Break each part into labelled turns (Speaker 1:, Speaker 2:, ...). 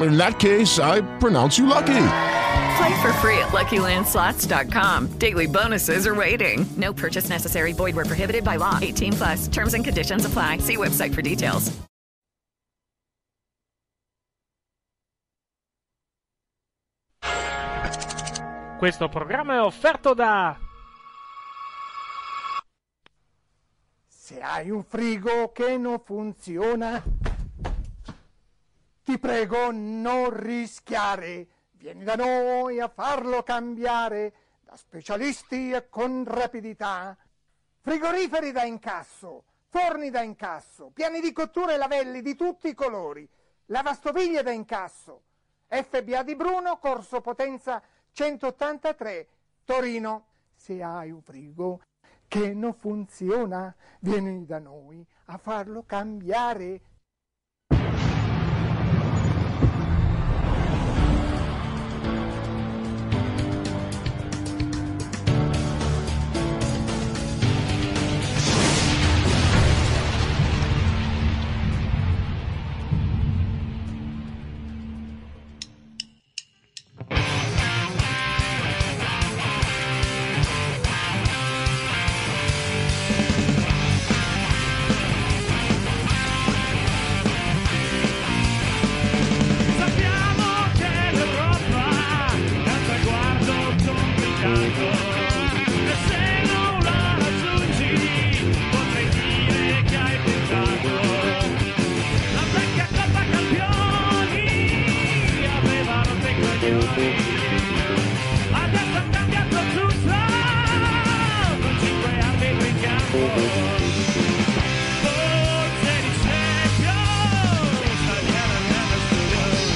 Speaker 1: In that case, I pronounce you lucky.
Speaker 2: Play for free at LuckyLandSlots.com. Daily bonuses are waiting.
Speaker 3: No purchase necessary. Void where prohibited by law. 18 plus terms and conditions apply. See website for details.
Speaker 4: Questo programma è offerto da
Speaker 5: Se hai un frigo che non funziona, ti prego non rischiare. Vieni da noi a farlo cambiare da specialisti e con rapidità. Frigoriferi da incasso, forni da incasso, piani di cottura e lavelli di tutti i colori, lavastoviglie da incasso. FBA di Bruno, Corso Potenza 183, Torino. Se hai un frigo che non funziona, vieni da noi a farlo cambiare.
Speaker 6: Sappiamo che l'Europa è un traguardo complicato E se non la raggiungi potrei dire che hai pensato La vecchia Coppa Campioni aveva rotto i coglioni Adesso è cambiato tutto con cinque arbitri in campo Forse di Champions, saliera nello studio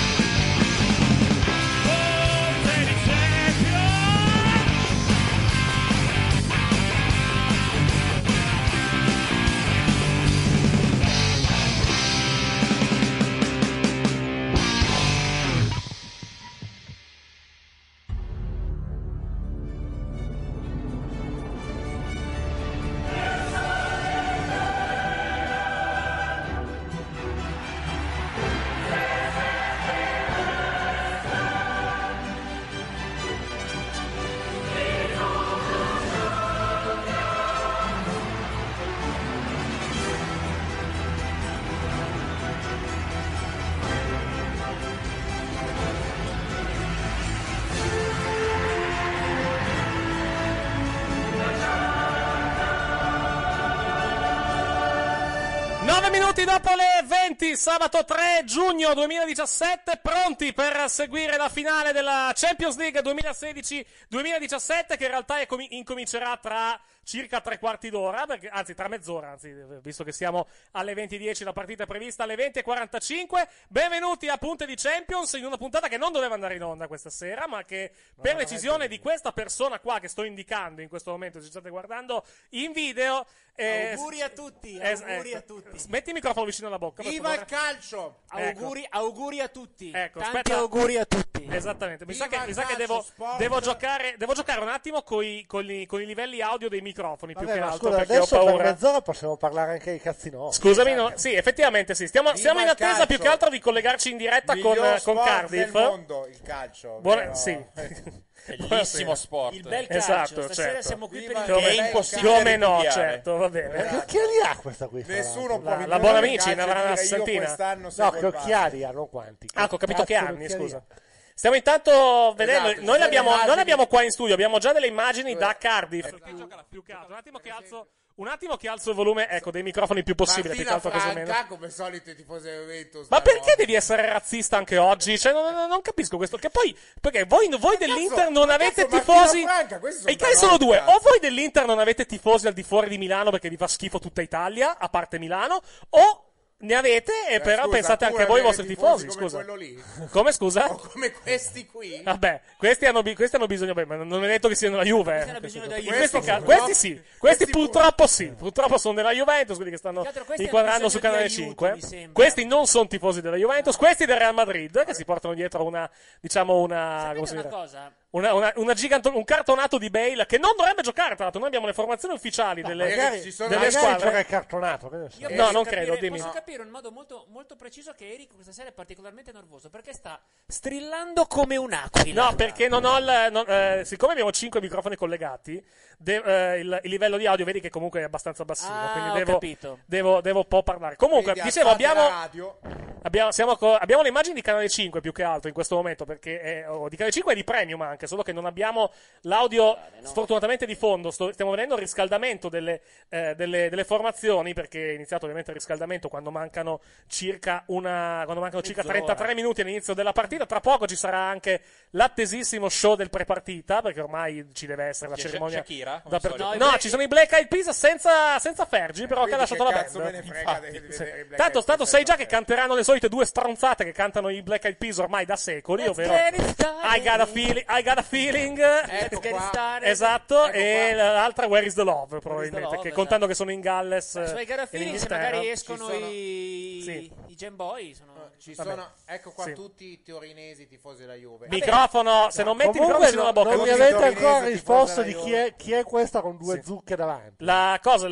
Speaker 7: Nove minuti dopo le 20, sabato 3 giugno 2017, pronti per seguire la finale della Champions League 2016-2017, che in realtà è comi- incomincerà tra circa tre quarti d'ora, perché- anzi tra mezz'ora, anzi, eh, visto che siamo alle 20.10, la partita è prevista alle 20.45. Benvenuti a Punte di Champions, in una puntata che non doveva andare in onda questa sera, ma che per decisione di questa persona qua che sto indicando in questo momento, se ci state guardando in video... eh,
Speaker 8: Auguri a tutti,
Speaker 7: es-
Speaker 8: auguri
Speaker 5: eh,
Speaker 7: ecco.
Speaker 8: a tutti.
Speaker 7: Metti il microfono vicino alla bocca. per
Speaker 8: Viva il
Speaker 7: favore.
Speaker 8: calcio!
Speaker 7: Ecco.
Speaker 8: Auguri, auguri a tutti.
Speaker 7: Ecco,
Speaker 8: Tanti
Speaker 7: aspetta.
Speaker 8: auguri a tutti.
Speaker 7: Esattamente. Mi sa
Speaker 8: Viva
Speaker 7: che, mi sa
Speaker 8: il
Speaker 7: che
Speaker 8: calcio,
Speaker 7: devo,
Speaker 8: sport.
Speaker 7: devo giocare, devo giocare un attimo coi- con, i, con i livelli audio dei microfoni più
Speaker 5: Vabbè,
Speaker 7: che
Speaker 5: ma
Speaker 7: altro
Speaker 5: scusa,
Speaker 7: perché ho
Speaker 5: adesso per
Speaker 7: paura.
Speaker 5: mezz'ora possiamo parlare anche di cazzi nostri.
Speaker 7: Scusami, no- sì, effettivamente sì. Stiamo,
Speaker 5: Viva
Speaker 7: siamo in
Speaker 5: il
Speaker 7: attesa
Speaker 5: calcio.
Speaker 7: più che altro di collegarci in diretta con,
Speaker 8: Miglior
Speaker 7: con
Speaker 8: sport
Speaker 7: Cardiff.
Speaker 8: del mondo, il calcio.
Speaker 7: Buona-
Speaker 8: vero?
Speaker 5: eh.
Speaker 7: sì.
Speaker 8: Bellissimo sport.
Speaker 7: Il
Speaker 8: bel
Speaker 7: calcio. Esatto,
Speaker 8: Stasera
Speaker 7: certo.
Speaker 8: siamo qui
Speaker 7: Più
Speaker 8: per Esatto. il
Speaker 7: o
Speaker 8: game.
Speaker 7: meno-
Speaker 8: È impossibile
Speaker 7: Più o meno,
Speaker 8: rinviare.
Speaker 7: certo, va bene.
Speaker 5: Che li ha questa qui? tra
Speaker 8: Nessuno
Speaker 5: l'altro?
Speaker 8: può Cioè,
Speaker 7: La- la buona amici, ne avrà una sessantina.
Speaker 5: No, che occhiali hanno quanti?
Speaker 7: Ah, ho capito che
Speaker 5: cazzo di
Speaker 7: anni,
Speaker 5: occhiali
Speaker 7: scusa.
Speaker 5: ha?
Speaker 7: Stiamo intanto vedendo,
Speaker 8: Esatto, ci
Speaker 7: noi
Speaker 8: sono
Speaker 7: l'abbiamo,
Speaker 8: le
Speaker 7: non
Speaker 8: immagini.
Speaker 7: abbiamo qua in studio, abbiamo già delle immagini da Cardiff.
Speaker 8: Più-
Speaker 7: Un attimo che alzo Un attimo che alzo il volume, ecco, dei microfoni il più possibile.
Speaker 5: Martina
Speaker 7: perché altro cosa
Speaker 5: Franca,
Speaker 7: meno.
Speaker 5: come solito, i tifosi del Juventus.
Speaker 7: Ma perché devi essere razzista anche oggi? Cioè, non, non- non capisco questo. Che poi, perché voi, voi dell'Inter non
Speaker 5: ma
Speaker 7: avete
Speaker 5: cazzo,
Speaker 7: tifosi.
Speaker 5: Martina Franca, questi sono
Speaker 7: E I casi sono
Speaker 5: parole,
Speaker 7: due.
Speaker 5: cazzo.
Speaker 7: O voi dell'Inter non avete tifosi al di fuori di Milano perché vi fa schifo tutta Italia, a parte Milano, o ne avete e
Speaker 5: Eh,
Speaker 7: però
Speaker 5: scusa,
Speaker 7: pensate
Speaker 5: tu
Speaker 7: anche
Speaker 5: non
Speaker 7: voi ai vostri
Speaker 5: avevi
Speaker 7: tifosi.
Speaker 5: come
Speaker 7: scusa.
Speaker 5: quello lì?
Speaker 7: Come scusa?
Speaker 5: O come questi qui?
Speaker 7: Vabbè, questi hanno, bi- questi hanno bisogno, beh, ma non è detto che siano la Juve. eh. Questi,
Speaker 5: bisogno della Juve.
Speaker 7: questi
Speaker 5: Questi
Speaker 7: ca-
Speaker 5: sì.
Speaker 7: questi sì, questi purtroppo sì, purtroppo sono della Juventus, quelli che stanno
Speaker 9: altro questi
Speaker 7: inquadrando
Speaker 9: hanno
Speaker 7: su
Speaker 9: bisogno
Speaker 7: Canale
Speaker 9: di aiuto,
Speaker 7: 5.
Speaker 9: mi sembra.
Speaker 7: Questi non sono tifosi della Juventus, questi del Real Madrid, che si portano dietro una, diciamo una, come si
Speaker 9: Una
Speaker 7: dice?
Speaker 9: cosa.
Speaker 7: Una- una- una giganto- un cartonato di Bale che non dovrebbe giocare, tra l'altro, noi abbiamo le formazioni ufficiali delle,
Speaker 4: magari ci sono-
Speaker 7: delle
Speaker 4: magari
Speaker 7: squadre.
Speaker 4: gioca il cartonato, che ne so.
Speaker 9: Io
Speaker 7: No,
Speaker 9: posso
Speaker 7: non
Speaker 9: capire-
Speaker 7: credo, dimmi.
Speaker 9: Posso capire in modo molto, molto preciso che Eric questa sera è particolarmente nervoso perché sta strillando come un'aquila.
Speaker 7: No, perché non ho il. non- eh, siccome abbiamo 5 microfoni collegati, de- eh, il, il livello di audio vedi che comunque è abbastanza bassino.
Speaker 9: Ah,
Speaker 7: quindi
Speaker 9: ho
Speaker 7: devo,
Speaker 9: capito.
Speaker 7: Devo, devo un po' parlare. Comunque,
Speaker 5: Quindi
Speaker 7: dicevo,
Speaker 5: alzate
Speaker 7: abbiamo.
Speaker 5: la radio.
Speaker 7: Abbiamo, siamo co- abbiamo le immagini di Canale 5 più che altro in questo momento, perché è- oh, di Canale 5 e di Premium anche, solo che non abbiamo l'audio sfortunatamente di fondo. Sto- stiamo vedendo il riscaldamento delle, eh, delle- delle formazioni, perché è iniziato ovviamente il riscaldamento quando mancano circa, una, quando mancano circa
Speaker 9: Mezz'ora.
Speaker 7: 33 minuti all'inizio della partita. Tra poco ci sarà anche l'attesissimo show del prepartita, perché ormai ci deve essere la
Speaker 9: Chi è? Sha-
Speaker 7: cerimonia.
Speaker 9: Shakira, come
Speaker 7: da
Speaker 9: al solito?
Speaker 7: per- No, ci sono i Black Eyed Peas senza, senza Fergie, però che ha
Speaker 5: Quindi
Speaker 7: lasciato
Speaker 5: che
Speaker 7: la
Speaker 5: cazzo me
Speaker 7: band.
Speaker 5: ne frega di- di
Speaker 7: Infatti,
Speaker 5: vedere i
Speaker 7: sì.
Speaker 5: Black
Speaker 7: Tanto,
Speaker 5: Eyed
Speaker 7: tanto
Speaker 5: Peas
Speaker 7: sai già che canteranno le solite due stronzate che cantano i Black Eyed Peas ormai da secoli, ovvero I got a feeling, I got a feeling.
Speaker 9: Let's get
Speaker 5: qua.
Speaker 9: started.
Speaker 7: Esatto,
Speaker 9: Eh, Ecco
Speaker 7: e
Speaker 9: qua.
Speaker 7: l'altra Where is the Love, probabilmente,
Speaker 9: Love,
Speaker 7: che
Speaker 9: esatto.
Speaker 7: contando che sono in Galles eh,
Speaker 9: Cioè, i
Speaker 7: e in
Speaker 9: Garafini, se
Speaker 7: Inghilterra,
Speaker 9: magari
Speaker 7: ci
Speaker 9: escono
Speaker 7: sono-
Speaker 9: i,
Speaker 7: Sì.
Speaker 9: i Gem Boy, sono...
Speaker 5: Ah, Ci
Speaker 7: Vabbè.
Speaker 5: sono, ecco qua
Speaker 7: Sì.
Speaker 5: tutti i torinesi tifosi della Juve.
Speaker 7: Microfono, se non metti il
Speaker 4: Comunque
Speaker 7: microfono sino la bocca.
Speaker 4: non mi
Speaker 7: Tutti i
Speaker 4: avete
Speaker 7: torinesi
Speaker 4: ancora
Speaker 7: ti
Speaker 4: risposto
Speaker 7: posano
Speaker 4: di
Speaker 7: io.
Speaker 4: chi è, chi è questa con due zucche davanti.
Speaker 7: La cosa,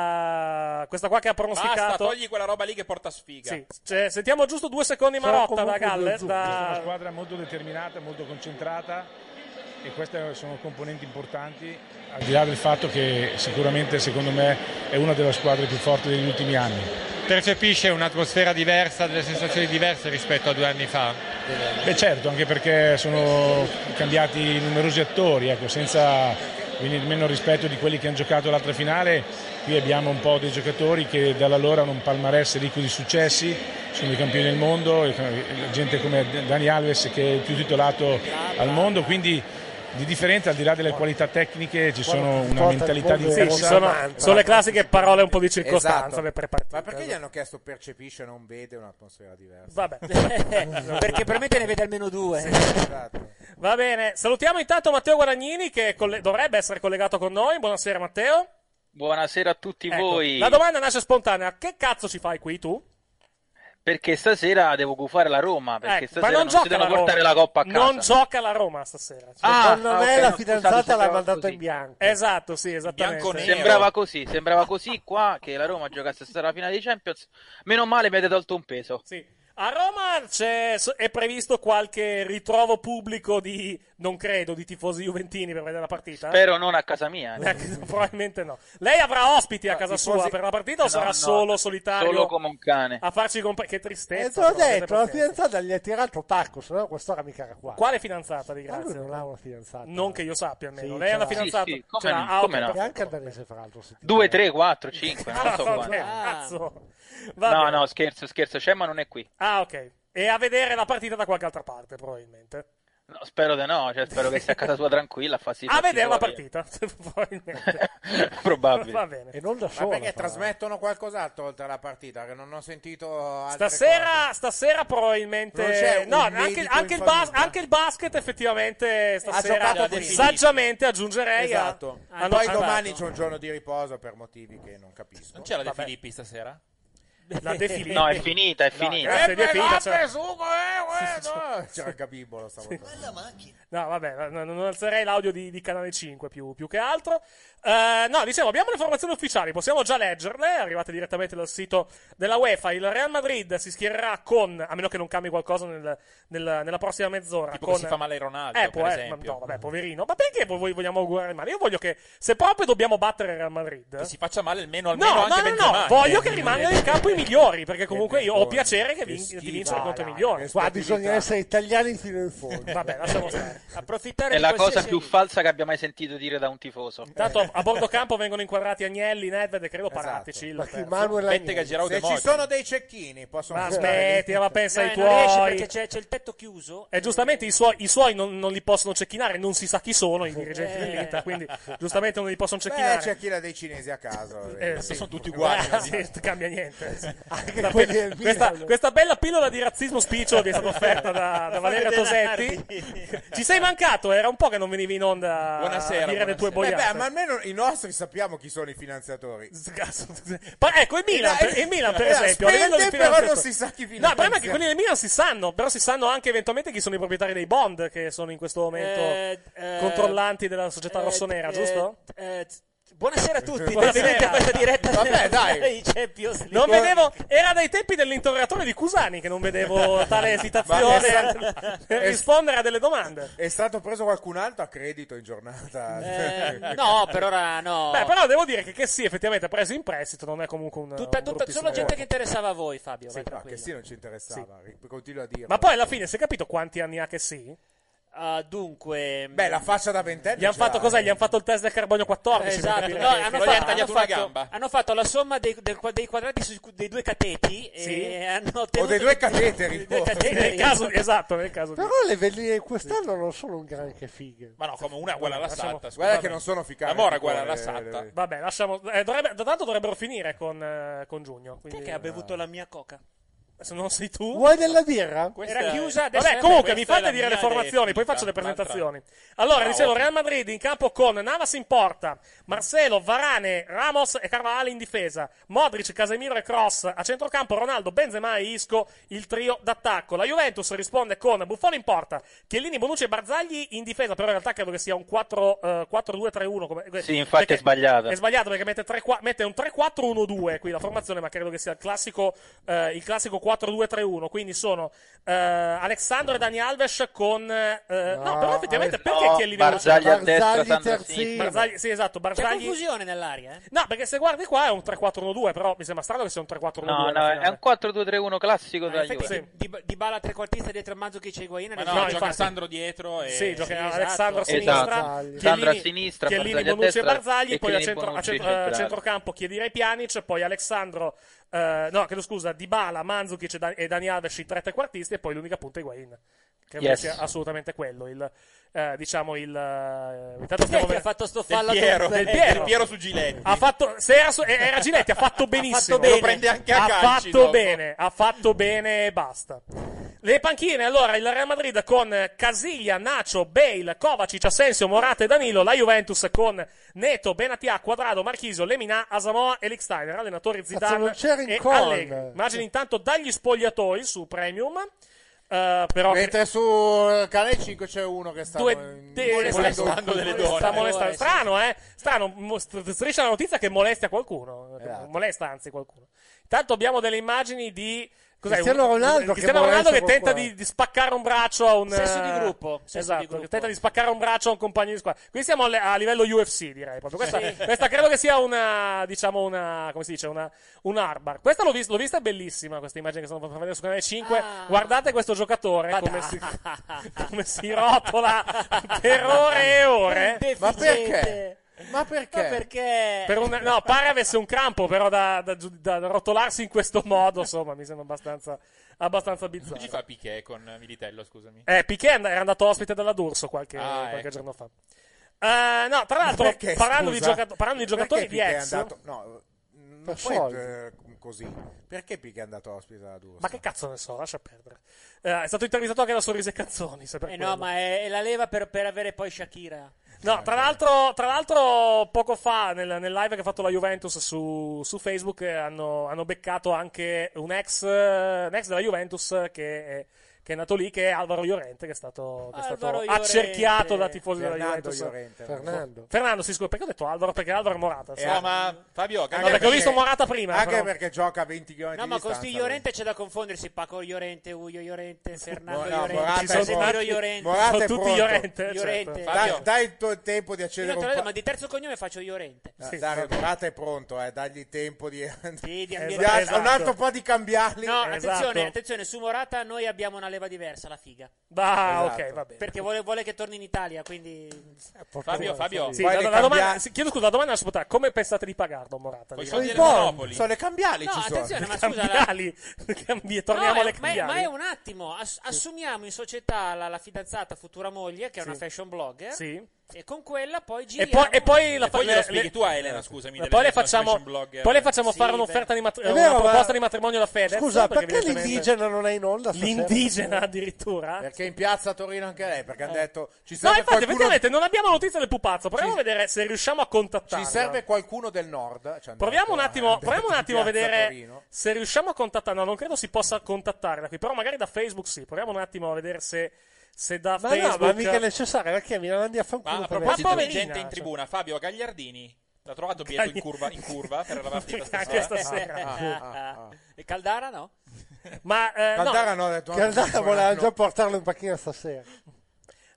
Speaker 7: la... questa qua che ha pronosticato.
Speaker 10: Basta, togli quella roba lì che porta sfiga.
Speaker 7: Sì, cioè, sentiamo giusto due secondi Marotta da Galles.
Speaker 11: Questa è una
Speaker 7: Da...
Speaker 11: squadra molto determinata, molto concentrata e queste sono componenti importanti. Al di là del fatto che sicuramente secondo me è una delle squadre più forti degli ultimi anni.
Speaker 12: Percepisce un'atmosfera diversa, delle sensazioni diverse rispetto a due anni fa?
Speaker 11: Beh certo, anche perché sono cambiati numerosi attori, ecco, senza venir meno rispetto di quelli che hanno giocato l'altra finale, qui abbiamo un po' dei giocatori che dalla loro hanno un palmarès ricco di successi, sono i campioni del mondo, e- e gente come Dani Alves che è il più titolato al mondo, quindi di differenza al di là delle qualità tecniche ci sono una mentalità
Speaker 7: Sì, ci
Speaker 11: diversa.
Speaker 7: sono, sono le classiche parole un po' di circostanza
Speaker 5: Esatto.
Speaker 7: per prepartita.
Speaker 5: Ma perché gli hanno chiesto percepisce e non vede un'atmosfera diversa?
Speaker 7: Vabbè.
Speaker 5: Eh,
Speaker 9: Eh, perché per me te ne vede almeno due.
Speaker 7: Esatto. Va bene, salutiamo intanto Matteo Guadagnini che colle- dovrebbe essere collegato con noi. Buonasera Matteo.
Speaker 13: Buonasera a tutti
Speaker 7: Ecco,
Speaker 13: voi.
Speaker 7: La domanda nasce spontanea. Che cazzo ci fai qui tu?
Speaker 13: Perché stasera devo gufare la Roma. Perché
Speaker 7: Ecco,
Speaker 13: stasera non, si
Speaker 7: gioca
Speaker 13: devono
Speaker 7: la
Speaker 13: portare
Speaker 7: Roma.
Speaker 13: la coppa a casa.
Speaker 7: Non gioca la Roma stasera.
Speaker 13: Ah,
Speaker 4: Secondo
Speaker 13: ah,
Speaker 4: me
Speaker 13: ok,
Speaker 4: la
Speaker 13: no,
Speaker 4: fidanzata
Speaker 13: scusate,
Speaker 4: l'ha
Speaker 13: sembrava
Speaker 4: mandata
Speaker 13: così.
Speaker 4: in bianco.
Speaker 7: Esatto, sì, ecco. esattamente.
Speaker 13: Sembrava così, sembrava così qua che la Roma giocasse stasera la finale di Champions. Meno male mi avete tolto un peso.
Speaker 7: A Roma c'è- è previsto qualche ritrovo pubblico di, non credo, di tifosi juventini per vedere la partita?
Speaker 13: Spero non a casa mia.
Speaker 7: Eh, Probabilmente no. Lei avrà ospiti a
Speaker 13: No,
Speaker 7: casa
Speaker 13: tifosi-
Speaker 7: sua per la partita o
Speaker 13: No,
Speaker 7: sarà
Speaker 13: no,
Speaker 7: solo solitario?
Speaker 13: Solo come un cane.
Speaker 7: A farci compagnia. Che
Speaker 4: E Eh, te
Speaker 7: tristezza.
Speaker 4: l'ho
Speaker 7: però,
Speaker 4: detto, la
Speaker 7: siete pazienti.
Speaker 4: fidanzata gli ha tirato pacco, se no quest'ora mica era qua.
Speaker 7: Quale fidanzata di
Speaker 4: Ma lui
Speaker 7: grazia?
Speaker 4: non ha una fidanzata.
Speaker 7: Non che io sappia almeno.
Speaker 4: Sì,
Speaker 7: Lei ha una
Speaker 4: ce l'ha.
Speaker 7: fidanzata?
Speaker 4: Sì, sì,
Speaker 13: come
Speaker 7: Ce l'ha?
Speaker 13: no,
Speaker 7: Ah, ok,
Speaker 13: come no.
Speaker 7: perfetto.
Speaker 4: Anche danese, fra l'altro. se ti-
Speaker 13: 2, 3, 4, 5. Non
Speaker 7: Ah,
Speaker 13: so
Speaker 7: vabbè,
Speaker 13: quanti.
Speaker 7: cazzo. Va
Speaker 13: No,
Speaker 7: bene.
Speaker 13: no, scherzo, scherzo. C'è, ma non è qui.
Speaker 7: Ah, ok. E a vedere la partita da qualche altra parte, probabilmente.
Speaker 13: No, spero di no. Cioè, spero che sia a casa sua tranquilla. Fa sì,
Speaker 7: a vedere la partita, probabilmente.
Speaker 13: Probabile.
Speaker 7: Va bene.
Speaker 4: E non da
Speaker 5: Ma perché trasmettono qualcos'altro oltre alla partita? Che non ho sentito altre
Speaker 7: Stasera, stasera probabilmente
Speaker 5: Non c'è un
Speaker 7: no, anche,
Speaker 5: medico
Speaker 7: anche
Speaker 5: in
Speaker 7: il bas-
Speaker 5: famiglia.
Speaker 7: anche il basket effettivamente stasera
Speaker 5: giocato prima.
Speaker 7: saggiamente aggiungerei a-
Speaker 5: Esatto.
Speaker 7: a- a-
Speaker 5: Poi
Speaker 7: a-
Speaker 5: domani c'è un giorno di riposo per motivi che non capisco.
Speaker 10: Non c'era De
Speaker 5: Vabbè.
Speaker 10: Filippi stasera?
Speaker 7: La De Filippi.
Speaker 13: No, è finita, è
Speaker 5: No,
Speaker 13: finita.
Speaker 5: grazie,
Speaker 7: Eh, beh, eh,
Speaker 5: Dio,
Speaker 7: vabbè,
Speaker 5: finita,
Speaker 7: su,
Speaker 5: c'era-
Speaker 7: Cioè,
Speaker 5: C'era il Gabibolo stavolta.
Speaker 7: No, vabbè, no, non alzerei l'audio di, di Canale 5 più, più che altro. Eh, no, dicevo, abbiamo le informazioni ufficiali, possiamo già leggerle, arrivate direttamente dal sito della UEFA. Il Real Madrid si schiererà con, a meno che non cambi qualcosa nel- nel- nella prossima mezz'ora.
Speaker 10: Tipo
Speaker 7: con...
Speaker 10: che si fa male Ronaldo,
Speaker 7: Eh, può
Speaker 10: per
Speaker 7: essere,
Speaker 10: esempio.
Speaker 7: ma no, vabbè, poverino. Ma perché voi- voi vogliamo augurare il male? Io voglio che, se proprio dobbiamo battere il Real Madrid...
Speaker 10: Che si faccia male almeno, almeno
Speaker 7: no,
Speaker 10: anche
Speaker 7: no, no,
Speaker 10: Benzema,
Speaker 7: no, voglio
Speaker 10: eh,
Speaker 7: che
Speaker 10: quindi-
Speaker 7: rimanga in campo in migliori, perché comunque io ho
Speaker 4: vergogna,
Speaker 7: piacere che, vin-
Speaker 4: schifo.
Speaker 7: di vincere
Speaker 4: Dai,
Speaker 7: contro i
Speaker 4: dai,
Speaker 7: migliori.
Speaker 4: Qua bisogna essere italiani fino in
Speaker 5: Eh,
Speaker 4: fondo.
Speaker 7: Vabbè, lasciamo stare. Approfittare
Speaker 13: È
Speaker 7: di
Speaker 13: la cosa
Speaker 7: qualsiasi-
Speaker 13: più falsa che abbia mai sentito dire da un tifoso. Eh
Speaker 7: Tanto a bordo campo vengono inquadrati Agnelli, Nedved e credo Paratici.
Speaker 13: Ma chi
Speaker 5: Manuel Se ci sono dei cecchini, possono Eh,
Speaker 7: Ma
Speaker 5: giocare.
Speaker 7: smetti, ma pensa ai
Speaker 9: No, non riesce
Speaker 7: tuoi.
Speaker 9: perché c'è, c'è il tetto chiuso.
Speaker 7: E Eh, giustamente i suoi, i suoi non, non li possono cecchinare, non si sa chi sono i dirigenti
Speaker 5: Eh. cioè,
Speaker 7: dell'Inter, quindi giustamente non li possono
Speaker 5: Beh,
Speaker 7: cecchinare.
Speaker 5: c'è chi la dei cinesi a caso.
Speaker 7: Eh, sì. Ah, sì, non cambia niente. Questa,
Speaker 5: quelli del Milan.
Speaker 7: questa- questa bella pillola di razzismo spiccio vi è stata offerta da, da Valeria Tosetti. Ci sei mancato, era un po' che non venivi in onda a dire le tue boiate.
Speaker 5: Eh Beh, beh, ma almeno i nostri sappiamo chi sono i finanziatori.
Speaker 7: Pa- ecco, il Milan, per, il Milan, per
Speaker 5: Eh,
Speaker 7: esempio, a livello di
Speaker 5: spende, però
Speaker 7: finanziatori-
Speaker 5: non si sa chi
Speaker 7: No,
Speaker 5: finanzia.
Speaker 7: il problema è che quelli del Milan si sanno, però si sanno anche eventualmente chi sono i proprietari dei bond che sono in questo momento
Speaker 9: Eh, eh,
Speaker 7: controllanti della società
Speaker 9: eh,
Speaker 7: rossonera,
Speaker 9: eh,
Speaker 7: giusto?
Speaker 9: eh, buonasera a tutti,
Speaker 7: Buonasera.
Speaker 9: benvenuti a questa diretta.
Speaker 7: Vabbè, dai.
Speaker 9: dei Champions League.
Speaker 7: Non vedevo, era dai tempi dell'interrogatore di Cusani che non vedevo tale
Speaker 5: Ma è
Speaker 7: esitazione
Speaker 5: stato-
Speaker 7: per rispondere a delle domande.
Speaker 5: È stato preso qualcun altro a credito in giornata. Cioè,
Speaker 9: Eh, no, per ora no.
Speaker 7: Beh, però devo dire che, che sì, effettivamente preso in prestito, non è comunque un.
Speaker 9: Tutta-
Speaker 7: un
Speaker 9: tutta-
Speaker 7: bruttissimo
Speaker 9: solo gente
Speaker 7: gioco.
Speaker 9: che interessava a voi, Fabio.
Speaker 7: Sì,
Speaker 9: vai
Speaker 5: No,
Speaker 9: tranquillo.
Speaker 5: che sì, non ci interessava. Continua a dirlo.
Speaker 7: Ma poi alla fine si è capito quanti anni ha che sì?
Speaker 9: Ah, dunque,
Speaker 5: Beh, la faccia da ventenne. eh.
Speaker 7: Gli hanno fatto cos'è? Gli hanno fatto il test del carbonio 14. per
Speaker 9: Esatto,
Speaker 7: capire
Speaker 9: no,
Speaker 7: che-
Speaker 9: hanno, fatto, hanno,
Speaker 7: tagliato
Speaker 9: fatto, hanno fatto la somma dei, del- dei quadrati sui- dei due cateti
Speaker 7: Sì.
Speaker 9: e hanno
Speaker 5: O
Speaker 9: ottenuto
Speaker 5: dei due cateteri.
Speaker 9: due
Speaker 7: Eh,
Speaker 9: cateti.
Speaker 7: nel caso, esatto, nel caso di-
Speaker 4: Però le veline quest'anno non sono un gran che fighe.
Speaker 10: Ma no, come una uguale alla
Speaker 7: Lasciamo-
Speaker 10: Satta.
Speaker 5: Guarda che non sono ficati.
Speaker 10: La Mora uguale alla
Speaker 5: Eh,
Speaker 10: Satta.
Speaker 5: eh,
Speaker 7: Vabbè, lasciamo. eh, dovrebbe- da tanto dovrebbero finire con, eh, con giugno.
Speaker 9: Chi è
Speaker 7: Quindi,
Speaker 9: che ha bevuto
Speaker 5: Ah.
Speaker 9: la mia coca?
Speaker 7: Se non sei tu.
Speaker 4: Vuoi della birra?
Speaker 9: Era chiusa, adesso
Speaker 7: Vabbè,
Speaker 9: è-
Speaker 7: comunque mi
Speaker 9: questa è
Speaker 7: fate
Speaker 9: la
Speaker 7: dire
Speaker 9: mia
Speaker 7: le formazioni, poi
Speaker 9: definitiva,
Speaker 7: faccio le
Speaker 9: l'altra.
Speaker 7: presentazioni. Allora,
Speaker 9: Bravo.
Speaker 7: dicevo, Real Madrid in campo con Navas in porta, Marcelo, Varane, Ramos e Carvalho in difesa, Modric, Casemiro e Cross, a centrocampo Ronaldo, Benzema e Isco, il trio d'attacco. La Juventus risponde con Buffon in porta, Chiellini, Bonucci e Barzagli in difesa, però in realtà credo che sia un 4, eh, 4-2-3-1. come-
Speaker 13: Sì, infatti è sbagliato.
Speaker 7: è sbagliato perché mette, 3, qua- mette un 3-4-1-2 qui la formazione, ma credo che sia il classico, eh, il classico 4-2-3-1. Quindi sono eh, Alessandro e Dani Alves con. eh, no, però effettivamente
Speaker 13: Ale-
Speaker 7: perché
Speaker 13: no,
Speaker 7: chi è lì
Speaker 13: Barzagli a destra, Barzagli Sandro a terzino. sinistra.
Speaker 7: Barzagli, sì, esatto.
Speaker 9: C'è
Speaker 7: Barzagli.
Speaker 9: confusione nell'aria, eh?
Speaker 7: No, perché se guardi qua è un 3-4-1-2, però mi sembra strano che sia un 3-4-1-2.
Speaker 13: No, no,
Speaker 7: alla
Speaker 13: è un
Speaker 7: finale.
Speaker 13: 4-2-3-1 classico
Speaker 9: In
Speaker 13: della
Speaker 9: effetti,
Speaker 13: Juve.
Speaker 7: Eh, Sì.
Speaker 9: di, di bala trequartista dietro a Manzo che c'è Higuain
Speaker 10: Ma
Speaker 9: adesso-
Speaker 10: no,
Speaker 7: No,
Speaker 10: gioca
Speaker 7: infatti.
Speaker 10: Sandro dietro e...
Speaker 7: Sì, gioca
Speaker 9: esatto.
Speaker 7: Alessandro a sinistra,
Speaker 13: Esatto.
Speaker 7: Chiellini-
Speaker 13: Sandro a sinistra,
Speaker 7: Chiellini,
Speaker 13: Barzagli a
Speaker 7: Bonucci e
Speaker 13: destra
Speaker 7: Barzagli,
Speaker 13: e
Speaker 7: poi a,
Speaker 13: Chiellini,
Speaker 7: centro- a
Speaker 13: Bonucci
Speaker 7: centro-
Speaker 13: centrale.
Speaker 7: eh, centrocampo Chiedire Pjanic, poi Alessandro, eh, no, chiedo scusa, Dybala, Mandzukic e Dan- e Dani Alves, i tre trequartisti, e poi l'unica punta Higuain. Credo
Speaker 13: Yes.
Speaker 7: che sia assolutamente quello, il, eh, diciamo il... eh, intanto
Speaker 9: Chi è
Speaker 7: stiamo
Speaker 9: che ha
Speaker 7: vedendo-
Speaker 9: fatto sto
Speaker 10: Del
Speaker 9: fallo
Speaker 10: Piero,
Speaker 9: del-
Speaker 10: del Piero. Del Piero su Giletti.
Speaker 7: Ha fatto, se era, su- era Giletti, ha fatto benissimo.
Speaker 9: fatto bene. Lo
Speaker 10: prende anche a
Speaker 7: ha
Speaker 10: calci
Speaker 7: fatto
Speaker 10: dopo.
Speaker 7: bene, ha fatto bene e basta. Le panchine, allora, il Real Madrid con Casiglia, Nacho, Bale, Kovacic, Asensio, Morata e Danilo. La Juventus con Neto, Benatia, Quadrado, Marchisio, Lemina, Asamoa e Licksteiner. Allenatori
Speaker 4: Cazzo,
Speaker 7: Zidane
Speaker 4: non c'era in
Speaker 7: e
Speaker 4: call.
Speaker 7: Allegri. Immagini intanto dagli spogliatoi su Premium. eh, però
Speaker 5: Mentre su eh, Canale 5 c'è uno che sta
Speaker 7: due de-
Speaker 5: molestando delle donne.
Speaker 7: Sta molestando.
Speaker 9: Eh, sì.
Speaker 7: Strano, eh? Strano, mo- st- striscia la notizia che molesta qualcuno.
Speaker 5: Esatto.
Speaker 7: Molesta anzi qualcuno. Intanto abbiamo delle immagini di cos'è?
Speaker 4: Cristiano
Speaker 7: Un-
Speaker 4: Ronaldo che
Speaker 7: Cristiano
Speaker 4: molesta
Speaker 7: Ronaldo che tenta
Speaker 4: qualcuno.
Speaker 7: di, di spaccare un braccio a un
Speaker 9: Sesso di
Speaker 7: eh,
Speaker 9: gruppo, sesso
Speaker 7: esatto,
Speaker 9: di gruppo.
Speaker 7: che tenta di spaccare un braccio a un compagno di squadra. Qui siamo alle- a livello UFC, direi proprio. Questa,
Speaker 9: Sì.
Speaker 7: questa credo che sia una diciamo una come si dice, una un armbar. Questa l'ho vista, l'ho vista è bellissima questa immagine che sono fatto vedere su canale 5.
Speaker 9: Ah.
Speaker 7: Guardate questo giocatore
Speaker 9: Ma
Speaker 7: come
Speaker 9: dai.
Speaker 7: si come si rotola per ore e ore.
Speaker 5: Ma perché?
Speaker 9: Deficiente.
Speaker 5: Ma perché?
Speaker 9: Ma perché?
Speaker 7: Per un- no, pare avesse un crampo, però da, da giu- da rotolarsi in questo modo, insomma, mi sembra abbastanza, abbastanza
Speaker 10: Chi ci
Speaker 7: bizzarro.
Speaker 10: fa Piquet con eh, Militello, scusami?
Speaker 7: Eh, Piquet and- era andato ospite della D'Urso qualche,
Speaker 10: Ah,
Speaker 7: qualche
Speaker 10: ecco.
Speaker 7: giorno fa. Eh, no, tra l'altro,
Speaker 5: Perché,
Speaker 7: parlando, di
Speaker 5: scusa?
Speaker 7: giocato- parlando di
Speaker 5: Perché
Speaker 7: giocatori di
Speaker 5: Piqué è
Speaker 7: ex,
Speaker 5: andato- No, non
Speaker 4: Per
Speaker 5: puoi,
Speaker 4: soldi.
Speaker 5: eh, così. Perché Piqué è andato ospite alla D'Urso?
Speaker 7: ma che cazzo ne so, lascia perdere. Eh, è stato intervistato anche da Sorrisi e Canzoni. se per
Speaker 9: Eh
Speaker 7: quello.
Speaker 9: no, ma è, è la leva per, per avere poi Shakira.
Speaker 7: No, tra l'altro, tra l'altro poco fa nel, nel live che ha fatto la Juventus su, su Facebook eh, hanno, hanno beccato anche un ex, eh, un ex della Juventus eh, che è che è nato lì, che è Alvaro Llorente, che è stato, che è stato
Speaker 5: Alvaro Llorente.
Speaker 7: accerchiato da tifosi della
Speaker 5: Fernando
Speaker 7: Juventus.
Speaker 5: Llorente.
Speaker 7: Fernando. Fernando, si scusa, perché ho detto Alvaro? Perché Alvaro è Morata.
Speaker 5: Eh,
Speaker 7: scusa.
Speaker 5: ma, Fabio,
Speaker 7: No,
Speaker 5: anche
Speaker 7: perché, ho
Speaker 5: perché-
Speaker 7: visto Morata prima.
Speaker 5: Anche
Speaker 7: però.
Speaker 5: perché gioca a 20 km
Speaker 9: No,
Speaker 5: di
Speaker 9: ma con
Speaker 5: distanza.
Speaker 9: sti Llorente c'è da confondersi. Paco Llorente, Uio Llorente, Fernando
Speaker 5: No, no,
Speaker 9: Llorente,
Speaker 5: Morata è
Speaker 9: Casemiro
Speaker 5: pronto.
Speaker 9: Llorente.
Speaker 5: Morata è pronto.
Speaker 7: certo.
Speaker 9: Llorente.
Speaker 5: Dai, dai il tuo tempo di
Speaker 9: Io
Speaker 5: accedere
Speaker 9: non te l'ho
Speaker 5: un
Speaker 9: detto,
Speaker 5: po'.
Speaker 9: ma di terzo cognome faccio Llorente.
Speaker 5: Da- Dario Morata è pronto, eh, dagli tempo di,
Speaker 9: Sì, di
Speaker 5: di-
Speaker 9: ambientare.
Speaker 5: a- un altro po' di cambiarli.
Speaker 9: No,
Speaker 7: Esatto.
Speaker 9: attenzione, attenzione, su Morata noi abbiamo una leva diversa, la figa.
Speaker 7: Ah,
Speaker 5: Esatto.
Speaker 7: ok, va bene.
Speaker 9: Perché vuole, vuole che torni in Italia, quindi...
Speaker 5: Eh,
Speaker 10: Fabio, Fabio.
Speaker 7: Sì,
Speaker 10: Poi
Speaker 7: la,
Speaker 10: le
Speaker 7: la
Speaker 10: cambia-
Speaker 7: domanda, sì, chiedo scusa, la domanda è sputata. Come pensate di pagarlo, Morata?
Speaker 10: Con i
Speaker 7: Diciamo.
Speaker 10: soldi del Monopoli.
Speaker 5: Sono le cambiali,
Speaker 9: No,
Speaker 5: ci sono.
Speaker 9: attenzione, ma scusa, la-
Speaker 7: Cambiali. Cambi- Torniamo
Speaker 9: No, è-
Speaker 7: alle
Speaker 9: ma, è,
Speaker 7: cambiali.
Speaker 9: ma è un attimo, ass- assumiamo in società la, la fidanzata futura moglie, che è una
Speaker 7: Sì.
Speaker 9: fashion blogger,
Speaker 7: Sì.
Speaker 9: e con quella poi
Speaker 7: E
Speaker 9: giriamo...
Speaker 7: poi, e poi la
Speaker 10: E poi
Speaker 7: fa-
Speaker 10: glielo
Speaker 7: le-
Speaker 10: spieghi
Speaker 7: le-
Speaker 10: tu a Elena, scusami,
Speaker 7: Ma
Speaker 10: delle
Speaker 7: Poi le
Speaker 10: nostre
Speaker 7: facciamo,
Speaker 10: fashion blogger.
Speaker 7: poi le facciamo
Speaker 10: Sì,
Speaker 7: fare
Speaker 10: beh.
Speaker 7: un'offerta di mat-
Speaker 10: È
Speaker 7: una
Speaker 10: vero, ma-
Speaker 7: proposta di matrimonio alla Fedez.
Speaker 4: Scusa, perché
Speaker 7: evidentemente-
Speaker 4: l'indigena non è in onda? stasera?
Speaker 7: L'indigena addirittura? Eh,
Speaker 5: Perché in piazza Torino anche lei, perché hanno detto ci
Speaker 7: No,
Speaker 5: serve,
Speaker 7: infatti,
Speaker 5: qualcuno,
Speaker 7: effettivamente non abbiamo notizie del pupazzo. Proviamo a vedere se riusciamo a contattarla.
Speaker 5: ci serve qualcuno del nord. Ci hanno
Speaker 7: Proviamo
Speaker 5: detto,
Speaker 7: un
Speaker 5: eh,
Speaker 7: attimo,
Speaker 5: hanno
Speaker 7: proviamo un
Speaker 5: detto
Speaker 7: attimo a
Speaker 5: in piazza
Speaker 7: vedere
Speaker 5: Torino.
Speaker 7: se riusciamo a contattarla. No, non credo si possa contattarla qui, però magari da Facebook sì. Proviamo un attimo a vedere se, se da
Speaker 4: Ma
Speaker 7: Facebook.
Speaker 4: no, ma mica è necessario, la chiami, la mandi a
Speaker 10: Ma
Speaker 4: fanculo.
Speaker 10: a
Speaker 4: per
Speaker 10: proposito di
Speaker 4: me.
Speaker 10: gente in tribuna, Fabio Gagliardini l'ha trovato bietto in curva, in curva per la partita
Speaker 7: Anche
Speaker 10: stasera.
Speaker 7: stasera.
Speaker 9: Ah, E Caldara no?
Speaker 7: Ma eh,
Speaker 5: Caldara
Speaker 7: no.
Speaker 5: no, ha detto, no,
Speaker 4: Caldara
Speaker 5: no,
Speaker 4: voleva
Speaker 5: no.
Speaker 4: già portarlo in panchina stasera.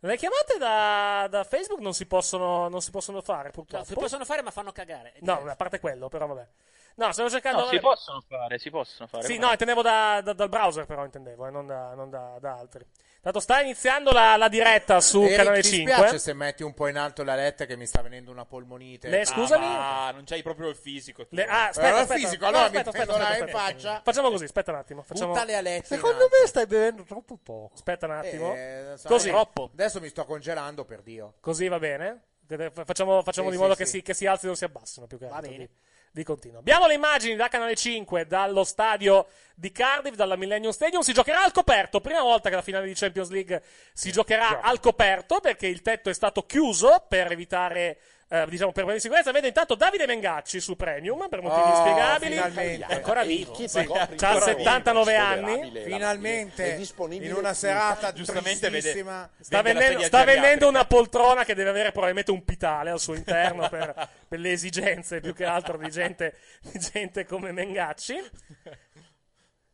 Speaker 7: Le chiamate da, da Facebook non si possono, non si possono fare,
Speaker 9: No,
Speaker 7: purtroppo.
Speaker 9: si possono fare ma fanno cagare.
Speaker 7: No, a parte quello, però vabbè. No, stavo cercando.
Speaker 13: No, si possono fare, si possono fare.
Speaker 7: Sì,
Speaker 13: come
Speaker 7: no, intendevo da- da- dal browser, però intendevo, eh, non, da, non da- da altri. Tanto sta iniziando la, la diretta su
Speaker 5: Eric,
Speaker 7: Canale
Speaker 5: ci
Speaker 7: 5.
Speaker 5: spiace se metti un po' in alto la letta che mi sta venendo una polmonite.
Speaker 7: Le-
Speaker 5: Ah,
Speaker 7: scusami?
Speaker 10: Ah, non c'hai proprio il fisico. tu.
Speaker 7: Le- ah, aspetta,
Speaker 5: Allora,
Speaker 7: aspetta,
Speaker 5: Eh, fisico,
Speaker 7: no,
Speaker 5: allora
Speaker 7: aspetta,
Speaker 5: mi
Speaker 7: aspetta,
Speaker 5: prendo
Speaker 7: aspetta,
Speaker 5: la
Speaker 7: aspetta.
Speaker 5: faccia.
Speaker 7: Facciamo così, aspetta un attimo. Facciamo...
Speaker 5: Buttale a letto.
Speaker 4: Secondo me stai bevendo troppo poco.
Speaker 7: Aspetta un attimo.
Speaker 5: Eh, non so,
Speaker 7: così,
Speaker 5: eh, Adesso mi sto congelando per Dio.
Speaker 7: così va bene. Facciamo, facciamo di
Speaker 5: Sì, sì,
Speaker 7: modo
Speaker 5: sì.
Speaker 7: che, si, che si alzino e si abbassino più che
Speaker 9: Va
Speaker 7: altro.
Speaker 9: bene.
Speaker 7: Di, di continuo. Abbiamo le immagini da Canale 5, dallo stadio di Cardiff, dalla Millennium Stadium. Si giocherà al coperto. Prima volta che la finale di Champions League si giocherà al coperto perché il tetto è stato chiuso per evitare. eh, diciamo per problemi di sicurezza vedo intanto Davide Mengacci su Premium per motivi
Speaker 5: Oh,
Speaker 7: inspiegabili
Speaker 5: finalmente.
Speaker 7: È ancora vivo
Speaker 5: Chi
Speaker 7: sì.
Speaker 5: si copre
Speaker 7: ha
Speaker 5: ancora
Speaker 7: 79 anni
Speaker 5: Finalmente, in una serata giustamente vede,
Speaker 7: Sta
Speaker 10: Vende la
Speaker 7: vendendo,
Speaker 10: sedia
Speaker 7: sta
Speaker 10: geriatrica.
Speaker 7: vendendo una poltrona che deve avere probabilmente un pitale al suo interno per, per le esigenze più che altro di gente, di gente come Mengacci.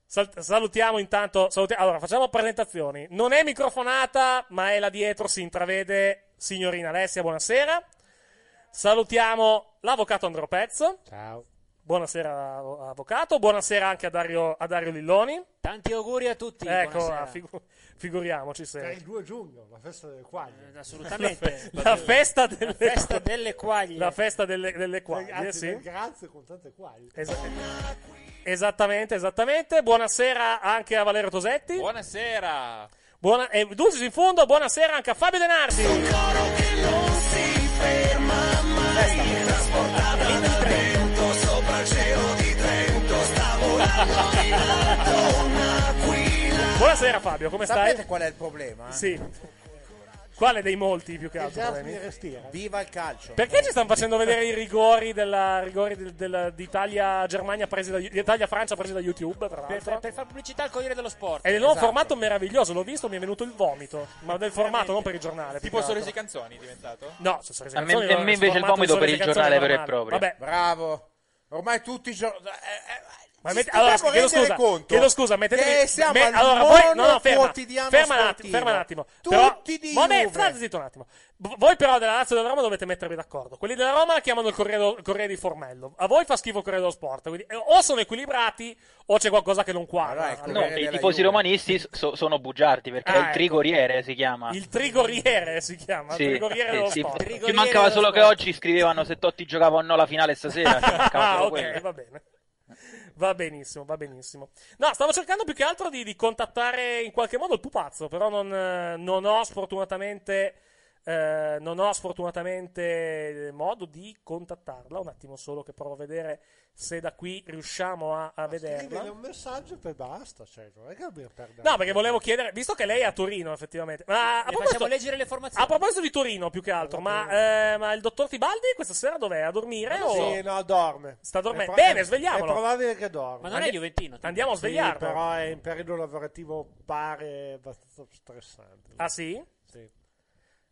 Speaker 7: Sal- salutiamo intanto. saluti- allora, facciamo presentazioni. Non è microfonata, ma è là dietro, si intravede. Signorina Alessia, buonasera. Salutiamo l'avvocato Andro Pezzo.
Speaker 4: Ciao.
Speaker 7: Buonasera, av- avvocato. Buonasera anche a Dario, a Dario Lilloni.
Speaker 9: Tanti auguri a tutti.
Speaker 7: Ecco,
Speaker 9: buonasera.
Speaker 7: ah, figu- figuriamoci se.
Speaker 4: È il 2 giugno, la festa delle quaglie.
Speaker 9: Eh, Assolutamente.
Speaker 7: La festa delle,
Speaker 9: festa delle quaglie.
Speaker 7: La festa delle, delle quaglie,
Speaker 4: Anzi,
Speaker 7: sì.
Speaker 4: del grazie con tante quaglie.
Speaker 7: Esa- esattamente, esattamente. Buonasera anche a Valerio Tosetti.
Speaker 10: Buonasera.
Speaker 7: Buona- e Dulcis in fondo, buonasera anche a Fabio Denardi. Buonasera Fabio, come
Speaker 5: Sapete
Speaker 7: stai?
Speaker 5: qual è il problema?
Speaker 7: Sì. Quale dei molti più che altro?
Speaker 4: Già
Speaker 7: problemi?
Speaker 4: finire stira.
Speaker 5: Viva il calcio.
Speaker 7: Perché ci stanno facendo vedere i rigori, della, rigori del- della- d'Italia-Germania presi da, d'Italia-Francia presi da YouTube, tra
Speaker 9: Per,
Speaker 7: l'altro?
Speaker 9: per- per fare pubblicità al Corriere dello Sport. Esatto.
Speaker 7: È del nuovo
Speaker 5: Esatto.
Speaker 7: formato meraviglioso, l'ho visto, mi è venuto il vomito. Ma del formato, non per il giornale. più
Speaker 10: Tipo
Speaker 7: che altro.
Speaker 10: Sorrisi Canzoni è diventato?
Speaker 7: No, sono sorrisi
Speaker 13: A me-
Speaker 7: canzoni,
Speaker 13: a me
Speaker 7: no,
Speaker 13: invece il
Speaker 7: formato
Speaker 13: vomito
Speaker 7: di
Speaker 13: per il
Speaker 7: sorrisi
Speaker 13: giornale
Speaker 7: canzoni
Speaker 13: vero e
Speaker 7: normale.
Speaker 13: proprio.
Speaker 7: Vabbè.
Speaker 5: Bravo. Ormai tutti i eh, giorni...
Speaker 7: Ma met- allora, chiedo scusa, chiedo scusa, mettetemi
Speaker 5: che siamo
Speaker 7: me-
Speaker 5: al
Speaker 7: allora, voi, no, no, ferma,
Speaker 5: quotidiano
Speaker 7: ferma un attimo,
Speaker 5: sportivo.
Speaker 7: ferma un attimo.
Speaker 5: Tutti
Speaker 7: però,
Speaker 5: di
Speaker 7: vabbè,
Speaker 5: Juve.
Speaker 7: state zitto un attimo. V- voi però della Lazio e della Roma dovete mettervi d'accordo. Quelli della Roma la chiamano il Corriere, il Corriere di Formello. A voi fa schifo il Corriere dello Sport, quindi eh, o sono equilibrati o c'è qualcosa che non
Speaker 5: Allora,
Speaker 7: quadra.
Speaker 5: ecco,
Speaker 13: No, i
Speaker 5: Corriere della
Speaker 13: tifosi
Speaker 5: Juve.
Speaker 13: romanisti so- sono bugiardi perché
Speaker 7: Ah,
Speaker 13: è il
Speaker 7: ecco.
Speaker 13: trigoriere si chiama.
Speaker 7: Il Trigoriere si chiama, il
Speaker 13: Sì,
Speaker 7: Trigoriere
Speaker 13: sì,
Speaker 7: dello
Speaker 13: sì.
Speaker 7: Sport.
Speaker 13: Ci mancava solo che
Speaker 9: sport.
Speaker 13: oggi scrivevano se Totti giocava o no la finale stasera. ci mancava
Speaker 7: Ah,
Speaker 13: solo
Speaker 7: ok,
Speaker 13: quello.
Speaker 7: va bene. Va benissimo, va benissimo. No, stavo cercando più che altro di, di contattare in qualche modo il pupazzo, però non, eh, non ho sfortunatamente Eh, non ho sfortunatamente modo di contattarla. Un attimo solo che provo a vedere se da qui riusciamo a, a vederla.
Speaker 4: Scrivile un messaggio e poi basta, cioè, non è che dobbiamo perdere.
Speaker 7: No, perché volevo chiedere, visto che lei è a Torino, effettivamente. Ma a
Speaker 9: Le
Speaker 7: proposito, Ah,
Speaker 9: facciamo leggere le informazioni.
Speaker 7: a proposito di Torino, più che altro, ma, eh, ma il dottor Tibaldi questa sera dov'è? A dormire?
Speaker 9: Ah,
Speaker 4: No,
Speaker 7: o...
Speaker 4: sì, no, dorme.
Speaker 7: Sta dormendo.
Speaker 4: È prob-
Speaker 7: Bene, svegliamolo.
Speaker 4: È probabile che dorme.
Speaker 7: Ma non è Juventino, tanto. Andiamo a
Speaker 4: Sì,
Speaker 7: svegliarlo.
Speaker 4: però è in periodo lavorativo pare abbastanza stressante.
Speaker 7: Ah sì?
Speaker 4: Sì.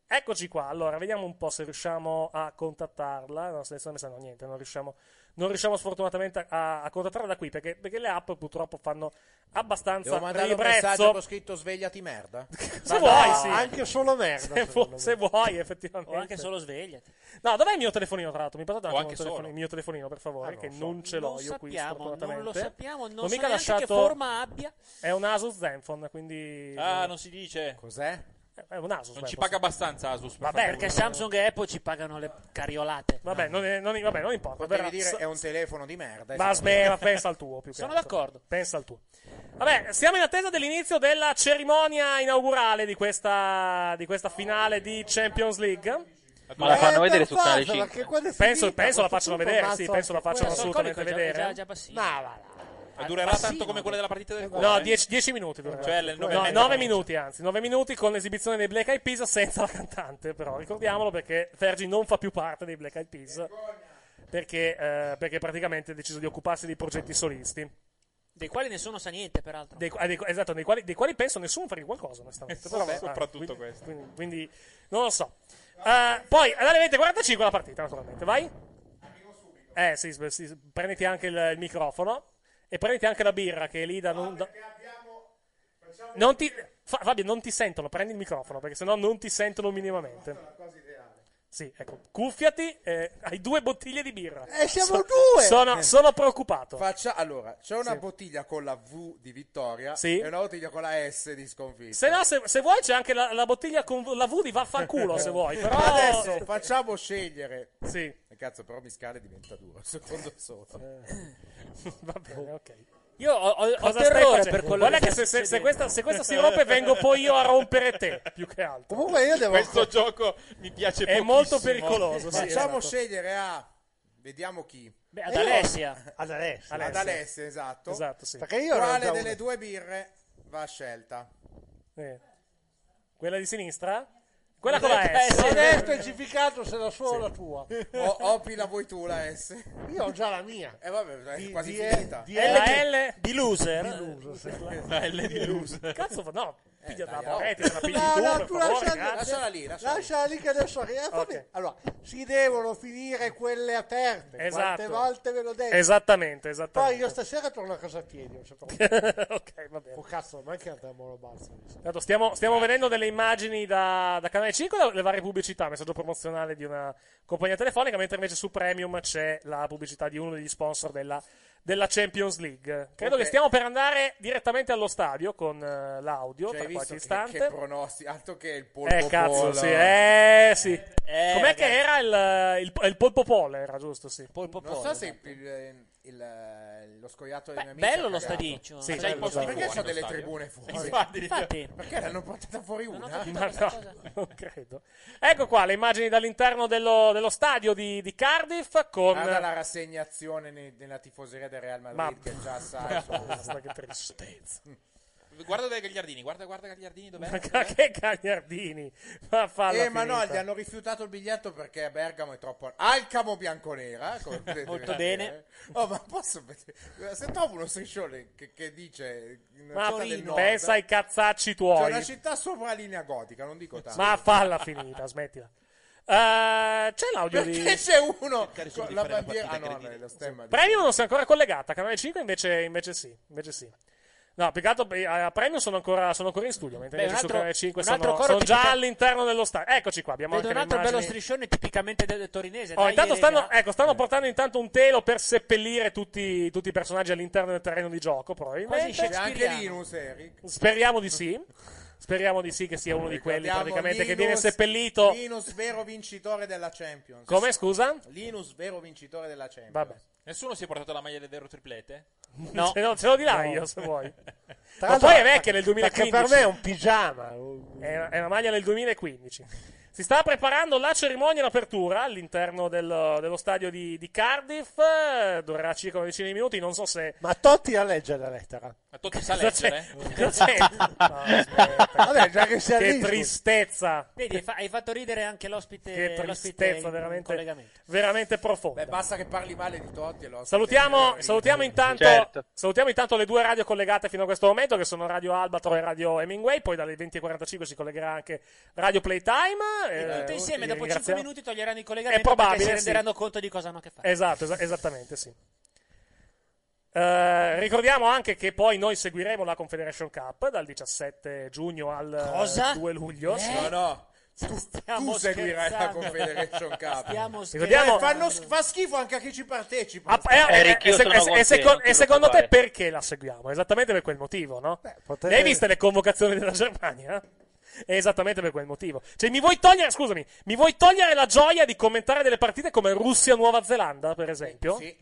Speaker 7: Eccoci qua, allora vediamo un po' se riusciamo a contattarla. No, se nessuno mi sa no, niente, non riusciamo, non riusciamo sfortunatamente a, a contattarla da qui perché, perché le app purtroppo fanno abbastanza
Speaker 5: Devo mandare un
Speaker 7: ribrezzo.
Speaker 5: messaggio con scritto svegliati merda.
Speaker 10: Ecco.
Speaker 7: Se vuoi, sì.
Speaker 4: Anche solo merda.
Speaker 7: Se, vu- se vuoi, effettivamente.
Speaker 9: O anche solo svegliati.
Speaker 7: No, dov'è il mio telefonino, tra l'altro? Mi passate un
Speaker 9: O
Speaker 7: attimo il
Speaker 9: anche
Speaker 7: telefonino,
Speaker 9: solo.
Speaker 7: il mio telefonino, per favore,
Speaker 9: Ah,
Speaker 7: che
Speaker 9: non lo so.
Speaker 7: non ce l'ho
Speaker 9: Non
Speaker 7: io qui,
Speaker 9: sappiamo, non
Speaker 7: sfortunatamente.
Speaker 9: lo sappiamo, non so
Speaker 7: mica
Speaker 9: neanche che
Speaker 7: lasciato...
Speaker 9: forma abbia.
Speaker 7: È un Asus Zenfone, quindi...
Speaker 10: Ah, non si dice.
Speaker 5: Cos'è?
Speaker 7: È un Asus.
Speaker 10: Non ci
Speaker 7: Zenfone.
Speaker 10: paga abbastanza Asus. per
Speaker 9: Vabbè,
Speaker 10: farlo.
Speaker 9: perché Samsung e Apple ci pagano le cariolate.
Speaker 7: Ah, eh. Vabbè, non, è- non- vabbè, non importa.
Speaker 5: Potevi
Speaker 7: verrà-
Speaker 5: dire è un telefono di merda.
Speaker 7: Ma, sme- ma pensa al tuo più che
Speaker 9: eh, Sono
Speaker 7: altro.
Speaker 9: d'accordo.
Speaker 7: Pensa al tuo. Vabbè, siamo in attesa dell'inizio della cerimonia inaugurale di questa, di questa finale di Champions League.
Speaker 13: Ma la
Speaker 9: Eh,
Speaker 13: fanno vedere su Canale
Speaker 7: Penso-
Speaker 13: 5.
Speaker 7: Penso, penso la
Speaker 4: questo
Speaker 7: facciano
Speaker 4: punto
Speaker 7: vedere,
Speaker 4: ammazzo
Speaker 7: sì, penso la
Speaker 4: anche
Speaker 7: facciano
Speaker 4: quello.
Speaker 7: assolutamente
Speaker 9: Alcolico è
Speaker 7: vedere.
Speaker 9: già- è già- è già bassino.
Speaker 7: Ma va
Speaker 10: Ma durerà tanto come quella della partita del cuore?
Speaker 7: No, 10 minuti. durerà.
Speaker 10: Cioè, le nove e
Speaker 7: No,
Speaker 10: mezza
Speaker 7: nove
Speaker 10: comincia.
Speaker 7: minuti, anzi, 9 minuti con l'esibizione dei Black Eyed Peas senza la cantante, però ricordiamolo perché Fergie non fa più parte dei Black Eyed Peas. Perché, eh, perché praticamente ha deciso di occuparsi di progetti solisti.
Speaker 9: Dei quali nessuno sa niente, peraltro.
Speaker 7: Dei, eh, dei- esatto, dei quali, dei quali penso nessuno farà qualcosa, onestamente. Però
Speaker 10: Eh, Vabbè,
Speaker 7: vabbè,
Speaker 10: soprattutto
Speaker 7: quindi-
Speaker 10: questo.
Speaker 7: Quindi, quindi non lo so. Eh, poi alle 20.45 la partita, naturalmente, vai. Eh sì, sì, sì, prenditi anche il, il microfono e prenditi anche la birra che lì da non, da- non ti Fa- Fabio non ti sentono, prendi il microfono perché sennò non ti sentono minimamente. Sì, ecco, cuffiati, eh, hai due bottiglie di birra.
Speaker 5: Eh, siamo
Speaker 7: So-
Speaker 5: due!
Speaker 7: Sono,
Speaker 5: Eh.
Speaker 7: sono preoccupato.
Speaker 5: Faccia, allora, c'è una
Speaker 7: Sì.
Speaker 5: bottiglia con la V di vittoria
Speaker 7: Sì.
Speaker 5: e una bottiglia con la S di sconfitta.
Speaker 7: Se no, se, se vuoi, c'è anche la, la bottiglia con la V di vaffanculo. se vuoi. Però
Speaker 5: Adesso facciamo scegliere.
Speaker 7: Sì.
Speaker 5: Eh, Cazzo, però Miscale diventa duro. Secondo solo.
Speaker 7: Eh. Va bene, ok.
Speaker 9: Io ho, ho, ho
Speaker 7: Cosa stai
Speaker 9: terrore
Speaker 7: facendo?
Speaker 9: per quello
Speaker 7: Guarda
Speaker 9: che
Speaker 7: che
Speaker 9: sta
Speaker 7: se, se- se
Speaker 9: succedendo.
Speaker 7: questa, se questa si rompe, vengo poi io a rompere te. Più che altro.
Speaker 4: Comunque io devo...
Speaker 10: Questo gioco mi piace
Speaker 7: È
Speaker 10: pochissimo.
Speaker 7: molto pericoloso. sì,
Speaker 5: facciamo
Speaker 7: esatto.
Speaker 5: scegliere a. Vediamo chi.
Speaker 9: Beh, ad
Speaker 4: Io-
Speaker 9: Alessia.
Speaker 4: Ad Alessia.
Speaker 5: Ad Alessia, esatto.
Speaker 7: Esatto, sì.
Speaker 4: Perché io
Speaker 5: Quale
Speaker 4: ero già
Speaker 5: delle
Speaker 4: uno.
Speaker 5: due birre va scelta?
Speaker 7: Eh. Quella di sinistra? Quella con
Speaker 9: Eh,
Speaker 7: la S.
Speaker 9: sì.
Speaker 4: Non è specificato se la sua o la tua.
Speaker 5: O, opi la vuoi tu la S? E
Speaker 4: Io ho già la mia.
Speaker 5: vabbè, è
Speaker 4: Di-
Speaker 5: quasi
Speaker 4: di-
Speaker 5: finita.
Speaker 4: di-
Speaker 7: È
Speaker 4: di-
Speaker 7: la L.
Speaker 9: Di loser.
Speaker 4: Deluso, sì.
Speaker 10: La L di loser.
Speaker 7: Cazzo, fa- no. Piglia la
Speaker 5: dai,
Speaker 7: parete, la pigli
Speaker 4: No,
Speaker 7: tu,
Speaker 4: no,
Speaker 7: per
Speaker 4: tu
Speaker 7: favore,
Speaker 4: lascia-
Speaker 7: grazie.
Speaker 5: Lasciala lì, lasciala lì.
Speaker 4: Lascia lì che adesso arriva. va
Speaker 7: Ok.
Speaker 4: bene. Allora, si devono finire quelle aperte. Quante
Speaker 7: Esatto.
Speaker 4: volte ve l'ho detto.
Speaker 7: Esattamente,
Speaker 4: Poi
Speaker 7: esattamente.
Speaker 4: io stasera torno a casa a piedi. Non c'è problema.
Speaker 7: ok, Eh, va bene.
Speaker 4: Oh cazzo, ma anche andare a Monobalzo.
Speaker 7: Tanto stiamo, stiamo vedendo delle immagini da, da Canale 5, da- le varie pubblicità, messaggio promozionale di una compagnia telefonica, mentre invece su Premium c'è la pubblicità di uno degli sponsor della, della Champions League. Credo
Speaker 5: Ok.
Speaker 7: che stiamo per andare direttamente allo stadio con eh, l'audio
Speaker 5: Cioè,
Speaker 7: tra
Speaker 5: hai
Speaker 7: qualche
Speaker 5: visto che,
Speaker 7: istante.
Speaker 5: che pronosti, altro che il polpo
Speaker 7: eh cazzo,
Speaker 5: bolla.
Speaker 7: sì, eh sì.
Speaker 9: Eh,
Speaker 7: Com'è
Speaker 9: ragazzi.
Speaker 7: che era il, il, il polpo pole, era giusto, sì.
Speaker 9: Polpo
Speaker 5: Non
Speaker 4: eh,
Speaker 9: pollo.
Speaker 5: so se il- il- lo scoiattolo dei
Speaker 9: Beh,
Speaker 5: miei amici ha
Speaker 9: bello lo
Speaker 5: cagato.
Speaker 9: stadiccio.
Speaker 7: Sì,
Speaker 9: Sai,
Speaker 7: bello,
Speaker 9: posso-
Speaker 7: bello.
Speaker 5: Perché
Speaker 10: Fuori
Speaker 5: c'ho
Speaker 10: lo
Speaker 5: delle
Speaker 10: stadio.
Speaker 5: tribune fuori?
Speaker 10: Infatti,
Speaker 9: Infatti,
Speaker 5: Perché l'hanno portata fuori
Speaker 9: ho
Speaker 5: una?
Speaker 9: capito.
Speaker 7: Ma
Speaker 9: questa
Speaker 7: no,
Speaker 9: cosa.
Speaker 7: non credo. Ecco qua le immagini dall'interno dello, dello stadio di, di Cardiff con...
Speaker 9: Ah,
Speaker 5: Guarda la rassegnazione ne- nella tifoseria del Real Madrid
Speaker 7: Ma-
Speaker 5: che già sa. insomma.
Speaker 7: Basta, che tristezza.
Speaker 10: Guarda dai Gagliardini, guarda, guarda Gagliardini dov'è?
Speaker 7: Ma ca- che Cagliardini? Ma falla
Speaker 5: Eh, ma no,
Speaker 7: finita.
Speaker 5: gli hanno rifiutato il biglietto perché a Bergamo è troppo. Alcamo bianconera. come potete
Speaker 9: Molto
Speaker 5: vedere.
Speaker 9: bene.
Speaker 5: Oh, ma posso. Se trovo uno striscione che, che dice. in una
Speaker 7: Ma
Speaker 5: città del nord,
Speaker 7: pensa ai cazzacci
Speaker 5: C'è una
Speaker 7: tuoi.
Speaker 5: città sopra la linea gotica, non dico tanto.
Speaker 7: Ma falla finita, smettila. Eh, c'è l'audio
Speaker 5: Perché
Speaker 7: di...
Speaker 5: c'è uno
Speaker 10: Cercare solo di
Speaker 5: con la
Speaker 10: fare una
Speaker 5: bandiera? Ah,
Speaker 10: partita
Speaker 5: no,
Speaker 10: credibile.
Speaker 5: no, è lo stemma di-
Speaker 7: Premium non si è ancora collegata, Canale 5 invece, invece sì, invece sì. No, più che altro eh, a Premium sono ancora, sono ancora in studio, mentre
Speaker 9: Beh,
Speaker 7: invece
Speaker 9: un
Speaker 7: su
Speaker 9: altro-
Speaker 7: Canale 5
Speaker 9: un altro
Speaker 7: sono,
Speaker 9: coro
Speaker 7: sono
Speaker 9: ti-
Speaker 7: già all'interno dello stadio. Eccoci qua, abbiamo
Speaker 9: Vedo
Speaker 7: anche
Speaker 9: un
Speaker 7: le
Speaker 9: altro bello
Speaker 7: immagini.
Speaker 9: striscione tipicamente del torinese.
Speaker 7: Oh,
Speaker 9: Dai,
Speaker 7: intanto
Speaker 9: eh,
Speaker 7: stanno,
Speaker 9: raga.
Speaker 7: ecco, stanno portando intanto un telo per seppellire tutti, tutti i personaggi all'interno del terreno di gioco,
Speaker 9: Quasi
Speaker 7: probabilmente.
Speaker 5: C'è anche
Speaker 9: shakespeariano.
Speaker 5: Linus, Eric.
Speaker 7: Speriamo di sì. Speriamo di sì che sia uno di quelli
Speaker 5: Ricordiamo
Speaker 7: praticamente che
Speaker 5: Linus-
Speaker 7: viene seppellito.
Speaker 5: Linus, vero vincitore della Champions.
Speaker 7: Come scusa?
Speaker 5: Linus, vero vincitore della Champions.
Speaker 7: Vabbè.
Speaker 10: Nessuno si è portato la maglia dell'Euro triplete?
Speaker 9: No.
Speaker 7: Ce, lo, ce lo dirai io se vuoi.
Speaker 4: Tra
Speaker 7: Ma
Speaker 4: l'altro-
Speaker 7: poi è vecchia nel
Speaker 4: perché
Speaker 7: 2015.
Speaker 4: per me è un pigiama. un-
Speaker 7: È, è una maglia del 2015. Si sta preparando la cerimonia d'apertura all'interno del- dello stadio di, di Cardiff. eh, Durerà circa una decina di minuti. Non so se.
Speaker 4: Ma Totti la legge la lettera.
Speaker 7: Ma Totti
Speaker 4: sa leggere?
Speaker 7: Vabbè,
Speaker 4: Vabbè, già che sia lì,
Speaker 7: Che
Speaker 4: scusa.
Speaker 7: tristezza.
Speaker 9: Vedi, hai fa- hai fatto ridere anche l'ospite.
Speaker 7: Che
Speaker 9: l'ospite
Speaker 7: tristezza,
Speaker 9: in- in
Speaker 7: veramente,
Speaker 9: collegamento.
Speaker 7: veramente profonda.
Speaker 5: Beh, basta che parli male di Totti e lo
Speaker 9: eh,
Speaker 7: Salutiamo, salutiamo, intanto,
Speaker 5: Certo.
Speaker 7: salutiamo intanto le due radio collegate fino a questo momento, che sono Radio Albatro e Radio Hemingway. Poi dalle 20.45 si collegherà anche Radio Playtime.
Speaker 9: E
Speaker 7: eh,
Speaker 9: tutte insieme,
Speaker 7: vi
Speaker 9: dopo 5
Speaker 7: ringraziamo.
Speaker 9: minuti, toglieranno il collegamento
Speaker 7: È probabile,
Speaker 9: perché si
Speaker 7: sì.
Speaker 9: renderanno conto di cosa hanno a che fare.
Speaker 7: Esatto, es- esattamente, sì. Eh, ricordiamo anche che poi noi seguiremo la Confederation Cup dal 17 giugno al eh,
Speaker 9: Cosa?
Speaker 7: 2 luglio.
Speaker 9: Eh?
Speaker 7: Sì.
Speaker 9: No,
Speaker 5: no.
Speaker 9: Stiamo
Speaker 5: tu seguirai la
Speaker 9: scherzando.
Speaker 5: Confederation Cup.
Speaker 9: Stiamo
Speaker 7: Ricordiamo-
Speaker 5: Eh, fanno sch- fa schifo anche a chi ci partecipa.
Speaker 7: Ah, eh, eh,
Speaker 5: Eric,
Speaker 7: eh,
Speaker 5: io
Speaker 7: se-
Speaker 5: sono
Speaker 7: eh,
Speaker 5: con
Speaker 7: eh,
Speaker 5: te,
Speaker 7: seco-
Speaker 5: non ti
Speaker 7: eh, secondo te
Speaker 5: preoccupare.
Speaker 7: perché la seguiamo? Esattamente per quel motivo, no?
Speaker 4: potete-
Speaker 7: Le hai viste le convocazioni della Germania? È esattamente per quel motivo. Cioè, mi vuoi togliere, scusami, mi vuoi togliere la gioia di commentare delle partite come Russia-Nuova Zelanda, per esempio?
Speaker 5: Sì,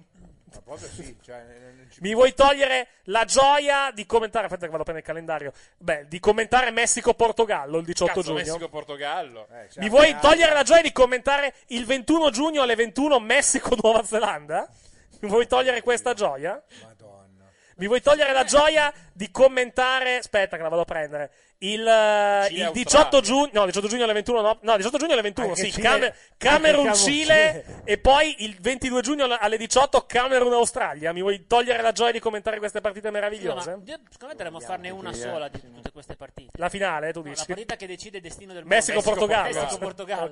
Speaker 5: ma proprio sì. Cioè, eh, non ci-
Speaker 7: Mi vuoi togliere la gioia di commentare? Aspetta, che vado a prendere il calendario. Beh, di commentare Messico-Portogallo il 18
Speaker 10: Cazzo,
Speaker 7: giugno.
Speaker 5: Eh,
Speaker 10: Messico-Portogallo.
Speaker 5: certo.
Speaker 10: Eh,
Speaker 7: Mi vuoi
Speaker 10: Certo.
Speaker 7: togliere la gioia di commentare il 21 giugno alle 21 Messico-Nuova Zelanda? Mi vuoi togliere questa gioia? Madonna. Mi vuoi togliere la gioia di commentare. Aspetta, che la vado a prendere. Il, eh, il 18 giugno. No, 18 giugno alle 21. No, no 18 giugno alle 21.
Speaker 4: Anche
Speaker 7: sì,
Speaker 4: Cile.
Speaker 7: Camer-
Speaker 4: Anche Camo-
Speaker 7: Camerun-Cile. E poi il 22 giugno alle 18 Camerun-Australia. Mi vuoi togliere la gioia di commentare queste partite
Speaker 9: No, ma
Speaker 7: meravigliose?
Speaker 9: io- secondo me dovremmo farne una
Speaker 7: via.
Speaker 9: sola di tutte queste partite.
Speaker 7: La finale, tu
Speaker 9: No,
Speaker 7: dici?
Speaker 9: la partita che decide il destino del mondo.
Speaker 7: Messico-Portogallo.
Speaker 9: Messico-Portogallo.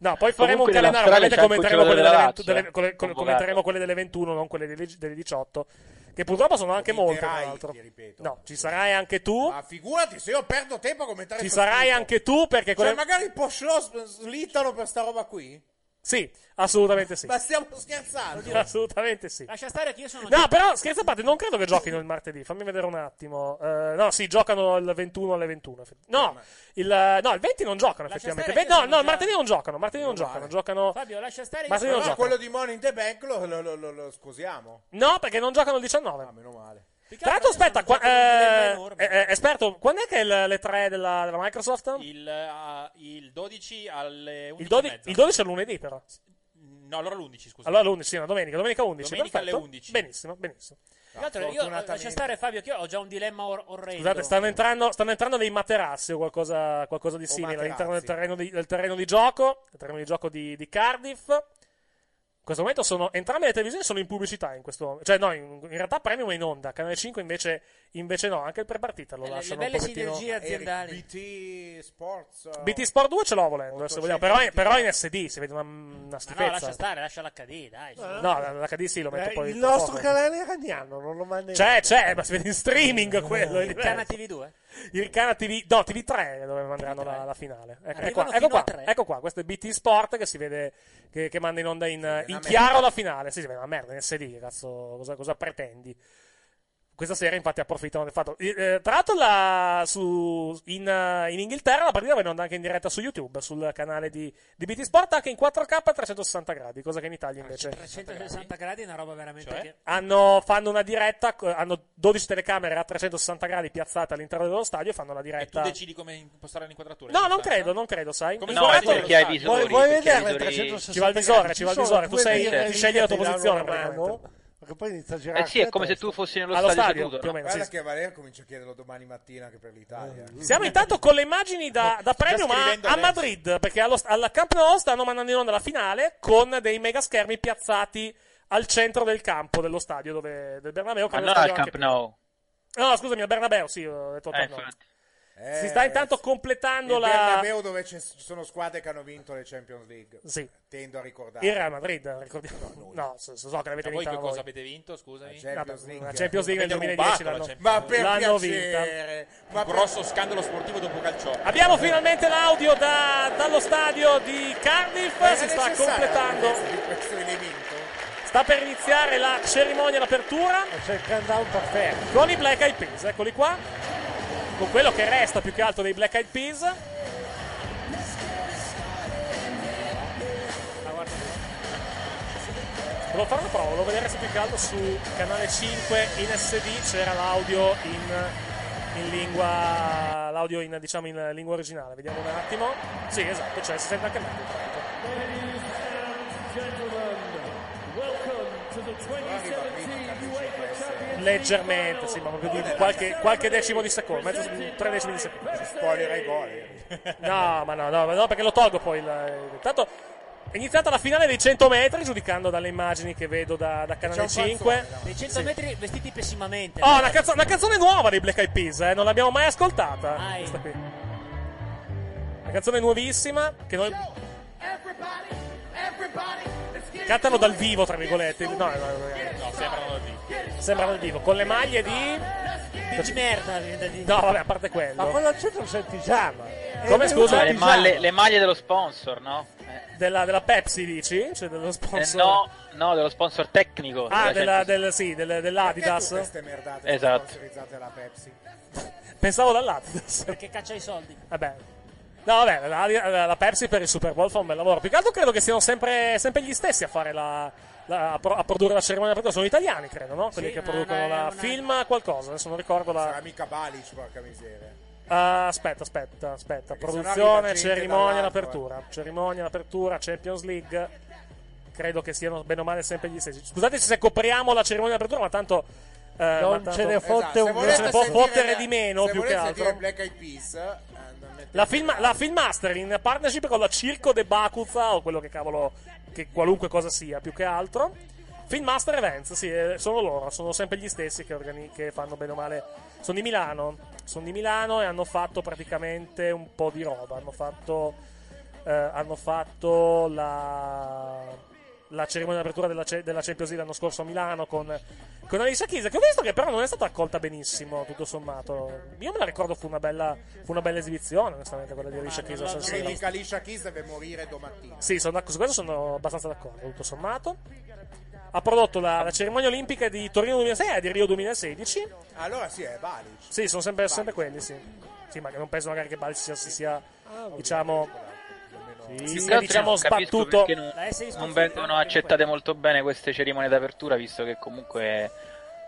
Speaker 7: No, poi faremo un
Speaker 9: Comunque
Speaker 7: calendario,
Speaker 9: nell'Australia
Speaker 7: probabilmente
Speaker 9: c'è il
Speaker 7: commenteremo
Speaker 9: cucciolo
Speaker 7: quelle,
Speaker 9: della
Speaker 7: delle, 20
Speaker 9: Lazio,
Speaker 7: delle- quelle- quelle-
Speaker 9: convocato.
Speaker 7: commenteremo quelle delle 21, non quelle delle, delle 18, che purtroppo sono anche molte, tra l'altro. No, ci sarai anche tu,
Speaker 5: Ma figurati se io perdo tempo a commentare
Speaker 7: ci
Speaker 5: sto
Speaker 7: sarai
Speaker 5: schifo.
Speaker 7: anche tu perché...
Speaker 5: Cioè,
Speaker 7: quelle-
Speaker 5: magari Poschlo slittano per sta roba qui?
Speaker 7: Sì, assolutamente sì.
Speaker 5: Ma stiamo scherzando?
Speaker 7: Assolutamente sì.
Speaker 9: Lascia stare che io sono.
Speaker 7: No, però scherzo a parte, non credo che giochino il martedì. Fammi vedere un attimo. Eh, no, sì, giocano il 21 alle 21. effe- No, il, eh, no, il 20 non giocano effettivamente. Ve-
Speaker 9: stare, io
Speaker 7: no,
Speaker 9: sono
Speaker 7: no,
Speaker 9: già-
Speaker 7: il martedì non giocano. Martedì non giocano. Giocano.
Speaker 9: Fabio, lascia stare.
Speaker 7: Ma
Speaker 9: io
Speaker 7: se
Speaker 9: sono-
Speaker 7: io non
Speaker 5: Quello di Money in the Bank lo, lo, lo- lo- lo sposiamo.
Speaker 7: No, perché non giocano il 19. Ah,
Speaker 5: meno male.
Speaker 7: Tra l'altro, aspetta, qua- eh, eh, eh, esperto, quando è che è il- le 3 della, della Microsoft?
Speaker 10: Il, eh, il 12 alle 11
Speaker 7: Il 12, il 12 è lunedì, però.
Speaker 10: No, allora l'11, scusa.
Speaker 7: Allora l'11, sì, no, domenica, domenica 11.
Speaker 10: Domenica alle
Speaker 7: perfetto.
Speaker 10: 11.
Speaker 7: Benissimo, benissimo.
Speaker 9: Tra l'altro,
Speaker 10: eh,
Speaker 9: io eh, lascia stare Fabio, che io ho già un dilemma or- orrendo.
Speaker 7: Scusate, stanno entrando, stanno entrando dei materassi o qualcosa, qualcosa di simile
Speaker 9: materazzi.
Speaker 7: all'interno del terreno di, del terreno di gioco, del terreno di gioco di, di Cardiff. In questo momento sono, entrambe le televisioni sono in pubblicità in questo momento. Cioè, no, in, in realtà Premium è in onda, Canale 5 invece, invece no, anche il prepartita lo
Speaker 9: Eh, le, le
Speaker 7: lasciano
Speaker 9: belle
Speaker 7: un pochettino...
Speaker 9: sinergie aziendali.
Speaker 5: BT Sports.
Speaker 7: BT Sport 2 ce l'ho volendo, se vogliamo, però, è- però è in SD, si vede una, una
Speaker 9: Ah, No,
Speaker 7: schifezza.
Speaker 9: lascia stare, lascia l'HD, dai. su.
Speaker 7: No, l'HD sì, lo metto
Speaker 4: Eh,
Speaker 7: poi
Speaker 4: il
Speaker 7: tra
Speaker 4: nostro
Speaker 7: poco.
Speaker 4: canale iraniano non lo manda in
Speaker 7: C'è,
Speaker 4: onda.
Speaker 7: c'è, ma si vede in
Speaker 4: Eh,
Speaker 7: streaming quello. è
Speaker 9: Il
Speaker 7: diverso.
Speaker 9: Cana TV2?
Speaker 7: Il Cana TV, no, TV3 dove manderanno la, la finale. Ecco, ecco qua,
Speaker 9: Arrivano
Speaker 7: ecco
Speaker 9: fino
Speaker 7: qua,
Speaker 9: a tre.
Speaker 7: ecco qua, questo è BT Sport che si vede, che, che manda in onda in, in
Speaker 9: merda.
Speaker 7: chiaro la finale. Sì, si vede una merda in SD, cazzo, cosa, cosa pretendi? Questa sera infatti approfittano del fatto. eh, tra l'altro la- su- in, eh, in Inghilterra la partita va in onda anche in diretta su YouTube, sul canale di, di BT Sport, anche in 4K a 360 gradi, cosa che in
Speaker 9: Ah,
Speaker 7: Italia invece...
Speaker 9: 360 gradi è una roba veramente
Speaker 7: Cioè?
Speaker 9: che.
Speaker 7: Hanno, fanno una diretta, eh, hanno 12 telecamere a 360 gradi piazzate all'interno dello stadio e fanno una
Speaker 10: E tu
Speaker 7: diretta.
Speaker 10: decidi come impostare l'inquadratura.
Speaker 7: No, non credo, non credo, sai.
Speaker 10: Come
Speaker 7: Il
Speaker 10: no,
Speaker 7: guardatore-
Speaker 10: perché hai i visori,
Speaker 7: Vuoi-
Speaker 10: perché
Speaker 7: vuoi
Speaker 10: hai i
Speaker 7: vederla in
Speaker 10: visori-
Speaker 7: 360
Speaker 4: 360
Speaker 7: Ci va il visore,
Speaker 4: gradi,
Speaker 7: ci va il
Speaker 4: sono
Speaker 7: visore. Tu
Speaker 4: due
Speaker 7: sei,
Speaker 4: righe
Speaker 7: ti scegli la tua
Speaker 4: di là,
Speaker 7: posizione.
Speaker 4: una mano,
Speaker 7: praticamente.
Speaker 4: Perché poi inizia a girare.
Speaker 13: Eh sì, è come se tu fossi nello
Speaker 7: Allo
Speaker 13: stadio,
Speaker 7: stadio,
Speaker 13: seduto,
Speaker 7: più o
Speaker 13: no?
Speaker 7: meno,
Speaker 5: Guarda
Speaker 7: sì. Mm.
Speaker 5: che Valerio comincia a chiederlo domani mattina anche per l'Italia.
Speaker 7: Siamo intanto con le immagini da, da premium a,
Speaker 5: scrivendo
Speaker 7: a
Speaker 5: adesso.
Speaker 7: Madrid, perché allo- alla Camp Nou stanno mandando in onda la finale con dei mega schermi piazzati al centro del campo, dello stadio dove, del Bernabeu. che
Speaker 13: Ma
Speaker 7: è lo
Speaker 13: non
Speaker 7: stadio
Speaker 13: al
Speaker 7: anche
Speaker 13: Camp Nou.
Speaker 7: più- No, scusami, al Bernabeu, sì, ho detto al
Speaker 13: Eh,
Speaker 7: Camp Nou.
Speaker 13: infatti.
Speaker 7: Si sta intanto completando
Speaker 5: Eh, Il
Speaker 7: la...
Speaker 5: Bernabeu dove c'è- ci sono squadre che hanno vinto le Champions League.
Speaker 7: Sì.
Speaker 5: Tendo a ricordare.
Speaker 7: Il Real Madrid, ricordiamo. No, so, so che l'avete
Speaker 10: Ma voi
Speaker 7: vinta
Speaker 10: che
Speaker 7: voi.
Speaker 10: cosa avete vinto, scusami?
Speaker 5: Champions
Speaker 7: League. la Champions League del
Speaker 10: Avete
Speaker 7: 2010
Speaker 10: rubato la
Speaker 7: l'hanno-
Speaker 10: Champions
Speaker 7: Ma per
Speaker 10: League.
Speaker 7: L'hanno piacere,
Speaker 10: cioè, Un grosso scandalo sportivo dopo calciò.
Speaker 7: Abbiamo finalmente l'audio da- dallo stadio di Cardiff,
Speaker 5: Era
Speaker 7: si sta
Speaker 5: necessario
Speaker 7: completando,
Speaker 5: questo- di questo elemento?
Speaker 7: sta per iniziare la cerimonia d'apertura.
Speaker 4: C'è il countdown perfetto.
Speaker 7: Con i Black Eyed Peas, eccoli qua. Con quello che resta più che altro dei Black Eyed Peas. Ah, guarda. Volevo fare una prova, volevo vedere se più che altro su canale 5 in SD c'era l'audio in in lingua l'audio in, diciamo in lingua originale. Vediamo un attimo. Sì, esatto, cioè si sente anche meglio. tra l'altro. Leggermente, sì, ma proprio di qualche, qualche decimo di secondo, mezzo, tre decimi di secondo.
Speaker 5: Spoilerai i gol.
Speaker 7: No, ma no, no, ma no, perché lo tolgo poi. il- eh, Intanto è iniziata la finale dei 100 metri, giudicando dalle immagini che vedo da, da Canale 5.
Speaker 9: Nei 100
Speaker 7: Sì.
Speaker 9: metri vestiti pessimamente.
Speaker 7: Oh, una, cazzo- una canzone nuova dei Black Eyed Peas, eh? non l'abbiamo mai ascoltata.
Speaker 9: Mai.
Speaker 7: Questa qui. Una canzone nuovissima che noi cantano dal vivo, tra virgolette. No, no, no,
Speaker 10: No, sembrano dal vivo.
Speaker 7: sembra dal vivo, con le maglie di.
Speaker 9: Di merda, diventa di-
Speaker 7: No, vabbè, a parte quello.
Speaker 9: Ma quello
Speaker 7: al centro c'è il
Speaker 9: pigiama.
Speaker 7: Come scusa?
Speaker 13: Le, maglie- le maglie dello sponsor, no? Eh,
Speaker 7: Della, della Pepsi, dici? Cioè, dello
Speaker 13: eh,
Speaker 7: sponsor.
Speaker 13: no, no, dello sponsor tecnico.
Speaker 7: Ah,
Speaker 13: della
Speaker 7: della, del, sì, del-
Speaker 5: Perché tu
Speaker 7: dell'Adidas.
Speaker 5: queste merdate
Speaker 13: Esatto.
Speaker 5: sponsorizzate la Pepsi?
Speaker 7: Pensavo dall'Adidas.
Speaker 9: Perché caccia i soldi.
Speaker 7: Vabbè. No, vabbè, la, la- la Pepsi per il Super Bowl fa un bel lavoro. Più che altro credo che siano sempre, sempre gli stessi a fare la. la- a, pro- a produrre la cerimonia perché sono italiani, credo, no? Quelli
Speaker 5: Sì,
Speaker 7: che
Speaker 5: ma-
Speaker 7: producono
Speaker 5: ma è
Speaker 7: la
Speaker 5: una-
Speaker 7: film qualcosa, adesso non ricordo la.
Speaker 5: Sarà mica Balic, porca miseria.
Speaker 7: Ah, aspetta, aspetta, aspetta.
Speaker 5: Perché sennò
Speaker 7: Produzione,
Speaker 5: arriva gente
Speaker 7: cerimonia,
Speaker 5: dall'alto, eh.
Speaker 7: l'apertura. Cerimonia, l'apertura, Champions League. Credo che siano bene o male sempre gli stessi. Scusateci se copriamo la cerimonia d'apertura, ma tanto. eh, ma
Speaker 5: Non
Speaker 7: tanto-
Speaker 5: ce ne fotte
Speaker 7: Esatto,
Speaker 5: un
Speaker 7: se
Speaker 5: granché.
Speaker 7: volete se ne può
Speaker 5: sentire-
Speaker 7: fottere di meno
Speaker 5: se
Speaker 7: più che
Speaker 5: volete
Speaker 7: altro.
Speaker 5: sentire Black Eyed Peas, eh, non mettete-
Speaker 7: La, film, la Filmmaster in partnership con la Circo de Bacuza o quello che cavolo, che qualunque cosa sia, più che altro. Filmmaster Events, sì, eh, sono loro, sono sempre gli stessi che, organi- che fanno bene o male. Sono di Milano, sono di Milano e hanno fatto praticamente un po' di roba. Hanno fatto, eh, hanno fatto la, la cerimonia d'apertura della, ce- della Champions League l'anno scorso a Milano con, con Alicia Keys, che ho visto che però non è stata accolta benissimo, tutto sommato. Io me la ricordo fu una bella, fu una bella esibizione, onestamente, quella di Alicia Keys a San
Speaker 5: Sì,
Speaker 7: Siro.
Speaker 5: dica eh, Alicia Keys deve morire domattina.
Speaker 7: Sì, sono d'ac- su questo sono abbastanza d'accordo, tutto sommato. Ha prodotto la, la cerimonia olimpica di Torino 2006 e di Rio 2016.
Speaker 5: Allora sì, è Balic.
Speaker 7: Sì, sono sempre, sempre quelli, sì. Sì, ma che non penso magari che Bali si si sia, diciamo... Si sia, diciamo, Eh, sbattuto...
Speaker 13: Non, non vengono accettate molto bene queste cerimonie d'apertura, visto che comunque.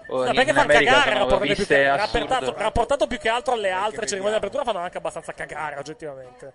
Speaker 13: oh,
Speaker 7: No, perché
Speaker 13: in
Speaker 7: fan
Speaker 13: America
Speaker 7: cagare,
Speaker 13: sono
Speaker 7: rapportate più
Speaker 13: viste
Speaker 7: che-
Speaker 13: assurde.
Speaker 7: rapportato, rapportato più che altro alle altre cerimonie d'apertura fanno anche abbastanza cagare oggettivamente.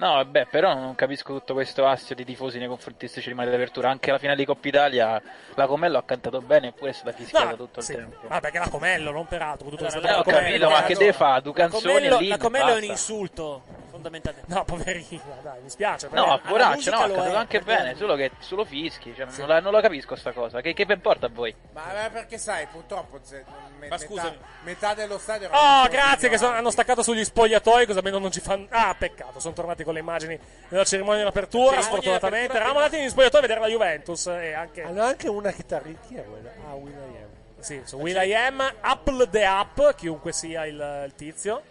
Speaker 13: No, vabbè, però non capisco tutto questo assio di tifosi nei confronti di queste cerimonie d'apertura. Anche la finale di Coppa Italia, la Comello ha cantato bene, eppure è stata fischiata
Speaker 7: No,
Speaker 13: tutto il
Speaker 7: sì.
Speaker 13: tempo.
Speaker 7: Ah, perché la Comello, non per altro. tutto
Speaker 9: Allora,
Speaker 7: questo-
Speaker 13: ho capito, ma che deve fare? Due canzoni
Speaker 9: Comello-
Speaker 13: lì,
Speaker 9: la Comello è un
Speaker 13: basta.
Speaker 9: insulto, fondamentalmente.
Speaker 7: No, poverina, dai, mi spiace.
Speaker 13: No,
Speaker 7: però-
Speaker 13: poraccio, no,
Speaker 9: musica
Speaker 13: ha
Speaker 9: lo
Speaker 13: cantato
Speaker 9: è,
Speaker 13: anche
Speaker 9: perché-
Speaker 13: bene, solo che solo fischi, cioè, non, la, non la capisco sta cosa. Che, che vi importa a voi?
Speaker 5: Ma eh, perché sai, purtroppo se- me-
Speaker 10: Ma
Speaker 5: metà,
Speaker 10: scusami.
Speaker 5: metà dello stadio era
Speaker 7: Oh,
Speaker 5: tutto
Speaker 7: grazie che sono-
Speaker 5: ignorante.
Speaker 7: hanno staccato sugli spogliatoi, così almeno non ci fanno... Ah, peccato, sono tornati con le immagini della cerimonia d'apertura,
Speaker 9: Cerimonia
Speaker 7: sfortunatamente.
Speaker 9: d'apertura
Speaker 7: Eravamo
Speaker 9: che-
Speaker 7: andati negli spogliatoi a vedere la Juventus e anche...
Speaker 14: Hanno anche una chitarra, chi è quella? Ah, Will.i.am.
Speaker 7: Sì, su Will I Am, Apple the App, chiunque sia il, il tizio.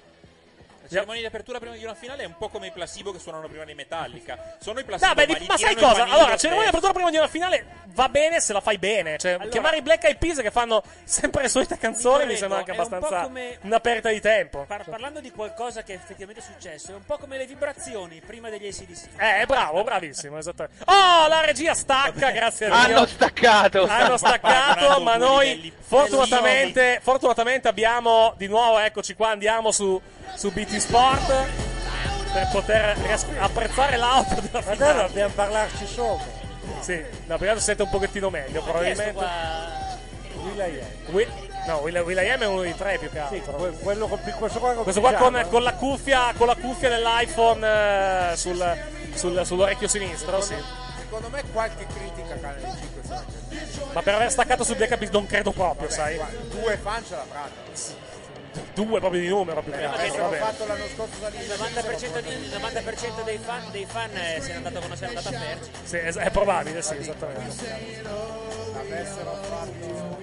Speaker 10: La cerimonia di apertura prima di una finale è un po' come i placebo che suonano prima di Metallica. Sono i placebo.
Speaker 7: No, beh,
Speaker 10: ma,
Speaker 7: di-
Speaker 10: gli
Speaker 7: ma sai
Speaker 10: tirano i
Speaker 7: cosa?
Speaker 10: panini
Speaker 7: Allora,
Speaker 10: lo
Speaker 7: cerimonia
Speaker 10: stesso.
Speaker 7: d'apertura prima di una finale va bene se la fai bene. Cioè, chiamare i Black Eyed Peas che fanno sempre le solite canzoni mi,
Speaker 9: correggo,
Speaker 7: sembra anche
Speaker 9: è un po'
Speaker 7: abbastanza
Speaker 9: come-
Speaker 7: una perdita di tempo.
Speaker 9: Cioè, Par- parlando di qualcosa che effettivamente è successo, è un po' come le vibrazioni prima degli ACDC.
Speaker 7: Eh, bravo, bravissimo, esattamente. Oh, la regia stacca, grazie a Dio.
Speaker 13: Hanno staccato!
Speaker 7: Hanno staccato, ma noi fortunatamente, fortunatamente abbiamo di nuovo, eccoci qua, andiamo su, su BT Sport per poter ries- apprezzare l'auto della
Speaker 14: Ma
Speaker 7: finale.
Speaker 14: dai, dobbiamo parlarci sopra.
Speaker 7: Sì, no, prima si sente un pochettino meglio, probabilmente.
Speaker 14: Will.i.am.
Speaker 7: Will- no, Will- Will.i.am è uno dei tre più che altro.
Speaker 14: Sì, que- quello con, questo qua, con
Speaker 7: Questo qua con,
Speaker 14: pigiama.
Speaker 7: con la cuffia, con la cuffia dell'iPhone eh, sul- sul- sull'orecchio sinistro, sì.
Speaker 5: Secondo me qualche critica canale 5 sarà.
Speaker 7: Ma per aver staccato su Black Abyss non credo proprio, sai?
Speaker 5: Due fan ce l'avranno.
Speaker 7: Due proprio di numero più che
Speaker 5: Vabbè,
Speaker 7: altro.
Speaker 5: l'ho
Speaker 7: vabbè.
Speaker 5: fatto l'anno scorso da lì.
Speaker 9: Il 90%, di- il 90% dei fan, dei fan eh, se n'è andato quando sei andato a Fergi.
Speaker 7: Sì, es- è probabile, sì, esattamente.
Speaker 5: Avessero fatto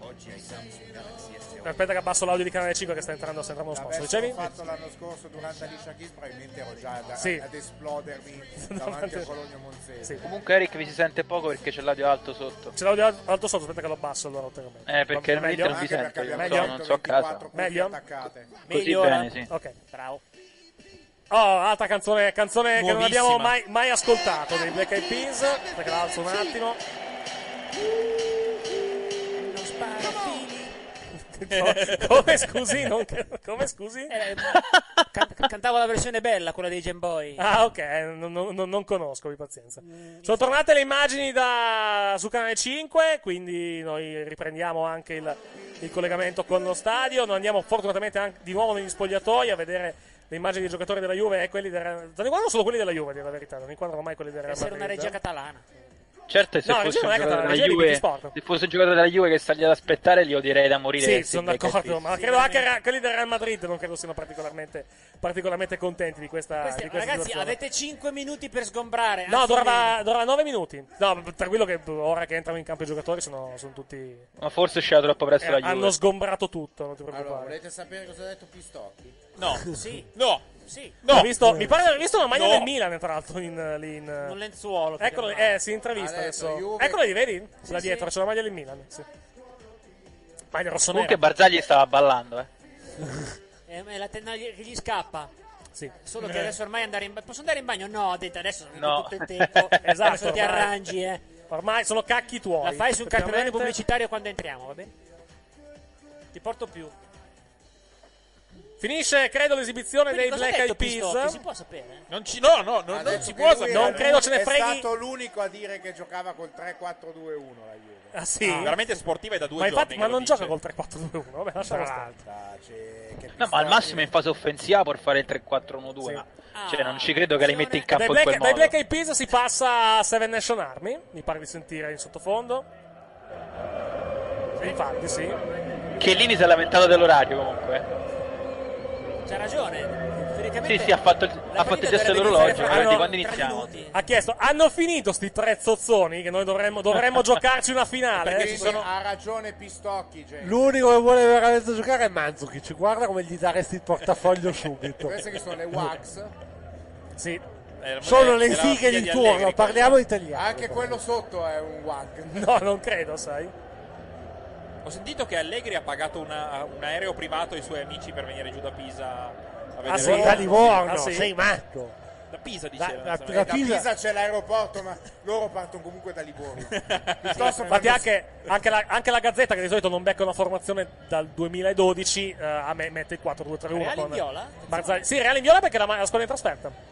Speaker 5: oggi ai Samsung Galaxy S8.
Speaker 7: Aspetta che abbasso l'audio di canale 5 che sta entrando, sta entrando lo sponsor.
Speaker 5: L'avessero
Speaker 7: Dicevi?
Speaker 5: fatto l'anno scorso durante Alicia Keys, probabilmente ero già ad,
Speaker 7: Sì.
Speaker 5: ad esplodermi davanti a Cologno Monzese.
Speaker 13: Comunque Eric vi si sente poco perché c'è l'audio alto sotto.
Speaker 7: Ce l'audio al- alto sotto, aspetta che lo abbasso allora ulteriormente.
Speaker 13: Eh, perché
Speaker 7: Va-
Speaker 13: il
Speaker 7: meglio?
Speaker 13: non vi sento, io non
Speaker 7: Meglio?
Speaker 13: so, non so a casa.
Speaker 7: Meglio?
Speaker 13: Così bene, sì.
Speaker 7: Ok.
Speaker 9: Bravo.
Speaker 7: Oh, altra canzone, canzone che non
Speaker 9: Nuovissima.
Speaker 7: abbiamo mai, mai ascoltato dei Black Eyed Peas. Aspetta che la alzo un attimo. Come scusi? Non credo- Come scusi?
Speaker 9: Can- cantavo la versione bella, quella dei Gemboy.
Speaker 7: Ah, ok, non, non- non- non conosco, vi
Speaker 9: Mm,
Speaker 7: pazienza. Sono tornate le immagini da, su Canale 5, quindi noi riprendiamo anche il, il collegamento con lo stadio. Noi andiamo fortunatamente anche di nuovo negli spogliatoi a vedere le immagini dei giocatori della Juve e quelli del Real Non inquadrano solo quelli della Juve, a dire la verità, non inquadrano mai quelli del Real
Speaker 9: Deve essere
Speaker 7: Madrid. eh.
Speaker 9: una regia catalana.
Speaker 13: Certo, se
Speaker 7: No, la
Speaker 13: fosse
Speaker 7: regia
Speaker 13: un
Speaker 7: non è
Speaker 13: giocatore
Speaker 7: catalana,
Speaker 13: della
Speaker 7: la regia è di
Speaker 13: Juve,
Speaker 7: Sport.
Speaker 13: se fosse un giocatore della Juve che sta lì ad aspettare, glielo direi da morire.
Speaker 7: Sì,
Speaker 13: che si
Speaker 7: sono
Speaker 13: becca il
Speaker 7: d'accordo,
Speaker 13: fischio.
Speaker 7: ma credo anche ra- quelli del Real Madrid non credo siano particolarmente, particolarmente contenti di questa,
Speaker 9: Questi-
Speaker 7: di questa
Speaker 9: ragazzi,
Speaker 7: situazione.
Speaker 9: avete 5 minuti per sgombrare.
Speaker 7: No,
Speaker 9: anzi
Speaker 7: durava,
Speaker 9: meno.
Speaker 7: durava 9 minuti. No, tranquillo che ora che entrano in campo i giocatori sono, sono tutti.
Speaker 13: Ma forse è uscito troppo presto
Speaker 7: eh,
Speaker 13: la Juve.
Speaker 7: hanno sgombrato tutto, non ti
Speaker 5: Allora,
Speaker 7: preoccupare.
Speaker 5: volete sapere cosa ha detto Pistocchi?
Speaker 10: No.
Speaker 9: Sì.
Speaker 10: No.
Speaker 9: Sì.
Speaker 7: Ho visto- mi pare di aver visto una maglia
Speaker 10: No.
Speaker 7: del Milan, tra l'altro, in, lì in.
Speaker 9: Un lenzuolo. più
Speaker 7: Eccolo,
Speaker 9: che
Speaker 7: eh,
Speaker 9: altro.
Speaker 7: si intravista
Speaker 9: Adesso
Speaker 7: adesso.
Speaker 9: Juve-
Speaker 7: Eccolo lì, vedi?
Speaker 9: Sì,
Speaker 7: Là
Speaker 9: sì.
Speaker 7: dietro, c'è la maglia del Milan. Sì. Maglia rossonera.
Speaker 13: Comunque Barzagli stava ballando, eh.
Speaker 9: Eh, ma è la tendaglia che gli scappa.
Speaker 7: Sì.
Speaker 9: Solo
Speaker 7: Eh.
Speaker 9: che adesso ormai andare in bagno. Posso andare in bagno? No, ha detto adesso non
Speaker 13: No.
Speaker 9: tutto il tempo.
Speaker 7: Esatto,
Speaker 9: Adesso ti
Speaker 7: ormai.
Speaker 9: arrangi, eh.
Speaker 7: Ormai sono cacchi tuoi.
Speaker 9: La fai sul cartellone
Speaker 7: Effettivamente-
Speaker 9: pubblicitario quando entriamo, va bene? Ti porto più.
Speaker 7: Finisce, credo, l'esibizione
Speaker 9: Quindi
Speaker 7: dei
Speaker 9: cosa ha
Speaker 7: Black
Speaker 9: detto
Speaker 7: Eyed
Speaker 9: Pistocchi?
Speaker 7: Peas.
Speaker 9: Si può sapere?
Speaker 10: Non ci, no, no, no, non si può sapere.
Speaker 7: Eh, non credo ce ne freghi.
Speaker 5: È stato l'unico a dire che giocava col 3-4-2-1 la Juve.
Speaker 7: Ah, sì?
Speaker 10: veramente sportiva è da due
Speaker 7: ma infatti,
Speaker 10: giorni
Speaker 7: ma
Speaker 10: che lo
Speaker 7: non
Speaker 10: dice.
Speaker 7: gioca col 3-4-2-1. Vabbè, lasciamo stare.
Speaker 13: No, ma al massimo in fase offensiva può fare il 3-4-1-2. ma- Cioè, non ci credo che li metti in
Speaker 7: Ah. Dai
Speaker 13: campo in
Speaker 7: Black,
Speaker 13: quel
Speaker 7: dai
Speaker 13: modo.
Speaker 7: Black Eyed Peas si passa a Seven Nation Army, mi pare di sentire in sottofondo. Sì, infatti, sì.
Speaker 13: Chiellini si è lamentato dell'orario comunque.
Speaker 9: C'ha ragione. Teoricamente
Speaker 13: Sì, sì, ha fatto il, ha fatto il gesto dell'orologio. Quindi quando iniziamo?
Speaker 7: Ha chiesto, hanno finito sti tre zozzoni che noi dovremmo, dovremmo giocarci una finale?
Speaker 5: Perché
Speaker 7: Eh, ci sono-
Speaker 5: ha ragione Pistocchi, gente.
Speaker 14: L'unico che vuole veramente giocare è Manzukic. Guarda come gli daresti il portafoglio subito.
Speaker 5: Queste che sono le wax.
Speaker 7: Sì.
Speaker 14: Sono le fighe di turno, parliamo italiano.
Speaker 5: Anche quello sotto è un wag.
Speaker 7: No, non credo, sai.
Speaker 10: Ho sentito che Allegri ha pagato una- un aereo privato ai suoi amici per venire giù da Pisa a
Speaker 7: Ah,
Speaker 10: vedere Ah,
Speaker 14: sì? Da Livorno, sei
Speaker 7: matto.
Speaker 10: Da Pisa
Speaker 14: Da-
Speaker 10: diceva.
Speaker 14: da-
Speaker 10: insomma.
Speaker 14: da
Speaker 5: Da Pisa. c'è l'aeroporto, ma loro partono comunque da Livorno. Piuttosto
Speaker 7: Infatti anche, anche la, anche la Gazzetta, che di solito non becca una formazione dal 2012, eh, a me mette il 4-2-3-1.
Speaker 9: Real in
Speaker 7: con
Speaker 9: viola? Eh.
Speaker 7: Barzagli. Sì, Real in viola perché la, ma- la squadra è in trasferta.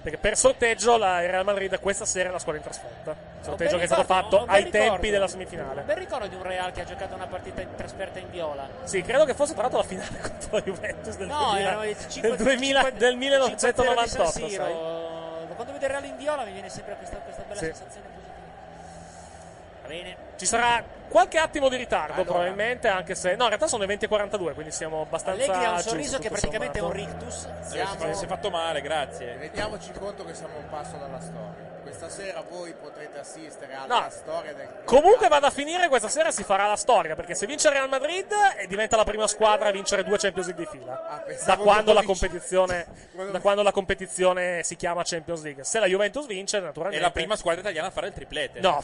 Speaker 7: Perché per sorteggio la, il Real Madrid questa sera è la squadra in trasferta. Sorteggio
Speaker 9: bel
Speaker 7: che è stato
Speaker 9: ricordo,
Speaker 7: fatto
Speaker 9: un bel
Speaker 7: ai
Speaker 9: ricordo.
Speaker 7: tempi della semifinale.
Speaker 9: Ben ricordo di un Real che ha giocato una partita in trasferta in viola.
Speaker 7: Sì, credo che fosse tra l'altro la finale contro la Juventus del,
Speaker 9: No,
Speaker 7: 2000
Speaker 9: erano i cinque-
Speaker 7: del 2000
Speaker 9: cinque-
Speaker 7: del
Speaker 9: cinque zero di San
Speaker 7: 1998.
Speaker 9: Siro.
Speaker 7: sai?
Speaker 9: Quando vedo il Real in viola mi viene sempre questa, questa bella
Speaker 7: Sì.
Speaker 9: sensazione positiva. Va bene.
Speaker 7: Ci sarà qualche attimo di ritardo probabilmente, anche se... No, in realtà sono le 20.42, quindi siamo abbastanza...
Speaker 9: Allegri ha un
Speaker 7: giusti,
Speaker 9: sorriso che
Speaker 7: tutto
Speaker 9: praticamente è un
Speaker 7: sommato.
Speaker 9: rictus.
Speaker 5: Siamo-
Speaker 10: Si è fatto male, grazie.
Speaker 5: Rendiamoci conto che siamo un passo dalla storia. Questa sera voi potrete assistere alla
Speaker 7: No.
Speaker 5: storia del
Speaker 7: Comunque vada a finire questa sera si farà la storia perché se vince il Real Madrid eh, diventa la prima squadra a vincere due Champions League di fila
Speaker 10: Ah,
Speaker 7: da
Speaker 5: pensavo
Speaker 7: quando
Speaker 5: che
Speaker 7: la
Speaker 5: vinci-
Speaker 7: competizione da quando la competizione si chiama Champions League. Se la Juventus vince
Speaker 10: È
Speaker 7: naturalmente
Speaker 10: la prima squadra italiana a fare il triplete.
Speaker 7: No,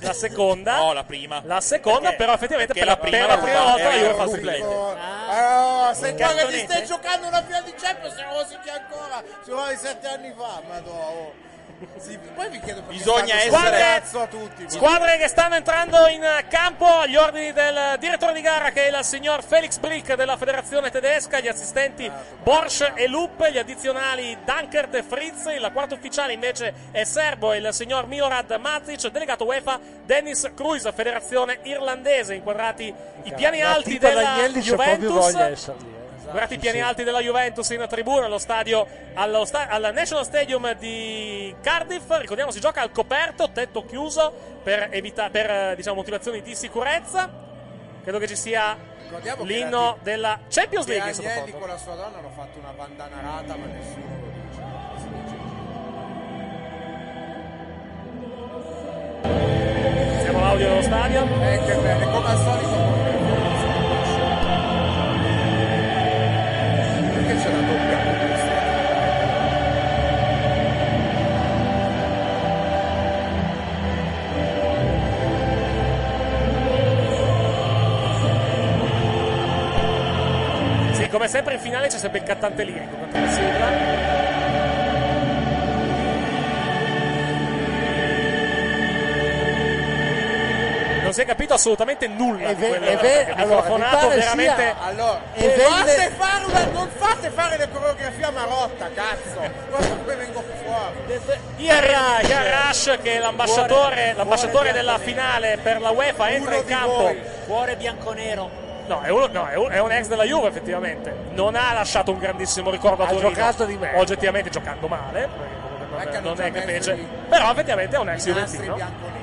Speaker 7: la seconda.
Speaker 10: No, la prima.
Speaker 7: La seconda però effettivamente per
Speaker 10: perché la prima
Speaker 7: la, per la prima
Speaker 10: era-
Speaker 7: volta la
Speaker 10: era
Speaker 7: Juve
Speaker 10: un
Speaker 7: fa il
Speaker 10: duplex.
Speaker 7: triplete.
Speaker 5: Ah, oh, sei qua che ti
Speaker 9: cartonete?
Speaker 5: stai giocando una finale di Champions, siamo così che ancora, ci vuole sette anni fa, ma no. Sì, poi vi chiedo perché
Speaker 10: Bisogna
Speaker 5: fanno
Speaker 10: essere-
Speaker 5: sto cazzo a tutti. ma-
Speaker 7: Squadre che stanno entrando in campo agli ordini del direttore di gara che è il signor Felix Brick della federazione tedesca, gli assistenti Borsch e Luppe, gli addizionali Dankert e Fritz, il quarto ufficiale invece è serbo il signor Milorad Matic, delegato UEFA Dennis Cruz, federazione irlandese, inquadrati i piani
Speaker 14: La
Speaker 7: alti
Speaker 14: tipa
Speaker 7: della
Speaker 14: d'Agnelli c'è proprio voglia di
Speaker 7: Juventus.
Speaker 14: essere lì, eh.
Speaker 7: Guardate i
Speaker 14: Sì,
Speaker 7: piani
Speaker 14: sì.
Speaker 7: alti della Juventus in tribuna allo stadio, allo sta- al National Stadium di Cardiff. Ricordiamo, si gioca al coperto, tetto chiuso, per, evita- per eh, diciamo, motivazioni di sicurezza. Credo che ci sia
Speaker 5: Ricordiamo che
Speaker 7: l'inno
Speaker 5: la-
Speaker 7: della Champions
Speaker 5: che
Speaker 7: League. in
Speaker 5: Agnelli
Speaker 7: sottofondo.
Speaker 5: con la sua donna hanno fatto una bandana rata, ma nessuno lo dice. Si dice in giro.
Speaker 7: Siamo l'audio dello stadio.
Speaker 5: Eh, che bello, come al solito. Perché c'è la doppia?
Speaker 7: Sì, come sempre in finale c'è sempre il cantante lirico contro la sigla. Non non si è capito assolutamente nulla
Speaker 5: E
Speaker 7: di
Speaker 5: ve-
Speaker 7: quello
Speaker 5: e ve-
Speaker 7: che è
Speaker 5: allora, mi
Speaker 7: microfonato
Speaker 5: pare sia-
Speaker 7: veramente
Speaker 5: allora,
Speaker 7: e
Speaker 5: non
Speaker 7: venne-
Speaker 5: fate fare una, non fate fare la coreografia marotta, cazzo! Guarda come vengo fuori!
Speaker 7: Ian Ra- Ian Rush che è l'ambasciatore, l'ambasciatore della finale per la UEFA entra in campo
Speaker 9: Cuore bianconero.
Speaker 7: No, è, uno- no, è un- è un ex della Juve effettivamente. Non ha lasciato un grandissimo ricordo a
Speaker 9: Ha
Speaker 7: Torino.
Speaker 9: giocato di merda.
Speaker 7: Oggettivamente giocando male, perché comunque non, è- non è che fece. Però effettivamente è un ex Juventino.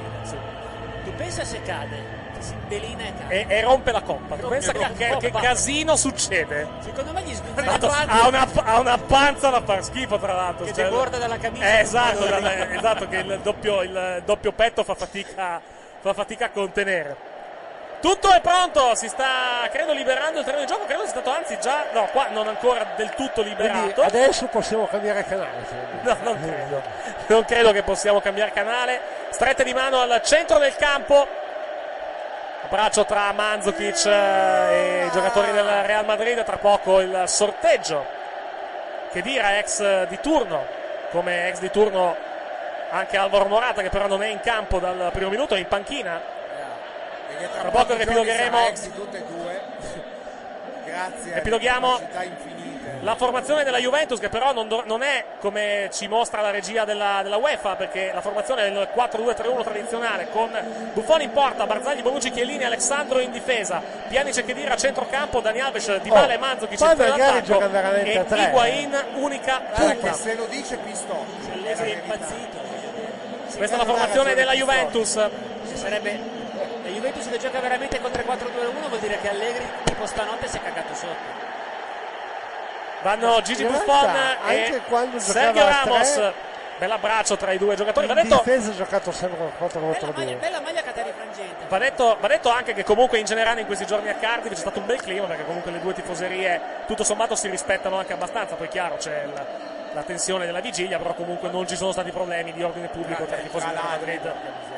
Speaker 9: Tu pensa se cade, che si delina e cade.
Speaker 7: E, e rompe la coppa. Tu
Speaker 9: Rompe
Speaker 7: pensa
Speaker 9: la
Speaker 7: che, che,
Speaker 9: coppa.
Speaker 7: che casino succede?
Speaker 9: Secondo me gli sguinza
Speaker 7: Tanto Ha una, ha una panza da far schifo, tra l'altro.
Speaker 9: Che
Speaker 7: cioè-
Speaker 9: deborda dalla camicia.
Speaker 7: Eh, esatto, dalla- esatto, che il doppio, il doppio petto fa fatica, fa fatica a contenere. Tutto è pronto, si sta, credo, liberando il terreno di gioco. Credo sia stato, anzi, già, no, qua non ancora del tutto
Speaker 14: Quindi
Speaker 9: Esatto.
Speaker 7: liberato.
Speaker 14: adesso possiamo cambiare canale. credo.
Speaker 7: No, non credo. Non credo che possiamo cambiare canale. Stretta di mano al centro del campo. Braccio tra Manzukic eh, e i giocatori del Real Madrid. Tra poco il sorteggio. Che dirà ex eh, di turno. Come ex di turno anche Alvaro Morata, che però non è in campo dal primo minuto, è in panchina.
Speaker 5: Perché
Speaker 7: Tra poco
Speaker 5: pochi
Speaker 7: riepilogheremo-
Speaker 5: giorni sarà ex di tutte e due. Grazie. alle
Speaker 7: Epiloghiamo
Speaker 5: capacità infinite.
Speaker 7: La formazione della Juventus, che però non, do- non è come ci mostra la regia della, della UEFA, perché la formazione è il 4-2-3-1 tradizionale, con Buffon in porta, Barzagli, Bonucci, Chiellini, Alessandro in difesa, Pjanic e Chedira a centrocampo, Dani Alves, Di Bale
Speaker 14: Oh,
Speaker 7: e Manzo, chi
Speaker 14: poi
Speaker 7: c'entra
Speaker 14: magari gioca veramente
Speaker 7: e
Speaker 14: a tre.
Speaker 7: Higuain unica
Speaker 5: Guarda che
Speaker 7: punta.
Speaker 5: se lo dice Pistocchi.
Speaker 9: Lesi è impazzito.
Speaker 14: eh.
Speaker 7: Questa è la formazione della Juventus.
Speaker 9: Ci sarebbe la Juventus che gioca veramente con 3-4-2-1 vuol dire che Allegri tipo stanotte si è cagato sotto.
Speaker 7: Vanno Gigi
Speaker 14: In
Speaker 7: Buffon
Speaker 14: realtà, anche
Speaker 7: e
Speaker 14: quando
Speaker 7: Sergio
Speaker 14: giocava a tre-
Speaker 7: Ramos. Bell'abbraccio tra i due giocatori. Va
Speaker 14: In
Speaker 7: detto,
Speaker 14: difesa ha giocato sempre con 4-4-2.
Speaker 9: Bella maglia Catari Frangente.
Speaker 7: Va detto, va detto anche che comunque in generale in questi giorni a Cardiff c'è stato un bel clima perché comunque le due tifoserie tutto sommato si rispettano anche abbastanza, poi chiaro c'è il- la tensione della vigilia, però comunque non ci sono stati problemi di ordine pubblico tra i tifosi del Real Madrid.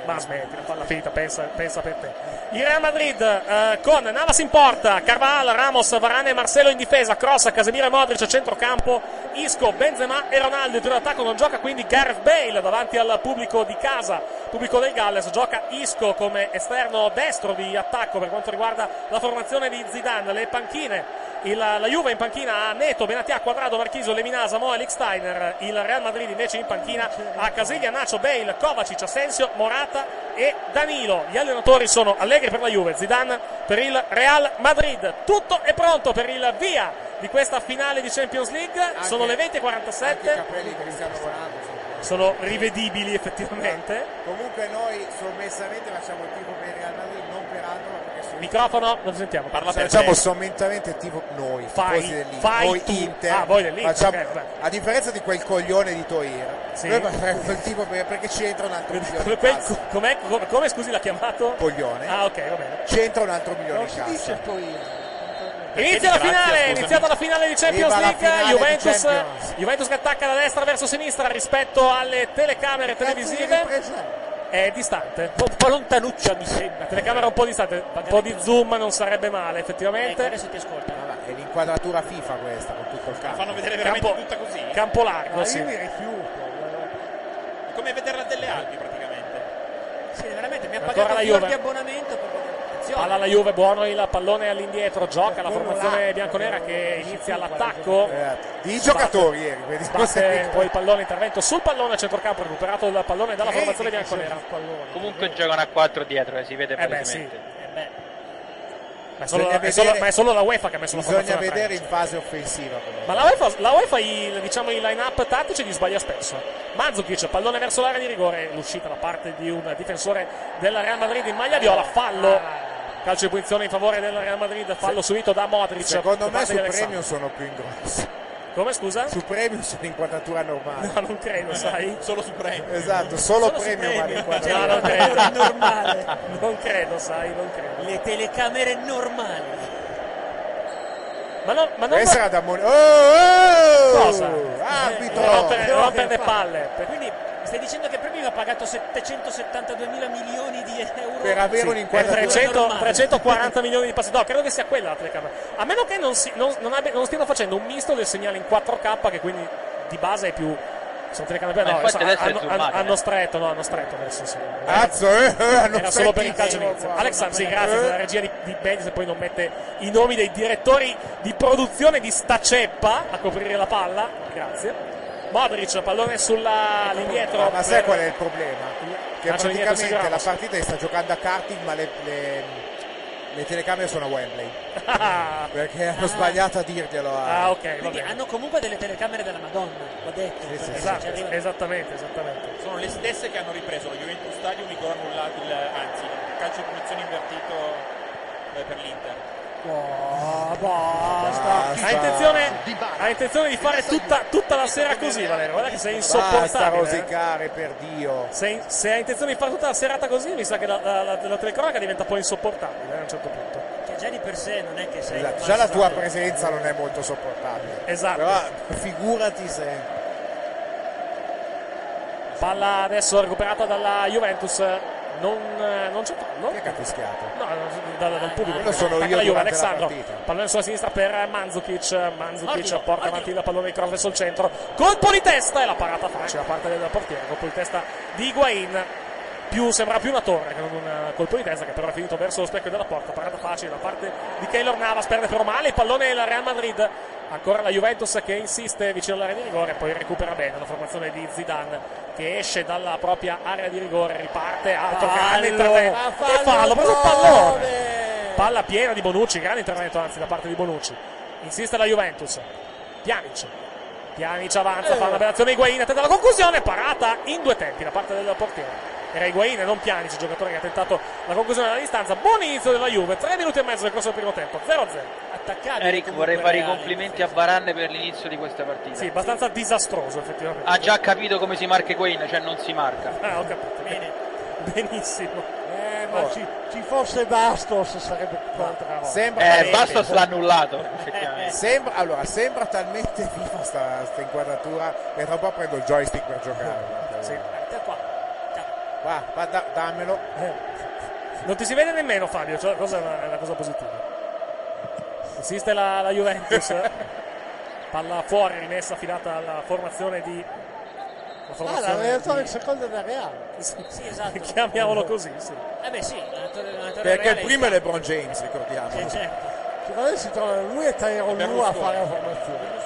Speaker 7: Ma smetti, la palla finita, pensa, pensa per te. Il Real Madrid eh, con Navas in porta, Carvalho, Ramos, Varane e Marcelo in difesa, Cross, Casemiro e Modric a centrocampo, Isco, Benzema e Ronaldo in tiro d'attacco non gioca quindi Gareth Bale davanti al pubblico di casa, pubblico del Galles, gioca Isco come esterno destro di attacco per quanto riguarda la formazione di Zidane, le panchine. Il- la Juve in panchina a Neto, Benatia, Quadrado, Marchisio, Lemina, Samoa, Alex Steiner. Il Real Madrid invece in panchina a Casiglia, Nacho, Bale, Kovacic, Asensio, Morata e Danilo. Gli allenatori sono Allegri per la Juve, Zidane per il Real Madrid. Tutto è pronto per il via di questa finale di Champions League. sono le 20.47. Sono rivedibili effettivamente.
Speaker 5: Comunque noi sommessamente facciamo il tipo per il Real Madrid, non per altro, ma perché sono
Speaker 7: Microfono, non sentiamo. Parla per
Speaker 5: facciamo
Speaker 7: te.
Speaker 5: sommentamente tipo noi,
Speaker 7: Fai-
Speaker 5: tifosi dell'Inter,
Speaker 7: fai
Speaker 5: noi
Speaker 7: tu.
Speaker 5: Inter,
Speaker 7: Ah, voi dell'Inter,
Speaker 5: facciamo-
Speaker 7: ok, beh.
Speaker 5: a differenza di quel coglione di Toir,
Speaker 7: Sì.
Speaker 5: noi faremo il tipo per- perché c'entra un altro milione
Speaker 7: Come,
Speaker 5: e passa.
Speaker 7: come, come, come scusi l'ha chiamato?
Speaker 5: Coglione.
Speaker 7: Ah, ok, va bene.
Speaker 5: c'entra un altro milione di cassa.
Speaker 7: Eh, Inizia la
Speaker 5: Grazie,
Speaker 7: finale, è
Speaker 5: scusami.
Speaker 7: iniziata la finale di Champions
Speaker 5: Viva la
Speaker 7: League,
Speaker 5: finale di
Speaker 7: Juventus,
Speaker 5: Champions.
Speaker 7: Juventus che attacca da destra verso sinistra rispetto alle telecamere televisive. È distante, un po' lontanuccia mi sembra. Telecamera un po' distante, un po' di zoom non sarebbe male
Speaker 5: Eh,
Speaker 7: effettivamente.
Speaker 9: adesso ti ascolta.
Speaker 5: È l'inquadratura FIFA questa con tutto il campo.
Speaker 10: fanno vedere veramente
Speaker 7: Campo-
Speaker 10: tutta così?
Speaker 7: campo largo, Ma io sì. mi
Speaker 10: È come vederla delle Alpi praticamente.
Speaker 9: Sì, veramente mi ha
Speaker 7: Ancora
Speaker 9: pagato
Speaker 7: la
Speaker 9: più
Speaker 7: Juve.
Speaker 9: di abbonamento per attenzione.
Speaker 7: Palla alla Juve, buono il pallone all'indietro, gioca la formazione bianconera che inizia l'attacco.
Speaker 5: I
Speaker 7: Sbatte-
Speaker 5: Eh, giocatori ieri, quindi questo è
Speaker 7: Sbatte poi il pallone, intervento sul pallone a centrocampo, recuperato il pallone
Speaker 5: Eh,
Speaker 7: dalla formazione bianconera.
Speaker 13: Comunque giocano a 4 dietro, eh, si vede
Speaker 7: Eh beh, sì.
Speaker 13: praticamente.
Speaker 7: Ma è solo,
Speaker 5: Bisogna
Speaker 7: è solo-
Speaker 5: vedere-
Speaker 7: ma è solo la UEFA che ha messo la
Speaker 5: bisogna
Speaker 7: formazione a
Speaker 5: vedere
Speaker 7: tre.
Speaker 5: in fase offensiva come
Speaker 7: Ma la UEFA, la UEFA i, diciamo, i line-up tattici li sbaglia spesso. Mandzukic, pallone verso l'area di rigore, l'uscita da parte di un difensore della Real Madrid in maglia viola, fallo.
Speaker 5: Ah.
Speaker 7: Calcio di punizione in favore del Real Madrid, fallo subito da Modric. da
Speaker 5: Secondo me
Speaker 7: parte
Speaker 5: su
Speaker 7: di
Speaker 5: premium
Speaker 7: Alexandro.
Speaker 5: sono più in grosso.
Speaker 7: Come scusa?
Speaker 5: Su premium sono inquadratura normale.
Speaker 7: No, non credo, sai? Solo su premium.
Speaker 5: Esatto, solo premium va
Speaker 7: No,
Speaker 5: inquadratura.
Speaker 7: non credo.
Speaker 5: È
Speaker 7: normale. Non credo, sai, non credo.
Speaker 9: Le telecamere normali.
Speaker 7: Ma, no, ma non
Speaker 5: Questa era da Moni- Oh, oh!
Speaker 7: Cosa? Eh,
Speaker 5: Arbitro!
Speaker 7: Rompere, rompere le palle. Per-
Speaker 9: Quindi stai dicendo che Premium ha pagato 772 mila milioni di euro
Speaker 5: Per avere
Speaker 7: Sì, Eh,
Speaker 5: un inquadratura
Speaker 7: è 300
Speaker 5: normale.
Speaker 7: 340 milioni di passi. No, credo che sia quella la telecamera. A meno che non, si- non- non abbia- non stiano facendo un misto del segnale in 4K, che quindi di base è più Sono telecamere no,
Speaker 13: Ma infatti
Speaker 7: so-
Speaker 13: adesso è
Speaker 7: hanno, hanno-
Speaker 13: zoomata.
Speaker 7: hanno stretto, no, hanno stretto adesso sì.
Speaker 5: Cazzo, eh, hanno
Speaker 7: Era solo per il calcio
Speaker 5: strettissimo
Speaker 7: inizio.
Speaker 5: qua.
Speaker 7: Alex Sam, sì,
Speaker 5: Eh.
Speaker 7: grazie per la regia di, di Bendis e poi non mette i nomi dei direttori di produzione di sta ceppa a coprire la palla. Grazie. Modric, pallone sulla l'indietro.
Speaker 5: Ma sai
Speaker 7: per-
Speaker 5: qual è il problema? Che
Speaker 7: Calcio indietro, sì,
Speaker 5: praticamente la
Speaker 7: Ramos.
Speaker 5: partita si sta giocando a karting, ma le, le- le telecamere sono a Wembley. perché hanno sbagliato a dirglielo. A...
Speaker 9: Ah, Quindi hanno comunque delle telecamere della Madonna, l'ho detto. perché
Speaker 7: Esatto,
Speaker 9: ci arrivano.
Speaker 7: esattamente, esattamente.
Speaker 10: Sono le stesse che hanno ripreso lo Juventus Stadium, il gol annullato, il- anzi, il calcio di punizione invertito eh, per l'Inter.
Speaker 7: Oh, basta. Hai intenzione, hai intenzione di fare tutta, tutta la sera così, Valerio? Guarda che sei
Speaker 5: Basta
Speaker 7: insopportabile. eh.
Speaker 5: rosicare per Dio.
Speaker 7: Se, se hai intenzione di fare tutta la serata così, mi sa che la, la, la- la telecronaca diventa poi insopportabile eh, a un certo punto.
Speaker 9: Che già di per sé non è che sei.
Speaker 5: Esatto, Già la tua presenza non è molto sopportabile.
Speaker 7: Esatto.
Speaker 5: Però figurati se.
Speaker 7: Palla adesso recuperata dalla Juventus. Non, eh, non c'è fallo.
Speaker 5: Che capischiato.
Speaker 7: No, non- dal, dal pubblico.
Speaker 5: Quello sono
Speaker 7: Attacca
Speaker 5: io
Speaker 7: la Juve,
Speaker 5: durante la
Speaker 7: Alessandro.
Speaker 5: partita.
Speaker 7: Pallone sulla sinistra per Manzukic. Manzukic
Speaker 9: Ordino,
Speaker 7: porta avanti il pallone di Cross verso il centro. Colpo di testa e la parata facile da parte del portiere. Colpo di testa di Higuain. Più, sembra più una torre che non un eh, colpo di testa che però è finito verso lo specchio della porta. Parata facile da parte di Keylor Navas. Perde però male il pallone la Real Madrid. Ancora la Juventus che insiste vicino all'area di rigore. Poi recupera bene la formazione di Zidane che esce dalla propria area di rigore. Riparte. Altro grande
Speaker 5: Fallo,
Speaker 7: intervento.
Speaker 5: ma
Speaker 7: Che fallo,
Speaker 5: fallo
Speaker 7: proprio il
Speaker 5: pure!
Speaker 7: pallone. Palla piena di Bonucci, grande intervento anzi da parte di Bonucci. Insiste la Juventus. Pjanic. Pjanic avanza, fa una bella azione Higuain, attenta alla conclusione, parata in due tempi da parte del portiere. Era Higuain e non Pjanic, il giocatore che ha tentato la conclusione dalla distanza. Buon inizio della Juve, 3 minuti e mezzo nel corso del primo tempo, 0-0. Attaccare.
Speaker 13: Eric, vorrei fare i complimenti a Varane per l'inizio di questa partita.
Speaker 7: Sì, abbastanza disastroso effettivamente.
Speaker 13: Ha Ah, già capito come si marca Queen, cioè non si marca.
Speaker 7: Ah, ho capito. Bene. Benissimo.
Speaker 14: Eh, ma
Speaker 5: Oh,
Speaker 14: ci, ci fosse Bastos sarebbe contra.
Speaker 5: Sembra
Speaker 13: Eh, Bastos l'ha annullato.
Speaker 5: Sembra, allora, sembra talmente viva sta, sta inquadratura che tra un po' prendo il joystick per giocare. guarda. Va, va, da- dammelo.
Speaker 7: Eh, Non ti si vede nemmeno Fabio, cioè, cosa è una, è una cosa positiva. Insiste la, la Juventus. Palla fuori, rimessa affidata alla formazione di... La
Speaker 14: Ah,
Speaker 7: formazione
Speaker 14: l'allenatore
Speaker 7: di-
Speaker 14: secondo della Real.
Speaker 9: Sì, esatto.
Speaker 7: Chiamiamolo così, sì.
Speaker 9: Eh beh sì, l'allenatore l'allenatore
Speaker 5: Perché
Speaker 9: Reale-
Speaker 5: il primo è LeBron James, ricordiamo.
Speaker 9: Sì, certo.
Speaker 14: Secondo me si trovano lui e Tairo Lu a
Speaker 5: Berlusconi.
Speaker 14: fare la formazione.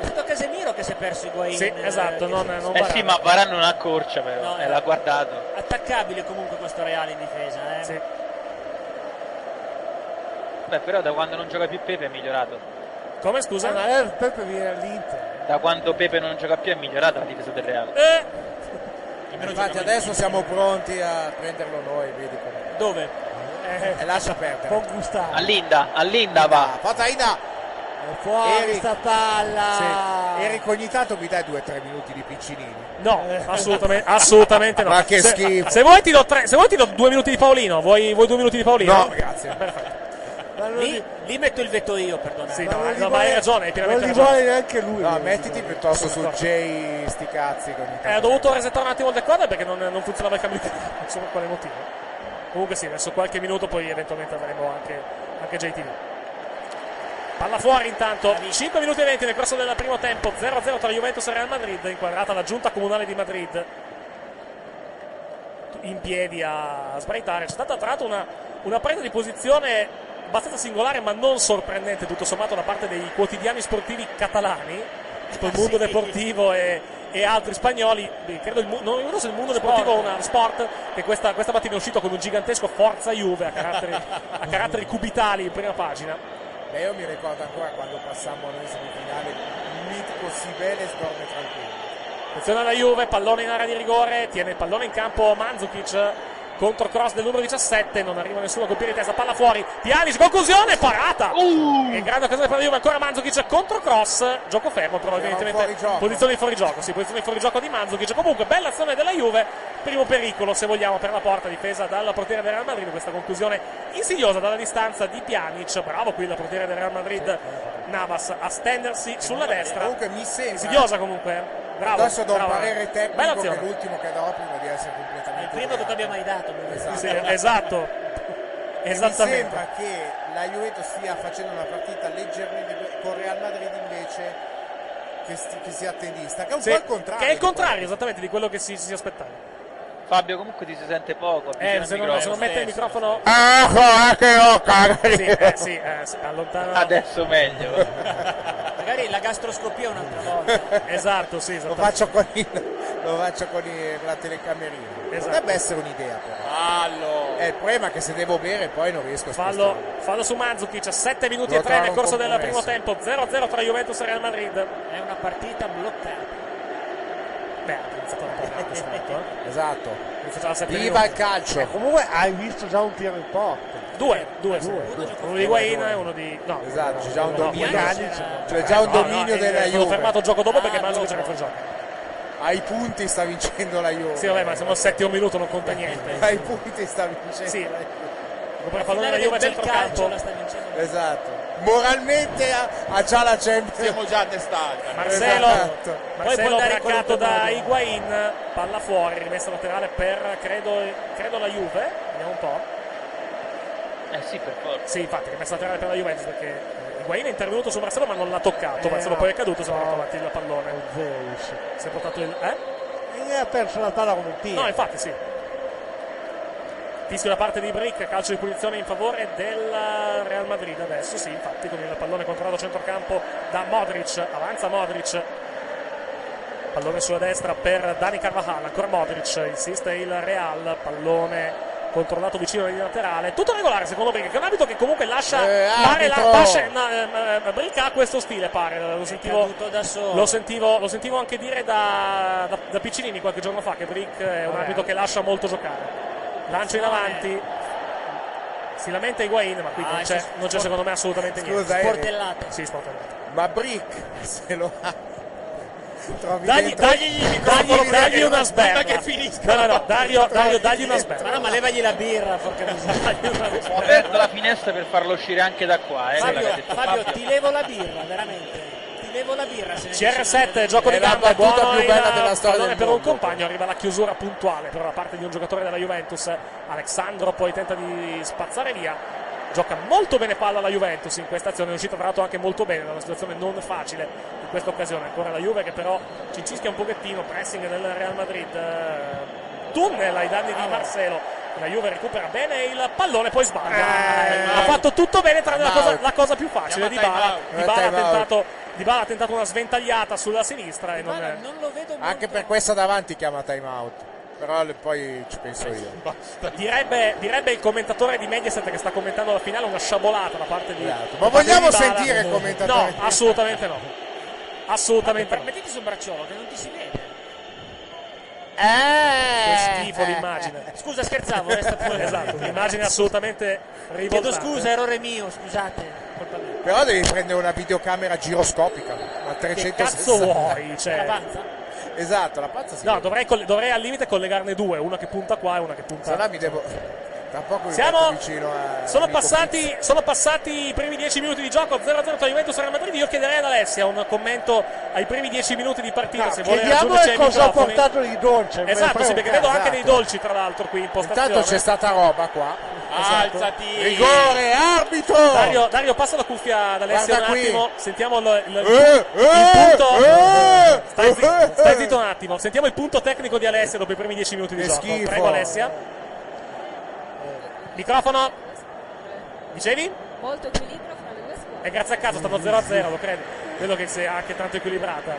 Speaker 9: È stato Casemiro che si è perso i guai.
Speaker 7: Sì, esatto, non- non
Speaker 13: Eh sì, ma Varane non ha corcia però,
Speaker 9: No,
Speaker 13: eh,
Speaker 9: no.
Speaker 13: l'ha guardato.
Speaker 9: Attaccabile comunque questo Reale in difesa, eh.
Speaker 7: Sì.
Speaker 13: Beh, però da quando non gioca più Pepe è migliorato.
Speaker 7: Come scusa? Eh?
Speaker 14: Eh, ma lei Pepe viene all'Inter.
Speaker 13: Da quando Pepe non gioca più è migliorata la difesa del Real.
Speaker 5: Infatti adesso siamo pronti a prenderlo noi, vedi come.
Speaker 9: Dove?
Speaker 5: E lascia perdere.
Speaker 14: Con Gustavo.
Speaker 13: All'Inda, all'Inda va.
Speaker 5: Ah, Fatta Ida!
Speaker 14: È fuori
Speaker 5: Eric.
Speaker 14: sta palla.
Speaker 5: Sì. Eric ogni tanto mi dai due o tre minuti di piccinini. Eh.
Speaker 7: No, assolutamente, assolutamente no.
Speaker 5: Ma che
Speaker 7: Se-
Speaker 5: schifo.
Speaker 7: Se vuoi ti do, tre, se vuoi ti do due minuti di Paolino. Vuoi, vuoi due minuti di Paolino?
Speaker 5: No, grazie.
Speaker 9: Lì, lì metto il veto io, perdonate.
Speaker 7: Sì,
Speaker 5: Ma
Speaker 7: no, eh.
Speaker 5: non
Speaker 7: no,
Speaker 5: li
Speaker 7: ma
Speaker 5: vuole-
Speaker 7: hai ragione, hai
Speaker 5: non
Speaker 7: pienamente
Speaker 5: li
Speaker 7: ragione.
Speaker 5: vuole
Speaker 14: neanche lui.
Speaker 5: No, mettiti piuttosto su Jay sti cazzi che ogni
Speaker 7: Eh,
Speaker 5: tanto.
Speaker 7: ho dovuto resettare un attimo il decoder perché non, non funzionava il cambio di canale, non so per quale motivo. Comunque sì, adesso qualche minuto poi eventualmente avremo anche, anche JTV. Palla fuori intanto, 5 minuti e 20 nel corso del primo tempo, 0-0 tra Juventus e Real Madrid, inquadrata la giunta comunale di Madrid in piedi a sbraitare. C'è stata tra l'altro una, una presa di posizione abbastanza singolare ma non sorprendente tutto sommato da parte dei quotidiani sportivi catalani, tipo il Mundo Deportivo e, e altri spagnoli. Beh, Credo il, Mu- non ricordo se il Mundo Deportivo o una sport che questa, questa mattina è uscito con un gigantesco Forza Juve a caratteri, a caratteri cubitali in prima pagina.
Speaker 5: Beh, io mi ricordo ancora quando passammo noi in semifinale, il mitico Sibeles dorme tranquillo.
Speaker 7: Attenzione alla Juve, pallone in area di rigore, tiene il pallone in campo Mandzukic contro cross del numero 17, non arriva nessuno a colpire di testa, palla fuori, Pjanic, conclusione, parata! E grande occasione per la Juve, ancora Mandzukic contro cross, gioco fermo, però
Speaker 5: Era un
Speaker 7: evidentemente
Speaker 5: fuorigioco.
Speaker 7: posizione di fuorigioco, sì, posizione di fuorigioco di Mandzukic, comunque bella azione della Juve, primo pericolo se vogliamo per la porta, difesa dalla portiere del Real Madrid, questa conclusione insidiosa dalla distanza di Pjanic, bravo qui la portiere del Real Madrid, Navas a stendersi sulla destra,
Speaker 5: Eh, Comunque mi sembra.
Speaker 7: insidiosa comunque, eh. bravo.
Speaker 5: adesso do un
Speaker 7: bravo, eh.
Speaker 5: parere
Speaker 7: Bella
Speaker 5: tecnico che
Speaker 7: azione.
Speaker 5: è l'ultimo che do prima di essere completamente.
Speaker 9: Il primo che ti abbia mai dato.
Speaker 5: Esatto.
Speaker 7: Sì, esatto.
Speaker 5: Mi sembra che la Juventus stia facendo una partita leggermente que- con Real Madrid invece che, sti- che sia attendista, che è un
Speaker 7: Sì,
Speaker 5: po' il contrario.
Speaker 7: Che è il contrario esattamente di quello che si, ci si aspettava.
Speaker 13: Fabio comunque ti si sente poco.
Speaker 7: Eh, se non, se non mette il microfono... Ecco, eh, Sì, eh, sì, eh, sì, allontana.
Speaker 13: Adesso meglio.
Speaker 9: Magari la gastroscopia un'altra volta.
Speaker 7: esatto, sì,
Speaker 5: Lo faccio con, il- lo faccio con, il- con la telecamerina.
Speaker 7: Esatto.
Speaker 5: Potrebbe essere un'idea però.
Speaker 10: Fallo!
Speaker 5: È il problema è che se devo bere poi non riesco a
Speaker 7: Fallo, fallo su Mandzukic a 7 minuti
Speaker 5: Lo
Speaker 7: e 3 nel
Speaker 5: trovo
Speaker 7: corso del primo
Speaker 5: compromesso.
Speaker 7: tempo 0-0 tra Juventus e Real Madrid è una partita bloccata beh ha iniziato un po' tardi, certo, eh.
Speaker 5: Esatto.
Speaker 7: Mi faceva sette
Speaker 5: Viva
Speaker 7: minuti.
Speaker 5: il calcio!
Speaker 7: Eh,
Speaker 5: comunque hai visto già un tiro in porta.
Speaker 7: due, due, sì. uno di Guain e uno di no,
Speaker 5: Esatto, c'è già un
Speaker 7: no,
Speaker 5: dominio.
Speaker 7: Guain-
Speaker 5: C'è già un
Speaker 7: No, no,
Speaker 5: dominio
Speaker 7: eh,
Speaker 5: della
Speaker 7: è stato
Speaker 5: Juve.
Speaker 7: fermato il gioco dopo perché Mandzukic era fuori gioco
Speaker 5: Ai punti sta vincendo la Juve. Eh,
Speaker 7: sì vabbè ma siamo 7 un minuto non conta niente
Speaker 5: Ai punti sta vincendo
Speaker 7: Sì.
Speaker 5: la Juve.
Speaker 7: Come la pallone della Juve a centrocampo
Speaker 5: Esatto. Moralmente ha, ha già la Champions. Siamo
Speaker 10: già testati.
Speaker 7: Marcelo,
Speaker 5: Esatto.
Speaker 7: poi poi braccato da Higuain, palla fuori, rimessa laterale per credo, credo la Juve, vediamo un po'.
Speaker 13: Eh sì, per forza.
Speaker 7: Sì, infatti, rimessa laterale per la Juventus perché eh, Higuain è intervenuto su Marcelo ma non l'ha toccato,
Speaker 14: Eh,
Speaker 7: Marcelo
Speaker 14: no.
Speaker 7: poi è caduto, si è portato
Speaker 14: No.
Speaker 7: avanti il pallone. Si è portato il... eh?
Speaker 14: E ha perso la palla come un tiro.
Speaker 7: No, infatti sì. Fischio da parte di Brick, calcio di punizione in favore del Real Madrid adesso, sì, infatti con il pallone controllato a centrocampo da Modric, avanza Modric. Pallone sulla destra per Dani Carvajal, ancora Modric, insiste il Real, pallone controllato vicino alla linea laterale, tutto regolare secondo Brick, che è un arbitro che comunque lascia
Speaker 9: Eh,
Speaker 7: fare la
Speaker 9: arbitro!
Speaker 7: fascia, no, ehm, eh, Brick ha questo stile pare, lo sentivo,
Speaker 9: caduto da solo.
Speaker 7: lo sentivo, lo sentivo anche dire da, da, da Piccinini qualche giorno fa che Brick è un
Speaker 9: Vabbè.
Speaker 7: arbitro che lascia molto giocare. Lancio in avanti, si lamenta Higuain, ma qui
Speaker 9: Ah,
Speaker 7: non c'è,
Speaker 9: sì,
Speaker 7: non c'è secondo me assolutamente niente.
Speaker 9: eh.
Speaker 5: Scusa, Eric. Sportellate.
Speaker 7: Sì, sportellate.
Speaker 5: Ma Brick se lo ha. Trovi
Speaker 7: Dagli,
Speaker 5: dentro-
Speaker 7: dagli,
Speaker 5: Trovi
Speaker 7: dagli,
Speaker 5: dentro-
Speaker 7: dagli una sberla.
Speaker 5: Guarda che
Speaker 7: No,
Speaker 5: finisca.
Speaker 7: no, no, Dario, Dario, dagli una
Speaker 9: Ma
Speaker 7: sberla.
Speaker 9: no, Eh, ma levagli la birra, porca miseria.
Speaker 13: Ho aperto la finestra per farlo uscire anche da qua, eh. quella che ha
Speaker 9: Fabio,
Speaker 13: detto
Speaker 9: Fabio,
Speaker 13: Fabio.
Speaker 9: ti levo la birra, veramente. Ti levo la birra. se ne riesci a-
Speaker 7: CR7, gioco di
Speaker 9: È la
Speaker 7: gamba,
Speaker 9: battuta
Speaker 7: buono
Speaker 9: più
Speaker 7: il
Speaker 9: bella della storia
Speaker 7: pallone
Speaker 9: del
Speaker 7: per un
Speaker 9: mondo.
Speaker 7: compagno, arriva la chiusura puntuale però da parte di un giocatore della Juventus, Alexandro poi tenta di spazzare via, gioca molto bene palla la Juventus in questa azione, è uscita tra l'altro anche molto bene da una situazione non facile in questa occasione, ancora la Juve che però ci cischia un pochettino, pressing del Real Madrid, eh, tunnel ai danni
Speaker 9: Ah,
Speaker 7: di Marcelo, la Juve recupera bene il pallone poi sbaglia,
Speaker 9: Eh,
Speaker 7: ha fatto tutto bene tranne la cosa, la cosa più facile di
Speaker 5: Chiama time
Speaker 7: Bala,
Speaker 5: out.
Speaker 7: di
Speaker 9: Eh,
Speaker 7: Bala ha
Speaker 5: Time out.
Speaker 7: tentato Dybala ha tentato una sventagliata sulla sinistra e non, è...
Speaker 5: Anche per questa davanti chiama time out. Però le- poi ci penso io.
Speaker 7: Ah, Direbbe, direbbe il commentatore di Mediaset che sta commentando la finale una sciabolata da parte di
Speaker 5: Esatto.
Speaker 7: da parte
Speaker 5: Ma
Speaker 7: di
Speaker 5: vogliamo
Speaker 7: Dybala.
Speaker 5: sentire il commentatore?
Speaker 7: No, assolutamente no. Assolutamente no.
Speaker 9: Mettiti sul bracciolo che non ti si vede.
Speaker 5: Eh.
Speaker 7: Che schifo l'immagine.
Speaker 9: Scusa, scherzavo, resta pure.
Speaker 7: Esatto, l'immagine è assolutamente
Speaker 9: Chiedo
Speaker 7: rivoltante.
Speaker 9: scusa, errore mio, scusate. Colpa mia.
Speaker 5: Però devi prendere una videocamera giroscopica. A 360.
Speaker 7: cazzo vuoi, cioè?
Speaker 5: La panza? Esatto, la panza si
Speaker 7: No,
Speaker 5: vede.
Speaker 7: dovrei, coll- dovrei al limite collegarne due, una che punta qua e una che punta
Speaker 5: Se no mi devo. Tra poco mi
Speaker 7: Siamo-
Speaker 5: metto vicino a.
Speaker 7: Sono
Speaker 5: amico
Speaker 7: passati, sono passati i primi 10 minuti di gioco 0-0 tra Juventus e Real Madrid. Io chiederei ad Alessia un commento ai primi 10 minuti di partita. se vuole
Speaker 14: Vediamo
Speaker 7: raggiungerci ai
Speaker 14: cosa ha
Speaker 7: microfoni.
Speaker 14: portato di dolce. me ne
Speaker 7: Esatto,
Speaker 14: frega
Speaker 7: sì,
Speaker 14: un
Speaker 7: perché
Speaker 14: cazzo.
Speaker 7: vedo anche dei
Speaker 14: Esatto.
Speaker 7: dolfi tra l'altro qui in postazione.
Speaker 5: Esatto. Intanto c'è stata roba qua.
Speaker 7: Esatto.
Speaker 5: Alzati! Rigore, arbitro!
Speaker 7: Dario, Dario, passa la cuffia ad Alessia
Speaker 5: Guarda
Speaker 7: un
Speaker 5: qui.
Speaker 7: attimo. Sentiamo il, il-
Speaker 5: Eh,
Speaker 7: il
Speaker 5: eh,
Speaker 7: punto.
Speaker 5: eh,
Speaker 7: stai, zi-
Speaker 5: eh.
Speaker 7: stai zitto un attimo. Sentiamo il punto tecnico di Alessia dopo i primi 10 minuti di
Speaker 5: Che
Speaker 7: gioco.
Speaker 5: schifo.
Speaker 7: Prego, Alessia. Microfono. Dicevi?
Speaker 15: Molto equilibrio fra le due squadre.
Speaker 7: E grazie a caso è stato 0-0, lo credo. Vedo che sia anche tanto equilibrata.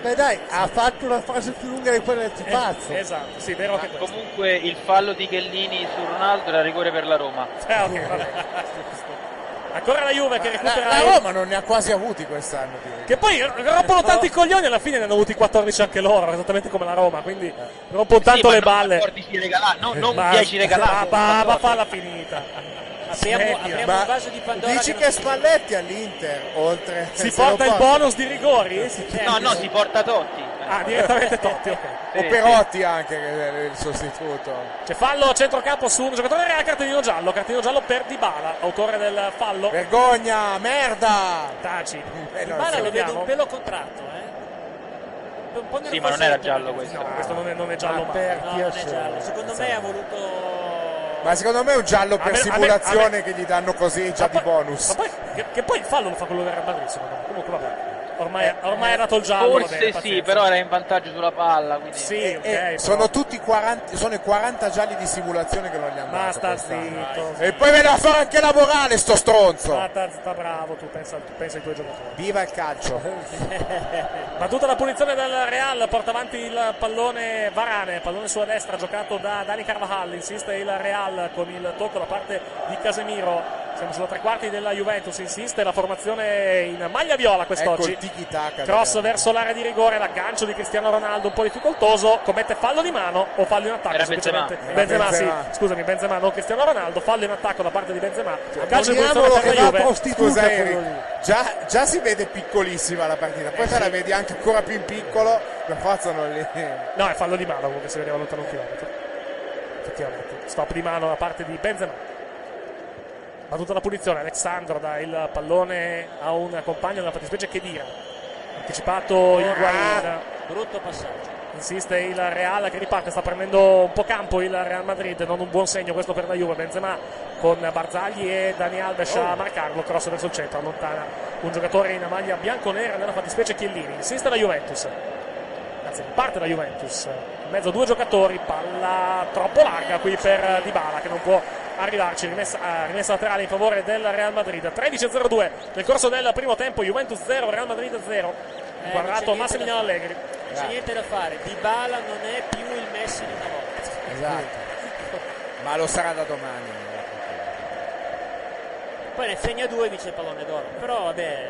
Speaker 14: Beh dai, ha fatto una frase più lunga di quella del Tifazzo.
Speaker 7: Eh, esatto, sì, vero che questo.
Speaker 13: Ah, Comunque il fallo di Ghellini su Ronaldo era rigore per la Roma.
Speaker 7: Eh, ok, vabbè. Ancora la Juve che
Speaker 5: La,
Speaker 7: recupera.
Speaker 5: la
Speaker 7: il-
Speaker 5: Roma Oh, non ne ha quasi avuti quest'anno. direi.
Speaker 7: Che poi r- rompono tanti i coglioni alla fine ne hanno avuti 14 anche loro, esattamente come la Roma, quindi rompono tanto
Speaker 13: ma
Speaker 7: le
Speaker 13: non
Speaker 7: balle.
Speaker 13: 14 regalati, no, non
Speaker 7: Ma-
Speaker 13: 10 regalati,
Speaker 7: Ma, ma, ma
Speaker 13: 14.
Speaker 7: falla finita.
Speaker 9: Apriamo-
Speaker 7: Smettila.
Speaker 9: apriamo
Speaker 7: Ma-
Speaker 9: un vaso di Pandora.
Speaker 5: Dici che Spalletti all'Inter, oltre.
Speaker 7: Si
Speaker 5: se lo
Speaker 7: porta il bonus di rigori?
Speaker 13: No, no, si porta Totti.
Speaker 7: Ah, direttamente Totti, ok.
Speaker 5: O Perotti anche, che è il sostituto.
Speaker 7: C'è Cioè, fallo a centrocampo su un giocatore reale, cartellino giallo, cartellino giallo per Dybala, autore del fallo.
Speaker 5: Vergogna, merda!
Speaker 7: Taci.
Speaker 9: Guarda, Eh, lo vedo un
Speaker 7: Salutiamo.
Speaker 9: pelo contratto, eh. Un po'
Speaker 13: Sì, ma non
Speaker 9: nervosetta,
Speaker 13: era giallo questo.
Speaker 5: Ah,
Speaker 7: Questo non è, non è giallo,
Speaker 14: Ma
Speaker 7: ma
Speaker 14: per
Speaker 9: No,
Speaker 14: chi
Speaker 9: non
Speaker 14: è
Speaker 9: è giallo. Secondo me ha voluto
Speaker 5: Ma secondo me è un giallo per
Speaker 7: A me- a me-
Speaker 5: simulazione
Speaker 7: a me-
Speaker 5: che gli danno così già di bonus.
Speaker 7: Ma poi, che, che poi il fallo lo fa quello del Real Madrid, secondo me. Comunque, vabbè.
Speaker 5: Eh,
Speaker 7: Ormai, ormai ha dato il giallo.
Speaker 13: Forse
Speaker 7: vabbè,
Speaker 13: Eh sì,
Speaker 7: pazienza.
Speaker 13: però era in vantaggio sulla palla. Quindi...
Speaker 7: Sì,
Speaker 5: E sono tutti 40, sono i 40 gialli di simulazione che non gli hanno
Speaker 7: Basta,
Speaker 5: dato quest'anno.
Speaker 7: zitto. Ah,
Speaker 5: E poi viene a fare anche la morale sto stronzo.
Speaker 7: Sta, sta bravo, tu pensa, tu pensa ai tuoi giocatori.
Speaker 5: Viva il calcio.
Speaker 7: Battuta la punizione del Real, porta avanti il pallone Varane, pallone sulla destra giocato da Dani Carvajal, insiste il Real con il tocco da parte di Casemiro, siamo sulla tre quarti della Juventus, insiste la formazione in maglia viola quest'oggi.
Speaker 5: Ecco il tiki-taka.
Speaker 7: Cross verso l'area di rigore, l'aggancio di Cristiano Ronaldo un po' difficoltoso, commette fallo di mano o fallo in attacco
Speaker 13: Era
Speaker 7: semplicemente.
Speaker 13: Benzema.
Speaker 7: Benzema,
Speaker 5: Era Benzema.
Speaker 7: sì, scusami, Benzema, non Cristiano Ronaldo, fallo in attacco da parte di Benzema. Calcio di punizione
Speaker 5: Ammoniamolo
Speaker 7: per la
Speaker 5: che Cioè, va
Speaker 7: Juve.
Speaker 5: prostituta
Speaker 7: Scusa,
Speaker 5: quello
Speaker 7: Eric.
Speaker 5: lì. Già, già si vede piccolissima la partita, poi
Speaker 7: Eh,
Speaker 5: se la
Speaker 7: sì.
Speaker 5: vedi anche ancora più in piccolo, per forza non le...
Speaker 7: No, è fallo di mano comunque si vedeva lontano un chilometro. Effettivamente. Stop di mano da parte di Benzema. Battuta la punizione, Alexandro dà il pallone a un compagno della fattispecie che dira. Anticipato il Guarin.
Speaker 9: Ah, brutto passaggio.
Speaker 7: Insiste il Real che riparte, sta prendendo un po' campo il Real Madrid, non un buon segno questo per la Juve, Benzema con Barzagli e Dani Alves
Speaker 9: Oh.
Speaker 7: a marcarlo, cross verso il centro, allontana un giocatore in maglia bianconera nella fattispecie Chiellini, insiste la Juventus, anzi parte la Juventus, in mezzo a due giocatori, palla troppo larga qui per Dybala che non può arrivarci, rimessa, ah, rimessa laterale in favore del Real Madrid, 13-02 nel corso del primo tempo, Juventus 0, Real Madrid 0,
Speaker 9: Eh, non c'è
Speaker 7: guardato
Speaker 9: niente
Speaker 7: Massimiliano
Speaker 9: da fare.
Speaker 7: Allegri.
Speaker 9: Non c'è niente da fare. Dybala non è più il Messi di una volta.
Speaker 7: Esatto.
Speaker 5: Esatto. Ma lo sarà da domani.
Speaker 9: Poi ne segna due e vince il pallone d'oro. Però vabbè.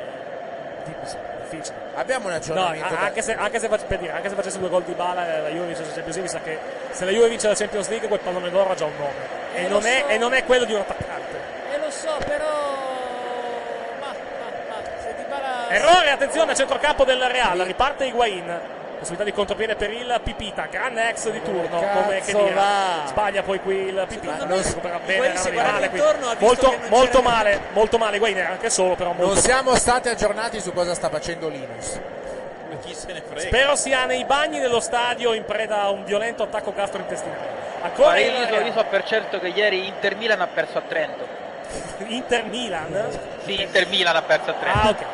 Speaker 7: difficile.
Speaker 5: Abbiamo un
Speaker 7: No,
Speaker 5: aggiornamento.
Speaker 7: a-
Speaker 5: da-
Speaker 7: anche se, anche, se fac- per dire, anche se facesse due gol di bala la Juve vince la Champions League, mi sa che se la Juve vince la Champions League quel pallone d'oro ha già un nome. E,
Speaker 9: Eh,
Speaker 7: non,
Speaker 9: lo
Speaker 7: è,
Speaker 9: so.
Speaker 7: e non è quello di un attaccante.
Speaker 9: E Eh, lo so, però. Ma, ma, ma. Se Dybala.
Speaker 7: Errore, attenzione, a centrocampo del Real, riparte Higuain. Possibilità di contropiede per il Pipita, grande ex di turno,
Speaker 9: Cazzo
Speaker 7: come che dire.
Speaker 9: va.
Speaker 7: Sbaglia poi qui il Pipita, non si recupera bene,
Speaker 9: Higuain
Speaker 7: era
Speaker 9: si
Speaker 7: di
Speaker 9: guarda
Speaker 7: male qui.
Speaker 9: intorno, ha visto
Speaker 7: Molto,
Speaker 9: che non
Speaker 7: molto
Speaker 9: c'era
Speaker 7: male, molto male Higuain era anche solo, però molto
Speaker 5: Non siamo stati aggiornati su cosa sta facendo Linus.
Speaker 10: Ma chi se ne frega?
Speaker 7: Spero sia nei bagni dello stadio in preda a un violento attacco gastrointestinale. Ancora
Speaker 13: Ma
Speaker 7: il
Speaker 13: io, so, io so per certo che ieri Inter Milan ha perso a Trento.
Speaker 7: Inter Milan?
Speaker 13: Sì, Inter Milan ha perso a Trento.
Speaker 7: Ah, ok.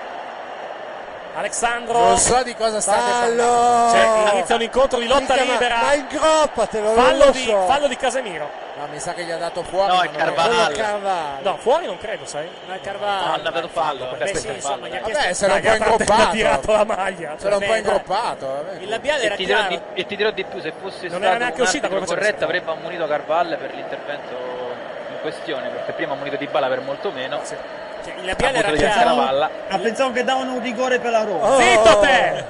Speaker 7: Alexandro.
Speaker 5: Non so di cosa state
Speaker 7: Fallo! Cioè, inizia un incontro di lotta
Speaker 5: Mica, ma-
Speaker 7: libera.
Speaker 5: ma
Speaker 7: ingroppatelo,
Speaker 5: non
Speaker 7: fallo,
Speaker 5: lo
Speaker 7: di,
Speaker 5: so.
Speaker 7: fallo di Casemiro.
Speaker 5: Ma mi sa che gli ha dato fuori.
Speaker 13: No,
Speaker 5: ma
Speaker 13: è
Speaker 5: non lo-
Speaker 13: Carvajal.
Speaker 5: Quello è Carvajal.
Speaker 7: No, fuori non credo, sai?
Speaker 9: Ma è
Speaker 13: Ah,
Speaker 9: Carvalho.
Speaker 13: hanno dato fallo.
Speaker 9: Beh, sì,
Speaker 13: aspetta,
Speaker 9: insomma,
Speaker 13: fallo.
Speaker 9: gli ha
Speaker 5: Vabbè,
Speaker 9: chiesto-
Speaker 5: se l'ha
Speaker 7: Dai,
Speaker 5: un po'
Speaker 7: ha fatto-
Speaker 5: ingroppato.
Speaker 7: ha tirato la maglia.
Speaker 5: Se l'ha un po'
Speaker 7: Vabbè, dai.
Speaker 5: ingroppato. vabbè.
Speaker 9: Il labiale
Speaker 13: E
Speaker 9: era
Speaker 13: ti, dirò
Speaker 9: chiaro.
Speaker 13: di, e ti dirò di più, se fosse
Speaker 7: Non
Speaker 13: stato
Speaker 7: era neanche
Speaker 13: un
Speaker 7: uscita
Speaker 13: arbitro
Speaker 7: quella cosa
Speaker 13: corretto
Speaker 7: che
Speaker 13: avrebbe ammonito Carvalle per l'intervento in questione, perché prima ha ammonito Di Bala per molto meno.
Speaker 9: Cioè, il
Speaker 13: Ha
Speaker 9: labiale era
Speaker 13: avuto di alzare la
Speaker 9: chiaro.
Speaker 13: palla.
Speaker 16: Ah, pensavo che davano un rigore per la Roma.
Speaker 7: Zitto te!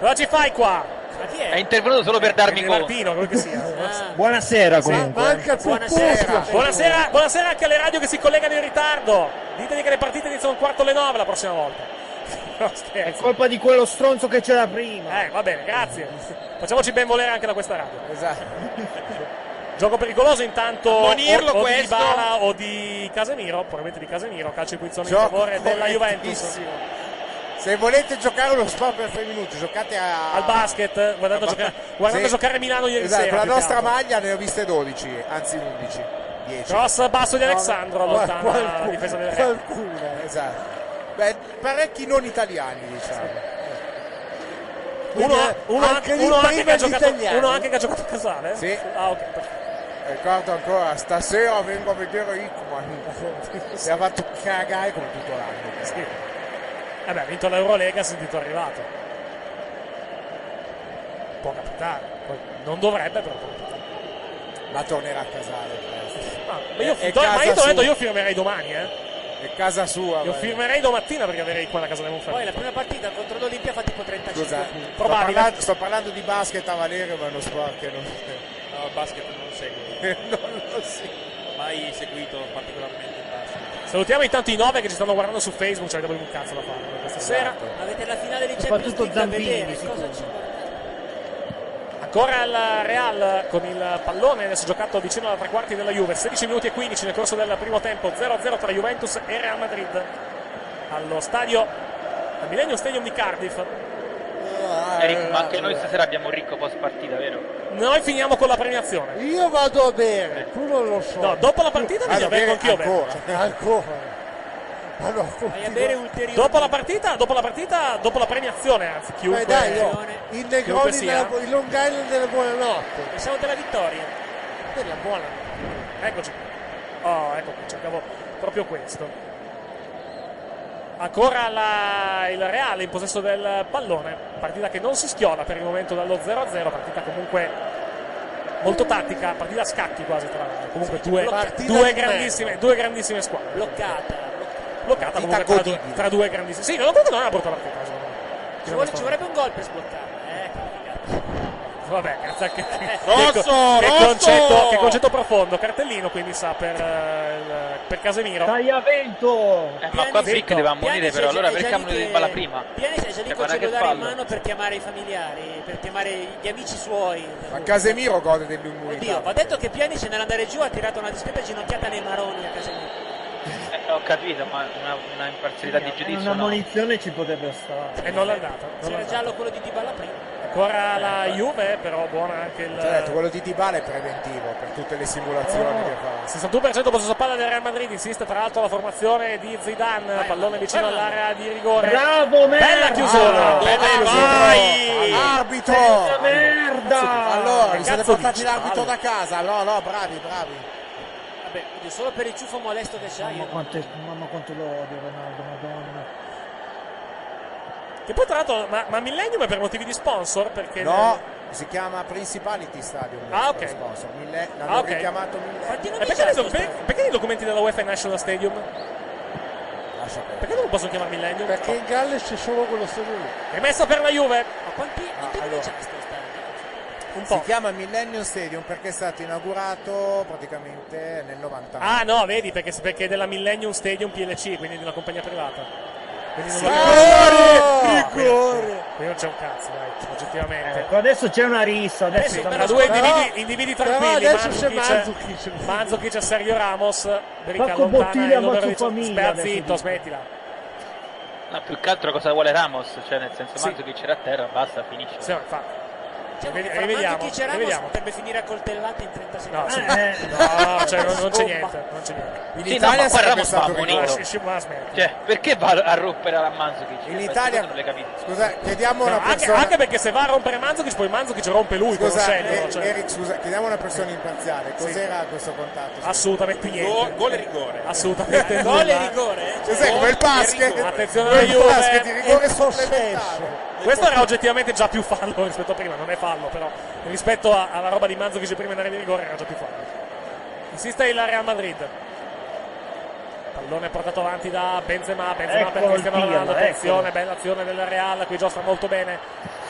Speaker 7: Cosa ci fai qua?
Speaker 9: Ma chi
Speaker 13: È
Speaker 9: è?
Speaker 13: intervenuto solo per darmi conto.
Speaker 7: Martino, quello che sia. eh.
Speaker 16: Buonasera comunque.
Speaker 7: Buonasera. buonasera, buonasera anche alle radio che si collegano in ritardo. Ditemi che le partite iniziano un quarto alle nove la prossima volta. No, scherzo.
Speaker 16: È colpa di quello stronzo che c'era prima.
Speaker 7: Eh, va bene, grazie. Facciamoci ben volere anche da questa radio.
Speaker 5: Esatto.
Speaker 7: Gioco pericoloso intanto
Speaker 10: Ammonirlo
Speaker 7: o, o di
Speaker 10: questo.
Speaker 7: Bala o di Casemiro, probabilmente di Casemiro, calcio di punizione in
Speaker 5: Gioco
Speaker 7: favore della Juventus.
Speaker 5: correttissimo. Se volete giocare uno sport per 3 minuti, giocate a...
Speaker 7: Al basket, guardando, giocare, guardando
Speaker 5: Sì.
Speaker 7: giocare Milano ieri
Speaker 5: Esatto,
Speaker 7: sera. diciamo. più
Speaker 5: con la
Speaker 7: che
Speaker 5: nostra
Speaker 7: altro.
Speaker 5: maglia ne ho viste 12, anzi 11. 10.
Speaker 7: Cross basso di Alexandro,
Speaker 5: Qual-
Speaker 7: allontana la difesa del Real.
Speaker 5: qualcuno. Esatto. Beh, parecchi non italiani, diciamo.
Speaker 7: Uno,
Speaker 5: Quindi, eh,
Speaker 7: uno,
Speaker 5: anche
Speaker 7: uno
Speaker 5: gli
Speaker 7: anche che ha
Speaker 5: primi
Speaker 7: giocato,
Speaker 5: italiani.
Speaker 7: uno anche che ha giocato a Casale? eh?
Speaker 5: Sì.
Speaker 7: Ah, ok. perfetto.
Speaker 5: Ricordo ancora, stasera vengo a vedere Hickman. Si è fatto cagare come tutto l'anno.
Speaker 7: Sì. Vabbè, Eh ha vinto l'Eurolega, ha sentito arrivato. Può capitare. Poi non dovrebbe, però può capitare.
Speaker 5: Ma tornerà a casare. presto.
Speaker 7: Ah, ma io,
Speaker 5: Esatto. È- è
Speaker 7: do- ma
Speaker 5: casa
Speaker 7: io ti ho
Speaker 5: sua.
Speaker 7: detto, io firmerei domani, eh.
Speaker 5: È casa sua.
Speaker 7: Io
Speaker 5: vai.
Speaker 7: firmerei domattina perché avrei qua la casa del
Speaker 9: Poi la
Speaker 7: Monferrato.
Speaker 9: prima partita contro l'Olimpia fa tipo 35.
Speaker 5: Scusa, sto
Speaker 7: Probabile.
Speaker 5: parlando, sto parlando di basket a Valerio, ma è uno sport che non,
Speaker 10: No, il basket non lo seguo.
Speaker 5: non lo si.
Speaker 10: Mai seguito particolarmente il basket.
Speaker 7: Salutiamo intanto i nove che ci stanno guardando su Facebook, cioè abbiamo un cazzo da fare per questa sera.
Speaker 5: Esatto.
Speaker 9: Avete la finale di Champions
Speaker 16: Soprattutto
Speaker 9: League da
Speaker 16: Zambini,
Speaker 9: vedere.
Speaker 16: sicuro.
Speaker 9: Cosa ci guardate?
Speaker 7: Ancora il Real con il pallone, adesso giocato vicino alla tre quarti della Juve, 16 minuti e 15 nel corso del primo tempo, 0-0 tra Juventus e Real Madrid. Allo stadio, al Millennium Stadium di Cardiff.
Speaker 5: Ah,
Speaker 13: Eric, ma anche noi stasera abbiamo un ricco post partita, vero?
Speaker 7: Noi finiamo con la premiazione.
Speaker 17: Io vado a bere, tu non lo so.
Speaker 7: No, dopo la partita
Speaker 17: Vado
Speaker 7: bisogna
Speaker 17: a
Speaker 7: bere
Speaker 17: bere
Speaker 7: anch'io.
Speaker 17: ancora,
Speaker 7: Vai a bere ulteriori. Dopo la partita, dopo la partita, dopo la premiazione, anzi, chiunque.
Speaker 17: Dai, dai, oh, il
Speaker 7: chiunque
Speaker 17: Negroni,
Speaker 7: sia.
Speaker 17: della, bu- il Long Island della buonanotte.
Speaker 7: E siamo della vittoria. Della buona. Eccoci. Oh, ecco qui, cercavo proprio questo. Ancora la- il Reale in possesso del pallone. Partita che non si schiola per il momento dallo 0-0. Partita comunque molto tattica. Partita a scacchi quasi tra l'altro. Comunque
Speaker 9: Sì,
Speaker 7: due,
Speaker 9: bloccata.
Speaker 7: due,
Speaker 9: Partita di
Speaker 7: grandissime, due grandissime squadre. Bloccata. Bloccata
Speaker 9: Partita
Speaker 7: comunque tra due,
Speaker 9: godibile.
Speaker 7: tra due grandissime. Sì, no, comunque non è una brutta partita. secondo me.
Speaker 9: Ci, vuole- ci vorrebbe un gol per sbloccarla. Eh,
Speaker 7: Vabbè, grazie anche che,
Speaker 9: Rosso,
Speaker 7: che
Speaker 9: rosso!
Speaker 7: concetto, che concetto profondo, cartellino quindi sa per, eh, il- per Casemiro. Tagliavento!
Speaker 5: Eh,
Speaker 13: Ma qua Frick deve ammonire però, allora perché ammonire in bala prima?
Speaker 9: Piani c'è
Speaker 13: Eh,
Speaker 9: già lì col
Speaker 13: guarda che
Speaker 9: cellulare in
Speaker 13: fallo.
Speaker 9: mano per chiamare i familiari, per chiamare gli amici suoi.
Speaker 5: Ma Casemiro gode dell'immunità.
Speaker 9: Oddio,
Speaker 16: Eh,
Speaker 9: va detto che Piani c'è nell'andare giù ha tirato una discreta ginocchiata nei maroni a Casemiro.
Speaker 13: Eh, ho capito, ma una, una imparzialità di giudizio
Speaker 16: Una
Speaker 13: no.
Speaker 16: munizione ci potrebbe stare.
Speaker 7: E non l'ha data. non l'ha
Speaker 9: C'era
Speaker 7: data.
Speaker 9: giallo quello di Dybala prima.
Speaker 7: Ancora la Juve, però buona anche il...
Speaker 5: Cioè, detto, quello di Dybala è preventivo per tutte le
Speaker 16: Oh.
Speaker 5: simulazioni che fa.
Speaker 7: 61% possesso palla del Real Madrid, insiste tra l'altro la formazione di Zidane, pallone vicino all'area di rigore.
Speaker 16: Bravo, merda!
Speaker 7: Bella chiusura!
Speaker 5: Bravo,
Speaker 7: bella
Speaker 5: bravo,
Speaker 7: chiusura.
Speaker 5: Ah, vai! Arbitro!
Speaker 16: Senza merda!
Speaker 5: Allora, vi siete
Speaker 7: cazzo
Speaker 5: portati
Speaker 7: dici,
Speaker 5: l'arbitro
Speaker 7: Paolo?
Speaker 5: da casa? No, no, bravi, bravi.
Speaker 9: Vabbè, oddio, solo per il ciuffo molesto che c'ha
Speaker 16: Mamma
Speaker 9: io.
Speaker 16: quanto, mamma quanto lo odio Ronaldo, madonna.
Speaker 7: Che poi tra l'altro, ma, ma Millennium è per motivi di sponsor? Perché
Speaker 5: No, si chiama Principality Stadium.
Speaker 7: Ah,
Speaker 5: lo
Speaker 7: ok.
Speaker 5: Sponsor. Mille- l'hanno
Speaker 7: Ah, ok.
Speaker 5: richiamato mille.
Speaker 7: E perché, nei doc- per- perché nei documenti della UEFA è National Stadium? Perché non lo possono chiamare Millennium?
Speaker 17: Perché in Galles c'è solo quello stadio lì.
Speaker 7: Rimessa per la Juve. Ah,
Speaker 9: Ma quanti quanti anni c'ha questo stadio?
Speaker 5: Si chiama Millennium Stadium perché è stato inaugurato praticamente nel 90.
Speaker 7: Ah no, vedi, perché, perché è della Millennium Stadium PLC, quindi di una compagnia privata. Quindi non lo
Speaker 9: Oh!
Speaker 5: Oh,
Speaker 16: Rigore!
Speaker 7: chiamano- Quindi- Quindi non c'è un cazzo, dai, oggettivamente.
Speaker 16: Ecco, adesso c'è una rissa, adesso,
Speaker 7: Adesso
Speaker 16: c'è
Speaker 7: tra
Speaker 16: una-
Speaker 7: due
Speaker 16: Però-
Speaker 7: individui, individui tranquilli,
Speaker 16: adesso c'è
Speaker 9: eh.
Speaker 7: Mandzukic, Mandzukic e Sergio Ramos, Brica
Speaker 16: Marco Bottiglia,
Speaker 7: allontana il numero
Speaker 16: Mazzu
Speaker 7: di...
Speaker 16: Famiglia,
Speaker 7: Spera
Speaker 16: adesso
Speaker 7: zitto,
Speaker 16: dico.
Speaker 7: smettila.
Speaker 13: No, più che altro cosa vuole Ramos, cioè nel senso Mandzukic era a terra, basta, finisce.
Speaker 7: Sì, infatti.
Speaker 9: Diciamo,
Speaker 7: Rivedi-
Speaker 9: fra
Speaker 7: rivediamo,
Speaker 9: Mandzukic e Ramos
Speaker 7: rivediamo.
Speaker 9: potrebbe finire a coltellate in 30
Speaker 7: No,
Speaker 9: secondi.
Speaker 7: sì.
Speaker 9: Eh.
Speaker 7: no cioè, non, non c'è niente, non c'è niente.
Speaker 5: In
Speaker 13: Sì, no,
Speaker 5: Italia
Speaker 13: ma qua
Speaker 5: sarebbe
Speaker 13: Ramos va
Speaker 5: stato
Speaker 13: ammonito.
Speaker 5: rigore.
Speaker 7: Sì, sì, ma smetti.
Speaker 13: Cioè, perché va a rompere la Mandzukic?
Speaker 5: In
Speaker 13: Queste
Speaker 5: Italia-
Speaker 13: cose non le capisco.
Speaker 5: Scusa, chiediamo a
Speaker 7: No,
Speaker 5: una
Speaker 7: Eh, anche,
Speaker 5: persona.
Speaker 7: anche perché se va a rompere Mandzukic, poi Mandzukic rompe lui,
Speaker 5: Scusa,
Speaker 7: conoscendolo.
Speaker 5: eh,
Speaker 7: Cioè,
Speaker 5: Eric, scusa, chiediamo a una persona imparziale. Cos'era questo contatto?
Speaker 7: assolutamente niente.
Speaker 10: Go- gol e rigore.
Speaker 7: Assolutamente
Speaker 5: Gol e
Speaker 7: nulla.
Speaker 5: rigore, eh. Cos'è, come il basket?
Speaker 7: Attenzione alla
Speaker 5: Come il basket,
Speaker 7: Juve.
Speaker 5: il rigore
Speaker 7: E-
Speaker 5: supplementare.
Speaker 7: Questo era oggettivamente già più fallo rispetto a prima, non è fallo però. Rispetto a- alla roba di Manzo che c'è prima in area di rigore era già più fallo. Insiste il Real Madrid. Pallone portato avanti da Benzema, Benzema
Speaker 16: Ecco
Speaker 7: per Cristiano
Speaker 16: il
Speaker 7: Ronaldo,
Speaker 16: tiro,
Speaker 7: attenzione,
Speaker 16: eccolo.
Speaker 9: ecco.
Speaker 7: bella azione del Real, qui giostra molto bene.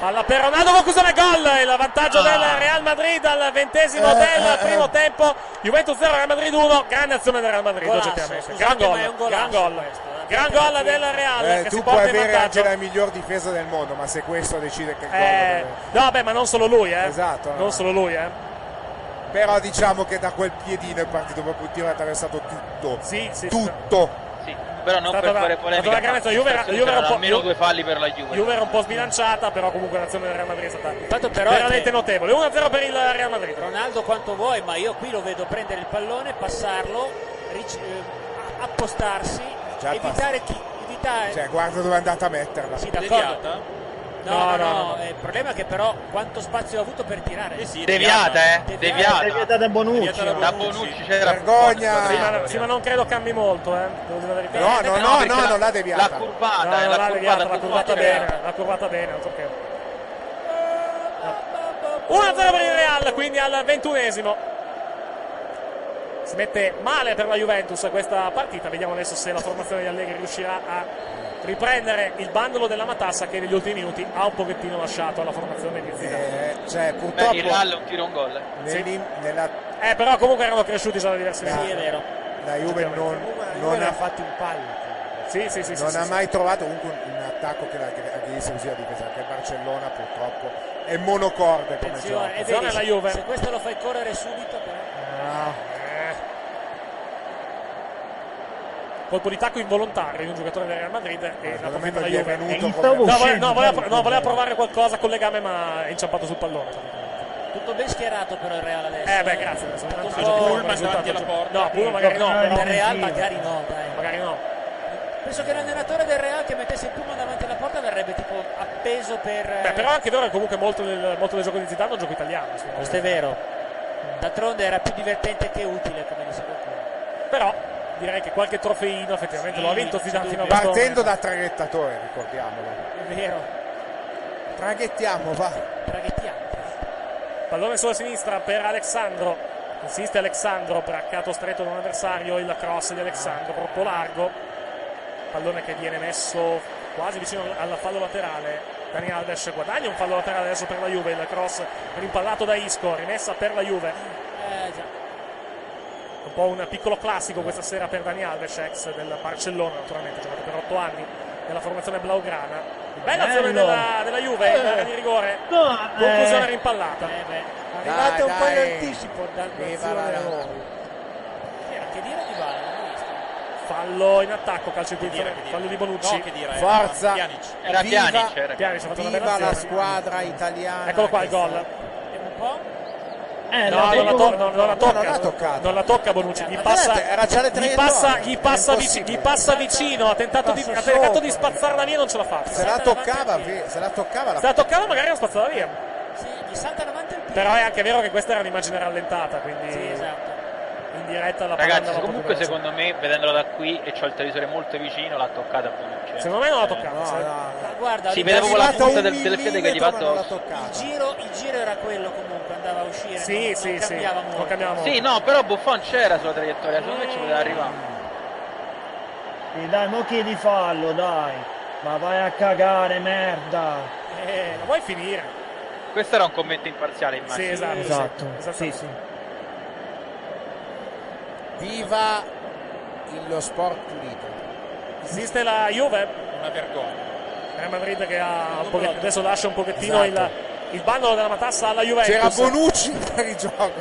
Speaker 7: Palla per Ronaldo, conclusione gol, il vantaggio del
Speaker 9: Ah.
Speaker 7: Real Madrid al
Speaker 9: Eh,
Speaker 7: ventesimo del primo tempo, Juventus 0, Real Madrid 1, grande azione del Real Madrid
Speaker 9: Golasso,
Speaker 7: oggettivamente, gran
Speaker 9: scusate,
Speaker 7: gol,
Speaker 9: ma è un
Speaker 7: gran
Speaker 9: golasso
Speaker 7: gol,
Speaker 9: questo, eh.
Speaker 7: gran gol del Real
Speaker 5: Eh,
Speaker 7: che si
Speaker 5: tu
Speaker 7: porta
Speaker 5: puoi
Speaker 7: in
Speaker 5: avere
Speaker 7: vantaggio.
Speaker 5: anche la miglior difesa del mondo, ma se questo decide che gol
Speaker 7: Eh,
Speaker 5: deve-
Speaker 7: no, vabbè, ma non solo lui, eh.
Speaker 5: Esatto, no.
Speaker 7: Non solo lui, eh.
Speaker 5: Però diciamo che da quel piedino è partito proprio un tiro e ha attraversato tutto.
Speaker 7: Sì, sì.
Speaker 5: Tutto.
Speaker 13: Sì, però non
Speaker 7: Stata
Speaker 13: per
Speaker 7: una-
Speaker 13: fare
Speaker 7: stata una
Speaker 13: polemica.
Speaker 7: grande
Speaker 13: ma
Speaker 7: azione. Juve era-
Speaker 13: ci
Speaker 7: Juve era un
Speaker 13: saranno
Speaker 7: po'-
Speaker 13: almeno
Speaker 7: Ju-
Speaker 13: due falli per la Juve.
Speaker 7: Juve era un po' sbilanciata, però comunque l'azione del Real Madrid è stata
Speaker 9: Intanto però è
Speaker 7: veramente
Speaker 9: che-
Speaker 7: notevole. 1-0 per il Real Madrid.
Speaker 9: Ronaldo quanto vuoi, ma io qui lo vedo prendere il pallone, passarlo, ric- eh, a- appostarsi,
Speaker 5: Già il
Speaker 9: evitare chi,
Speaker 7: Eh.
Speaker 9: evitare
Speaker 5: Cioè, guarda dove è andata a metterla.
Speaker 9: Sì, d'accordo. No,
Speaker 7: No,
Speaker 9: no, no,
Speaker 7: no, no.
Speaker 9: eh, il problema è che però quanto spazio ha avuto per tirare.
Speaker 10: sì,
Speaker 13: Deviata, eh? Deviata.
Speaker 16: Deviata da Bonucci.
Speaker 10: Deviata da
Speaker 13: Da
Speaker 10: Bonucci.
Speaker 13: Bonucci c'era
Speaker 5: Vergogna!
Speaker 7: Sì, ma, sì, ma non credo cambi molto, eh. Devo dire la verità.
Speaker 5: No, no, no,
Speaker 13: perché
Speaker 5: no,
Speaker 13: la-
Speaker 5: non l'ha deviata.
Speaker 13: La
Speaker 7: No,
Speaker 13: curvata,
Speaker 7: no,
Speaker 13: eh,
Speaker 7: l'ha
Speaker 13: la
Speaker 7: deviata,
Speaker 13: curvata,
Speaker 7: l'ha curvata bene, l'ha curvata bene, altro che. 1-0 per il Real, quindi al ventunesimo. Si mette male per la Juventus questa partita. Vediamo adesso se la formazione di Allegri riuscirà a riprendere il bandolo della Matassa che negli ultimi minuti ha un pochettino lasciato alla formazione di Zidane.
Speaker 5: Eh, cioè,
Speaker 13: Beh, il Real
Speaker 5: purtroppo
Speaker 13: un tiro un gol.
Speaker 5: nell'in- nella,
Speaker 7: Eh, però comunque erano cresciuti già da diversi anni.
Speaker 9: Sì, è vero. Cioè,
Speaker 5: la Juve non, non ha,
Speaker 17: fatti un paio.
Speaker 7: Sì, sì, sì. sì,
Speaker 5: non
Speaker 7: sì,
Speaker 5: ha
Speaker 7: sì.
Speaker 5: mai trovato comunque un, un attacco che la aggredisse così la difesa, perché il Barcellona purtroppo è monocorde come
Speaker 9: Attenzione,
Speaker 5: gioco.
Speaker 9: eh,
Speaker 7: Attenzione
Speaker 9: vedi,
Speaker 7: alla Juve.
Speaker 9: Se questo lo fai
Speaker 7: Ah,
Speaker 9: correre subito però.
Speaker 5: Ah,
Speaker 7: Eh. colpo di tacco involontario di un giocatore del Real Madrid e la
Speaker 5: secondo
Speaker 7: partita
Speaker 5: me
Speaker 7: da
Speaker 5: gli è
Speaker 7: Juve.
Speaker 5: venuto
Speaker 7: No,
Speaker 5: come-
Speaker 7: voleva, no, voleva- no, voleva provare qualcosa col legame ma è inciampato sul pallone.
Speaker 9: Tutto ben schierato però il Real adesso.
Speaker 7: Eh beh, grazie. adesso
Speaker 9: Tutto
Speaker 7: non
Speaker 9: un
Speaker 7: so,
Speaker 9: po'
Speaker 7: Pullman
Speaker 9: risultato,
Speaker 7: davanti alla
Speaker 9: cioè.
Speaker 7: porta.
Speaker 9: No, Pullman magari no,
Speaker 7: Eh,
Speaker 9: però
Speaker 7: no,
Speaker 9: il Real
Speaker 7: sì.
Speaker 9: magari no, dai.
Speaker 7: Magari no.
Speaker 9: Penso che l'allenatore del Real che mettesse il Pullman davanti alla porta verrebbe tipo appeso per eh,
Speaker 7: Beh, però anche loro comunque molto del, molto del gioco di Zidane è un gioco italiano.
Speaker 9: Questo è vero. D'altronde era più divertente che utile, come dice qualcuno.
Speaker 7: Però direi che qualche trofeino effettivamente
Speaker 9: Sì,
Speaker 7: lo ha vinto
Speaker 9: sì,
Speaker 7: Zidane
Speaker 9: sì.
Speaker 7: fino a questo
Speaker 5: Partendo
Speaker 7: momento.
Speaker 5: da traghettatore, ricordiamolo.
Speaker 9: È vero.
Speaker 5: Traghettiamo, va.
Speaker 7: Pallone sulla sinistra per Alessandro. Insiste Alessandro, braccato stretto da un avversario, il cross di Alessandro, troppo largo. Pallone che viene messo quasi vicino al fallo laterale. Dani Alves guadagna un fallo laterale adesso per la Juve, il cross rimpallato da Isco, rimessa per la Juve.
Speaker 9: Eh già.
Speaker 7: Un po' un piccolo classico questa sera per Dani Alves, ex del Barcellona naturalmente, giocato per otto anni nella formazione blaugrana. Bella azione
Speaker 9: Bello.
Speaker 7: della, della Juve,
Speaker 9: Eh.
Speaker 7: in area di rigore. Conclusione
Speaker 9: eh.
Speaker 7: rimpallata.
Speaker 9: Arrivate un po' in
Speaker 7: anticipo
Speaker 9: Viva la Che dire di Bala?
Speaker 7: Fallo in attacco, calcio di punizione, fallo di Bonucci.
Speaker 10: No, che dire, era
Speaker 5: Forza.
Speaker 10: Pjanic.
Speaker 5: Era Viva- Pjanic, era
Speaker 7: Pjanic ha fatto una
Speaker 5: Viva
Speaker 7: bella
Speaker 5: la
Speaker 7: azione.
Speaker 5: squadra italiana.
Speaker 7: Eccolo qua il gol.
Speaker 9: Vediamo un po'.
Speaker 7: Eh,
Speaker 5: no,
Speaker 7: no, non la,
Speaker 5: proprio-
Speaker 7: to- no, non la
Speaker 5: no,
Speaker 7: tocca,
Speaker 5: non l'ha toccata.
Speaker 7: non la tocca Bonucci, gli
Speaker 5: Ma
Speaker 7: passa,
Speaker 5: guardate, era già alle tre
Speaker 7: gli
Speaker 5: e
Speaker 7: passa,
Speaker 5: nove.
Speaker 7: gli
Speaker 5: È
Speaker 7: passa
Speaker 5: impossibile.
Speaker 7: vicino, gli passa vicino, ha tentato, di,
Speaker 5: Passa
Speaker 7: ha tentato
Speaker 5: sopra.
Speaker 7: di spazzarla via, non ce l'ha fatta.
Speaker 5: Se la toccava, vi- se la toccava la
Speaker 7: Se la toccava magari la spazzava via.
Speaker 9: Sì, gli salta davanti il
Speaker 7: Però è anche vero che questa era un'immagine rallentata, quindi
Speaker 9: Sì, esatto.
Speaker 7: in diretta la palla
Speaker 13: Ragazzi,
Speaker 7: andava
Speaker 13: comunque
Speaker 7: proprio veloce.
Speaker 13: secondo me, vedendola da qui e c'ho il televisore molto vicino, l'ha toccata Bonucci. eh.
Speaker 7: Secondo me non la
Speaker 13: Eh,
Speaker 7: toccava. se-
Speaker 9: Ma guarda,
Speaker 13: Sì,
Speaker 9: gli-
Speaker 13: vedevo con la
Speaker 9: arrivato
Speaker 13: punta
Speaker 9: un
Speaker 13: del- del piede che gli va
Speaker 9: millimetro, ma non l'ha
Speaker 13: addosso.
Speaker 9: toccata. Il giro, il giro era quello comunque, andava a uscire.
Speaker 7: Sì,
Speaker 9: non,
Speaker 7: sì,
Speaker 9: non
Speaker 7: sì,
Speaker 9: cambiava
Speaker 7: non
Speaker 9: molto.
Speaker 7: cambiava molto.
Speaker 13: Sì, no, però Buffon c'era sulla traiettoria, secondo me ci poteva arrivare.
Speaker 16: Sì, dai, mo chiedi fallo, dai. Ma vai a cagare, merda.
Speaker 7: Eh, la vuoi finire?
Speaker 13: Questo era un commento imparziale, immagino.
Speaker 7: Sì, esatto.
Speaker 16: Esatto.
Speaker 7: Sì,
Speaker 16: Sì, sì.
Speaker 5: Viva il- lo sport pulito.
Speaker 7: Esiste la Juve?
Speaker 10: Una vergogna.
Speaker 7: Real Madrid che ha
Speaker 13: Esatto.
Speaker 7: un pochet- adesso lascia un pochettino
Speaker 5: Esatto.
Speaker 7: il, il bandolo della matassa alla Juventus.
Speaker 5: C'era Bonucci per il gioco.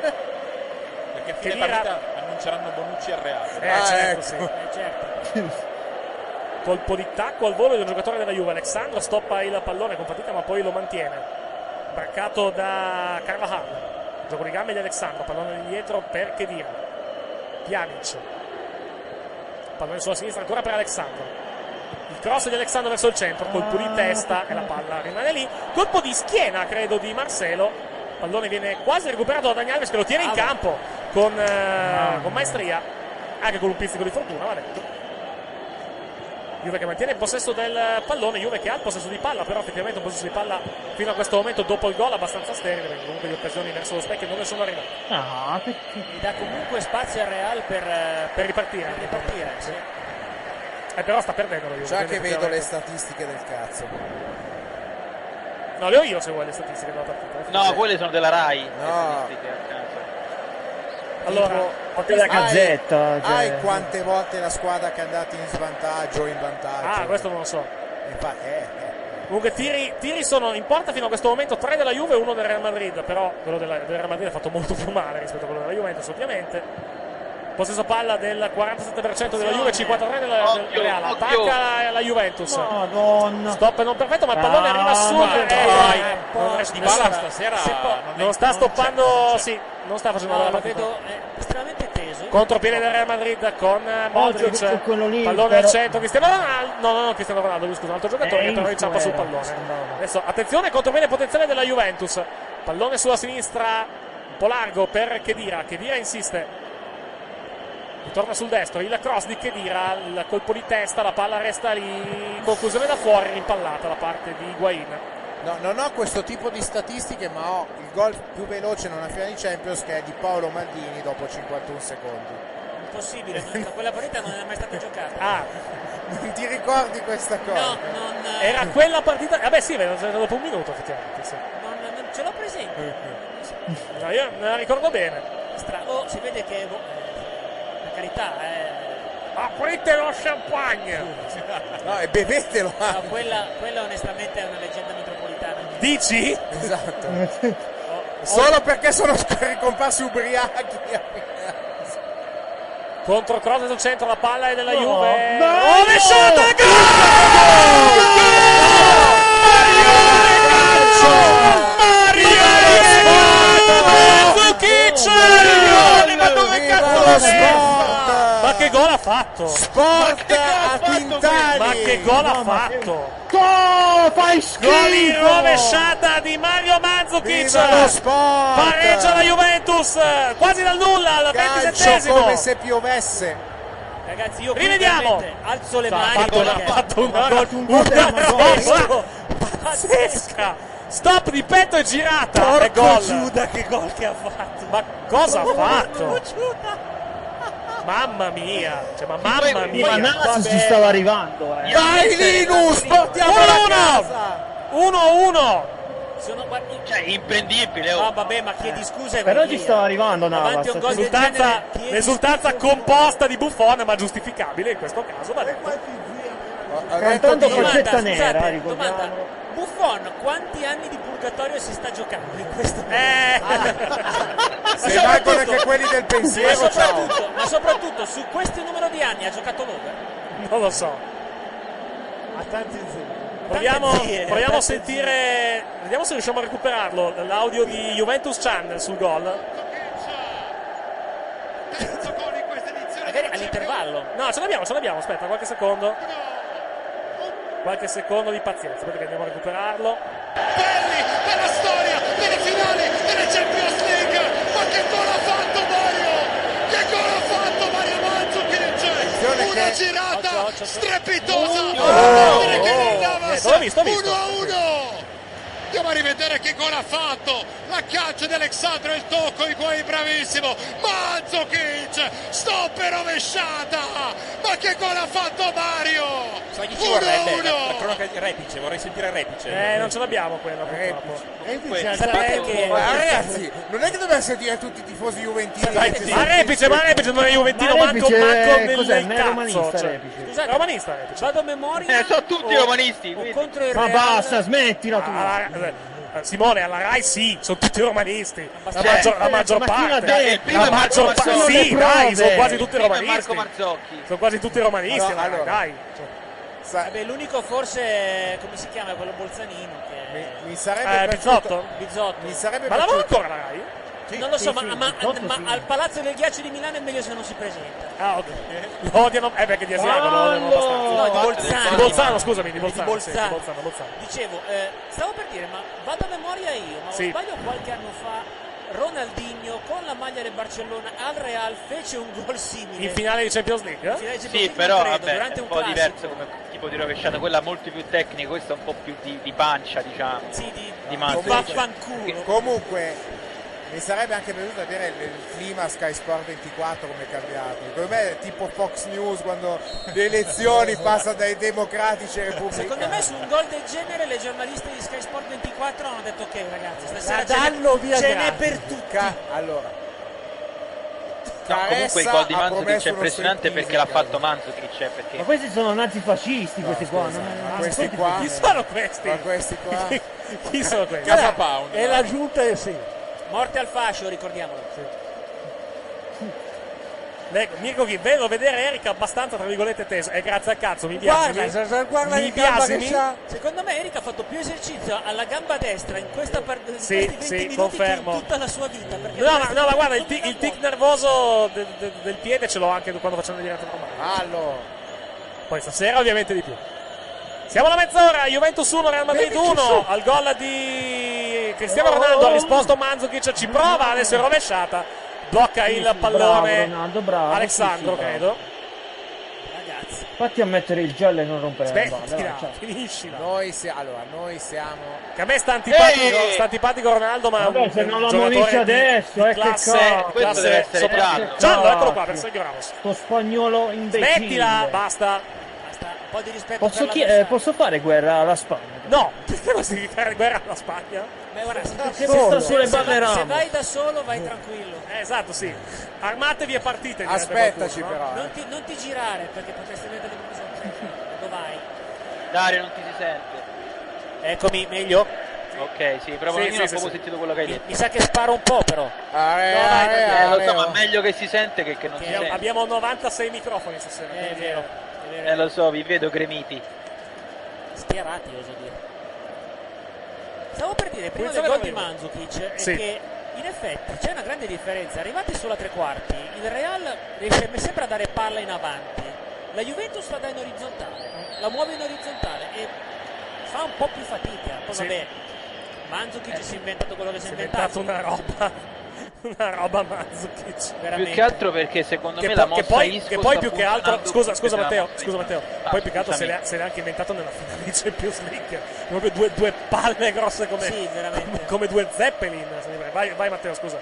Speaker 10: Perché a
Speaker 7: Che
Speaker 10: fine
Speaker 7: dire-
Speaker 10: partita annunceranno Bonucci al Real.
Speaker 7: Eh,
Speaker 5: Ah,
Speaker 10: ecco.
Speaker 5: ecco.
Speaker 7: certo, sì. Colpo di tacco al volo di un giocatore della Juve. Alexandro stoppa il pallone con fatica ma poi lo mantiene. Braccato da Carvajal. Gioco di gambe di Alexandro. Pallone indietro per Kedira. Pjanic. Pallone sulla sinistra ancora per Alexandro. Il cross di Alexandro verso il centro. Colpo di testa e la palla rimane lì. Colpo di schiena credo di Marcelo. Pallone viene quasi recuperato da Dani Alves che lo tiene in campo con, eh, con maestria. Anche con un pizzico di fortuna, va detto. Juve che mantiene il possesso del pallone, Juve che ha il possesso di palla, però effettivamente un possesso di palla fino a questo momento dopo il gol abbastanza sterile, perché comunque le occasioni verso lo specchio non ne sono arrivate.
Speaker 16: Ah, che
Speaker 9: Gli dà comunque spazio al Real per, eh,
Speaker 7: Per ripartire.
Speaker 9: per ripartire, sì.
Speaker 7: E Eh, però sta perdendo la Juve.
Speaker 5: Già
Speaker 7: quindi
Speaker 5: che vedo le
Speaker 7: effettivamente-
Speaker 5: statistiche del cazzo.
Speaker 7: No, le ho io se vuoi le statistiche della partita. eh.
Speaker 13: No, quelle sono della Rai. le
Speaker 5: No.
Speaker 13: statistiche, eh, a caso.
Speaker 7: Allora,
Speaker 16: Quella gazzetta, cioè.
Speaker 5: Hai quante volte la squadra che è andata in svantaggio o in vantaggio?
Speaker 7: Ah, questo non lo so.
Speaker 5: Infa- eh, eh.
Speaker 7: Comunque tiri, tiri sono in porta fino a questo momento 3 della Juve e 1 del Real Madrid, però quello della- del Real Madrid ha fatto molto più male rispetto a quello della Juventus ovviamente. Possesso palla del 47% della Juve, 53% della, del Real, attacca la Juventus.
Speaker 16: Madonna.
Speaker 7: Stop non perfetto, ma il pallone arriva su.
Speaker 9: Ah,
Speaker 10: ma
Speaker 7: Eh,
Speaker 10: dai.
Speaker 7: eh, non riesce-
Speaker 10: Di Bala stasera
Speaker 7: se può-
Speaker 10: non è-
Speaker 7: non sta
Speaker 10: non c'è,
Speaker 7: stoppando, sì, non sta facendo
Speaker 9: No,
Speaker 7: Ah, la
Speaker 9: lo
Speaker 7: partita.
Speaker 9: vedo eh, estremamente teso.
Speaker 7: Contropiede del Real Madrid con eh,
Speaker 9: Oggi ho
Speaker 7: Modric,
Speaker 9: visto quello lì,
Speaker 7: pallone al
Speaker 9: però-
Speaker 7: centro, Cristiano Ronaldo, no, no, no, Cristiano Ronaldo, lui, scusa, un altro giocatore
Speaker 9: Eh,
Speaker 7: che però
Speaker 9: Info
Speaker 7: inciampa sul
Speaker 9: era,
Speaker 7: pallone.
Speaker 9: sembrava.
Speaker 7: Adesso, attenzione, contropiede potenziale della Juventus, pallone sulla sinistra, un po' largo per Chedira, Chedira insiste, torna sul destro, il cross di Chedira, il colpo di testa, la palla resta lì, conclusione da fuori, rimpallata da parte di Higuain.
Speaker 5: No, non ho questo tipo di statistiche, ma ho il gol più veloce in una finale di Champions che è di Paolo Maldini dopo 51 secondi.
Speaker 9: Impossibile, non- quella partita non è mai stata giocata.
Speaker 7: Ah,
Speaker 5: non ti ricordi questa cosa?
Speaker 7: Era quella partita, vabbè sì, era dopo un minuto effettivamente, sì.
Speaker 9: Non, non ce l'ho
Speaker 7: Eh,
Speaker 9: presente.
Speaker 7: No, io me la ricordo bene.
Speaker 9: Stra- oh, si vede che boh, eh, la carità
Speaker 7: Aprite lo champagne!
Speaker 5: No, e bevetelo
Speaker 9: No, quella, quella onestamente è una leggenda metropolitana. Oh,
Speaker 7: Dici?
Speaker 5: Esatto. Solo perché sono scomparsi ubriachi.
Speaker 7: Contro Cross sul centro, la palla è della
Speaker 6: No.
Speaker 7: Juve.
Speaker 6: No!
Speaker 7: Rovesciata, gol! Gol! Oh, Mario Ma dove cazzo Ma che gol ha fatto? Sport a Quintali! Ma che gol ha fatto?
Speaker 6: Gol, fai
Speaker 7: Gol in
Speaker 6: schifo!
Speaker 7: rovesciata di Mario Mandzukic
Speaker 6: Viva lo sport!
Speaker 7: pareggia la Juventus quasi dal nulla al
Speaker 5: Calcio
Speaker 7: 27
Speaker 5: come se piovesse.
Speaker 9: Ragazzi, io
Speaker 7: Rivediamo!
Speaker 9: praticamente alzo le
Speaker 7: Sa,
Speaker 9: mani
Speaker 7: ha fatto una-
Speaker 9: perché-
Speaker 7: ha fatto un
Speaker 9: No, no,
Speaker 7: gol-
Speaker 9: un
Speaker 7: una
Speaker 9: gol della Madonna.
Speaker 7: roba pazzesca stop di petto e girata
Speaker 9: Porco
Speaker 7: e gol
Speaker 9: Giuda, che gol che ha fatto!
Speaker 7: ma cosa ha fatto?
Speaker 9: Porco Giuda.
Speaker 7: mamma mia cioè, ma
Speaker 16: Poi-
Speaker 7: mamma
Speaker 16: poi
Speaker 7: mia
Speaker 16: Manazzi ci stava arrivando, eh.
Speaker 9: Vai, Linus, portiamola a casa.
Speaker 7: 1-1
Speaker 9: Sono
Speaker 13: Cioè, imprendibile,
Speaker 9: oh. vabbè, ma chiedi scusa. ai
Speaker 16: Però
Speaker 9: Maria.
Speaker 16: ci stava arrivando
Speaker 9: Davanti a un
Speaker 16: Navas.
Speaker 9: gol del
Speaker 7: Risultanza,
Speaker 9: genere, chiedi
Speaker 7: risultanza composta di Buffon ma giustificabile in questo caso va detto.
Speaker 16: Intanto
Speaker 9: Domanda,
Speaker 16: faccetta
Speaker 9: scusate,
Speaker 16: nera, eh,
Speaker 9: domanda.
Speaker 16: ricordiamo.
Speaker 9: Buffon, quanti anni di purgatorio si sta giocando in questo
Speaker 7: eh.
Speaker 5: Se valgono anche quelli del pensiero,
Speaker 9: ma soprattutto, ma soprattutto su questo numero di anni ha giocato l'over
Speaker 7: non lo so
Speaker 14: A tanti zeri.
Speaker 7: Proviamo,
Speaker 9: Tante zie,
Speaker 7: proviamo a
Speaker 9: tante
Speaker 7: sentire, vediamo se riusciamo a recuperarlo, l'audio di Juventus Chan sul gol.
Speaker 9: magari all'intervallo
Speaker 7: No, ce l'abbiamo, ce l'abbiamo, aspetta, qualche secondo. Qualche secondo di pazienza, aspetta che andiamo a recuperarlo.
Speaker 6: della storia, della finale, della Champions League. Ma che gol ha fatto Mario? Che gol ha fatto Mario Mandzukic? Una girata strepitosa.
Speaker 7: oh,
Speaker 6: Madre che
Speaker 7: oh,
Speaker 6: gol Navas.
Speaker 7: eh, l'ho visto, l'ho visto.
Speaker 6: 1 a 1. Andiamo a rivedere che gol ha fatto. La calcio di Alexandro e il tocco i guai bravissimo. Mandzukic, stop e rovesciata. Ma che gol ha fatto Mario?
Speaker 10: Sai chi ci
Speaker 6: 1 a
Speaker 10: vorrebbe?
Speaker 6: 1.
Speaker 10: La, la cronaca di Repice, vorrei sentire Repice.
Speaker 7: Eh, non ce l'abbiamo quella purtroppo.
Speaker 5: Cioè,
Speaker 10: Repice,
Speaker 7: Sapete che-
Speaker 5: Ma ragazzi, non è che dobbiamo sentire tutti i tifosi juventini.
Speaker 7: Ma Repice, ma Repice non è Juventino,
Speaker 5: Ma
Speaker 7: manco,
Speaker 5: Repice,
Speaker 7: manco nel
Speaker 5: cos'è?
Speaker 7: nel
Speaker 5: Non è
Speaker 7: cazzo.
Speaker 5: romanista,
Speaker 7: cioè.
Speaker 5: Repice.
Speaker 7: Scusate, romanista Repice. Vado a memoria.
Speaker 13: Eh, sono tutti
Speaker 7: o-
Speaker 13: romanisti,
Speaker 7: o
Speaker 13: quindi.
Speaker 7: contro il
Speaker 16: Ma
Speaker 7: Real.
Speaker 16: basta, smettila tu.
Speaker 7: Alla- eh, Simone, alla Rai sì, sono tutti romanisti. La
Speaker 16: Cioè,
Speaker 7: maggior,
Speaker 9: Eh,
Speaker 7: la maggior
Speaker 16: ma chi l'ha
Speaker 7: parte.
Speaker 16: detto?
Speaker 7: La
Speaker 16: Ma
Speaker 7: maggior
Speaker 16: Marco
Speaker 7: parte.
Speaker 16: Marzocchi.
Speaker 7: Sì, dai, sono quasi
Speaker 16: Il
Speaker 7: tutti
Speaker 16: primo è
Speaker 7: romanisti.
Speaker 16: Marco
Speaker 7: Sono quasi tutti romanisti,
Speaker 9: Allora,
Speaker 7: dai,
Speaker 9: allora.
Speaker 7: dai. cioè.
Speaker 9: vabbè l'unico forse come si chiama quello Bolzanino che
Speaker 5: Mi
Speaker 7: Eh,
Speaker 5: sarebbe
Speaker 7: Bizzotto?
Speaker 5: piaciuto.
Speaker 9: Bizzotto
Speaker 5: Mi sarebbe
Speaker 7: Ma lavora
Speaker 5: piaciuto-
Speaker 7: ancora la Rai?
Speaker 9: non lo so
Speaker 5: sì,
Speaker 9: ma,
Speaker 5: sì,
Speaker 9: ma-
Speaker 5: Bizzotto
Speaker 9: ma
Speaker 5: sì.
Speaker 9: al Palazzo del Ghiaccio di Milano è meglio se non si presenta
Speaker 7: Ah, ok. Lo odiano, eh, perché di Asiago lo odiano
Speaker 9: Fallo!
Speaker 7: abbastanza.
Speaker 9: No, di Bolzano.
Speaker 7: Di Bolzano, scusami, di Bolzano. sì,
Speaker 9: Bolzano.
Speaker 7: di Bolzano, Bolzano.
Speaker 9: Dicevo, eh, stavo per dire, ma vado a memoria io, ma
Speaker 7: Sì.
Speaker 9: o sbaglio qualche anno fa Ronaldinho con la maglia del Barcellona al Real fece un gol simile.
Speaker 7: In finale di Champions League?
Speaker 9: In
Speaker 7: eh?
Speaker 9: finale di Champions
Speaker 13: Sì,
Speaker 9: League,
Speaker 13: però
Speaker 9: credo,
Speaker 13: vabbè, è
Speaker 9: durante
Speaker 13: un
Speaker 9: un
Speaker 13: po'
Speaker 9: classico.
Speaker 13: diverso come tipo di rovesciata, quella è molto più tecnica, questa è un po' più di, di pancia, diciamo.
Speaker 9: Sì, di,
Speaker 13: di
Speaker 5: Comunque, mi sarebbe anche piaciuto vedere il, il clima Sky Sport 24 come è cambiato. Secondo me è tipo Fox News quando le elezioni passa dai democratici ai repubblicani.
Speaker 9: Secondo me su un gol del genere le giornaliste di Sky Sport 24 hanno detto ok ragazzi, stasera
Speaker 5: La
Speaker 9: ce,
Speaker 5: danno
Speaker 9: n'è,
Speaker 5: via
Speaker 9: ce
Speaker 5: gratis."
Speaker 9: n'è per tutti.
Speaker 5: Ca- allora,
Speaker 13: No, comunque il
Speaker 5: Caressa
Speaker 13: gol di
Speaker 5: ha
Speaker 13: Manzukic
Speaker 5: promesso
Speaker 13: è
Speaker 5: uno
Speaker 13: impressionante
Speaker 5: striptease
Speaker 13: perché l'ha
Speaker 5: in casa.
Speaker 13: fatto Manzukic, eh, perché...
Speaker 16: Ma questi sono nazifascisti, questi qua. non è-
Speaker 5: ma questi qua.
Speaker 7: Chi sono questi?
Speaker 5: Ma questi qua.
Speaker 7: Chi sono questi?
Speaker 5: Casa Pound.
Speaker 14: E la giunta è sì.
Speaker 9: Morte al fascio, ricordiamolo.
Speaker 7: Ecco, Mirko Ghi, bello vedere Erika abbastanza tra virgolette teso. E grazie al cazzo, mi piace.
Speaker 9: Guarda, se- se-
Speaker 14: guarda
Speaker 7: mi
Speaker 14: che gamba
Speaker 7: piace.
Speaker 14: che c'ha.
Speaker 9: Secondo me Erika ha fatto più esercizio alla gamba destra in questa part- in
Speaker 7: Sì,
Speaker 9: questi 20
Speaker 7: sì,
Speaker 9: minuti
Speaker 7: confermo.
Speaker 9: che in tutta la sua vita. perché
Speaker 7: No, ma,
Speaker 9: dovresti-
Speaker 7: no, ma guarda, il, tic- il tic nervoso de- de- del piede ce l'ho anche quando facciamo le dirette normali.
Speaker 5: Allora.
Speaker 7: Poi stasera ovviamente di più. Siamo alla mezz'ora, Juventus 1, Real Madrid
Speaker 5: Bevici
Speaker 7: 1,
Speaker 5: su.
Speaker 7: al gol di Cristiano
Speaker 13: Oh.
Speaker 7: Ronaldo, ha risposto Manzukic, ci prova, adesso è rovesciata, blocca
Speaker 16: Sì,
Speaker 7: il
Speaker 16: sì, bravo,
Speaker 7: pallone
Speaker 16: Ronaldo, bravo,
Speaker 7: Alessandro,
Speaker 16: sì, sì, bravo.
Speaker 7: credo.
Speaker 9: Ragazzi,
Speaker 16: Fatti a mettere il giallo e non
Speaker 5: eh,
Speaker 16: rompere la
Speaker 7: Aspetti,
Speaker 16: palla. dai, cioè, ciao.
Speaker 7: finiscila.
Speaker 5: cioè, Noi, si- allora, noi siamo.
Speaker 7: Che a me sta antipatico,
Speaker 5: Ehi!
Speaker 7: sta antipatico Ronaldo, ma
Speaker 16: Vabbè, se
Speaker 7: un-
Speaker 16: non
Speaker 7: un
Speaker 16: lo
Speaker 7: giocatore
Speaker 16: ammonisce
Speaker 7: di-
Speaker 16: adesso,
Speaker 7: di
Speaker 16: eh, che
Speaker 7: classe,
Speaker 16: cazzo.
Speaker 7: classe
Speaker 13: Questo deve essere
Speaker 7: sopra-
Speaker 13: giallo.
Speaker 7: Giallo, eccolo
Speaker 16: Cazzo.
Speaker 7: qua, per Sergio Ramos.
Speaker 16: Sto spagnolo imbecille.
Speaker 7: Smettila, basta.
Speaker 9: Basta, un po' di rispetto
Speaker 16: Posso,
Speaker 9: per
Speaker 16: chi-
Speaker 9: l'avversario.
Speaker 16: eh, posso fare guerra alla Spagna?
Speaker 7: No, perché non si dichiara guerra alla Spagna?
Speaker 9: Ma guarda,
Speaker 16: Se
Speaker 9: se,
Speaker 16: sta sulle
Speaker 9: se-
Speaker 16: balle
Speaker 9: se
Speaker 16: Ramos.
Speaker 9: vai da solo vai tranquillo.
Speaker 7: Eh, esatto, sì. Armatevi e partite. direbbe
Speaker 5: Aspettaci,
Speaker 7: qualcuno, no?
Speaker 5: però. eh.
Speaker 9: Non ti, non ti girare perché potresti mettere le cose Dove vai?
Speaker 13: Dario non ti si sente.
Speaker 9: Eccomi, meglio.
Speaker 13: Ok, sì, però
Speaker 7: Sì,
Speaker 13: non
Speaker 7: sì,
Speaker 13: ho
Speaker 7: sì,
Speaker 13: proprio
Speaker 7: sì.
Speaker 13: sentito quello che hai detto.
Speaker 7: Mi sa che sparo un po' però.
Speaker 13: Eh,
Speaker 7: No, dai, dai,
Speaker 13: lo
Speaker 7: dai,
Speaker 13: so,
Speaker 7: dai.
Speaker 13: ma meglio che si sente che che non si
Speaker 7: Abbiamo,
Speaker 13: sente.
Speaker 7: abbiamo 96 microfoni stasera.
Speaker 9: È
Speaker 7: quindi-
Speaker 9: vero.
Speaker 13: Eh, lo so, vi vedo gremiti.
Speaker 9: Schierati, oso dire. Stavo per dire, prima
Speaker 7: Pulizia
Speaker 9: del gol
Speaker 7: per
Speaker 9: di
Speaker 7: voi.
Speaker 9: Mandzukic, è
Speaker 7: Sì.
Speaker 9: che in effetti c'è una grande differenza. Arrivati sulla tre quarti, il Real riesce mi sembra a dare palla in avanti. La Juventus la dà in orizzontale, la muove in orizzontale e fa un po' più fatica. Poi
Speaker 7: Sì. Eh.
Speaker 9: vabbè, Mandzukic si è inventato quello che si è
Speaker 7: Si è
Speaker 9: inventato.
Speaker 7: inventato una roba. Una roba Mandzukic, veramente.
Speaker 13: Più che altro perché secondo
Speaker 7: Che
Speaker 13: me
Speaker 7: po-
Speaker 13: la
Speaker 7: che
Speaker 13: mossa
Speaker 7: poi,
Speaker 13: Isco
Speaker 7: che poi
Speaker 13: sta
Speaker 7: più che altro
Speaker 13: funzionando
Speaker 7: scusa
Speaker 13: più
Speaker 7: scusa
Speaker 13: della-
Speaker 7: Matteo scusa Matteo
Speaker 13: Ah,
Speaker 7: poi più che altro se
Speaker 13: scusami.
Speaker 7: l'è, se l'è anche inventato nella finale di Champions League proprio due, due palle grosse come,
Speaker 9: Sì, veramente.
Speaker 7: come due Zeppelin sembra. vai, vai Matteo scusa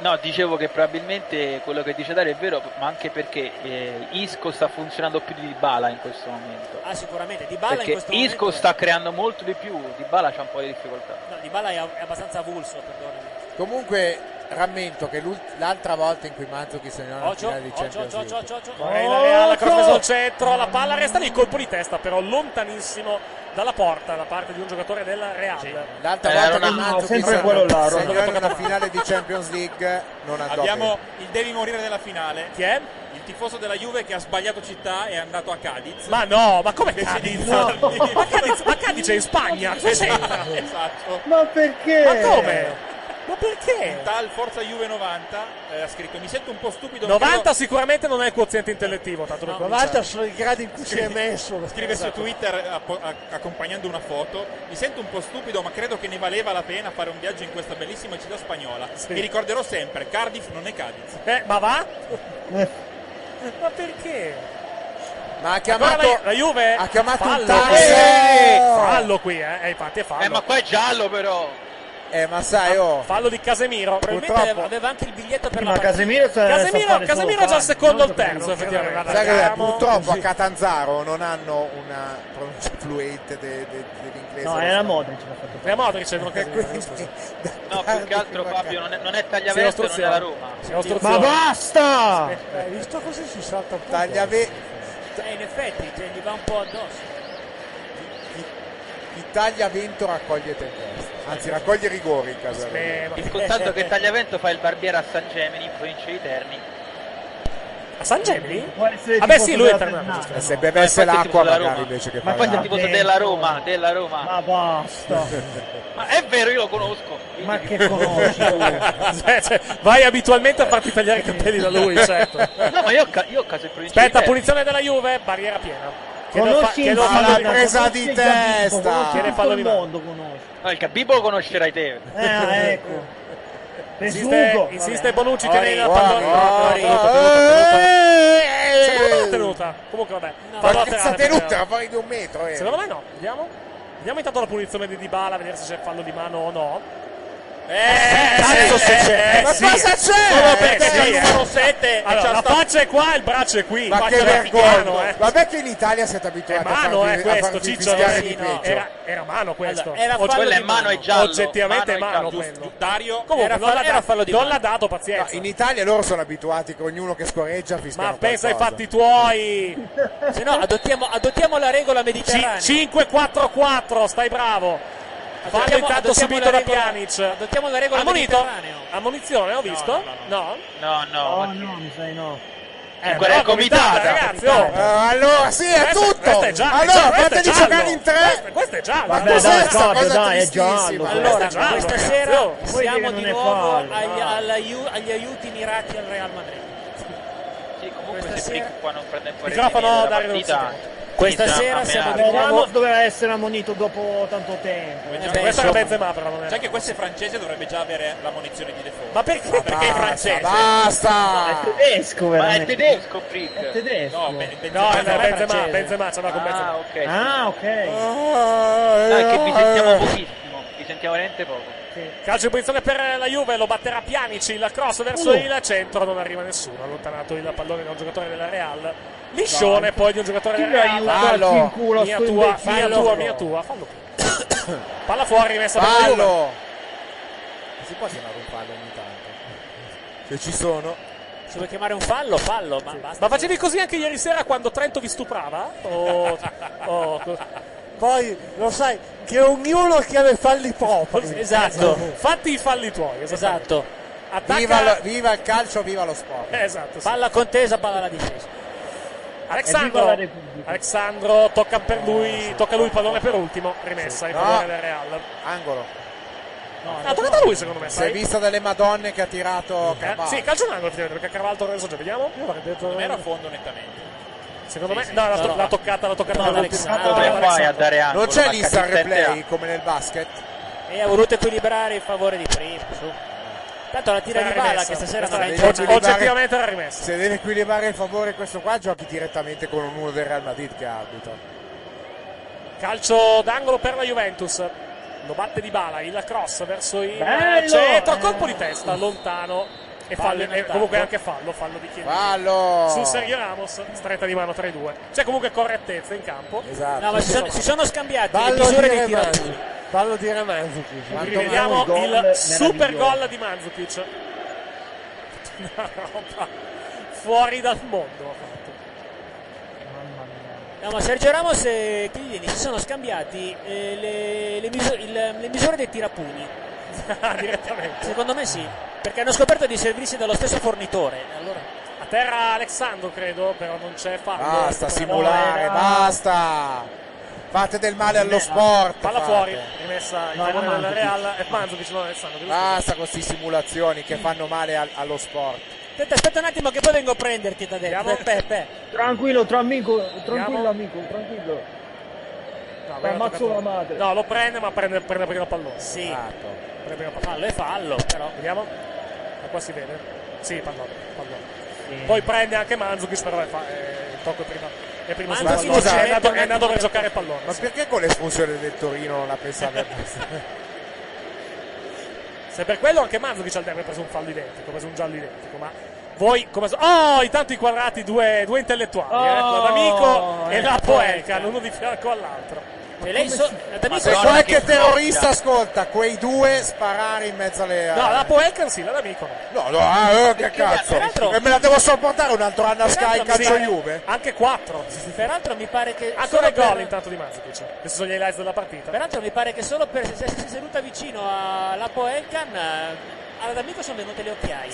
Speaker 13: No, dicevo che probabilmente quello che dice Dario è vero, ma anche perché eh, Isco sta funzionando più di Dybala in questo momento.
Speaker 9: Ah, sicuramente, Di Bala in
Speaker 13: perché
Speaker 9: questo
Speaker 13: Isco
Speaker 9: momento
Speaker 13: sta creando molto di più, Dybala c'ha un po' di difficoltà.
Speaker 9: No, Di Bala è è abbastanza avulso, perdonami.
Speaker 5: Comunque rammento che l'ult- l'altra volta in cui Mandzukic segnò
Speaker 7: Ah,
Speaker 5: una
Speaker 9: Ocio,
Speaker 5: finale di
Speaker 9: ocio,
Speaker 5: Champions
Speaker 9: ocio,
Speaker 5: League
Speaker 9: ocio, ocio, ocio.
Speaker 7: Corre la Real, la cross messo al centro, la palla resta lì, colpo di testa però lontanissimo dalla porta da parte di un giocatore del Real.
Speaker 5: L'altra
Speaker 7: Eh,
Speaker 5: volta
Speaker 7: era
Speaker 5: che
Speaker 7: una-
Speaker 5: Mandzukic
Speaker 7: sempre
Speaker 5: segnò-
Speaker 7: quello là, Ronaldo.
Speaker 5: segnò in una finale di Champions League non andò
Speaker 10: Abbiamo
Speaker 5: bene.
Speaker 10: il devi morire della finale.
Speaker 7: Chi è?
Speaker 10: Il tifoso della Juve che ha sbagliato città e è andato a Cadiz.
Speaker 7: Ma no, ma come
Speaker 10: Invece di-
Speaker 7: Cadiz? Ma Cadiz? Ma Cadiz è in Spagna, cosa c'entra?
Speaker 10: esatto.
Speaker 16: Ma perché?
Speaker 7: Ma come? Ma perché?
Speaker 10: Un tal Forza Juve 90 eh, ha scritto mi sento un po' stupido.
Speaker 7: 90 sicuramente non è il quoziente intellettivo, tanto per cominciare.
Speaker 14: 90 sono i gradi in cui si è messo.
Speaker 10: Scrive
Speaker 7: Esatto.
Speaker 10: su Twitter eh, appo- a- accompagnando una foto, mi sento un po' stupido ma credo che ne valeva la pena fare un viaggio in questa bellissima città spagnola. Mi ricorderò sempre, Cardiff non è Cadiz.
Speaker 7: Eh, ma va? ma perché?
Speaker 5: Ma ha
Speaker 7: chiamato la, Juve?
Speaker 5: ha chiamato un
Speaker 7: fallo,
Speaker 5: taxi.
Speaker 7: qui.
Speaker 5: Eh!
Speaker 7: fallo qui, eh. eh, infatti è fallo.
Speaker 5: Eh, ma
Speaker 13: qua è giallo però.
Speaker 5: Eh, ma sai, oh.
Speaker 7: Fallo di Casemiro, probabilmente
Speaker 5: Purtroppo.
Speaker 7: aveva- aveva anche il biglietto per la
Speaker 5: Sì, ma
Speaker 7: partita.
Speaker 5: Casemiro se- sa
Speaker 7: Casemiro,
Speaker 5: fare
Speaker 7: Casemiro
Speaker 5: solo
Speaker 7: già il
Speaker 5: fallo,
Speaker 7: secondo o il
Speaker 5: non so perché
Speaker 7: terzo,
Speaker 5: non credo
Speaker 7: effettivamente.
Speaker 5: Sai cos'è?
Speaker 7: Guardiamo.
Speaker 5: Purtroppo a Catanzaro non hanno una pronuncia fluente de- de- dell'inglese.
Speaker 16: No, era Modric l'ha fatto
Speaker 7: È Modric che non Casemiro, scusa.
Speaker 13: No, più che altro Fabio non è, non è
Speaker 7: Sì,
Speaker 13: Tagliaverto, non è
Speaker 7: ostruzione.
Speaker 13: la Roma.
Speaker 7: Sì,
Speaker 16: Ma
Speaker 7: ostruzione.
Speaker 16: basta!
Speaker 14: Hai visto così si salta un po'.
Speaker 5: Tagliave-
Speaker 9: Eh, in effetti, cioè, gli va un po' addosso.
Speaker 5: Chi taglia vento raccoglie tempesta. Anzi, raccoglie rigori in caso.
Speaker 13: Il contatto che Tagliavento fa il barbiere a San Gemini in provincia di Terni.
Speaker 7: A San Gemini?
Speaker 16: Può essere
Speaker 7: Vabbè,
Speaker 16: tifoso
Speaker 7: sì, lui è
Speaker 16: della
Speaker 7: internazionale.
Speaker 16: Ternana.
Speaker 5: Eh, se
Speaker 13: Ma infatti
Speaker 5: bevesse l'acqua
Speaker 13: tipo della
Speaker 5: magari
Speaker 13: Roma.
Speaker 5: invece che
Speaker 13: Ma infatti è
Speaker 5: parlare.
Speaker 13: tipo della Roma, della Roma.
Speaker 16: Ma basta!
Speaker 13: Ma è vero, io lo conosco.
Speaker 16: Ma che conosci?
Speaker 7: Cioè, cioè, vai abitualmente a farti tagliare i capelli da lui, certo.
Speaker 13: No, ma io, ho ca- io ho caso in provincia
Speaker 7: Aspetta,
Speaker 13: di Terni.
Speaker 7: punizione della Juve, barriera piena.
Speaker 16: Conosci il
Speaker 7: fallo
Speaker 16: Zidane, conosci il
Speaker 7: di-
Speaker 16: Gabibbo, conosci
Speaker 7: Chiede
Speaker 16: tutto
Speaker 7: fallo di
Speaker 16: il
Speaker 7: mano.
Speaker 16: mondo conosci.
Speaker 13: No, il Gabibbo lo conoscerai te.
Speaker 16: Eh, ah, ecco.
Speaker 7: Insiste,
Speaker 16: Presugo.
Speaker 7: insiste Bonucci che
Speaker 13: Ori,
Speaker 7: ne ha
Speaker 13: Ori,
Speaker 7: tenuta.
Speaker 13: Ori.
Speaker 7: tenuta. Secondo me l'ha tenuta. Comunque vabbè. fallo
Speaker 5: Ma
Speaker 7: laterale,
Speaker 5: cazzo tenuta,
Speaker 7: perché-
Speaker 5: ma fuori di un metro. eh.
Speaker 7: Secondo me no. Vediamo. Vediamo intanto la punizione di Dybala, a vedere se c'è fallo di mano o no.
Speaker 10: Cazzo se c'è.
Speaker 7: Eh,
Speaker 10: Ma
Speaker 7: sì.
Speaker 10: cosa c'è?
Speaker 7: Solo perché
Speaker 10: Eh,
Speaker 7: c'è
Speaker 10: sì,
Speaker 7: il
Speaker 10: eh.
Speaker 7: numero 7
Speaker 10: Allora,
Speaker 7: la
Speaker 10: la
Speaker 7: faccia è qua, il braccio è qui.
Speaker 5: Ma che vergogna! Vabbè che in Italia siete abituati a
Speaker 7: mano
Speaker 5: farvi,
Speaker 7: è questo,
Speaker 5: a farvi
Speaker 7: Ciccio.
Speaker 5: fischiare
Speaker 7: Sì,
Speaker 5: di
Speaker 7: no,
Speaker 5: peggio.
Speaker 7: era, era mano questo.
Speaker 9: Allora, era
Speaker 7: Oggi-
Speaker 9: fallo
Speaker 13: Quella è
Speaker 9: di
Speaker 13: mano e giallo. Mano
Speaker 7: Oggettivamente
Speaker 13: e
Speaker 7: mano,
Speaker 13: giallo.
Speaker 7: quello.
Speaker 10: Dario
Speaker 7: Comunque,
Speaker 5: Era
Speaker 7: non,
Speaker 5: fallo-
Speaker 7: l'ha,
Speaker 5: era
Speaker 7: dato-
Speaker 5: fallo di
Speaker 7: non
Speaker 5: mano.
Speaker 7: l'ha dato
Speaker 5: No,
Speaker 7: pazienza.
Speaker 5: in Italia loro sono abituati che ognuno che scoreggia fischia
Speaker 7: Ma pensa ai fatti tuoi.
Speaker 9: Se no, adottiamo, adottiamo la regola mediterranea.
Speaker 7: 5-4-4, stai bravo. Fallo
Speaker 9: Adottiamo-
Speaker 7: intanto
Speaker 9: adottiamo
Speaker 7: subito
Speaker 9: la
Speaker 7: da
Speaker 9: regola-
Speaker 7: Pjanic.
Speaker 9: adottiamo la regola
Speaker 7: Ammonito?
Speaker 9: mediterranea.
Speaker 7: Ammonizione, ho visto? No?
Speaker 13: No, no.
Speaker 16: Oh
Speaker 13: ma-
Speaker 16: no, mi sai no.
Speaker 7: Eh,
Speaker 13: Quella
Speaker 7: però
Speaker 13: è comitata.
Speaker 7: ragazzi. oh.
Speaker 5: Eh, allora, sì, è
Speaker 7: Questo-
Speaker 5: tutto.
Speaker 7: questo è giallo,
Speaker 5: Allora,
Speaker 7: questo è
Speaker 5: fateli
Speaker 7: giallo.
Speaker 5: giocare in tre.
Speaker 7: Questo- Eh, Questo è giallo.
Speaker 5: Ma
Speaker 16: Vabbè,
Speaker 5: cos'è
Speaker 16: dai,
Speaker 5: sta
Speaker 16: Fabio,
Speaker 5: cosa
Speaker 16: dai, è
Speaker 5: tristissima?
Speaker 16: giallo.
Speaker 9: Allora,
Speaker 7: Questo è giallo,
Speaker 9: questa
Speaker 7: ragazzi,
Speaker 9: sera
Speaker 7: oh.
Speaker 16: Voi
Speaker 9: siamo
Speaker 16: dire
Speaker 9: di
Speaker 16: non è
Speaker 9: nuovo
Speaker 16: fallo,
Speaker 9: agli,
Speaker 16: no.
Speaker 9: alla Ju- agli aiuti mirati al Real Madrid.
Speaker 13: Sì, comunque
Speaker 9: Questa
Speaker 13: se
Speaker 9: sera-
Speaker 13: Brick qua non prende fuori
Speaker 7: Microfono,
Speaker 13: il
Speaker 7: Dario
Speaker 13: rimedi della
Speaker 7: Luzzini.
Speaker 13: partita,
Speaker 9: Questa
Speaker 13: inizia
Speaker 9: sera
Speaker 13: a
Speaker 9: siamo
Speaker 13: meare.
Speaker 9: di nuovo-
Speaker 16: Ramos doveva essere ammonito dopo tanto tempo.
Speaker 10: Beh,
Speaker 7: Eh,
Speaker 10: già-
Speaker 7: Questo era
Speaker 10: insomma,
Speaker 7: Benzema però non era.
Speaker 9: Cioè
Speaker 10: Sai che questo è francese dovrebbe già avere la munizione di default.
Speaker 7: Ma perché?
Speaker 10: Perché è francese.
Speaker 16: È
Speaker 5: Basta!
Speaker 16: tedesco,
Speaker 13: Ma è
Speaker 16: veramente.
Speaker 13: tedesco Brick.
Speaker 16: È tedesco.
Speaker 10: No, ben, ben-
Speaker 7: No,
Speaker 10: ben-
Speaker 7: no,
Speaker 10: ben-
Speaker 7: Benzema, Benzema, ce l'ha con
Speaker 13: Ah,
Speaker 7: Benzema.
Speaker 13: ok.
Speaker 16: Ah, ok.
Speaker 13: Dai, che vi sentiamo
Speaker 5: Eh,
Speaker 13: pochissimo. Vi sentiamo veramente poco.
Speaker 7: Calcio di punizione per la Juve, lo batterà Pjanic, il cross verso
Speaker 16: Uh.
Speaker 7: il centro, non arriva nessuno, allontanato il pallone da un giocatore della Real. Liscione poi di un giocatore
Speaker 16: Chi mi
Speaker 7: della Real.
Speaker 16: aiuta a
Speaker 5: fallo.
Speaker 16: in culo a
Speaker 7: mia
Speaker 16: sto
Speaker 7: tua, mia
Speaker 16: imbecille?
Speaker 7: tua, mia tua, fallo qui. Palla fuori, rimessa per la Juve.
Speaker 5: Fallo! Si può chiamare un fallo ogni tanto? Se ci sono.
Speaker 9: Se vuoi chiamare un fallo, fallo, ma basta.
Speaker 7: Ma facevi così anche Oh, ieri sera quando Trento vi stuprava? O- o-
Speaker 14: Poi, lo sai, che ognuno chiama i falli propri.
Speaker 7: Esatto, fatti i falli tuoi. Esatto. Attacca...
Speaker 5: Viva, lo- viva il calcio, viva lo sport.
Speaker 7: Eh, esatto, sì.
Speaker 9: Palla contesa, palla alla difesa.
Speaker 7: Alexandro,
Speaker 9: la
Speaker 7: Alexandro tocca per lui, tocca lui il pallone per ultimo, rimessa in
Speaker 5: No.
Speaker 7: favore del Real.
Speaker 5: Angolo.
Speaker 7: Ha toccato lui secondo me,
Speaker 5: Si è
Speaker 7: sai?
Speaker 5: visto delle madonne che ha tirato
Speaker 7: Eh,
Speaker 5: Carvalho.
Speaker 7: sì, calcio in angolo effettivamente, perché Carvalho adesso già vediamo.
Speaker 10: Non era a fondo nettamente.
Speaker 7: Secondo
Speaker 10: Sì,
Speaker 7: me,
Speaker 10: sì.
Speaker 7: no, l'ha, to-
Speaker 10: No, no.
Speaker 7: l'ha toccata, l'ha toccata
Speaker 10: No,
Speaker 7: per
Speaker 10: Alexandro.
Speaker 7: ultimo.
Speaker 10: Come
Speaker 7: Ah,
Speaker 10: fai a
Speaker 7: Alexandro.
Speaker 10: dare angolo?
Speaker 5: Non c'è
Speaker 10: Ma
Speaker 5: l'instant
Speaker 10: cazzo,
Speaker 5: replay
Speaker 10: te-
Speaker 5: come nel basket.
Speaker 9: E ha voluto equilibrare in favore di prima. Su. Tanto la tira
Speaker 7: Era
Speaker 9: di palla
Speaker 7: rimessa.
Speaker 9: che stasera
Speaker 7: Questa
Speaker 9: non è in
Speaker 7: era
Speaker 9: gioco.
Speaker 7: rimessa. Oggi- oggettivamente era rimessa.
Speaker 5: Se deve equilibrare il favore questo qua, giochi direttamente con uno del Real Madrid che arbitra.
Speaker 7: Calcio d'angolo per la Juventus. Lo batte di bala, il cross verso il
Speaker 5: Bello!
Speaker 7: centro, colpo di testa, lontano. E,
Speaker 5: Fallo
Speaker 7: fallo,
Speaker 5: in
Speaker 7: e
Speaker 5: attacco.
Speaker 7: comunque anche Eh, fallo, fallo di Chiellini.
Speaker 5: Fallo!
Speaker 14: Oh.
Speaker 7: Su Sergio Ramos, stretta di mano tra i due. C'è comunque correttezza in campo.
Speaker 9: No, ma si sono, si sono scambiati
Speaker 14: Esatto. Ballo
Speaker 9: le
Speaker 14: di
Speaker 9: misure dei tiratori.
Speaker 14: Remanzuki. Ballo di Remanzuki.
Speaker 7: Rivediamo il super gol di Manzukic. Una roba fuori dal mondo. ha fatto.
Speaker 9: No, ma Sergio Ramos e Chiellini si sono scambiati eh, le, le miso- il- le misure dei tirapugni.
Speaker 7: Direttamente.
Speaker 9: Secondo me sì, perché hanno scoperto di servirsi dallo stesso fornitore. Allora,
Speaker 7: A terra Alexandro, credo, però non c'è fallo.
Speaker 5: Basta
Speaker 7: Come
Speaker 5: simulare,
Speaker 7: no,
Speaker 5: basta! Fate del male allo sport!
Speaker 7: Palla
Speaker 5: fate.
Speaker 7: fuori, rimessa in
Speaker 5: No, era
Speaker 7: favore della
Speaker 5: Mandzukic.
Speaker 7: Real e Manzukic non Alessandro.
Speaker 5: Basta con queste simulazioni che fanno male al- allo sport.
Speaker 9: aspetta, aspetta un attimo che poi vengo a prenderti da dentro. Eh, Peppe.
Speaker 16: Tranquillo, tra amico, tranquillo
Speaker 9: Andiamo.
Speaker 16: amico, tranquillo.
Speaker 7: No,
Speaker 16: Ti ammazzo la madre.
Speaker 7: No, lo prende, ma prende, prende prima il pallone. Ah, ecco.
Speaker 9: Sì.
Speaker 7: Prende prima il pallone.
Speaker 9: Fallo e fallo, però.
Speaker 7: Vediamo. Ma qua si vede. Sì, pallone. pallone. Poi prende anche Manzukic, però è fa- eh, il tocco è prima. È prima sul
Speaker 5: Ma
Speaker 7: pallone.
Speaker 5: scusa,
Speaker 7: Cioè, è andato,
Speaker 5: ma-
Speaker 7: è andato per giocare il pallone.
Speaker 5: Ma
Speaker 7: sì.
Speaker 5: perché con l'espulsione del Torino non la pensate a questo?
Speaker 7: Se per quello anche Manzukic al derby ha preso un fallo identico, ha preso un giallo identico, ma voi come so- Oh, intanto i quadrati, due, due intellettuali, eh,
Speaker 9: Oh,
Speaker 7: l'amico
Speaker 14: ecco,
Speaker 7: e
Speaker 9: eh,
Speaker 7: la
Speaker 9: Poelka.
Speaker 7: Poelka, l'uno di fianco all'altro. Cioè,
Speaker 9: E lei so- D'Amico
Speaker 5: Se qualche terrorista ascolta quei due sparare in mezzo alle...
Speaker 7: No, la Poelka sì, la D'Amico no.
Speaker 5: No, no, ah, eh, che cazzo! E me la devo sopportare un altro anno a Sky calcio Juve?
Speaker 7: Anche quattro.
Speaker 9: Peraltro mi pare che.
Speaker 7: Ancora il
Speaker 9: solo
Speaker 7: Ah, gol
Speaker 9: per-
Speaker 7: intanto di Manzukic. Questi sono gli highlights della partita.
Speaker 9: Peraltro mi pare che solo per essersi seduta vicino alla Poelcan eh, all'amico sono venute le occhiaie.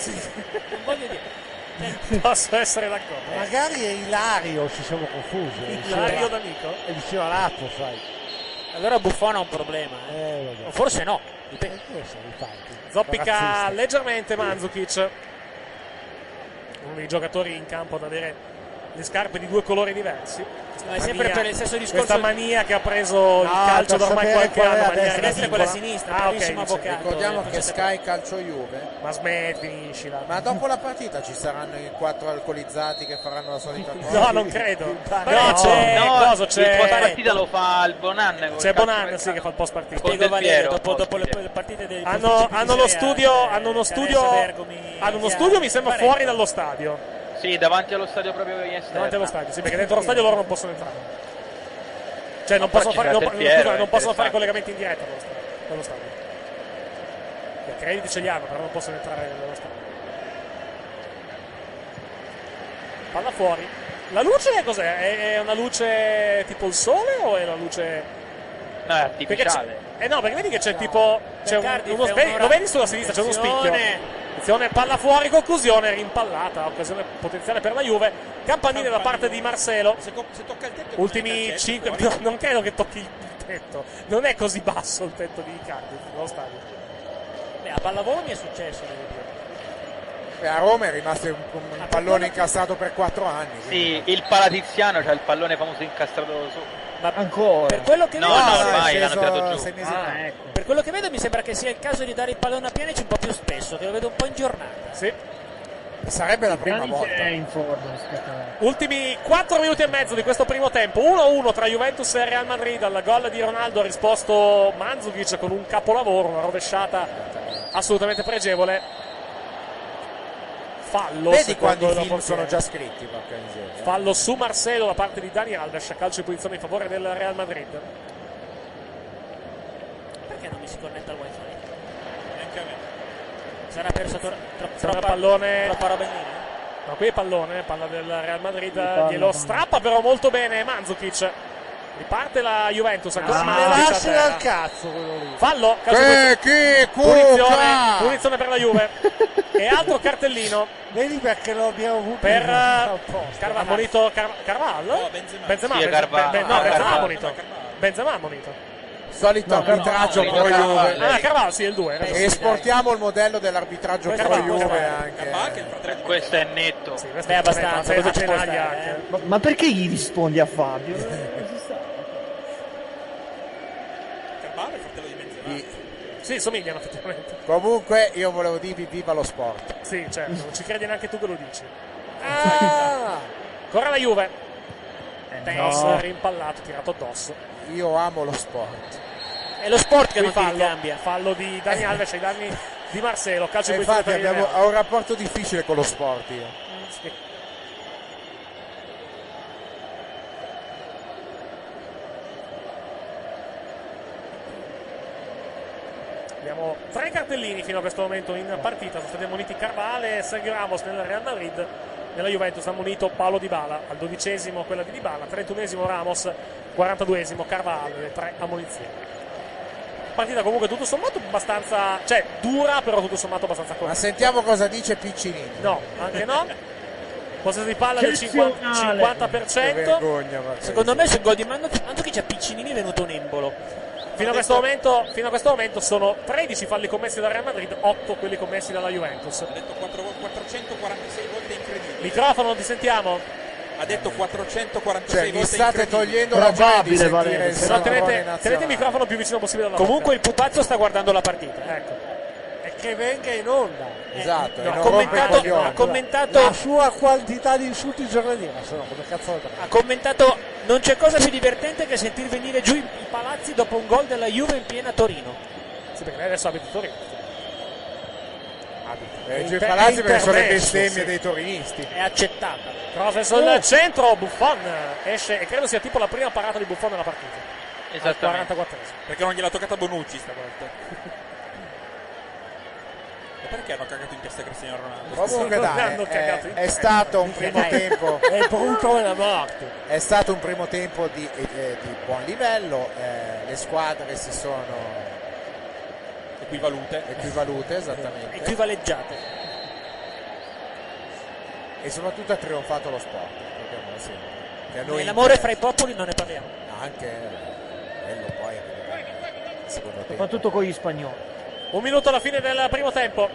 Speaker 9: Non voglio dire.
Speaker 7: Posso essere d'accordo.
Speaker 14: Magari è Ilario, ci siamo confusi. È vicino
Speaker 7: Ilario
Speaker 14: alla-
Speaker 7: D'Amico?
Speaker 14: È vicino all'Appo, sai.
Speaker 9: Allora Buffon ha un problema. eh. O forse no. Dipende.
Speaker 7: Zoppica
Speaker 9: Razzista.
Speaker 7: leggermente Manzukic. Uno dei giocatori in campo ad avere le scarpe di due colori diversi.
Speaker 9: Ma è sempre
Speaker 7: Mania-
Speaker 9: per il stesso discorso-
Speaker 7: Questa mania che ha preso il
Speaker 5: No,
Speaker 7: calcio
Speaker 5: per
Speaker 7: da ormai
Speaker 5: sapere
Speaker 7: qualche
Speaker 5: qual è
Speaker 7: anno.
Speaker 5: la
Speaker 7: mania
Speaker 5: destra e
Speaker 7: ridicola.
Speaker 5: quella sinistra,
Speaker 7: Ah, ok,
Speaker 5: bravissimo
Speaker 7: dice-
Speaker 5: avvocato. Ricordiamo che Sky Calcio Juve.
Speaker 7: Ma smetti, finiscila.
Speaker 5: Ma dopo la partita ci saranno i quattro alcolizzati che faranno la solita cosa?
Speaker 7: No, non credo. Però c'è,
Speaker 13: no,
Speaker 7: cosa
Speaker 13: Il
Speaker 7: c'è?
Speaker 13: post partita lo fa il Bonan.
Speaker 7: C'è Bonan, sì, che fa il post partita.
Speaker 13: Col Del Piero,
Speaker 9: dopo,
Speaker 13: post
Speaker 9: dopo le,
Speaker 13: Piero.
Speaker 9: le partite dei
Speaker 7: Hanno, hanno lo studio, hanno uno studio, hanno uno studio mi sembra fuori dallo stadio.
Speaker 13: Sì, davanti allo stadio proprio in esterno.
Speaker 7: Davanti allo stadio,
Speaker 13: eh,
Speaker 7: sì, perché dentro lo stadio loro non possono entrare. Cioè, non
Speaker 13: Ma
Speaker 7: possono
Speaker 13: qua
Speaker 7: fare,
Speaker 13: ci sarà
Speaker 7: non, non-
Speaker 13: Del Piero,
Speaker 7: scusa,
Speaker 13: è
Speaker 7: non possono fare
Speaker 13: interessante.
Speaker 7: collegamenti in diretta dallo stadio. dallo stadio. I crediti ce li hanno, però non possono entrare nello stadio. Palla fuori. La luce cos'è? È, è una luce tipo il sole o è una luce.
Speaker 13: No, è
Speaker 7: Perché c'è-
Speaker 13: artificiale.
Speaker 7: eh no, perché vedi che c'è tipo. C'è un-
Speaker 9: Cardiff
Speaker 7: uno,
Speaker 9: è
Speaker 7: vedi-
Speaker 9: un'ora-
Speaker 7: lo vedi sulla sinistra, c'è uno spicchio.
Speaker 9: Attenzione.
Speaker 7: Attenzione, palla fuori, conclusione rimpallata. Occasione potenziale per la Juve. Campanile da parte di Marcelo. Ultimi 5 minuti. Non credo che tocchi il tetto. Non è così basso il tetto di Cardiff. Lo stadio.
Speaker 9: Beh, a pallavolo mi è successo. devo dire.
Speaker 5: Beh, Eh, a Roma è rimasto un, un pallone incassato per quattro anni.
Speaker 13: Sì, il Palatiziano c'ha il pallone famoso incastrato su.
Speaker 9: Ma
Speaker 16: ancora?
Speaker 9: Per quello che
Speaker 13: No,
Speaker 9: vedo,
Speaker 13: no, ormai l'hanno tirato giù.
Speaker 9: Ah, ecco. Per quello che vedo mi sembra che sia il caso di dare il pallone a Pianici un po' più spesso, che lo vedo un po' in giornata.
Speaker 7: Sì.
Speaker 5: Sarebbe la prima
Speaker 16: Pjanic
Speaker 5: volta.
Speaker 16: è in forma, scattato.
Speaker 7: Ultimi 4 minuti e mezzo di questo primo tempo. 1-1 tra Juventus e Real Madrid. Al gol di Ronaldo ha risposto Manzukic con un capolavoro, una rovesciata assolutamente pregevole. Fallo.
Speaker 5: Vedi
Speaker 7: secondo
Speaker 5: quando i
Speaker 7: la
Speaker 5: film
Speaker 7: portiera.
Speaker 5: sono già scritti, porca miseria.
Speaker 7: Fallo su Marcelo da parte di Dani Alves, calcio di punizione in favore del Real Madrid.
Speaker 9: Perché non mi si connetta al wifi? Neanche a me. Sarà perso tro- tro-
Speaker 7: Sarà
Speaker 9: troppa,
Speaker 7: pallone-
Speaker 9: troppa roba in linea.
Speaker 7: Ma qui è pallone, palla del Real Madrid,
Speaker 9: Palla,
Speaker 7: glielo
Speaker 9: palla.
Speaker 7: strappa però molto bene Manzukic. Riparte la Juventus ancora
Speaker 14: Ah,
Speaker 7: Mandzukic a
Speaker 14: lasciala
Speaker 7: terra.
Speaker 14: al cazzo quello lì.
Speaker 7: Fallo, calcio
Speaker 14: Che-
Speaker 7: questo.
Speaker 14: che
Speaker 7: punizione,
Speaker 14: cuca!
Speaker 7: punizione per la Juve. e altro cartellino.
Speaker 14: Vedi perché lo abbiamo avuto
Speaker 7: Per eh,
Speaker 9: eh,
Speaker 14: apposta.
Speaker 7: Carva- ha monito Car- Carvalho? Benzema. Benzema,
Speaker 14: Sì, è
Speaker 7: Benzema-
Speaker 14: Carvalho.
Speaker 7: Be- no,
Speaker 14: Ah,
Speaker 7: Benzema ha
Speaker 14: Carvalho.
Speaker 7: monito. Benzema ha monito.
Speaker 5: Solito
Speaker 7: No,
Speaker 5: arbitraggio
Speaker 7: no, no, no,
Speaker 5: pro
Speaker 7: no,
Speaker 5: Juve.
Speaker 7: no, no, no, Ah, Carvalho sì, è il due, adesso sì, dai.
Speaker 5: Esportiamo il modello dell'arbitraggio
Speaker 7: Questo
Speaker 5: pro
Speaker 7: Carvalho,
Speaker 5: Juve eh.
Speaker 7: Carvalho.
Speaker 5: anche.
Speaker 13: Questo è netto.
Speaker 7: Sì, questo è abbastanza,
Speaker 13: Beh,
Speaker 7: cosa
Speaker 13: abbastanza.
Speaker 7: ce
Speaker 9: eh.
Speaker 7: eh. n'aglia anche.
Speaker 13: eh.
Speaker 16: Ma, ma perché gli rispondi a Fabio?
Speaker 7: Carvalho è il fratello di Benzema. Sì, somigliano effettivamente.
Speaker 5: Comunque io volevo dirvi viva lo sport.
Speaker 7: Sì, certo, non ci credi neanche tu che lo dici. Ah! Corre la Juve. Tennis
Speaker 5: Eh, no.
Speaker 7: rimpallato, tirato addosso.
Speaker 5: Io amo lo sport.
Speaker 7: È lo sport
Speaker 5: che non ti ricambia.
Speaker 7: Fallo di Dani Alves ai danni di Marcelo, calcio
Speaker 5: E
Speaker 7: di
Speaker 5: infatti abbiamo- ho un rapporto difficile con lo sport io.
Speaker 7: Abbiamo tre cartellini fino a questo momento in partita. Sono stati ammoniti Carvale e Sergio Ramos nel Real Madrid. Nella Juventus ha ammonito Paolo Di Bala al dodicesimo quella di Di Bala, 31 Ramos, 42esimo Carvalho, le tre ammonizioni. Partita comunque tutto sommato abbastanza, cioè dura però tutto sommato abbastanza corta.
Speaker 5: Ma sentiamo cosa dice Piccinini.
Speaker 7: No, anche no. Possesso di palla del 50%.
Speaker 5: Eccezionale. Che vergogna, Marco.
Speaker 7: Secondo me sul gol di Mandzukic a Piccinini è venuto un embolo. Fino a, questo momento, fino a questo momento sono 13 falli commessi dal Real Madrid, 8 quelli commessi dalla Juventus.
Speaker 10: Ha detto 4 gol- 446 volte incredibili.
Speaker 7: Microfono, ti sentiamo?
Speaker 10: Ha detto 446
Speaker 5: Cioè,
Speaker 10: volte
Speaker 5: mi state
Speaker 10: incredibili.
Speaker 5: togliendo la gioia di sentire il
Speaker 7: Se no,
Speaker 5: Salvatore
Speaker 7: tenete,
Speaker 5: Nazionale.
Speaker 7: tenete il microfono più vicino possibile alla
Speaker 9: Comunque il
Speaker 7: bocca.
Speaker 9: pupazzo sta guardando la partita.
Speaker 7: Ecco.
Speaker 14: E che venga in onda.
Speaker 7: Eh,
Speaker 5: Esatto,
Speaker 9: no,
Speaker 5: e
Speaker 9: ha
Speaker 5: non
Speaker 9: commentato-
Speaker 5: rompe i coglioni.
Speaker 9: ha commentato-
Speaker 14: la sua quantità di insulti giornaliera, se no come cazzo lo
Speaker 9: Ha commentato non c'è cosa più divertente che sentir venire giù i i palazzi dopo un gol della Juve in piena Torino.
Speaker 7: Sì, perché lei adesso abita a Torino.
Speaker 5: Eh,
Speaker 7: Inter-
Speaker 5: Gio Palazzi perché sono le
Speaker 7: intermesso,
Speaker 5: bestemmie
Speaker 7: sì.
Speaker 5: dei torinisti.
Speaker 9: È accettata.
Speaker 7: Cross sul
Speaker 5: Oh.
Speaker 7: centro, Buffon esce e credo sia tipo la prima parata di Buffon nella partita. Al 44esimo.
Speaker 10: Perché non gliel'ha toccata Bonucci stavolta. e perché hanno cagato in testa Cristiano Ronaldo?
Speaker 5: Comunque dai,
Speaker 10: Hanno cagato
Speaker 5: è,
Speaker 10: in
Speaker 5: è
Speaker 10: testa.
Speaker 5: stato un primo
Speaker 10: Dai.
Speaker 5: tempo
Speaker 10: È brutto
Speaker 7: la morte.
Speaker 5: È stato un primo tempo di, eh, di buon livello, eh, le squadre si sono
Speaker 10: equivalute,
Speaker 5: equivalute esattamente.
Speaker 9: Equivaleggiate.
Speaker 5: E soprattutto ha trionfato lo sport, ricordiamolo sempre. Che a noi
Speaker 9: Nell'amore
Speaker 5: interessa.
Speaker 9: fra i popoli non ne parliamo.
Speaker 5: anche bello poi eh, secondo te.
Speaker 16: Soprattutto con gli spagnoli.
Speaker 7: Un minuto alla fine del primo tempo.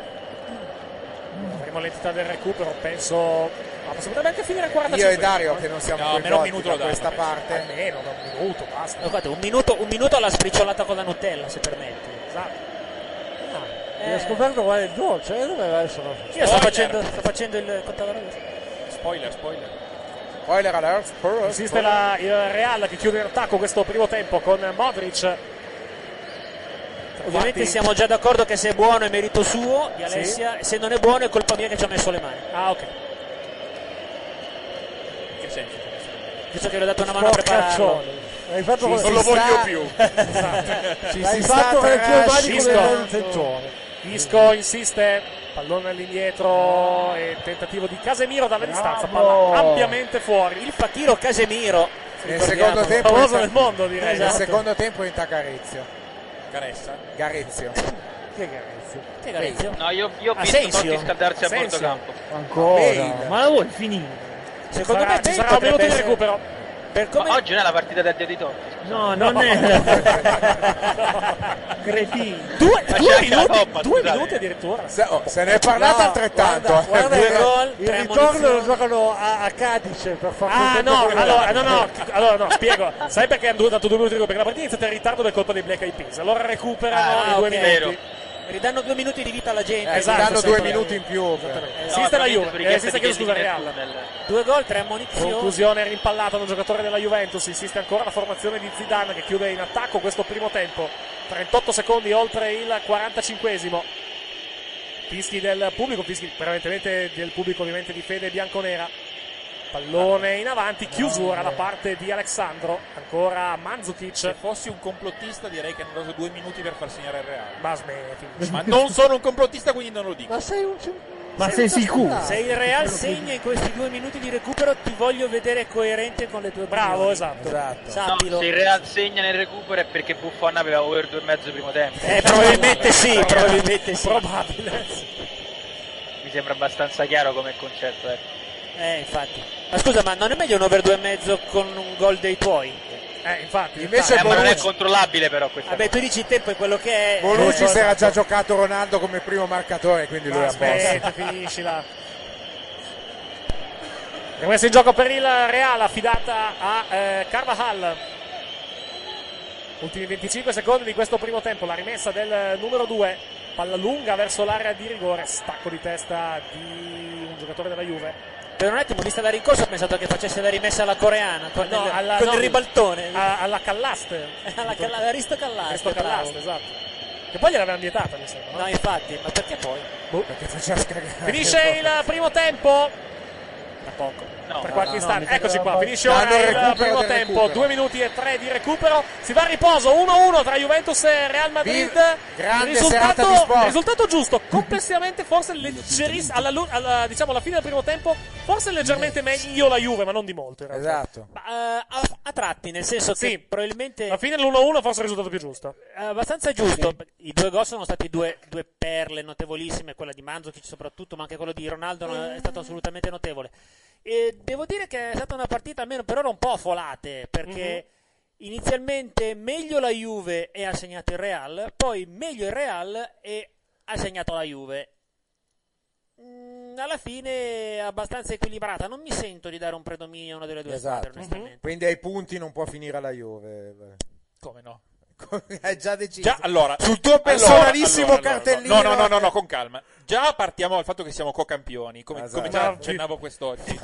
Speaker 7: Avremo l'entità del recupero, penso. Ma potrebbe anche finire a 45.
Speaker 5: Io e Dario che non siamo
Speaker 7: no, meno un
Speaker 5: coinvolti
Speaker 7: minuto
Speaker 5: da
Speaker 7: lo danno,
Speaker 5: questa
Speaker 7: penso.
Speaker 5: parte.
Speaker 7: Almeno da un minuto, basta.
Speaker 9: No, guarda, un minuto, un minuto alla spricciolata con la Nutella, se permetti.
Speaker 16: Esatto.
Speaker 9: Ah, eh,
Speaker 14: Mi ha scoperto Eh, qual è il dolce, eh, doveva essere una
Speaker 9: Io sto facendo, sto facendo il contador adesso.
Speaker 10: Spoiler, spoiler.
Speaker 5: Spoiler alert, spoiler.
Speaker 7: Esiste la, il Real che chiude in attacco questo primo tempo con Modric.
Speaker 9: Ovviamente
Speaker 7: Infatti-
Speaker 9: siamo già d'accordo che se è buono è merito suo, di
Speaker 7: Sì.
Speaker 9: Alessia, e se non è buono è colpa mia che ci ha messo le mani.
Speaker 7: Ah, ok.
Speaker 10: Che senso?
Speaker 9: Visto che le ho dato una mano a prepararlo.
Speaker 14: Porcaccione. Hai fatto come-
Speaker 9: Non lo
Speaker 14: si
Speaker 9: voglio
Speaker 14: sta-
Speaker 9: più.
Speaker 14: Esatto.
Speaker 9: Ci
Speaker 14: L'hai fatto
Speaker 9: si sta
Speaker 14: con le tue
Speaker 9: trash-
Speaker 14: mani
Speaker 9: Isco.
Speaker 14: come un tettone.
Speaker 7: Isco insiste, pallone all'indietro e tentativo di Casemiro dalla distanza, palla ampiamente fuori. Il
Speaker 9: patiro Casemiro.
Speaker 5: Nel
Speaker 9: Esatto.
Speaker 5: secondo tempo
Speaker 7: famoso nel mondo direi.
Speaker 5: Nel secondo tempo entra Carezio.
Speaker 10: Caressa.
Speaker 5: Garezio.
Speaker 7: Che Garezio?
Speaker 9: Che Garezio? Ah,
Speaker 13: No, io, io ho
Speaker 9: Ha
Speaker 13: visto
Speaker 9: senso?
Speaker 13: Totti scaldarsi a
Speaker 9: Ha
Speaker 13: bordo
Speaker 9: senso?
Speaker 13: campo.
Speaker 16: Ancora. Ma la vuoi finire?
Speaker 9: Secondo
Speaker 13: Sarà-
Speaker 9: me
Speaker 13: ci sarà un
Speaker 9: potrebbe
Speaker 13: minuto di
Speaker 9: essere-
Speaker 13: recupero.
Speaker 9: Per come...
Speaker 13: Ma oggi non è la partita del Dio di Totti.
Speaker 16: No, non è. Cretino.
Speaker 9: Due,
Speaker 13: Ma
Speaker 9: due
Speaker 13: c'è anche la
Speaker 9: minuti,
Speaker 13: Coppa,
Speaker 9: due
Speaker 13: scusate.
Speaker 9: minuti addirittura.
Speaker 5: Se, oh, se ne è parlato
Speaker 14: No,
Speaker 5: altrettanto.
Speaker 14: guarda, guarda
Speaker 5: Due
Speaker 14: il-
Speaker 5: gol,
Speaker 14: il
Speaker 5: tre
Speaker 14: ritorno
Speaker 5: ammonizioni.
Speaker 14: lo giocano a, a Cadice per far
Speaker 7: Ah
Speaker 14: contento
Speaker 7: no,
Speaker 14: quello.
Speaker 7: allora no, no, allora no, spiego. Sai perché hanno dato due minuti di recupero? Perché la partita è iniziata in ritardo per colpa dei Black Eyed Peas. Allora recuperano
Speaker 9: Ah,
Speaker 7: i due
Speaker 9: ok.
Speaker 7: minuti.
Speaker 9: Ridanno due minuti di vita alla gente.
Speaker 7: Eh, Esatto, ridanno due sempre.
Speaker 5: minuti in più.
Speaker 7: Esiste la Juve, eh, esiste che scusa Real.
Speaker 9: Due gol, tre ammonizioni.
Speaker 7: Conclusione rimpallata da un giocatore della Juventus, insiste ancora la formazione di Zidane che chiude in attacco questo primo tempo. 38 secondi oltre il 45esimo. Fischi del pubblico, fischi prevalentemente del pubblico ovviamente di fede bianconera. Pallone in avanti, chiusura da parte di Alessandro, ancora
Speaker 10: Se
Speaker 7: Mandzukic.
Speaker 10: fossi un complottista direi che hanno dato due minuti per far segnare il Real.
Speaker 7: Ma smetti.
Speaker 10: Ma non sono un complottista quindi non lo dico.
Speaker 14: Ma sei un cim-
Speaker 16: Ma sei
Speaker 9: tutto
Speaker 16: sicuro?
Speaker 9: scontato. Se il Real segna in questi due minuti di recupero, ti voglio vedere coerente con le tue
Speaker 7: Bravo, esatto.
Speaker 9: Sappilo.
Speaker 13: No, se il Real segna nel recupero è perché Buffon aveva over due e mezzo primo tempo.
Speaker 9: Eh, probabilmente sì, probabilmente sì.
Speaker 13: Probabile. Mi sembra abbastanza chiaro come concetto, ecco.
Speaker 9: Eh, infatti. Ma scusa, ma non è meglio un over due e mezzo con un gol dei tuoi? Eh, infatti.
Speaker 13: Eh, ma non è controllabile però questa
Speaker 9: Vabbè, tu dici il tempo è quello che è.
Speaker 5: Bonucci
Speaker 9: Eh,
Speaker 5: si era già giocato Ronaldo come primo marcatore, quindi lui
Speaker 9: Ma
Speaker 5: ha
Speaker 9: aspetta,
Speaker 5: perso.
Speaker 9: finiscila.
Speaker 7: Rimessa in gioco per il Real, affidata a eh, Carvajal. Ultimi 25 secondi di questo primo tempo, la rimessa del numero 2, palla lunga verso l'area di rigore, stacco di testa di un giocatore della Juve.
Speaker 9: Per un attimo, vista la rincorsa, ho pensato che facesse la rimessa alla coreana con,
Speaker 7: No,
Speaker 9: il,
Speaker 7: alla-
Speaker 9: con
Speaker 7: no,
Speaker 9: il ribaltone.
Speaker 7: a- alla Callaste.
Speaker 9: alla Calla- alla Risto Callaste,
Speaker 7: Risto
Speaker 9: bravo.
Speaker 7: Callaste, esatto. Che poi gliel'avevano vietata, mi sembra. No, Boh,
Speaker 9: infatti, ma perché poi?
Speaker 5: Perché faceva scagare.
Speaker 7: Finisce il primo tempo.
Speaker 9: Da poco.
Speaker 7: per qualche
Speaker 9: no,
Speaker 7: istante.
Speaker 9: no, mi
Speaker 7: Eccoci
Speaker 9: sembrava
Speaker 7: qua,
Speaker 9: poi-
Speaker 7: finisce
Speaker 9: No,
Speaker 7: ora
Speaker 9: del
Speaker 7: il
Speaker 9: recupero,
Speaker 7: primo
Speaker 9: del
Speaker 7: tempo,
Speaker 9: recupero.
Speaker 7: 2 minuti e 3 di recupero. Si va a riposo 1-1 tra Juventus e Real Madrid.
Speaker 5: grande serata di
Speaker 7: risultato,
Speaker 5: sport.
Speaker 7: risultato giusto, complessivamente forse leggerissimo alla, lu- alla- diciamo alla fine del primo tempo, forse leggermente meglio la Juve, ma non di molto in realtà.
Speaker 5: Esatto.
Speaker 9: Ma, eh, a, a tratti, nel senso
Speaker 7: Sì.
Speaker 9: che probabilmente
Speaker 7: Alla fine l'1-1 forse è il risultato più giusto.
Speaker 9: eh, abbastanza giusto. I due gol sono stati due, due perle notevolissime, quella di Mandzukic soprattutto, ma anche quello di Ronaldo no, è stato assolutamente notevole. E devo dire che è stata una partita almeno per ora un po' a folate, perché inizialmente meglio la Juve e ha segnato il Real, poi meglio il Real e ha segnato la Juve. Mm, Alla fine abbastanza equilibrata, non mi sento di dare un predominio a una delle due
Speaker 5: Esatto.
Speaker 9: squadre, onestamente.
Speaker 5: Quindi ai punti non può finire alla Juve.
Speaker 7: Come no?
Speaker 5: Hai già deciso.
Speaker 10: Già, allora,
Speaker 5: sul tuo
Speaker 10: allora,
Speaker 5: personalissimo
Speaker 10: allora, allora,
Speaker 5: cartellino.
Speaker 10: No, no, no, no, no, con calma. Già partiamo dal fatto che siamo co-campioni, come, come già
Speaker 5: Mamma
Speaker 10: accennavo quest'oggi.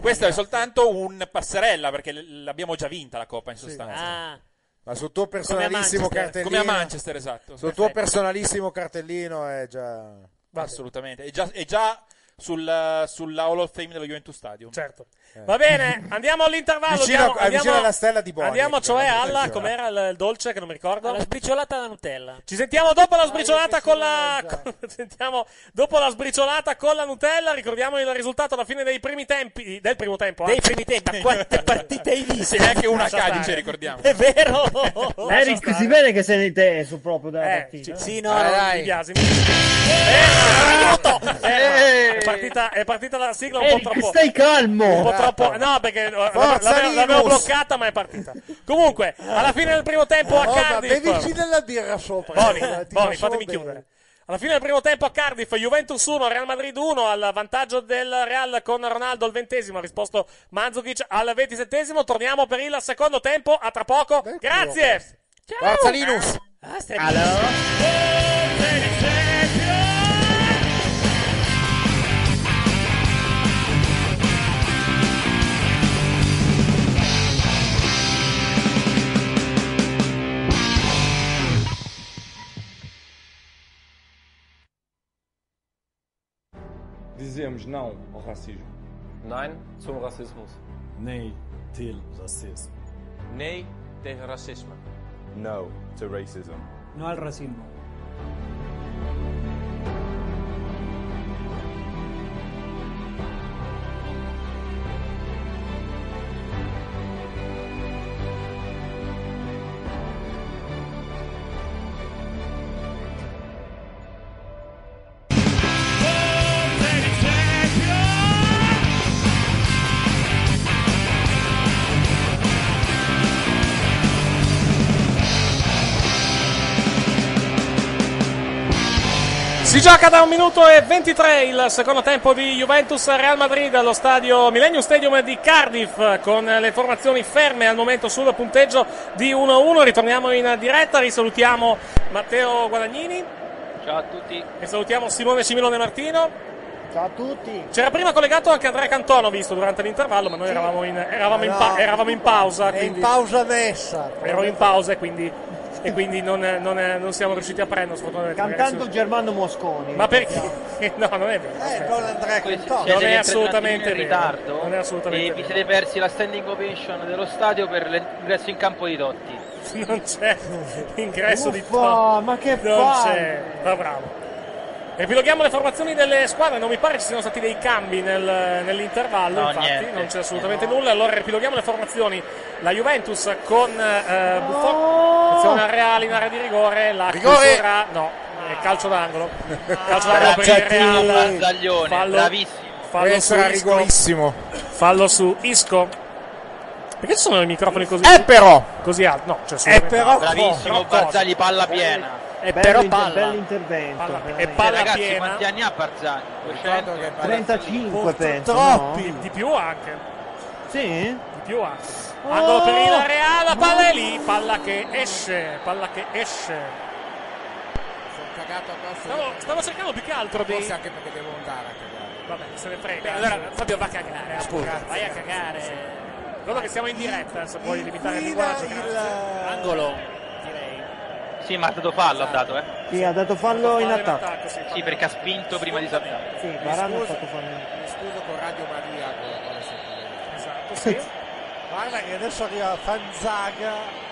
Speaker 10: Questa è soltanto un passerella, perché l- l'abbiamo già vinta la Coppa in sostanza.
Speaker 9: Ah,
Speaker 5: Ma sul tuo personalissimo
Speaker 10: Manchester.
Speaker 5: cartellino.
Speaker 10: Come a Manchester, esatto.
Speaker 5: Sul tuo
Speaker 10: Perfetto.
Speaker 5: personalissimo cartellino è già.
Speaker 10: Eh Assolutamente. E già, è già sul, sulla Hall of Fame dello Juventus Stadium. Eh.
Speaker 7: Certo. Va bene, andiamo all'intervallo.
Speaker 5: Vicino-
Speaker 7: andiamo,
Speaker 5: eh, vicino
Speaker 7: andiamo-
Speaker 5: alla stella di Boniek,
Speaker 7: Andiamo cioè
Speaker 5: però,
Speaker 7: alla,
Speaker 5: attenzione.
Speaker 7: com'era il, il dolce che non mi ricordo?
Speaker 9: la sbriciolata alla Nutella.
Speaker 7: Ci sentiamo dopo la sbriciolata con la. con- sentiamo dopo la sbriciolata con la Nutella. Ricordiamo il risultato alla fine dei primi tempi. Del primo tempo. eh.
Speaker 9: Dei primi tempi, ma quante partite hai visto?
Speaker 10: Neanche una
Speaker 7: Lascia stare.
Speaker 10: Cadice, ricordiamo.
Speaker 9: È vero! oh,
Speaker 16: Eric si vede che sei ne teso proprio dalla
Speaker 7: Eh,
Speaker 16: partita.
Speaker 7: ci- sì, no,
Speaker 16: Dai,
Speaker 7: no,
Speaker 16: dai.
Speaker 7: mi piace. mi- Eh, ferma. È partita, è partita la sigla un
Speaker 16: Eric,
Speaker 7: po' troppo.
Speaker 16: stai calmo.
Speaker 7: Un po' troppo. No, perché eh,
Speaker 16: Forza,
Speaker 7: l'avevo, l'avevo
Speaker 16: Linus.
Speaker 7: bloccata, ma è partita. Comunque, alla fine del primo tempo a
Speaker 14: Oh, ma
Speaker 7: Cardiff.
Speaker 14: bevici della birra sopra.
Speaker 7: Boni,
Speaker 14: eh, ti fa solo
Speaker 7: Boni, fatemi
Speaker 14: bene.
Speaker 7: chiudere. Alla fine del primo tempo a Cardiff, Juventus 1, Real Madrid 1, al vantaggio del Real con Ronaldo al ventesimo, ha risposto Mandzukic al ventisettesimo, torniamo per il secondo tempo, a tra poco, grazie!
Speaker 5: Forza Linus.
Speaker 9: Ah, stai-
Speaker 18: Dizemos não ao racismo. Nein zum Rassismus.
Speaker 19: Nay till racism.
Speaker 18: Nei tegen racisme.
Speaker 19: No to racism.
Speaker 20: No al racismo.
Speaker 7: Si gioca da un minuto e 23 il secondo tempo di Juventus Real Madrid allo stadio Millennium Stadium di Cardiff con le formazioni ferme al momento sul punteggio di 1-1. Ritorniamo in diretta, risalutiamo Matteo Guadagnini.
Speaker 13: Ciao a tutti.
Speaker 7: E salutiamo Simone Cimilone Martino.
Speaker 16: Ciao a tutti.
Speaker 7: C'era prima collegato anche Andrea Cantona, ho visto durante l'intervallo, ma noi eravamo in, eravamo in,
Speaker 14: No,
Speaker 7: pa- eravamo in pausa.
Speaker 14: È in
Speaker 7: quindi-
Speaker 14: pausa messa.
Speaker 7: Ero in pausa e quindi, e quindi non, non- non siamo riusciti a prendere, sfortunatamente.
Speaker 16: Cantando Germano Mosconi. Ecco,
Speaker 7: Ma perché? No, non è vero. non è assolutamente
Speaker 13: in
Speaker 7: vero.
Speaker 13: ritardo
Speaker 7: Non è assolutamente
Speaker 13: e vi siete persi la standing ovation dello stadio per l'ingresso in campo di Totti.
Speaker 7: Non c'è ingresso di
Speaker 16: Uffa,
Speaker 7: Totti.
Speaker 16: ma che
Speaker 7: Non
Speaker 16: palle.
Speaker 7: c'è. Ma bravo. Epiloghiamo le formazioni delle squadre, non mi pare ci siano stati dei cambi nel- nell'intervallo,
Speaker 13: No,
Speaker 7: infatti
Speaker 13: niente,
Speaker 7: non c'è assolutamente
Speaker 13: niente.
Speaker 7: nulla. Allora ripiloghiamo le formazioni. La Juventus con eh, Buffon, azione a Reale in area di rigore, la
Speaker 5: Rigore!
Speaker 7: chiusura- no, è calcio d'angolo. Calcio d'angolo per il
Speaker 5: Bracciatini.
Speaker 7: Real.
Speaker 13: Zaglione, bravissimo.
Speaker 7: Fallo
Speaker 5: Questo
Speaker 7: su
Speaker 5: era
Speaker 7: Isco.
Speaker 5: rigorissimo.
Speaker 7: Fallo su Isco. Perché ci sono i microfoni così?
Speaker 5: Eh, però!
Speaker 7: Così alti? No, cioè
Speaker 5: Eh, però!
Speaker 13: Bravissimo, Barzagli, palla piena.
Speaker 16: E
Speaker 7: però
Speaker 16: inter-
Speaker 7: palla.
Speaker 16: bell'intervento.
Speaker 7: e
Speaker 13: Eh,
Speaker 7: palla
Speaker 13: ragazzi,
Speaker 7: piena.
Speaker 13: quanti anni ha Barzagli? 200?
Speaker 16: 35 penso.
Speaker 7: Troppi,
Speaker 16: no?
Speaker 7: di più anche.
Speaker 16: Sì?
Speaker 7: Di più anche. Angolo per il Real, la palla è lì, palla che esce, palla che esce.
Speaker 5: Cagato addosso.
Speaker 7: Stavo, stavo cercando più che altro di...
Speaker 5: Forse anche perché devo andare a cagare.
Speaker 7: Vabbè, se ne frega.
Speaker 5: Beh,
Speaker 7: allora
Speaker 5: sì.
Speaker 7: Fabio va a cagare, appunto.
Speaker 5: Grazie,
Speaker 7: Vai a
Speaker 5: grazie.
Speaker 7: cagare. Ricordo che siamo in diretta, se puoi limitare il
Speaker 5: Guida
Speaker 7: linguaggio.
Speaker 5: il-
Speaker 13: Angolo. Sì, ma ha dato fallo, ha dato, eh.
Speaker 16: Sì, ha dato fallo in attacco.
Speaker 13: Sì, perché ha spinto prima di saltare.
Speaker 16: Sì,
Speaker 5: Mi
Speaker 16: Varane ha
Speaker 5: scuso,
Speaker 16: fatto fallo.
Speaker 5: mi scuso con Radio Maria con la cosa
Speaker 7: Esatto,
Speaker 5: sotto
Speaker 7: sì.
Speaker 4: Guarda che adesso arriva Fanzaga.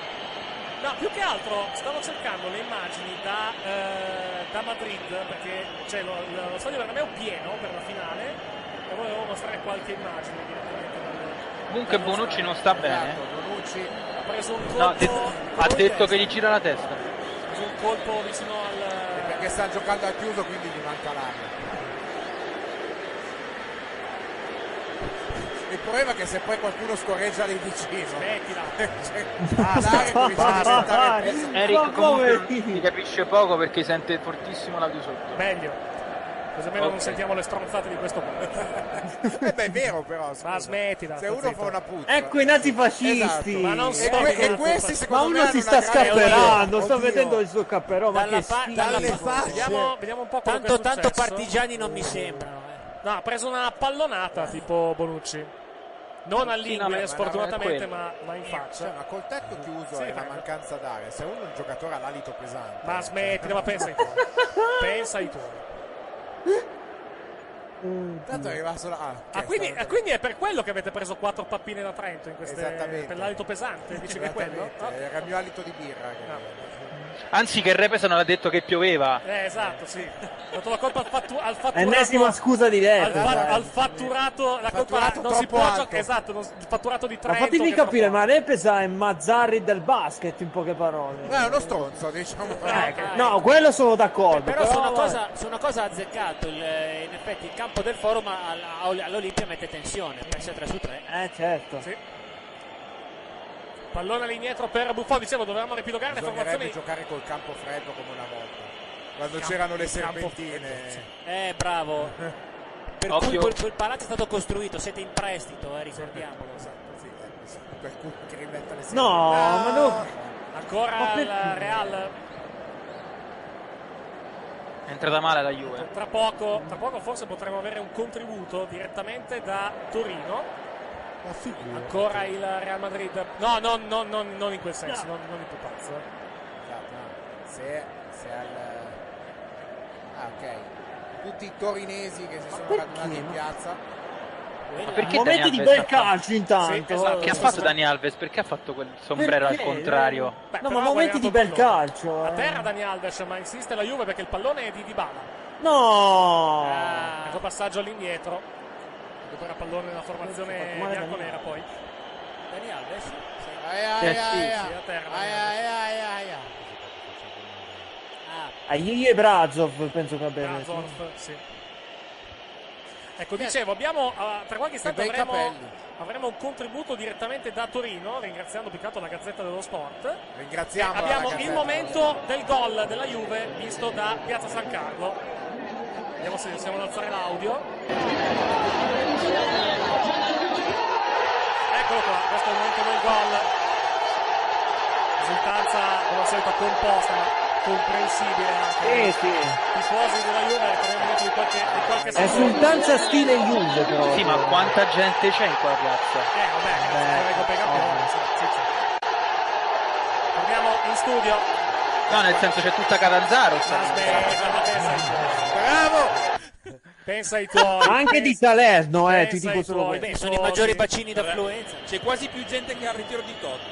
Speaker 7: No, più che altro stavo cercando le immagini da, eh, da Madrid, perché c'è lo, lo, lo stadio Bernabeu pieno per la finale, e volevo mostrare qualche immagine direttamente. dal-
Speaker 13: Comunque
Speaker 7: dallo
Speaker 13: Bonucci
Speaker 7: stadio.
Speaker 13: non sta bene. eh.
Speaker 7: Esatto,
Speaker 5: Bonucci
Speaker 7: Ha preso un colpo,
Speaker 13: No, ha detto- ha
Speaker 7: colpo in
Speaker 13: detto
Speaker 7: testa.
Speaker 13: che gli gira la testa.
Speaker 7: Ha preso un colpo vicino al...
Speaker 5: Perché sta giocando al chiuso quindi gli manca l'aria. Il problema è che se poi qualcuno scorreggia lì vicino.
Speaker 7: Smettila.
Speaker 5: Cioè, l'aria comincia a diventare pessima.
Speaker 13: Eh, Eric comunque si capisce poco perché sente fortissimo l'audio sotto.
Speaker 7: Meglio. Così almeno non
Speaker 13: Ok.
Speaker 7: sentiamo le stronzate di questo
Speaker 5: Eh beh, è vero però.
Speaker 7: Ma
Speaker 5: scusa.
Speaker 7: smettila.
Speaker 5: Se
Speaker 7: sta
Speaker 5: uno
Speaker 7: zitto.
Speaker 5: fa una puzza.
Speaker 16: Ecco i Ecco nazifascisti.
Speaker 5: Esatto,
Speaker 7: ma non so
Speaker 5: e, que-
Speaker 7: che-
Speaker 5: e questi
Speaker 16: Ma
Speaker 5: secondo me
Speaker 16: uno si
Speaker 5: hanno
Speaker 16: sta
Speaker 5: una grave-
Speaker 16: scapperando,
Speaker 5: Oddio.
Speaker 16: sto vedendo il suo cappello, ma
Speaker 9: Dalla
Speaker 16: che
Speaker 9: fa-
Speaker 16: schifo.
Speaker 9: dalla
Speaker 16: Che
Speaker 9: faccia.
Speaker 7: Vediamo, vediamo un po' quello
Speaker 9: Tanto,
Speaker 7: che è
Speaker 9: tanto
Speaker 7: successo.
Speaker 9: partigiani non mi sembrano. eh.
Speaker 7: No, ha preso una pallonata tipo Bonucci. Non
Speaker 13: no, ma-
Speaker 7: all'inglese,
Speaker 13: ma-
Speaker 7: sfortunatamente,
Speaker 13: ma-
Speaker 7: ma, ma in
Speaker 5: Cioè,
Speaker 7: faccia.
Speaker 5: ma col tetto chiuso
Speaker 7: Sì,
Speaker 5: è una
Speaker 7: ma-
Speaker 5: mancanza d'aria. Se uno è un giocatore ha l'alito pesante.
Speaker 7: Ma smettila, ma pensa ai tuoi. pensa ai tuoi.
Speaker 5: Tanto è rimasto la. Ah,
Speaker 7: Ah,
Speaker 5: ok,
Speaker 7: quindi,
Speaker 5: stavo-
Speaker 7: ah, quindi è per quello che avete preso quattro pappine da Trento in queste,
Speaker 5: Esattamente.
Speaker 7: per l'alito pesante? Dici che è quello?
Speaker 5: Esattamente, Cioè,
Speaker 7: Ah.
Speaker 5: Era il mio alito di birra. che-
Speaker 13: Anzi che il Repesa non ha detto che pioveva.
Speaker 7: Eh, esatto, sì. Ha dato la colpa al, fattu- al fatturato.
Speaker 16: Ennesima scusa di cioè.
Speaker 7: Al,
Speaker 16: Verdi.
Speaker 7: fa- al fatturato, la colpa
Speaker 5: Esatto. Fatturato
Speaker 7: non si
Speaker 5: troppo
Speaker 7: può
Speaker 5: alto.
Speaker 7: giocare. Esatto, non- il fatturato di
Speaker 16: Ma
Speaker 7: Trento. che
Speaker 16: fatemi
Speaker 7: è troppo
Speaker 16: capire,
Speaker 7: alto.
Speaker 16: ma Repesa è Mazzarri del basket in poche parole.
Speaker 5: No, Eh, è uno stronzo, diciamo.
Speaker 9: Eh, che-
Speaker 16: No, quello sono d'accordo.
Speaker 9: Però su una,
Speaker 16: vai.
Speaker 9: cosa, su una cosa ha azzeccato, il- in effetti il campo del forum al- al- all'Olimpia mette tensione, pensa 3 su 3.
Speaker 16: Eh certo.
Speaker 7: Sì. Pallone lì indietro per Buffon. Dicevo, dovevamo ripilogare le
Speaker 5: Bisognerebbe
Speaker 7: formazioni.
Speaker 5: giocare col campo freddo come una volta. Quando
Speaker 7: Campo-
Speaker 5: c'erano le
Speaker 7: il campo
Speaker 5: serpentine.
Speaker 7: freddo, sì.
Speaker 9: Eh, bravo. Per
Speaker 13: Occhio.
Speaker 9: cui quel, quel palazzo è stato costruito, siete in prestito, eh, ricordiamolo.
Speaker 5: Esatto, sì, eh, sì, Per cui che rimetta le serpentine.
Speaker 16: No, ma no.
Speaker 7: Ancora
Speaker 16: Ma
Speaker 7: il
Speaker 16: perché?
Speaker 7: Real.
Speaker 13: È entrata male la Juve.
Speaker 7: Tra poco, tra poco forse potremo avere un contributo direttamente da Torino.
Speaker 4: Ma figura.
Speaker 7: Ancora il Real Madrid. No, no, no, no, non in quel senso, non, non in quel pazzo.
Speaker 5: Esatto, no. Se, se al. Ah, ok. Tutti i torinesi che si sono
Speaker 16: perché?
Speaker 5: radunati in piazza.
Speaker 13: Ma
Speaker 16: Momenti
Speaker 13: perché Dani
Speaker 16: di
Speaker 13: Alves
Speaker 16: bel
Speaker 13: ha fatto-
Speaker 16: calcio intanto.
Speaker 7: Sì, esatto.
Speaker 13: Che ha fatto Dani Alves? Perché ha fatto quel sombrero
Speaker 16: Perché?
Speaker 13: al contrario?
Speaker 7: Beh,
Speaker 16: no, ma
Speaker 7: però ha
Speaker 16: momenti di bel
Speaker 7: guadagnato il pallone.
Speaker 16: calcio.
Speaker 7: A
Speaker 16: eh.
Speaker 7: terra Dani Alves, ma insiste la Juve perché il pallone è di Dybala.
Speaker 16: No.
Speaker 7: Ah, ecco passaggio all'indietro. Dopo era pallone nella formazione
Speaker 16: Guarda, guarda,
Speaker 7: bianconera poi.
Speaker 9: Dani Alves? Sì.
Speaker 5: Ai ai
Speaker 13: Eh, sì,
Speaker 5: ai
Speaker 7: sì,
Speaker 5: ai.
Speaker 7: a terra,
Speaker 5: Ai
Speaker 7: Dani
Speaker 5: ai ai ai ai.
Speaker 7: Eh,
Speaker 9: Ah,
Speaker 16: Aigli e Brazov penso che abbia detto.
Speaker 7: Brazov, Eh, sì. Ecco, dicevo, abbiamo eh, tra qualche istante
Speaker 5: bei
Speaker 7: avremo,
Speaker 5: capelli.
Speaker 7: avremo un contributo direttamente da Torino, ringraziando piccato la Gazzetta dello Sport.
Speaker 5: Ringraziamo.
Speaker 7: Eh, abbiamo
Speaker 5: ragazzi.
Speaker 7: il momento del gol della Juve visto da Piazza San Carlo. Vediamo se riusciamo ad alzare l'audio. Eccolo qua, questo è il momento del gol. Risultanza come al solito composta, ma comprensibile anche.
Speaker 16: Sì, sì.
Speaker 7: I tifosi della Juve ricordiamo dietro di qualche, di qualche
Speaker 16: È
Speaker 7: secondo.
Speaker 16: sultanza stile Juve però.
Speaker 13: Sì, ma quanta gente c'è in quella piazza?
Speaker 7: Eh, vabbè, grazie
Speaker 16: Beh,
Speaker 7: Enrico Pegapione,
Speaker 16: ovvio.
Speaker 7: sì, sì, sì. Torniamo in studio.
Speaker 13: No, nel senso c'è tutta Catanzaro.
Speaker 7: Ma
Speaker 13: sta-
Speaker 7: smettila, ma pensa ai tuoi.
Speaker 5: Bravo!
Speaker 7: Pensa ai tuoi.
Speaker 16: Ma anche di
Speaker 7: pensa-
Speaker 16: Salerno, eh, ti
Speaker 7: pensa
Speaker 16: dico
Speaker 7: ai
Speaker 16: solo
Speaker 7: tuoi.
Speaker 16: questo.
Speaker 9: sono i maggiori bacini
Speaker 10: Vabbè,
Speaker 9: d'affluenza.
Speaker 10: C'è quasi più gente che al ritiro di Totti.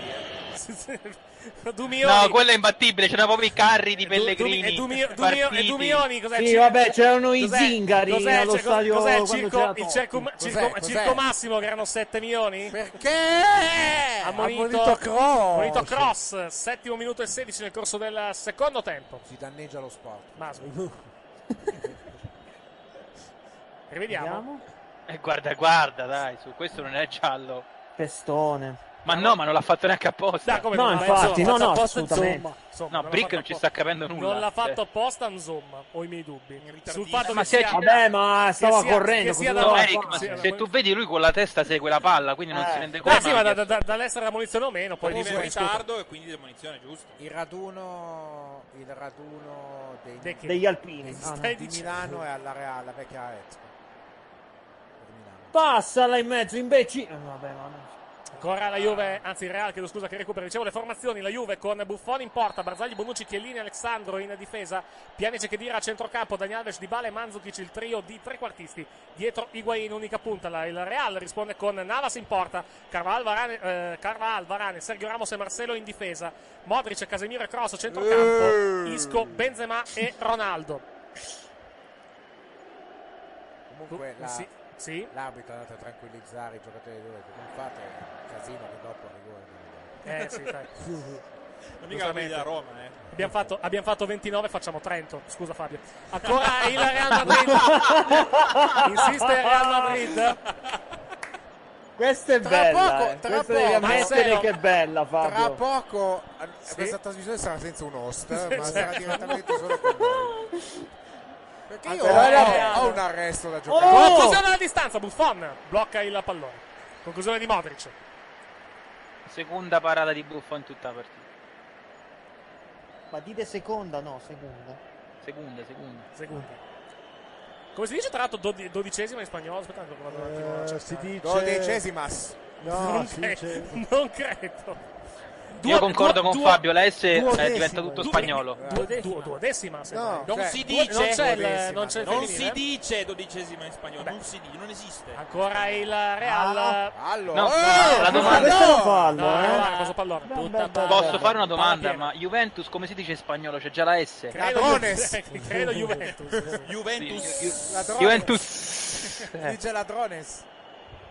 Speaker 10: eh.
Speaker 7: Dumioni.
Speaker 13: No, quello è imbattibile, c'erano proprio i carri
Speaker 7: Eh,
Speaker 13: di
Speaker 7: Pellegrini. E Dumio- Dumio-
Speaker 13: partiti.
Speaker 7: e Dumioni, cos'è?
Speaker 16: Sì,
Speaker 7: Cir-
Speaker 16: vabbè, c'erano i
Speaker 7: cos'è?
Speaker 16: zingari
Speaker 7: Cos'è?
Speaker 16: allo
Speaker 7: Cioè, cos-
Speaker 16: stadio
Speaker 7: Cos'è il
Speaker 16: quando c'era
Speaker 7: circo, il
Speaker 16: Totti.
Speaker 7: circo, circo-
Speaker 16: Cos'è?
Speaker 7: circo massimo che erano 7 milioni? Perché?
Speaker 5: Ha ammonito Kroos.
Speaker 7: Monito cross, settimo minuto e 16 nel corso del secondo tempo.
Speaker 5: Si danneggia lo sport.
Speaker 7: Masmi. Rivediamo.
Speaker 13: Eh, guarda, guarda, dai, su questo non è giallo.
Speaker 16: Pestone.
Speaker 13: Ma no, ma non l'ha fatto neanche apposta.
Speaker 7: come
Speaker 16: No,
Speaker 7: non l'ha-
Speaker 16: infatti,
Speaker 7: insomma,
Speaker 16: no, no,
Speaker 7: fatto apposta,
Speaker 16: assolutamente.
Speaker 7: insomma. Insomma,
Speaker 13: No,
Speaker 7: l'ha
Speaker 13: Brick
Speaker 7: fatto
Speaker 13: non ci
Speaker 7: apposta.
Speaker 13: sta capendo nulla.
Speaker 7: Non l'ha fatto
Speaker 13: Cioè.
Speaker 7: apposta, insomma, ho i miei dubbi. Sul fatto
Speaker 13: Ma
Speaker 7: che
Speaker 13: se-
Speaker 7: sia...
Speaker 16: Vabbè, ma stava
Speaker 7: che sia-
Speaker 16: correndo.
Speaker 7: che sia
Speaker 16: cosa
Speaker 7: da-
Speaker 16: doveva
Speaker 13: Eric, ma
Speaker 16: fare?
Speaker 13: se, se tu vedi lui con la testa segue la palla, quindi non si rende
Speaker 7: Beh,
Speaker 13: conto.
Speaker 7: Ah, sì, ma da, da, da- dall'essere la munizione o meno, poi
Speaker 10: Poi in
Speaker 7: comunque
Speaker 10: ritardo e quindi demolizione, giusto?
Speaker 5: Il raduno, il raduno dei,
Speaker 7: Dei che?
Speaker 16: Degli alpini.
Speaker 5: Degli
Speaker 16: Ah, no.
Speaker 5: Stadi di Milano e alla Reale, alla vecchia Expo.
Speaker 16: Passala in mezzo, imbecille. Eh, Vabbè, ma no.
Speaker 7: Ancora la Juve, anzi il Real, chiedo scusa che recupera. Dicevo le formazioni, la Juve con Buffon in porta, Barzagli, Bonucci, Chiellini, Alessandro in difesa, Pjanic che dira a centrocampo, Dani Alves, Dybala e Mandzukic, il trio di trequartisti. Dietro Higuain, unica punta, la- il Real risponde con Navas in porta, Carval, Varane, eh, Carvajal, Varane, Sergio Ramos e Marcelo in difesa, Modric, Casemiro e Cross, centrocampo, Isco, Benzema e Ronaldo.
Speaker 5: Comunque la-
Speaker 7: Sì, sì.
Speaker 5: l'arbitro è andato a tranquillizzare i giocatori di due, non fate un casino che dopo il rigore.
Speaker 7: Eh sì, sai.
Speaker 10: Non mica quelli della Roma, eh.
Speaker 7: Abbiamo fatto, abbiamo fatto 29, facciamo Trento. Scusa Fabio. Ancora ah, il Real Madrid. Insiste il Real Madrid.
Speaker 16: Questa è
Speaker 5: Tra
Speaker 16: bella.
Speaker 5: poco-
Speaker 16: eh.
Speaker 5: tra
Speaker 16: Questa
Speaker 5: poco-
Speaker 16: devi
Speaker 5: ma
Speaker 16: ammettere
Speaker 5: Marcello,
Speaker 16: che è bella, Fabio.
Speaker 5: Tra poco eh, questa trasmissione sarà senza un host, ma sarà direttamente solo con voi. Perché io
Speaker 16: Però
Speaker 5: ho,
Speaker 16: era-
Speaker 5: ho un arresto da giocare.
Speaker 7: Conclusione alla distanza, Buffon blocca il pallone. Conclusione di Modric.
Speaker 13: Seconda parata di Buffon in tutta la partita.
Speaker 16: Ma dite seconda, no, seconda.
Speaker 13: Seconda, seconda.
Speaker 7: Seconda. Come si dice tra l'altro dodi- dodicesima in spagnolo? Aspetta, ancora vado un attimo. a cercare.
Speaker 4: si dice-
Speaker 5: Dodicesimas.
Speaker 4: No,
Speaker 7: non,
Speaker 4: si
Speaker 7: cre-
Speaker 4: dice-
Speaker 7: non credo.
Speaker 13: Io concordo con Fabio, la S eh,
Speaker 7: duodecima.
Speaker 13: diventa tutto spagnolo.
Speaker 7: Duodecima. Duo- duodecima, sembra.
Speaker 10: non
Speaker 7: Cioè,
Speaker 10: si
Speaker 7: due-
Speaker 10: dice,
Speaker 7: non c'è il, non c'è il
Speaker 10: Non
Speaker 7: femminile. eh?
Speaker 10: si dice dodicesima in spagnolo, non si dice, non esiste.
Speaker 7: Ancora il
Speaker 16: Ah,
Speaker 7: Real.
Speaker 10: No, Eh, la domanda-
Speaker 16: questo è un fallo,
Speaker 7: No,
Speaker 16: eh.
Speaker 7: no, guarda, cosa pallone. Tutta
Speaker 13: Posso fare una domanda, ma Juventus come si dice in spagnolo? C'è già la S.
Speaker 7: Ladrones. Credo Juventus.
Speaker 5: Juventus.
Speaker 13: Juventus. Eh.
Speaker 5: Dice ladrones.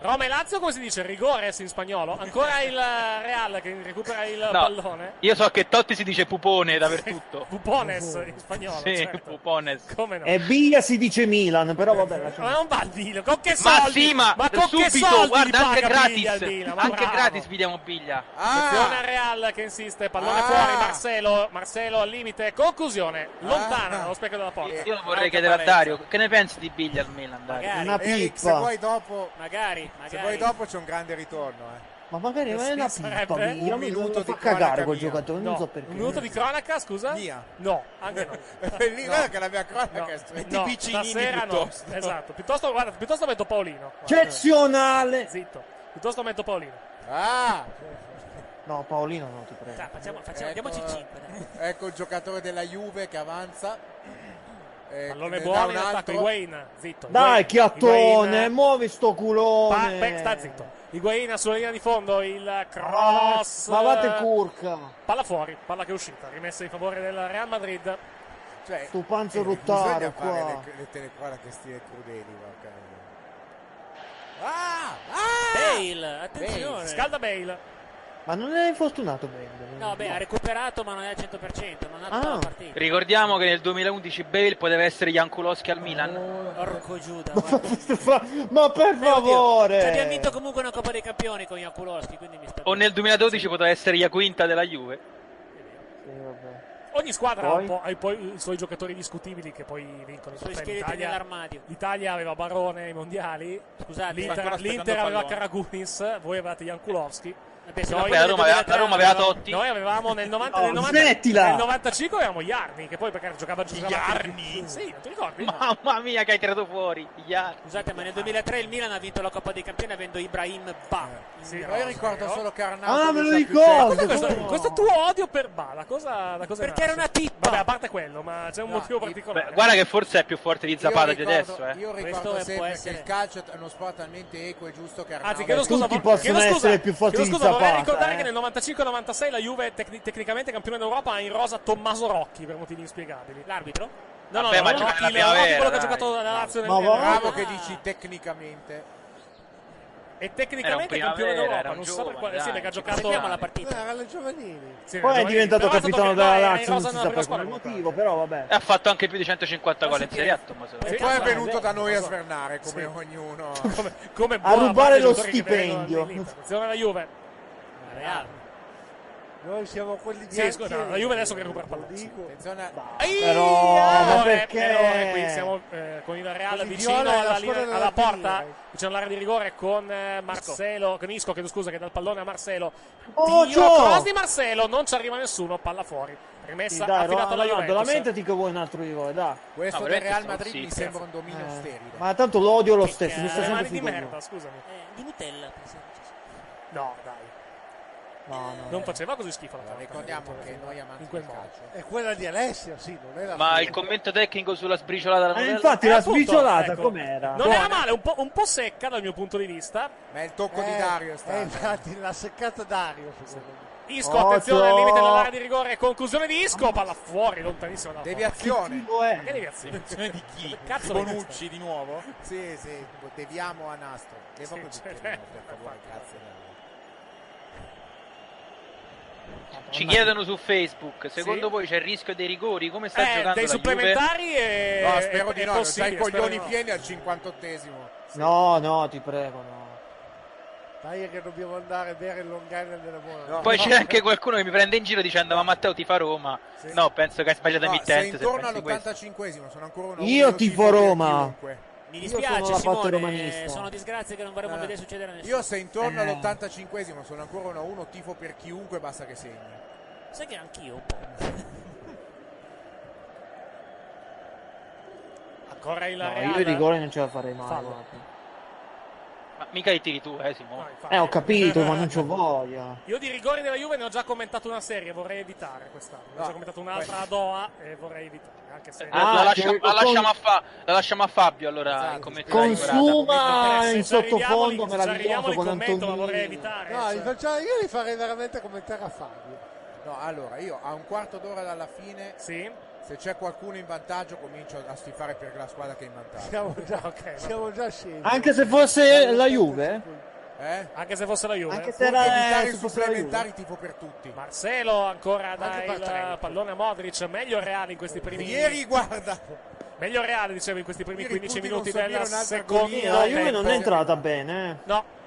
Speaker 7: Roma e Lazio come si dice? Rigores in spagnolo. Ancora il eh, Real che recupera il
Speaker 13: No.
Speaker 7: pallone.
Speaker 13: Io so che Totti si dice pupone dappertutto.
Speaker 7: Pupones in spagnolo.
Speaker 13: Sì,
Speaker 7: certo.
Speaker 13: pupones.
Speaker 7: Come no?
Speaker 16: E Biglia si dice Milan, però vabbè. lasciamo-
Speaker 7: Ma non va al Milan, con che
Speaker 13: Ma
Speaker 7: soldi?
Speaker 13: sì, ma,
Speaker 7: con che
Speaker 13: subito,
Speaker 7: soldi
Speaker 13: guarda,
Speaker 7: li
Speaker 13: anche
Speaker 7: paga
Speaker 13: gratis.
Speaker 7: Biglia il Milan? Ma
Speaker 13: anche
Speaker 7: bravo.
Speaker 13: gratis vi diamo Biglia.
Speaker 7: Attenzione al Real che insiste, pallone fuori, Marcelo, Marcelo al limite, conclusione, lontana dallo specchio della porta.
Speaker 13: Io lo vorrei chiedere a Dario, che ne pensi di Biglia al Milan? Dario?
Speaker 16: Una
Speaker 5: Eric, se
Speaker 16: pippa.
Speaker 5: vuoi dopo,
Speaker 7: magari,
Speaker 5: se vuoi dopo c'è un grande ritorno, eh.
Speaker 16: Ma magari non è una pippa,
Speaker 7: sarebbe
Speaker 16: Biglia.
Speaker 7: un
Speaker 16: mi-
Speaker 7: minuto
Speaker 16: mi
Speaker 7: di
Speaker 16: fa cagare
Speaker 7: cronaca
Speaker 16: quel
Speaker 7: mia.
Speaker 16: giocatore, non
Speaker 7: No.
Speaker 16: so perché.
Speaker 7: Un minuto di cronaca, scusa?
Speaker 5: Mia.
Speaker 7: No, anche no.
Speaker 5: Lì, guarda che la mia cronaca è
Speaker 7: No,
Speaker 5: stretta.
Speaker 7: no, stasera no. Esatto, piuttosto, guarda, piuttosto metto Paolino.
Speaker 16: Eccezionale!
Speaker 7: Zitto, piuttosto metto Paolino.
Speaker 5: Ah!
Speaker 16: No, Paolino no, ti prego.
Speaker 9: facciamo, facciamo, diamoci 5.
Speaker 5: Ecco il giocatore della Juve che avanza. Eh,
Speaker 7: Pallone
Speaker 5: ne dà
Speaker 7: buono
Speaker 5: un
Speaker 7: in attacco,
Speaker 5: altro.
Speaker 7: Higuain, zitto.
Speaker 16: Dai,
Speaker 7: Higuain,
Speaker 16: chiattone,
Speaker 7: Higuain.
Speaker 16: muovi sto
Speaker 7: Pa-
Speaker 16: culone.
Speaker 7: beh, sta zitto. Higuain sulla linea di fondo, il cross.
Speaker 16: Ma
Speaker 9: eh.
Speaker 16: vate curca.
Speaker 7: Palla fuori, palla che è uscita, rimessa in favore del Real Madrid.
Speaker 5: Cioè,
Speaker 16: Sto panzo
Speaker 5: eh,
Speaker 16: rottaro
Speaker 5: bisogna fare
Speaker 16: qua.
Speaker 5: le, le telequarate stile crudeli, porca miseria. Ah!
Speaker 9: Bale, Ah, attenzione.
Speaker 7: Scalda Bale.
Speaker 16: Ma non è infortunato Bale.
Speaker 9: No, beh, ha recuperato ma non è al 100%, non ha
Speaker 16: Ah.
Speaker 9: tutta la partita.
Speaker 13: Ricordiamo che nel 2011 Bale poteva essere Jankulowski al Milan.
Speaker 9: Porco Giuda.
Speaker 16: Ma per favore!
Speaker 9: Ci cioè, abbiamo vinto comunque una Coppa dei Campioni con Iaculoschi, quindi mi sta
Speaker 13: O nel 2012 poteva essere Iaquinta della Juve.
Speaker 7: Ogni squadra
Speaker 13: Poi?
Speaker 7: ha un po' ha i, poi i suoi giocatori discutibili che poi vincono i
Speaker 9: suoi
Speaker 7: trofei.
Speaker 9: scheletri
Speaker 7: L'Italia-
Speaker 9: nell'armadio.
Speaker 7: L'Italia aveva Barone ai mondiali.
Speaker 9: Scusate, sta ancora
Speaker 7: l'Inter,
Speaker 9: aspettando
Speaker 7: l'Inter aveva
Speaker 9: pallone.
Speaker 7: Karagunis, voi avevate Jankulowski.
Speaker 9: Vabbè, se
Speaker 7: Noi-
Speaker 9: la Roma aveva-
Speaker 13: la Roma aveva Totti.
Speaker 7: Noi avevamo nel, 90,
Speaker 16: No,
Speaker 7: nel, 90
Speaker 16: Oh, smettila!
Speaker 7: nel 95 avevamo Iarni, che poi perché giocava giocava
Speaker 13: Iarni?
Speaker 7: Sì, non ti ricordi?
Speaker 13: Mamma mia che hai tirato fuori. Iaquinta.
Speaker 9: Scusate, ma nel 2003 il Milan ha vinto la Coppa dei Campioni avendo Ibrahim Ba.
Speaker 7: Eh,
Speaker 9: eh.
Speaker 7: Sì,
Speaker 5: Però io ricordo solo che Arnauto
Speaker 16: Ah, me
Speaker 5: mi
Speaker 16: lo
Speaker 5: sa più
Speaker 16: ricordo!
Speaker 5: certo.
Speaker 7: cioè, Questo, questo tuo odio per Bala, cosa, da cosa
Speaker 9: Perché
Speaker 7: nasce?
Speaker 9: era una pippa.
Speaker 7: Vabbè, a parte quello, ma c'è un
Speaker 5: No,
Speaker 7: motivo
Speaker 5: i-
Speaker 7: particolare.
Speaker 13: Beh, guarda che forse è più forte di Zapata di
Speaker 5: Io ricordo-
Speaker 13: adesso, eh.
Speaker 5: Io
Speaker 9: Questo
Speaker 5: ricordo
Speaker 9: può
Speaker 5: sempre che
Speaker 9: essere-
Speaker 5: il calcio è uno sport talmente equo e giusto che Arnauto
Speaker 7: Anzi, chiedo scusa,
Speaker 16: Tutti
Speaker 7: vo-
Speaker 16: possono
Speaker 7: chiedo scusa-
Speaker 16: essere più forti
Speaker 7: chiedo
Speaker 16: di
Speaker 7: scusa, Vorrei
Speaker 14: basta,
Speaker 7: ricordare
Speaker 14: eh.
Speaker 7: che nel 95-96 la Juve, tecni- tecnicamente campione d'Europa, ha in rosa Tommaso Rocchi per motivi inspiegabili. L'arbitro? No, no,
Speaker 13: Vabbè,
Speaker 7: no,
Speaker 13: ma
Speaker 7: Rocchi,
Speaker 13: giocava la
Speaker 7: Rocchi,
Speaker 13: primavera,
Speaker 7: quello che ha
Speaker 13: dai.
Speaker 7: giocato alla Lazio nel
Speaker 5: Ma
Speaker 7: nel-
Speaker 5: bravo che dici tecnicamente.
Speaker 7: E tecnicamente
Speaker 5: Ah. Era un
Speaker 7: campione
Speaker 5: primavera,
Speaker 7: d'Europa,
Speaker 5: era un
Speaker 7: non so per
Speaker 5: giovane,
Speaker 7: quale. Sì,
Speaker 5: dai,
Speaker 7: perché ha
Speaker 5: ci
Speaker 7: giocato.
Speaker 5: pensiamo alla
Speaker 7: partita.
Speaker 5: Era le giovanili.
Speaker 16: Poi è diventato
Speaker 7: Però è stato
Speaker 16: capitano della
Speaker 7: fermato, era in
Speaker 16: Lazio, non
Speaker 7: rosa
Speaker 16: si
Speaker 7: nella
Speaker 16: sa per
Speaker 7: prima
Speaker 16: quale motivo, però vabbè.
Speaker 13: E ha fatto anche più di 150 gol in Serie A, Tommaso
Speaker 5: E
Speaker 13: Rocchi.
Speaker 5: poi è
Speaker 16: esatto,
Speaker 5: venuto da noi a
Speaker 7: esatto.
Speaker 5: svernare come
Speaker 7: Sì.
Speaker 5: ognuno.
Speaker 7: come, come
Speaker 16: A
Speaker 7: buona
Speaker 16: rubare
Speaker 7: parte dei
Speaker 16: lo
Speaker 7: giocatori che vengono
Speaker 16: stipendio.
Speaker 7: all'Inter. Attenzione alla Juve. Real.
Speaker 5: Noi siamo quelli di
Speaker 7: Sì, scusa, la Juve adesso che recupera pallone.
Speaker 5: Attenzione a-
Speaker 16: Però, ma
Speaker 7: Errore,
Speaker 16: perché?
Speaker 7: errore qui, siamo eh, con il Real
Speaker 5: Quelli
Speaker 7: vicino
Speaker 5: viola è la
Speaker 7: alla,
Speaker 5: squadra
Speaker 7: linea-
Speaker 5: della
Speaker 7: alla porta,
Speaker 5: Pirri,
Speaker 7: vicino all'area di rigore con eh, Marcelo, con Isco, chiedo scusa, che dà il pallone a Marcelo.
Speaker 16: Oh,
Speaker 7: Tiro
Speaker 16: Gio!
Speaker 7: cross di Marcelo, non ci arriva nessuno, palla fuori.
Speaker 16: Sì,
Speaker 7: Rimessa
Speaker 16: dai,
Speaker 7: affidata alla
Speaker 16: Ronaldo,
Speaker 7: Juventus.
Speaker 16: lamentati che vuoi un altro rigore, dai.
Speaker 5: Questo
Speaker 7: No,
Speaker 5: del
Speaker 7: veramente
Speaker 5: Real
Speaker 7: sono eh.
Speaker 5: Madrid mi
Speaker 7: zitti,
Speaker 5: sembra un dominio sterile.
Speaker 16: Ma tanto lo odio lo
Speaker 7: Che
Speaker 16: stesso, mi sta
Speaker 7: le
Speaker 16: sempre
Speaker 7: mani
Speaker 16: sui
Speaker 7: eh, di
Speaker 16: coglioni.
Speaker 7: merda, scusami.
Speaker 9: di Nutella, pensavo.
Speaker 7: No, dai.
Speaker 16: No, no.
Speaker 7: Non faceva così schifo la ecco. Torre.
Speaker 5: Ricordiamo che noi amanti
Speaker 7: In quel
Speaker 5: il
Speaker 7: modo.
Speaker 5: calcio.
Speaker 4: È quella di Alessia, sì, non è la
Speaker 13: Ma
Speaker 4: sua.
Speaker 13: il commento tecnico sulla sbriciolata della
Speaker 16: Eh,
Speaker 13: Nutella?
Speaker 16: infatti
Speaker 7: Eh,
Speaker 16: la
Speaker 7: appunto,
Speaker 16: sbriciolata
Speaker 7: ecco.
Speaker 16: com'era?
Speaker 7: Non era male, un po', un po' secca dal mio punto di vista.
Speaker 5: Ma è il tocco
Speaker 4: Eh,
Speaker 5: di Dario è
Speaker 4: eh,
Speaker 5: stato.
Speaker 4: infatti l'ha seccata Dario, secondo me.
Speaker 7: Isco,
Speaker 5: Occhio.
Speaker 7: attenzione al limite dell'area di rigore, conclusione di Isco, palla fuori, lontanissima dalla porta.
Speaker 5: Deviazione.
Speaker 7: Che deviazione?
Speaker 10: Attenzione di chi?
Speaker 7: Cazzo
Speaker 10: Bonucci di nuovo?
Speaker 5: Sì, sì, deviamo a nastro. Devo
Speaker 7: Sì,
Speaker 5: così,
Speaker 7: cioè,
Speaker 5: per favore, grazie. Dario.
Speaker 7: Eh,
Speaker 13: Ci chiedono su Facebook, secondo voi c'è il rischio dei rigori? Come sta
Speaker 7: Eh,
Speaker 13: giocando
Speaker 7: dei
Speaker 13: la
Speaker 7: supplementari e...
Speaker 5: No, spero di
Speaker 7: è
Speaker 5: no, non c'hai i
Speaker 7: possibile, spero di
Speaker 5: coglioni
Speaker 7: no.
Speaker 5: pieni al 58esimo.
Speaker 16: No, no, ti prego, no.
Speaker 4: Dai che dobbiamo andare a bere il Long Island della buona.
Speaker 13: Juve? Poi c'è anche qualcuno che mi prende in giro dicendo ma Matteo ti fa Roma. No, penso che hai sbagliato
Speaker 5: No, Ah, sei
Speaker 13: emittente. se
Speaker 5: intorno
Speaker 13: pensi questo.
Speaker 5: all'85esimo, sono ancora uno.
Speaker 16: Io
Speaker 5: uno
Speaker 16: tifo
Speaker 5: per
Speaker 16: Roma.
Speaker 5: chiunque.
Speaker 9: Mi
Speaker 16: Io
Speaker 9: dispiace,
Speaker 16: sono la parte
Speaker 9: Simone,
Speaker 16: romanista.
Speaker 9: eh, sono disgrazie che non vorremmo
Speaker 5: Eh,
Speaker 9: vedere succedere a nessuno.
Speaker 5: Io se intorno
Speaker 16: Eh.
Speaker 5: all'85esimo sono ancora uno a uno, tifo per chiunque, basta che segni.
Speaker 9: Sai che anch'io un po'.
Speaker 7: Ancora il
Speaker 16: No,
Speaker 7: Real.
Speaker 16: io il rigore non ce la farei mai.
Speaker 7: Fallo.
Speaker 16: guarda.
Speaker 13: Ma mica i tiri tu, eh Simone.
Speaker 7: Infatti.
Speaker 16: Eh, ho capito, ma non c'ho voglia.
Speaker 7: Io di rigori della Juve ne ho già commentato una serie, vorrei evitare quest'anno. Ne ho
Speaker 5: No,
Speaker 7: già commentato un'altra a Doha e vorrei evitare, anche se...
Speaker 16: Ah,
Speaker 13: la, lascia-
Speaker 16: che-
Speaker 13: la lasciamo a fa- la lasciamo a Fabio allora
Speaker 7: Esatto,
Speaker 13: il commento della
Speaker 16: Consuma
Speaker 7: Eh,
Speaker 16: in
Speaker 7: se ci arriviamo lì-
Speaker 16: sottofondo
Speaker 7: se ci arriviamo
Speaker 16: meraviglioso
Speaker 7: lì
Speaker 16: con
Speaker 7: commento, ma vorrei
Speaker 16: Antonio.
Speaker 7: evitare.
Speaker 4: No,
Speaker 9: eh,
Speaker 7: cioè.
Speaker 4: gli faccio- io li farei veramente commentare a Fabio.
Speaker 5: No, allora io a un quarto d'ora dalla fine,
Speaker 7: Sì?
Speaker 5: se c'è qualcuno in vantaggio, comincio a stifare per la squadra che è in vantaggio.
Speaker 4: Siamo già,
Speaker 7: Ok, va
Speaker 4: siamo già scesi.
Speaker 16: Anche se fosse la Juve?
Speaker 5: Eh?
Speaker 7: Anche se fosse la Juve.
Speaker 16: Anche se
Speaker 5: Per
Speaker 16: era-
Speaker 5: evitare
Speaker 16: eh,
Speaker 5: i
Speaker 16: se fosse la Juve.
Speaker 5: supplementari, tifo per tutti.
Speaker 7: Marcelo ancora dà
Speaker 4: Anche per
Speaker 7: il
Speaker 4: Trento.
Speaker 7: pallone a Modric, meglio Reale in questi primi
Speaker 5: Eh, Ieri, guarda,
Speaker 7: meglio Reale dicevo in questi primi
Speaker 5: Ieri
Speaker 7: 15
Speaker 5: tutti
Speaker 7: minuti
Speaker 5: non
Speaker 7: del
Speaker 5: subire un'altra
Speaker 7: secondo
Speaker 5: agonia.
Speaker 16: La Juve non è
Speaker 7: tempo.
Speaker 16: entrata bene. eh.
Speaker 7: No,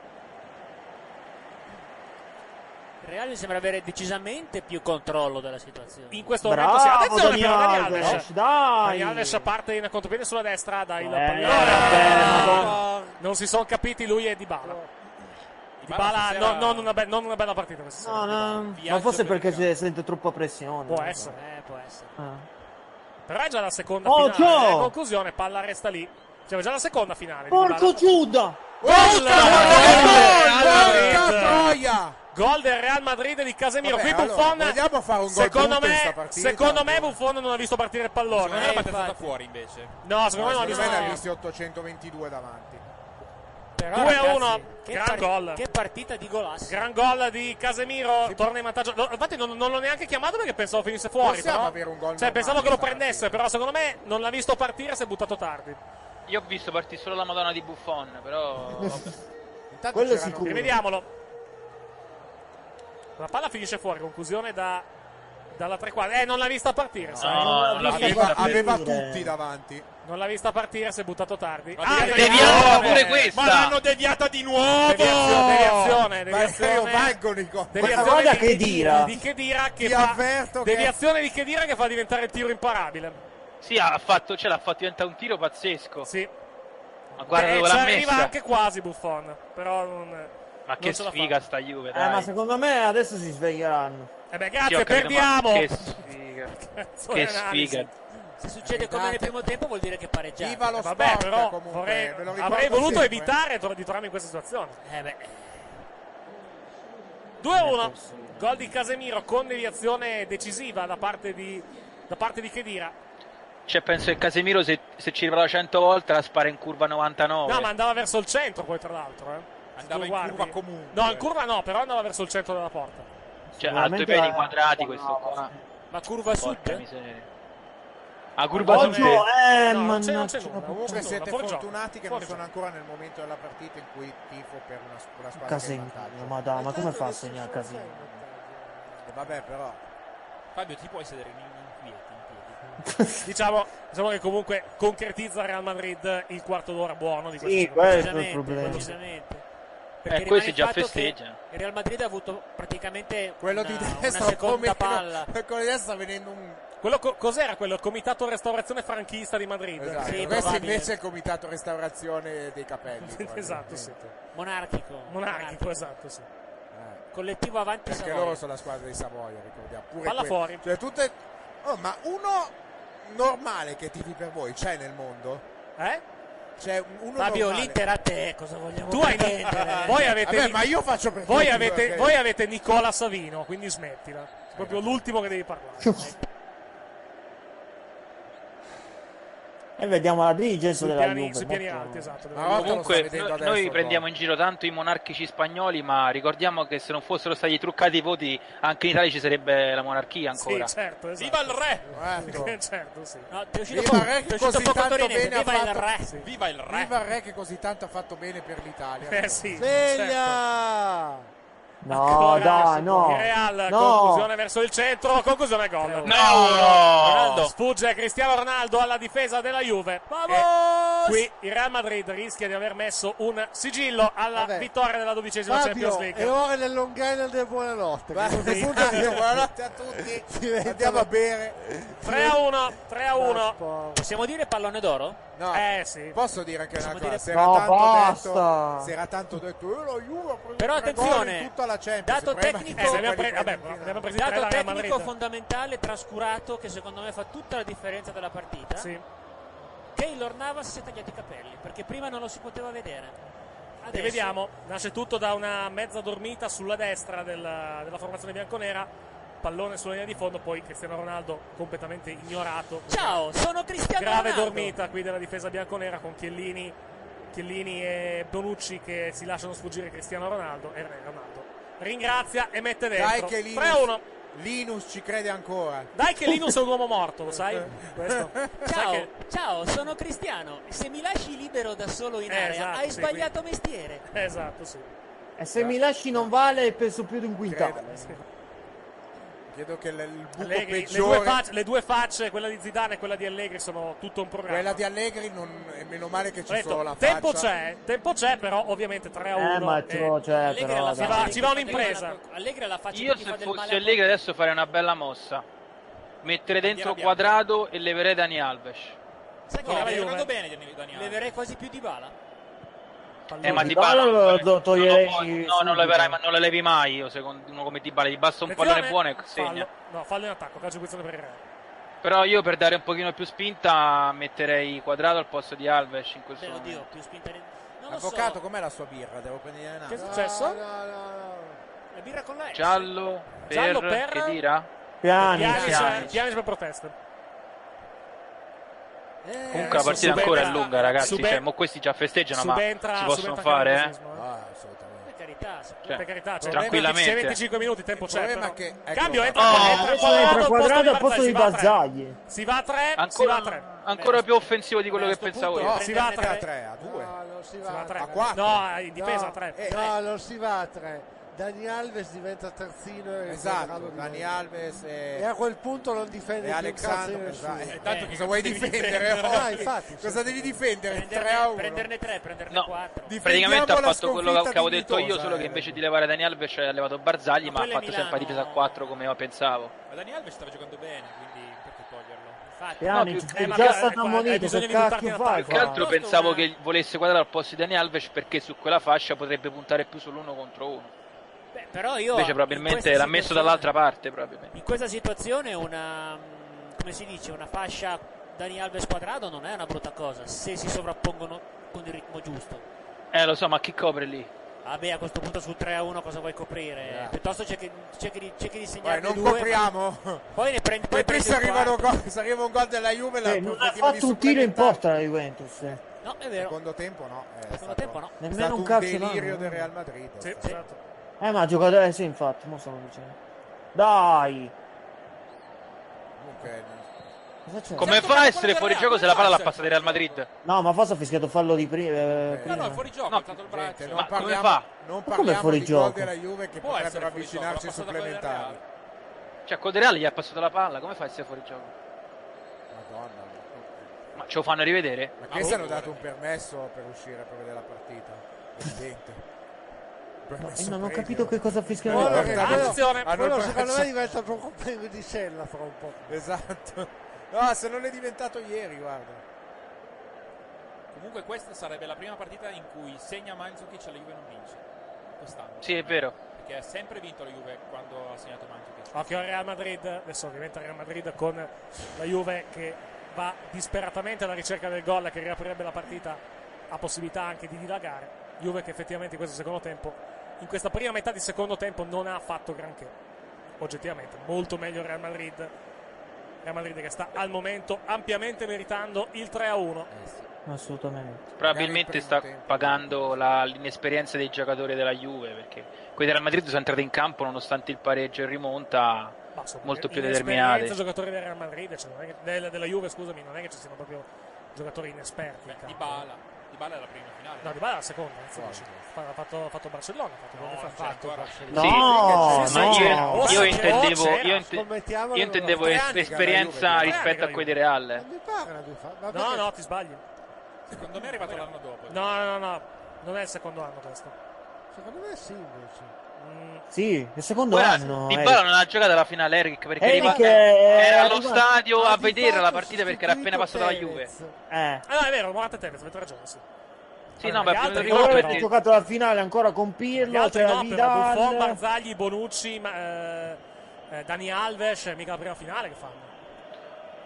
Speaker 9: Il Real mi sembra avere decisamente più controllo della situazione.
Speaker 7: in questo
Speaker 16: Bravo,
Speaker 7: momento sì. Attenzione eh.
Speaker 16: Dani
Speaker 7: però Dani
Speaker 16: Alves, eh,
Speaker 7: Alves.
Speaker 16: dai.
Speaker 7: Dani Alves parte in contropiede sulla destra, dà il
Speaker 16: Eh,
Speaker 7: pallone.
Speaker 16: vabbè, madonna.
Speaker 7: non si sono capiti lui e Dybala. Dybala
Speaker 10: stasera-
Speaker 7: no, non, una be- non una bella partita questa
Speaker 16: No,
Speaker 7: sera, Dybala.
Speaker 16: no, ma forse perché si sente troppa pressione.
Speaker 7: Può
Speaker 16: non so.
Speaker 7: essere.
Speaker 9: Eh, può essere.
Speaker 16: Ah.
Speaker 7: Però è già la seconda
Speaker 16: Oh,
Speaker 7: finale.
Speaker 16: Gio!
Speaker 7: eh, conclusione, palla resta lì. Cioè, è già la seconda finale. di
Speaker 16: Porco
Speaker 7: Dybala.
Speaker 16: Giuda!
Speaker 7: Gol!
Speaker 5: porca
Speaker 7: Gol!
Speaker 5: troia!
Speaker 7: Gol del Real Madrid di Casemiro.
Speaker 5: Vabbè,
Speaker 7: Qui Buffon.
Speaker 5: allora, vogliamo fare un gol
Speaker 7: secondo
Speaker 5: brutto in sta
Speaker 7: me,
Speaker 5: partita?
Speaker 7: secondo me Buffon non ha visto partire il
Speaker 10: Secondo me
Speaker 7: pallone.
Speaker 10: la
Speaker 7: Eh,
Speaker 10: parte è stata
Speaker 7: infatti.
Speaker 10: fuori invece.
Speaker 16: Ah,
Speaker 7: No, secondo me non ha
Speaker 5: Secondo
Speaker 7: visto
Speaker 5: me ne ha
Speaker 7: partire.
Speaker 5: visti 822 davanti.
Speaker 9: Però,
Speaker 7: 2 a
Speaker 9: ragazzi,
Speaker 7: 1.
Speaker 9: che
Speaker 7: Gran
Speaker 9: par-
Speaker 7: gol.
Speaker 9: Che partita di golassi.
Speaker 7: Gran gol di Casemiro. Torna in vantaggio. No, infatti, non, non l'ho neanche chiamato perché pensavo finisse fuori.
Speaker 5: Possiamo
Speaker 7: però-
Speaker 5: avere un
Speaker 7: Cioè,
Speaker 5: gol normale
Speaker 7: pensavo che lo
Speaker 5: in partita.
Speaker 7: prendesse. Però, secondo me, non l'ha visto partire. Si è buttato tardi.
Speaker 13: Io ho visto partire solo la Madonna di Buffon, però vabbè.
Speaker 5: Intanto
Speaker 16: Quello è
Speaker 5: c'erano-
Speaker 16: sicuro.
Speaker 7: Rivediamolo. La palla finisce fuori, conclusione da, dalla tre quarti. Eh, non l'ha vista partire, sai.
Speaker 13: no, non l'ha
Speaker 5: Aveva,
Speaker 13: vista.
Speaker 5: aveva
Speaker 16: Dire.
Speaker 5: tutti davanti.
Speaker 7: Non l'ha vista partire, si è buttato tardi. Ah,
Speaker 10: Ma devi-
Speaker 7: deviazione!
Speaker 13: deviamo pure questa.
Speaker 10: Ma l'hanno deviata di nuovo!
Speaker 7: Deviazione, deviazione,
Speaker 5: Matteo,
Speaker 7: deviazione.
Speaker 5: valgono i gol.
Speaker 7: Deviazione
Speaker 16: guarda
Speaker 7: di-
Speaker 16: che
Speaker 7: di-
Speaker 16: dira.
Speaker 7: Di che dira che
Speaker 5: Ti
Speaker 7: fa,
Speaker 5: avverto che-
Speaker 7: Deviazione di che dira che fa diventare il tiro imparabile.
Speaker 13: Sì, ha fatto, ce l'ha fatto diventare un tiro pazzesco.
Speaker 7: Sì.
Speaker 13: Ma guarda
Speaker 7: Eh,
Speaker 13: dove
Speaker 7: ci
Speaker 13: l'ha
Speaker 7: arriva
Speaker 13: messa.
Speaker 7: anche quasi Buffon, però non
Speaker 13: Ma che
Speaker 7: non ce la fa.
Speaker 13: sfiga sta Juve,
Speaker 16: Eh, ma
Speaker 13: dai.
Speaker 16: secondo me adesso si sveglieranno.
Speaker 7: Eh beh,
Speaker 13: Sì, ho
Speaker 7: grazie,
Speaker 13: capito, ma
Speaker 7: perdiamo.
Speaker 13: Che sfiga.
Speaker 7: Cazzo,
Speaker 13: che
Speaker 7: analisi.
Speaker 13: sfiga.
Speaker 9: Se succede come nel primo tempo vuol dire che Eh, pareggiamo.
Speaker 5: Viva lo
Speaker 7: Eh, certo, Vabbè,
Speaker 5: sport
Speaker 7: però
Speaker 5: comunque.
Speaker 7: vorrei-
Speaker 5: ve lo ricordo
Speaker 7: avrei voluto
Speaker 5: sempre.
Speaker 7: evitare tro- di trovarmi in questa situazione.
Speaker 9: Eh beh,
Speaker 10: Eh,
Speaker 7: 2-1, gol di Casemiro con deviazione decisiva da parte di, da parte di Chedira.
Speaker 13: Cioè, penso che Casemiro se, se ci riprova 100 volte la spara in curva 99.
Speaker 7: No, ma andava verso il centro poi, tra l'altro. Eh.
Speaker 10: Andava in
Speaker 7: Sgurguardi.
Speaker 10: curva comunque.
Speaker 7: No, in curva no, però andava verso il centro della porta.
Speaker 13: Cioè, ha due piedi quadrati questo qua.
Speaker 7: Ma curva
Speaker 13: Porca
Speaker 7: sud?
Speaker 13: miseria. A curva sud.
Speaker 5: eh,
Speaker 7: no, non c'è- non
Speaker 5: mannaggia.
Speaker 7: c'è nulla.
Speaker 5: Comunque
Speaker 7: Non c'è
Speaker 5: siete
Speaker 7: nulla, fuori
Speaker 5: fortunati
Speaker 7: gioco,
Speaker 5: che non
Speaker 7: fuori
Speaker 5: sono
Speaker 7: gioco.
Speaker 5: ancora nel momento della partita in cui tifo per una, una squadra che è in
Speaker 16: Casino,
Speaker 5: vantaggio.
Speaker 16: madama, ma come fa a segnare Casino?
Speaker 5: E vabbè, però.
Speaker 10: Fabio, ti puoi sedere in inquieti in piedi.
Speaker 7: diciamo, diciamo che comunque concretizza il Real Madrid il quarto d'ora buono di questo
Speaker 16: Sì,
Speaker 7: gioco.
Speaker 16: questo è il
Speaker 7: Decisamente,
Speaker 16: problema.
Speaker 7: decisamente.
Speaker 13: Eh,
Speaker 9: Perché
Speaker 13: questi
Speaker 9: rimane il
Speaker 13: già
Speaker 9: fatto che
Speaker 13: festeggiano.
Speaker 9: Il Real Madrid ha avuto praticamente
Speaker 5: Quello
Speaker 9: una,
Speaker 5: di
Speaker 9: una
Speaker 5: destra
Speaker 9: seconda
Speaker 5: come-
Speaker 9: palla.
Speaker 5: Quello di destra sta venendo un.
Speaker 7: Quello co- cos'era quello? Il comitato restaurazione franchista di Madrid.
Speaker 5: Esatto. Questo invece è il comitato restaurazione dei capelli.
Speaker 7: Esatto, sì.
Speaker 5: probabilmente.
Speaker 9: Monarchico.
Speaker 7: Monarchico, esatto, sì.
Speaker 5: Eh.
Speaker 9: Collettivo avanti
Speaker 5: Perché
Speaker 9: Savoia.
Speaker 5: loro sono la squadra di Savoia, ricordiamo. Pure
Speaker 7: Palla
Speaker 5: quello.
Speaker 7: fuori.
Speaker 5: Cioè, tutte... oh, ma uno normale che tifi per voi c'è nel mondo?
Speaker 7: Eh?
Speaker 5: C'è un- uno
Speaker 9: Fabio,
Speaker 5: normale.
Speaker 9: l'Inter a te, cosa vogliamo
Speaker 7: Tu hai
Speaker 9: pretendere?
Speaker 7: voi avete
Speaker 5: Vabbè, ma io faccio per
Speaker 7: voi
Speaker 5: tutti,
Speaker 7: avete,
Speaker 5: ok.
Speaker 7: voi avete Nicola Savino, quindi smettila. È proprio l'ultimo che devi parlare.
Speaker 16: E vediamo la dirigenza
Speaker 7: Sui
Speaker 16: della
Speaker 7: piani-
Speaker 16: Juve.
Speaker 7: sui piani
Speaker 16: molto-
Speaker 7: alti, esatto.
Speaker 13: Comunque, no- noi prendiamo in giro tanto i monarchici spagnoli, ma ricordiamo che se non fossero stati truccati i voti, anche in Italia ci sarebbe la monarchia ancora.
Speaker 7: Sì, certo, esatto.
Speaker 10: Viva il re!
Speaker 5: Certo.
Speaker 7: certo, sì.
Speaker 9: No, ti è uscito
Speaker 5: Viva
Speaker 9: poco,
Speaker 5: il re
Speaker 9: ti è
Speaker 5: che
Speaker 9: uscito
Speaker 5: così
Speaker 9: poco
Speaker 5: tanto
Speaker 9: Torinese,
Speaker 5: bene ha
Speaker 9: viva il
Speaker 5: fatto.
Speaker 9: re.
Speaker 10: Viva il re!
Speaker 5: Viva il re che così tanto ha fatto bene per l'Italia.
Speaker 7: Eh, sì, certo.
Speaker 5: Sveglia!
Speaker 16: No, dai, no.
Speaker 7: Il Real,
Speaker 16: No.
Speaker 7: conclusione verso il centro, conclusione gol. No!
Speaker 13: Ronaldo.
Speaker 7: Sfugge Cristiano Ronaldo alla difesa della Juve.
Speaker 5: Eh,
Speaker 7: E qui il Real Madrid rischia di aver messo un sigillo alla
Speaker 4: Vabbè.
Speaker 7: vittoria della dodicesima Champions
Speaker 4: Fabio, è
Speaker 7: League.
Speaker 4: ora del long island del buonanotte. Che a questo punto
Speaker 5: Buonanotte,
Speaker 4: diventa-
Speaker 5: buonanotte a tutti.
Speaker 4: diventa-
Speaker 5: Andiamo a bere.
Speaker 7: 3 a 1, 3 a 1.
Speaker 9: Possiamo dire pallone d'oro?
Speaker 5: No,
Speaker 7: Eh sì.
Speaker 5: posso dire che è una cosa.
Speaker 9: dire-
Speaker 5: Si era
Speaker 9: No,
Speaker 5: tanto
Speaker 9: basta.
Speaker 5: detto, si era tanto detto, eh, la Juve ha preso
Speaker 9: Però
Speaker 5: tre gol in
Speaker 9: attenzione,
Speaker 5: tutta la Champions.
Speaker 9: Dato
Speaker 5: prima-
Speaker 9: tecnico,
Speaker 7: Eh, ne abbiamo pre- vabbè, ne abbiamo presi tre
Speaker 9: dato
Speaker 7: dalla Real
Speaker 9: tecnico
Speaker 7: Madrid.
Speaker 9: fondamentale trascurato che secondo me fa tutta la differenza della partita.
Speaker 7: Sì.
Speaker 9: Keylor Navas si è tagliato i capelli perché prima non lo si poteva vedere. Adesso,
Speaker 7: Rivediamo, nasce tutto da una mezza dormita sulla destra del- della formazione bianconera, pallone sulla linea di fondo, poi Cristiano Ronaldo completamente ignorato.
Speaker 9: Ciao, sono Cristiano
Speaker 7: Grave
Speaker 9: Ronaldo.
Speaker 7: dormita qui della difesa bianconera con Chiellini, Chiellini e Bonucci che si lasciano sfuggire Cristiano Ronaldo e Ronaldo ringrazia e mette dentro.
Speaker 5: Dai che Linus,
Speaker 7: 3-1.
Speaker 5: Linus ci crede ancora.
Speaker 7: Dai che Linus è un uomo morto, lo sai? Questo.
Speaker 9: Ciao,
Speaker 7: Sai che-
Speaker 9: ciao, sono Cristiano. Se mi lasci libero da solo in
Speaker 7: Eh,
Speaker 9: area,
Speaker 7: esatto,
Speaker 9: hai
Speaker 7: sì,
Speaker 9: sbagliato mestiere.
Speaker 7: Esatto, sì.
Speaker 16: E Eh, se mi lasci non vale, penso più di un quintale.
Speaker 5: Chiedo che l- il buco
Speaker 7: Allegri, le,
Speaker 5: peggiore...
Speaker 7: due facce, le due facce, quella di Zidane e quella di Allegri, sono tutto un programma.
Speaker 5: Quella di Allegri non, e meno male che
Speaker 7: Ho
Speaker 5: ci
Speaker 7: detto,
Speaker 5: sono la
Speaker 7: tempo
Speaker 5: faccia.
Speaker 7: c'è, tempo c'è, però ovviamente 3 a 1.
Speaker 16: Eh, ma ci vuole- cioè,
Speaker 9: Allegri
Speaker 16: però,
Speaker 9: alla
Speaker 7: ci,
Speaker 16: dai.
Speaker 7: va,
Speaker 9: faccia-
Speaker 7: ci va
Speaker 9: Allegri
Speaker 7: un'impresa.
Speaker 9: alla- Allegri alla faccia
Speaker 13: Io
Speaker 9: che ti
Speaker 13: se
Speaker 9: fa del male
Speaker 13: fossi
Speaker 9: a-
Speaker 13: Allegri adesso farei una bella mossa. Mettere dentro
Speaker 10: bianca.
Speaker 13: quadrato e leverei Dani Alves.
Speaker 9: Sai
Speaker 10: No,
Speaker 7: Brava
Speaker 10: ha
Speaker 9: che
Speaker 7: Juve.
Speaker 10: giocato bene Dani- Dani Alves.
Speaker 9: leverei quasi più di bala.
Speaker 7: Pallone.
Speaker 13: Eh, ma
Speaker 16: Di
Speaker 13: Dybala
Speaker 16: Bala
Speaker 13: non
Speaker 16: lo-
Speaker 13: puoi-
Speaker 16: lo toglierei
Speaker 13: non lo puoi- No, non lo,
Speaker 16: subito.
Speaker 13: leverai, ma non lo levi mai io, secondo uno come Dybala. Gli basta un pallone
Speaker 7: Attenzione,
Speaker 13: buono e segna.
Speaker 7: fallo. No, fallo in attacco, calcio di punizione per il Real.
Speaker 13: Però io per dare un pochino più spinta metterei quadrato al posto di Alves in questo
Speaker 9: Beh, oddio,
Speaker 13: momento.
Speaker 9: più spinta. di- Non lo
Speaker 5: Avvocato,
Speaker 9: so.
Speaker 5: com'è la sua birra? Devo prendere una.
Speaker 7: Che è successo?
Speaker 5: No, no, no.
Speaker 9: La birra con la S.
Speaker 13: Giallo per,
Speaker 7: Giallo per-
Speaker 13: che tira?
Speaker 16: Piani.
Speaker 7: Pianic,
Speaker 13: Pjanic.
Speaker 7: Pjanic per protesta.
Speaker 5: Eh,
Speaker 13: Comunque la
Speaker 7: adesso
Speaker 13: partita
Speaker 7: subentra-
Speaker 13: ancora è lunga, ragazzi.
Speaker 7: suben-
Speaker 13: cioè, mo questi già festeggiano,
Speaker 7: Subentra,
Speaker 13: ma si possono
Speaker 7: subentra
Speaker 13: fare, eh?
Speaker 7: Campos, no?
Speaker 5: Ah, assolutamente.
Speaker 9: Per carità, se-
Speaker 13: Cioè,
Speaker 7: Per carità, c'è
Speaker 13: Tranquillamente.
Speaker 7: c'è 25 minuti, tempo
Speaker 5: Il
Speaker 7: c'è.
Speaker 5: problema
Speaker 7: Però.
Speaker 5: è che- ecco,
Speaker 7: Cambio,
Speaker 5: fa-
Speaker 7: entra,
Speaker 13: Oh!
Speaker 7: entra
Speaker 16: Adesso entra quadrato al posto di
Speaker 7: Barzagli.
Speaker 16: Barzagli.
Speaker 7: Si va a 3, si va a 3.
Speaker 13: ancora, ancora più offensivo di quello
Speaker 9: Beh,
Speaker 13: che
Speaker 9: a sto
Speaker 13: pensavo
Speaker 9: punto-
Speaker 13: io.
Speaker 5: No,
Speaker 7: si va a
Speaker 5: prenderne
Speaker 7: tre.
Speaker 5: a tre, a due.
Speaker 4: No, non si
Speaker 7: Si va
Speaker 4: va
Speaker 7: a 3.
Speaker 5: A quattro.
Speaker 7: No, in difesa a
Speaker 4: No,
Speaker 7: 3.
Speaker 5: eh,
Speaker 4: No, non si va a tre. Dani Alves diventa terzino e
Speaker 5: Esatto,
Speaker 4: Quadrado
Speaker 5: Dani
Speaker 4: diventa-
Speaker 5: Alves
Speaker 4: E a
Speaker 5: e,
Speaker 4: quel punto non
Speaker 5: e
Speaker 4: difende più un cazzo
Speaker 5: Alexandro.
Speaker 4: di nessuno.
Speaker 5: esatto.
Speaker 10: Eh, tanto che
Speaker 5: cosa vuoi
Speaker 10: devi
Speaker 5: difendere?
Speaker 10: difendere?
Speaker 5: oggi?
Speaker 4: Ah, infatti, sì.
Speaker 5: cosa devi difendere? 3 a
Speaker 9: prenderne,
Speaker 5: 1.
Speaker 9: prenderne tre, prenderne
Speaker 13: No.
Speaker 9: quattro.
Speaker 5: Difendiamo
Speaker 13: Praticamente ha
Speaker 5: la
Speaker 13: fatto quello che
Speaker 5: sconfitta
Speaker 13: avevo detto io,
Speaker 5: dignitosa,
Speaker 13: solo che
Speaker 5: eh.
Speaker 13: invece di levare Dani Alves ha levato Barzagli,
Speaker 9: Ma
Speaker 13: ma ha
Speaker 9: quello è
Speaker 13: fatto sempre la
Speaker 9: Milano.
Speaker 13: difesa a 4 come io pensavo.
Speaker 10: Ma Dani Alves stava giocando bene, quindi perché toglierlo?
Speaker 9: Infatti,
Speaker 16: Piani,
Speaker 13: più-
Speaker 16: è
Speaker 7: eh, ma
Speaker 16: già
Speaker 7: qua-
Speaker 16: stato
Speaker 7: qua- hai
Speaker 16: ammonito,
Speaker 7: bisogno
Speaker 16: che
Speaker 7: di
Speaker 16: cacchio
Speaker 10: Ah,
Speaker 7: buttarti in
Speaker 16: fai?
Speaker 13: Più che
Speaker 16: qua?
Speaker 13: altro
Speaker 9: Piuttosto
Speaker 13: pensavo
Speaker 9: una-
Speaker 13: che volesse quadrare al posto di Dani Alves perché su quella fascia potrebbe puntare più sull'uno contro uno.
Speaker 9: beh, però io
Speaker 13: Invece
Speaker 9: in
Speaker 13: probabilmente
Speaker 9: questa
Speaker 13: l'ha messo
Speaker 9: situazione-
Speaker 13: dall'altra parte probabilmente.
Speaker 9: In questa situazione una mm, come si dice, una fascia Dani Alves quadrato non è una brutta cosa se si sovrappongono con il ritmo giusto.
Speaker 13: Eh lo so, ma chi copre lì?
Speaker 9: Vabbè, a questo punto sul 3 a 1 cosa vuoi coprire? Piuttosto cerchi, cerchi di, cerchi di
Speaker 5: Vai,
Speaker 9: segnare
Speaker 5: non
Speaker 9: due, ma-
Speaker 5: copriamo.
Speaker 9: Poi ne prendi poi
Speaker 5: Poi
Speaker 9: prendi
Speaker 5: se
Speaker 9: il
Speaker 5: arriva,
Speaker 9: quarto.
Speaker 5: un gol- se arriva un gol della Juve, la
Speaker 16: Eh, non ha
Speaker 5: prospettiva di
Speaker 16: fatto un tiro in
Speaker 5: supplementare-
Speaker 16: porta la Juventus. eh.
Speaker 9: No, è vero.
Speaker 5: Secondo tempo no. eh, È stato,
Speaker 9: tempo no.
Speaker 5: È
Speaker 16: Nemmeno
Speaker 5: stato
Speaker 16: un
Speaker 5: un
Speaker 16: calcio
Speaker 5: delirio
Speaker 16: d'angolo.
Speaker 5: del Real Madrid. è
Speaker 7: Sì,
Speaker 5: stato.
Speaker 16: Eh, ma giocatore, eh, sì, infatti, mo stavo dicendo. Dai!
Speaker 5: Comunque,
Speaker 16: Cosa c'è?
Speaker 13: Come fa a essere fuori gioco se la palla l'ha passata il Real Madrid?
Speaker 16: No, ma forse ha fischiato fallo di pri- eh, prima.
Speaker 5: gioco,
Speaker 13: No,
Speaker 5: il braccio.
Speaker 13: ma come fa?
Speaker 5: Non
Speaker 16: come
Speaker 5: parliamo
Speaker 16: fuori
Speaker 5: di
Speaker 16: gioco?
Speaker 5: gol della Juve che
Speaker 13: Può
Speaker 5: potrebbero
Speaker 13: essere fuori gioco,
Speaker 5: avvicinarci ai
Speaker 13: l'ha passata quella del
Speaker 5: supplementari.
Speaker 13: Cioè, col Real gli ha passato la palla, come fa a essere fuori gioco?
Speaker 5: Madonna.
Speaker 13: Ma ce lo fanno rivedere?
Speaker 5: Ma che se hanno dato un permesso per uscire per vedere la partita? Evidente. Permesso
Speaker 16: Eh, non ho
Speaker 5: premium.
Speaker 16: capito che cosa ha fischiato.
Speaker 5: Hanno
Speaker 16: Guarda,
Speaker 5: portato- hanno
Speaker 14: quello
Speaker 5: il
Speaker 14: secondo me
Speaker 5: braccio-
Speaker 14: diventa un compagno di cella fra un po'.
Speaker 5: Esatto. No, se non è diventato ieri, guarda.
Speaker 10: Comunque questa sarebbe la prima partita in cui segna Mandzukic e la Juve non vince. Quest'anno.
Speaker 13: Sì, è vero.
Speaker 10: Perché ha sempre vinto la Juve quando ha segnato Mandzukic.
Speaker 7: Occhio al Real Madrid, adesso diventa Real Madrid con la Juve che va disperatamente alla ricerca del gol che riaprirebbe la partita, ha possibilità anche di dilagare. Juve che effettivamente in questo secondo tempo, in questa prima metà di secondo tempo non ha fatto granché. Oggettivamente, molto meglio il Real Madrid. Real Madrid che sta al momento ampiamente meritando il 3-1.
Speaker 16: Assolutamente.
Speaker 13: Probabilmente sta pagando la- l'inesperienza dei giocatori della Juve, perché quelli del Real Madrid sono entrati in campo nonostante il pareggio e rimonta molto più
Speaker 7: Inesperienza,
Speaker 13: determinati.
Speaker 7: Eh, giocatori del Real Madrid, cioè non è che- del- della Juve, scusami, non è che ci siano proprio giocatori inesperti. in
Speaker 10: Di
Speaker 7: campo.
Speaker 10: Bala. Di Bala è la prima finale.
Speaker 7: No, Di Bala è la seconda, insomma, ha fatto, ha fatto Barcellona, ha fatto
Speaker 10: No,
Speaker 7: gol fa-
Speaker 10: c'è
Speaker 7: fatto
Speaker 10: ancora-
Speaker 7: Barcellona.
Speaker 13: Sì,
Speaker 16: No,
Speaker 13: ma
Speaker 16: no.
Speaker 13: io,
Speaker 16: Oh,
Speaker 13: io
Speaker 16: c'era,
Speaker 13: intendevo,
Speaker 16: c'era,
Speaker 13: io inte-
Speaker 16: scommettiamo
Speaker 13: io
Speaker 16: che non
Speaker 13: intendevo
Speaker 16: lo-
Speaker 13: es-
Speaker 16: Tre anni che la
Speaker 13: esperienza
Speaker 7: Juve- tre anni che
Speaker 13: rispetto a
Speaker 7: la
Speaker 13: quelli Real.
Speaker 7: No, no, ti sbagli.
Speaker 10: Secondo me è arrivato l'anno dopo.
Speaker 7: No, no, no, no, non è il secondo anno questo. Mm,
Speaker 14: Secondo me sì invece.
Speaker 16: Sì, il secondo
Speaker 13: Guarda,
Speaker 16: anno.
Speaker 13: Di
Speaker 16: eh.
Speaker 13: Bala non ha giocato alla finale Eric perché
Speaker 16: Eric
Speaker 13: arriva-
Speaker 16: è-
Speaker 13: era allo
Speaker 16: arrivato-
Speaker 13: stadio
Speaker 16: ha
Speaker 13: a
Speaker 16: di
Speaker 13: vedere la
Speaker 16: fatto
Speaker 13: partita perché era appena passata la Juve.
Speaker 16: Eh.
Speaker 7: Ah, no, è vero, Morata e Tevez, avete ragione, sì.
Speaker 13: Sì,
Speaker 7: Allora,
Speaker 13: no,
Speaker 7: gli
Speaker 13: ma
Speaker 7: altri
Speaker 13: prima
Speaker 7: no,
Speaker 13: di
Speaker 7: però.
Speaker 16: Ha giocato la finale ancora con
Speaker 7: Gli
Speaker 16: Pirlo,
Speaker 7: altri
Speaker 16: c'era
Speaker 7: no, però
Speaker 16: Vidal.
Speaker 7: Buffon, Barzagli, Bonucci, ma- eh, eh, Dani Alves, eh, mica la prima finale che fanno.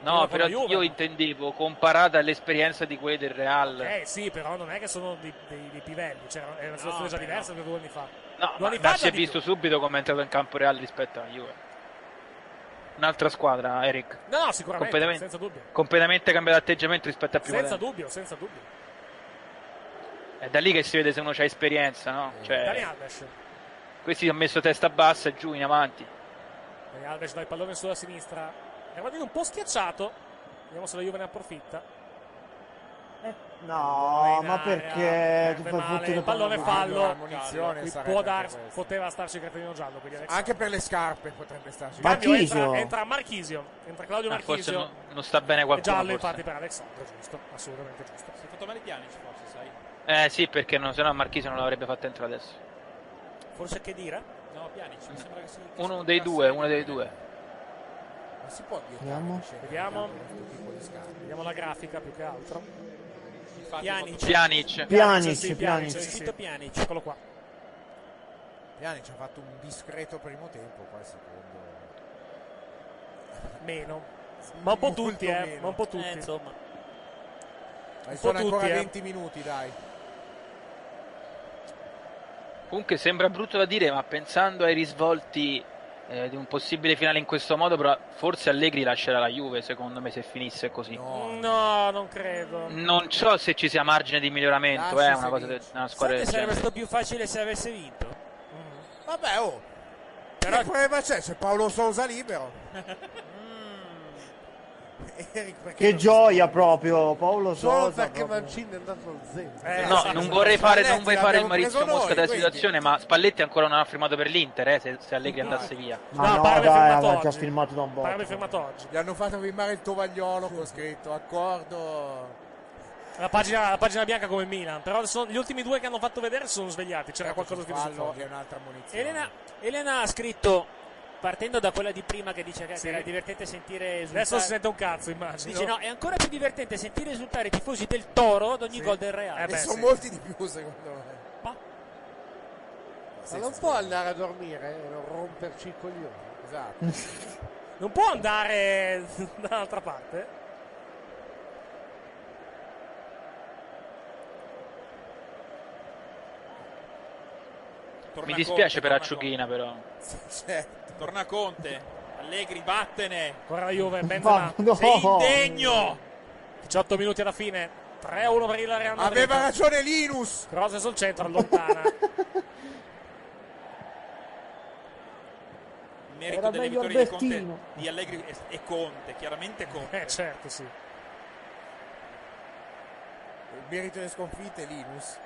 Speaker 13: No,
Speaker 7: Prima con
Speaker 13: però
Speaker 7: la Juve.
Speaker 13: io intendevo comparata all'esperienza di quelli del Real.
Speaker 7: Eh sì, però non è che sono dei, dei- dei pivelli, cioè è una situazione già diversa da due anni fa.
Speaker 13: No,
Speaker 7: due
Speaker 13: ma,
Speaker 7: anni
Speaker 13: ma
Speaker 7: fa
Speaker 13: si
Speaker 7: già
Speaker 13: è
Speaker 7: di
Speaker 13: visto
Speaker 7: più.
Speaker 13: subito come è entrato in campo Real rispetto alla Juve. Un'altra squadra, Eric.
Speaker 7: No, no, sicuramente,
Speaker 13: Completamente-
Speaker 7: senza dubbio.
Speaker 13: Completamente cambiato atteggiamento rispetto a prima.
Speaker 7: Senza
Speaker 13: tempo.
Speaker 7: dubbio, senza dubbio.
Speaker 13: È da lì che si vede se uno c'ha esperienza, no?
Speaker 7: Dani
Speaker 13: Cioè,
Speaker 7: Alves.
Speaker 13: questi hanno messo testa bassa giù in avanti.
Speaker 7: Dani Alves dà il pallone sulla sinistra. È Madrid un po' schiacciato. Vediamo se la Juve ne approfitta.
Speaker 16: No, ma
Speaker 5: Eh,
Speaker 16: perché? Tu
Speaker 7: Perde
Speaker 16: fai
Speaker 7: Eh, male.
Speaker 16: fottere
Speaker 7: Il pallone
Speaker 5: Allora,
Speaker 7: fallo.
Speaker 5: munizione
Speaker 7: Qui
Speaker 5: sarebbe
Speaker 7: può
Speaker 5: anche
Speaker 7: dar-
Speaker 5: questo.
Speaker 7: poteva starci il cartellino giallo. Quindi Alex-
Speaker 5: Anche per le scarpe potrebbe starci.
Speaker 7: Cambio,
Speaker 16: Marchisio.
Speaker 7: entra, entra Marchisio. Entra Claudio
Speaker 13: Ah, forse
Speaker 7: Marchisio.
Speaker 13: no- non sta bene
Speaker 7: È
Speaker 13: qualcuno.
Speaker 7: giallo
Speaker 13: forse.
Speaker 7: infatti per Alessandro, giusto, assolutamente giusto.
Speaker 10: Si è fatto male Pjanic forse, sai?
Speaker 13: Eh sì, perché no, sennò Marchisio non l'avrebbe fatto entrare adesso.
Speaker 7: Forse che dire?
Speaker 10: No, Pjanic, mi sembra che si... che
Speaker 13: Uno
Speaker 10: si
Speaker 13: dei
Speaker 10: bloccasse.
Speaker 13: due, uno dei due.
Speaker 5: Non si può dire.
Speaker 16: Vediamo.
Speaker 7: Vediamo.
Speaker 5: certo
Speaker 7: Vediamo la grafica più che altro. Pjanic.
Speaker 13: Pjanic.
Speaker 16: Pjanic,
Speaker 7: sì,
Speaker 16: Pjanic.
Speaker 7: sì, sì. Eccolo qua.
Speaker 5: Piani ci ha fatto un discreto primo tempo, poi il secondo.
Speaker 7: Meno. Ma un po'
Speaker 5: Molto
Speaker 7: tutti, eh.
Speaker 5: meno.
Speaker 7: Ma un po' tutti.
Speaker 5: Eh,
Speaker 9: insomma.
Speaker 5: Ma
Speaker 7: Un po'
Speaker 5: sono ancora
Speaker 7: tutti, eh.
Speaker 5: 20 minuti, dai.
Speaker 13: Comunque sembra brutto da dire, ma pensando ai risvolti eh, di un possibile finale in questo modo, però forse Allegri lascerà la Juve, secondo me, se finisse così.
Speaker 7: No, non credo.
Speaker 13: Non so se ci sia margine di miglioramento,
Speaker 9: Lascia
Speaker 13: eh,
Speaker 9: se
Speaker 13: una cosa de-
Speaker 9: vince.
Speaker 13: una
Speaker 9: Sai
Speaker 13: squadra
Speaker 9: che
Speaker 13: del
Speaker 9: sarebbe
Speaker 13: genere.
Speaker 9: stato più facile se avesse vinto?
Speaker 5: Vabbè, oh. Però che problema c'è? C'è Paolo Sousa libero.
Speaker 7: Mm.
Speaker 5: Eric, perché
Speaker 16: Che
Speaker 5: non-
Speaker 16: gioia proprio, Paolo
Speaker 14: Solo
Speaker 16: Sosa.
Speaker 14: perché
Speaker 16: proprio.
Speaker 14: Mancini è andato al zero.
Speaker 7: Eh,
Speaker 13: No, non vorrei fare, non vorrei fare il
Speaker 5: l'abbiamo preso
Speaker 13: Maurizio Mosca
Speaker 5: noi,
Speaker 13: della
Speaker 5: quindi.
Speaker 13: situazione, ma Spalletti ancora non ha firmato per l'Inter, eh, se, se Allegri andasse via.
Speaker 16: Ma no,
Speaker 7: No, Parma è
Speaker 16: dai,
Speaker 7: fermato
Speaker 16: aveva già
Speaker 7: oggi.
Speaker 16: filmato da un po'.
Speaker 7: Parma è fermato oggi.
Speaker 5: Gli hanno fatto firmare il tovagliolo con scritto accordo.
Speaker 7: La pagina, la pagina bianca come Milan. Però sono- gli ultimi due che hanno fatto vedere si sono svegliati. C'era
Speaker 5: Ecco,
Speaker 7: qualcosa scritto sul
Speaker 5: fallo
Speaker 7: foglio.
Speaker 5: e un'altra munizione.
Speaker 9: Elena, Elena ha scritto, partendo da quella di prima che dice che
Speaker 7: Sì.
Speaker 9: era divertente sentire esultare.
Speaker 7: Adesso si sente un cazzo, immagino.
Speaker 9: Dice no, è ancora più divertente sentire esultare i tifosi del Toro ad ogni
Speaker 7: Sì.
Speaker 9: gol del Real.
Speaker 7: Eh beh,
Speaker 5: e sono
Speaker 7: sì.
Speaker 5: molti di più, secondo me.
Speaker 14: Ma non può andare a dormire eh, e non romperci i coglioni.
Speaker 5: Esatto.
Speaker 7: Non può andare dall'altra parte?
Speaker 13: Mi
Speaker 10: Torna
Speaker 13: dispiace per
Speaker 10: Conte, torna
Speaker 13: Acciughina, però.
Speaker 5: Certo.
Speaker 10: Torna Conte. Allegri, vattene.
Speaker 7: Ancora la Juve, Benzema.
Speaker 16: no.
Speaker 10: Sei indegno.
Speaker 7: 18 minuti alla fine. 3-1 per il Real Madrid.
Speaker 5: Aveva ragione Linus.
Speaker 7: Cross sul centro, allontana.
Speaker 10: Il merito
Speaker 7: Era
Speaker 10: delle
Speaker 7: meglio
Speaker 10: vittorie di,
Speaker 7: Albertino.
Speaker 10: Conte, di Allegri e, e Conte, chiaramente Conte.
Speaker 7: Eh, certo, sì.
Speaker 5: Il merito delle sconfitte è Linus.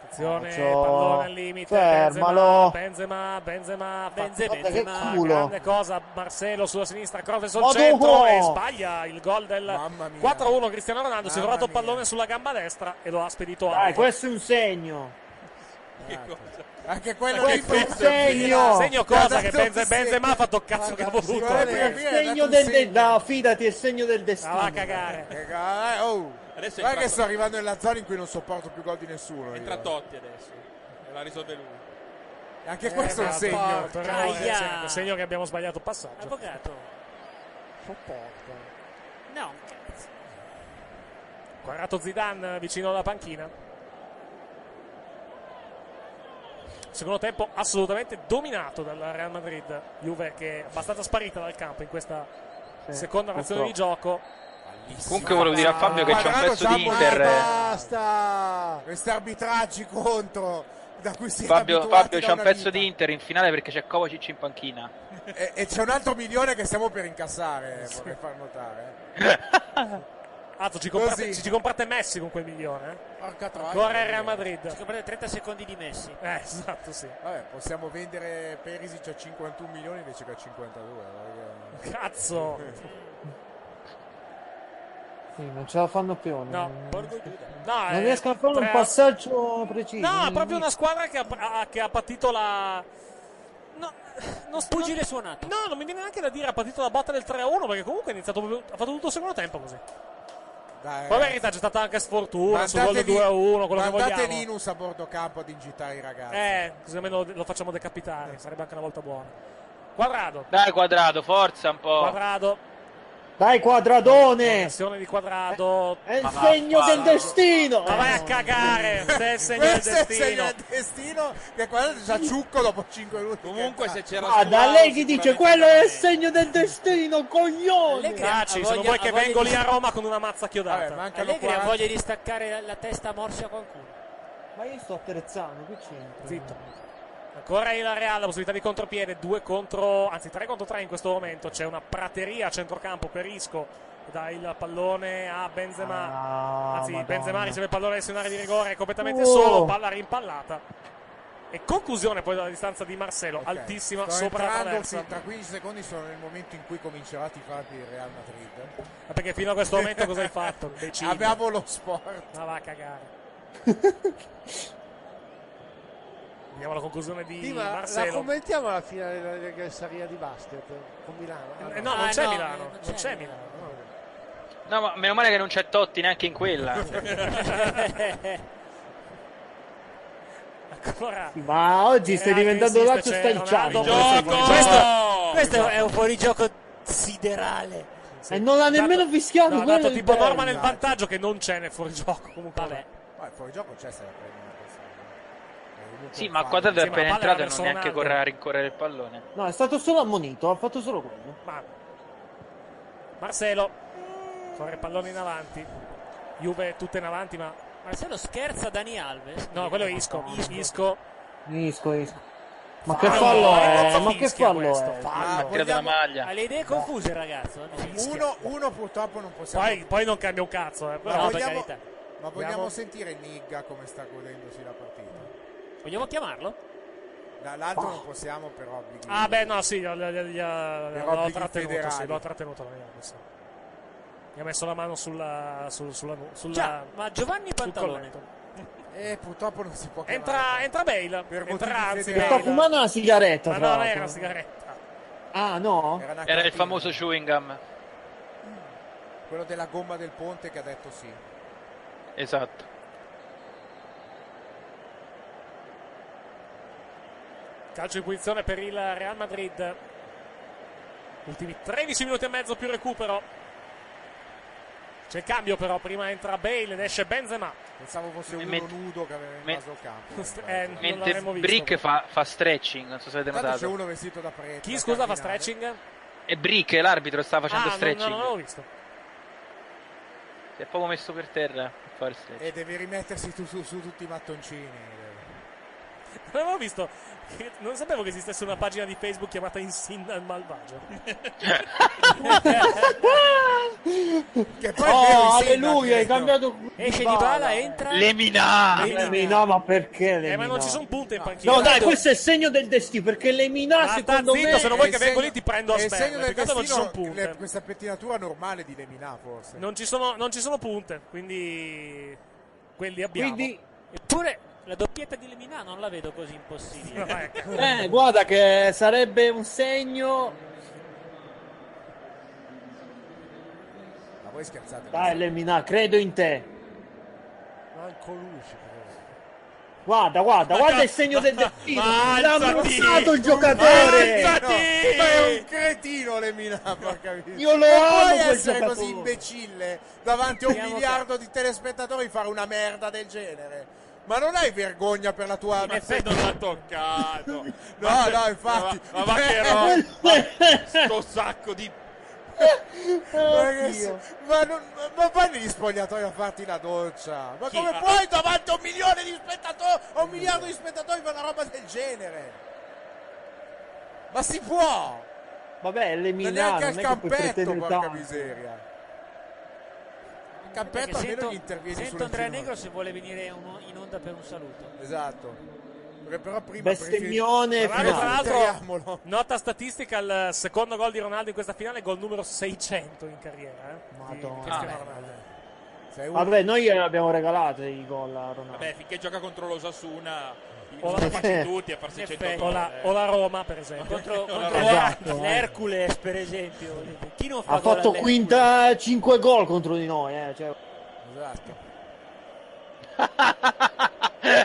Speaker 7: Attenzione,
Speaker 5: Calcio.
Speaker 7: pallone al limite.
Speaker 5: Fermalo.
Speaker 7: Benzema, Benzema, Benzema,
Speaker 5: Guarda che
Speaker 7: Benzema.
Speaker 5: culo.
Speaker 7: Grande cosa, Marcelo sulla sinistra, Croce sul
Speaker 5: Madonna.
Speaker 7: centro e sbaglia il gol del 4-1 Cristiano Ronaldo. Si è trovato il pallone sulla gamba destra e lo ha spedito a
Speaker 16: Dai, questo è un segno.
Speaker 5: Anche
Speaker 16: quello
Speaker 7: Che
Speaker 16: lì
Speaker 7: cosa?
Speaker 16: un segno.
Speaker 7: Segno cosa che Benze- Benzema ha fatto cazzo che ha voluto.
Speaker 16: È il segno del de- no, fidati, è il segno del destino.
Speaker 7: va a cagare.
Speaker 5: Eh, guarda, oh.
Speaker 10: Adesso è
Speaker 5: Guarda che
Speaker 10: entrato-
Speaker 5: sto arrivando nella zona in cui non sopporto più gol di nessuno.
Speaker 10: Entra
Speaker 5: io.
Speaker 10: Totti adesso, la risolve lui.
Speaker 5: Anche questo è un segno.
Speaker 7: Eh,
Speaker 5: Cioè,
Speaker 7: Però è
Speaker 5: Aia.
Speaker 7: segno, è segno che abbiamo sbagliato passaggio.
Speaker 9: Avvocato. No, cazzo.
Speaker 7: Quadrato Zidane vicino alla panchina. Secondo tempo assolutamente dominato dal Real Madrid. Juve che è abbastanza sparita dal campo in questa
Speaker 13: Sì,
Speaker 7: seconda
Speaker 13: purtroppo.
Speaker 7: nazione di gioco.
Speaker 13: Comunque volevo dire a Fabio che c'è un
Speaker 5: Quadrato
Speaker 13: pezzo
Speaker 5: già
Speaker 13: di Inter. eh,
Speaker 5: Basta! Questi arbitraggi contro da cui si
Speaker 13: Fabio, Fabio, c'è un pezzo di Inter in finale perché c'è Kovacic in panchina.
Speaker 5: E, e c'è un altro milione che stiamo per incassare, eh, vorrei far notare.
Speaker 7: Azzo, ci comparte,
Speaker 5: Così.
Speaker 7: ci- ci comparte Messi con quel milione. eh.
Speaker 5: Porca troia.
Speaker 7: Ancora il Real Madrid.
Speaker 9: Ci comprate 30 secondi di Messi.
Speaker 7: Eh, esatto, sì.
Speaker 5: Vabbè, possiamo vendere Perisic a 51 milioni invece che a eh, 52. guarda che-
Speaker 7: Cazzo!
Speaker 16: Sì, non ce la fanno più.
Speaker 7: No,
Speaker 16: non,
Speaker 7: Borgo
Speaker 16: non
Speaker 7: eh,
Speaker 16: riesco a fare un
Speaker 7: tre-
Speaker 16: passaggio preciso.
Speaker 7: No, è proprio una squadra che ha, ha- che ha patito la. No, non
Speaker 9: Pugile suonato.
Speaker 7: No, non mi viene neanche da dire ha patito la botta del 3-1 perché comunque ha iniziato proprio- ha fatto tutto il secondo tempo così.
Speaker 16: Eh,
Speaker 5: Dai, eh,
Speaker 7: Poi in
Speaker 5: ragazzi.
Speaker 7: verità c'è stata anche sfortuna sul gol
Speaker 5: Mandate
Speaker 7: del
Speaker 5: Lin-
Speaker 7: 2-1, quello che
Speaker 5: mandate
Speaker 7: vogliamo.
Speaker 5: Linus a bordo campo ad ingitare i ragazzi.
Speaker 7: Eh, così almeno lo facciamo
Speaker 16: Eh.
Speaker 7: decapitare, sarebbe anche una volta buona.
Speaker 9: Eh.
Speaker 7: Quadrado,
Speaker 13: Dai, quadrato, forza un po'.
Speaker 7: quadrado,
Speaker 16: Dai, quadradone!
Speaker 7: azione di quadrado.
Speaker 16: Eh, È il segno del destino!
Speaker 7: Ma vai a cagare, se è il segno del
Speaker 5: Questo è il
Speaker 7: destino.
Speaker 5: segno del destino che guardate già ciucco dopo 5 minuti. Comunque se c'era
Speaker 16: Ah, da lei chi dice quello è il segno del destino, coglione!
Speaker 7: Taci, se non vuoi che vengo lì a eh. Roma con una mazza chiodata.
Speaker 9: Allegri ha voglia di staccare la testa morsa a qualcuno.
Speaker 16: Ma io sto attrezzando, qui c'entra.
Speaker 7: Zitto. Ancora il Real, la possibilità di contropiede, 2 contro, anzi 3 contro 3 in questo momento. C'è una prateria a centrocampo per Isco. Dà il pallone a
Speaker 21: Ah,
Speaker 7: Benzema. anzi,
Speaker 16: Madonna.
Speaker 7: Benzema riceve il pallone nel area di rigore, è completamente
Speaker 16: Oh.
Speaker 7: solo, palla rimpallata. E conclusione poi dalla distanza di Marcelo, altissima
Speaker 5: Sto
Speaker 7: sopra la
Speaker 5: entrando,
Speaker 7: traversa.
Speaker 5: sì, tra 15 secondi sono nel momento in cui comincerà a tifarti il Real Madrid.
Speaker 7: Ma perché fino a questo momento cosa hai fatto? Imbecille?
Speaker 5: Abbiamo lo sport.
Speaker 7: Ma va a cagare. Vediamo la conclusione di
Speaker 14: Sì, ma la
Speaker 7: Marcelo.
Speaker 14: commentiamo alla finale della regresseria di basket con Milano. Ah,
Speaker 7: Eh, no, non
Speaker 14: Ah,
Speaker 7: c'è
Speaker 14: no,
Speaker 7: Milano,
Speaker 14: eh,
Speaker 7: non c'è, Milano.
Speaker 13: No, ma meno male che non c'è Totti neanche in quella.
Speaker 7: Ancora.
Speaker 16: Ma oggi stai diventando
Speaker 7: insiste,
Speaker 16: Lazio
Speaker 7: c'è
Speaker 16: stai
Speaker 7: Ronaldo,
Speaker 16: Questo,
Speaker 9: Questo, questo è un fuorigioco siderale.
Speaker 16: E non l'ha nemmeno fischiato
Speaker 7: No, ha
Speaker 16: quello
Speaker 7: dato
Speaker 16: è il
Speaker 7: tipo
Speaker 16: bello.
Speaker 7: Norma nel vantaggio che non c'è nel fuorigioco comunque. Vabbè.
Speaker 5: Ma il fuorigioco c'è se la prende.
Speaker 13: Sì, ma quadrato è
Speaker 7: Sì, ma la
Speaker 13: appena
Speaker 7: palla
Speaker 13: entrato e
Speaker 7: era
Speaker 13: non
Speaker 7: verso
Speaker 13: neanche
Speaker 7: Ronaldo.
Speaker 13: correre a rincorrere il pallone.
Speaker 16: No, è stato solo ammonito, ha fatto solo quello.
Speaker 7: Ma Marcelo corre il pallone in avanti. Juve tutta in avanti, ma
Speaker 9: Marcelo scherza Dani Alves.
Speaker 7: no, quello è Isco. Isco.
Speaker 16: Isco, Isco. Ma
Speaker 7: Fallo,
Speaker 16: che fallo
Speaker 7: cazzo
Speaker 16: è? Ma che
Speaker 7: eh, fischia
Speaker 16: fallo
Speaker 7: questo?
Speaker 16: è?
Speaker 7: Fallo.
Speaker 13: Tira dalla maglia.
Speaker 9: Ha le idee confuse, il ragazzo.
Speaker 5: Uno, uno purtroppo non possiamo.
Speaker 7: Poi, poi non cambia un cazzo, eh.
Speaker 5: ma,
Speaker 7: Però
Speaker 5: vogliamo, ma vogliamo
Speaker 7: Vogliamo-
Speaker 5: sentire Nigga come sta godendosi la partita.
Speaker 9: Vogliamo chiamarlo?
Speaker 5: Da- L'altro non possiamo per obblighi.
Speaker 7: Ah, beh, no, sì, gli- gli- gli- l'ho
Speaker 5: obblighi
Speaker 7: trattenuto, sì,
Speaker 5: federali.
Speaker 7: l'ho trattenuto. l'ho messo. Mi ha messo la mano sulla. sul- sulla, sulla
Speaker 9: Già, ma Giovanni
Speaker 7: sul
Speaker 9: Pantalone.
Speaker 7: colletto.
Speaker 5: Eh, purtroppo non si può
Speaker 7: Entra, entra Bale. entra,
Speaker 5: motivi
Speaker 7: anzi,
Speaker 5: federali.
Speaker 16: Sta
Speaker 7: Bale.
Speaker 16: fumando una sigaretta,
Speaker 7: Ma
Speaker 16: tra
Speaker 7: no, non era una
Speaker 16: l'altro.
Speaker 7: sigaretta.
Speaker 16: Ah, no?
Speaker 5: Era,
Speaker 13: Era
Speaker 5: una
Speaker 13: il
Speaker 5: cartina.
Speaker 13: famoso chewing gum.
Speaker 5: Quello della gomma del ponte che ha detto sì.
Speaker 13: Esatto.
Speaker 7: Calcio di punizione per il Real Madrid. Ultimi 13 minuti e mezzo più recupero. C'è il cambio però, prima entra Bale ed esce Benzema.
Speaker 5: Pensavo fosse uno
Speaker 13: Eh, met-
Speaker 5: nudo che aveva
Speaker 13: met-
Speaker 5: invaso il campo.
Speaker 7: Eh, non
Speaker 13: Mentre
Speaker 7: l'avremmo visto.
Speaker 13: Brick fa, fa stretching, non so se avete
Speaker 5: Intanto c'è
Speaker 13: notato.
Speaker 5: uno vestito da prete.
Speaker 7: Chi
Speaker 5: da
Speaker 7: scusa fa
Speaker 5: cardinale.
Speaker 7: stretching?
Speaker 13: E Brick, l'arbitro, sta facendo
Speaker 7: ah, non-
Speaker 13: stretching.
Speaker 7: Non, non l'avevo visto.
Speaker 13: Si è proprio messo per terra a fare stretch.
Speaker 7: Eh,
Speaker 5: E devi rimettersi tu su, su tutti i mattoncini.
Speaker 7: Non avevo visto, che- non sapevo che esistesse una pagina di Facebook chiamata Insinna il malvagio.
Speaker 5: che
Speaker 7: poi è vero, Insinna,
Speaker 9: oh, alleluia, hai
Speaker 7: questo.
Speaker 9: cambiato.
Speaker 7: Esce
Speaker 9: Dybala,
Speaker 7: Dybala, entra-
Speaker 9: Lemina.
Speaker 7: Lemina.
Speaker 9: Lemina, ma perché Lemina?
Speaker 7: Eh, ma non ci sono punte in panchina.
Speaker 9: No, dai, questo è il segno del destino. Perché Lemina,
Speaker 7: Ah,
Speaker 9: secondo
Speaker 7: zitto,
Speaker 9: me.
Speaker 7: se non vuoi che vengo lì ti prendo a
Speaker 5: È il segno
Speaker 7: sperma.
Speaker 5: del
Speaker 7: Peccato non ci sono
Speaker 5: destino
Speaker 7: punte.
Speaker 5: le- questa pettinatura normale di Lemina forse.
Speaker 7: Non ci sono, non ci sono punte, quindi quelli abbiamo.
Speaker 21: Quindi- Eppure la doppietta di Lemina non la vedo così impossibile.
Speaker 9: Eh, guarda, che sarebbe un segno.
Speaker 5: Ma voi scherzate?
Speaker 9: Dai, Lemina, credo in te.
Speaker 5: Manco luce.
Speaker 9: Guarda, guarda, guarda il segno del destino. L'ha ammazzato il giocatore.
Speaker 5: Ma è un cretino Lemina, porca miseria.
Speaker 9: Io lo
Speaker 5: E
Speaker 9: amo
Speaker 5: puoi
Speaker 9: quel
Speaker 5: essere
Speaker 9: giocatore.
Speaker 5: così imbecille davanti a un
Speaker 9: Siamo
Speaker 5: miliardo di telespettatori fare una merda del genere. Ma non hai vergogna per la tua...
Speaker 10: In effetti non l'ha toccato.
Speaker 5: No, no, infatti.
Speaker 10: Ma, ma va che roba. Sto sacco di...
Speaker 9: Oh,
Speaker 5: Ragazzi, ma, non, ma- ma vai negli spogliatoi a farti la doccia. Ma
Speaker 10: Chi?
Speaker 5: come
Speaker 10: Ah.
Speaker 5: puoi davanti a un milione di spettatori, a un miliardo di spettatori fare una roba del genere? Ma si può!
Speaker 9: Vabbè, Lemina,
Speaker 5: Ma neanche al
Speaker 9: non è che puoi
Speaker 5: campetto,
Speaker 9: pretendere
Speaker 5: porca
Speaker 9: tanto.
Speaker 5: miseria. Il
Speaker 21: Perché
Speaker 5: campetto almeno
Speaker 21: sento,
Speaker 5: gli interviene
Speaker 21: sento
Speaker 5: sulle
Speaker 21: Andrea
Speaker 5: ginocchia.
Speaker 21: Negro se vuole venire uno- in onda per un saluto.
Speaker 5: Esatto. Perché però prima
Speaker 9: Bestemmione
Speaker 7: Tra l'altro,
Speaker 9: finale.
Speaker 7: tra l'altro, nota statistica, il secondo gol di Ronaldo in questa finale, gol numero 600 in carriera. Eh, di
Speaker 9: Madonna.
Speaker 7: Cristiano
Speaker 9: Vabbè,
Speaker 7: Ronaldo.
Speaker 9: Ah, Vabbè, noi abbiamo regalato i gol a Ronaldo.
Speaker 10: Vabbè, finché gioca contro l'Osasuna,
Speaker 7: O
Speaker 10: lo
Speaker 7: la-
Speaker 10: facci tutti a
Speaker 7: Oh, eh, In
Speaker 10: farsi eh.
Speaker 7: effetti,
Speaker 10: 100
Speaker 7: o, la,
Speaker 5: eh.
Speaker 7: o la Roma, per esempio.
Speaker 21: Contro,
Speaker 7: O la
Speaker 21: contro
Speaker 7: Roma.
Speaker 9: Esatto, eh.
Speaker 21: l'Hercules, per esempio. voglio dire, Chi non fa
Speaker 9: Ha
Speaker 21: gol
Speaker 9: fatto
Speaker 21: all'Hercules?
Speaker 9: 5 gol contro di noi, eh. Cioè,
Speaker 5: Esatto.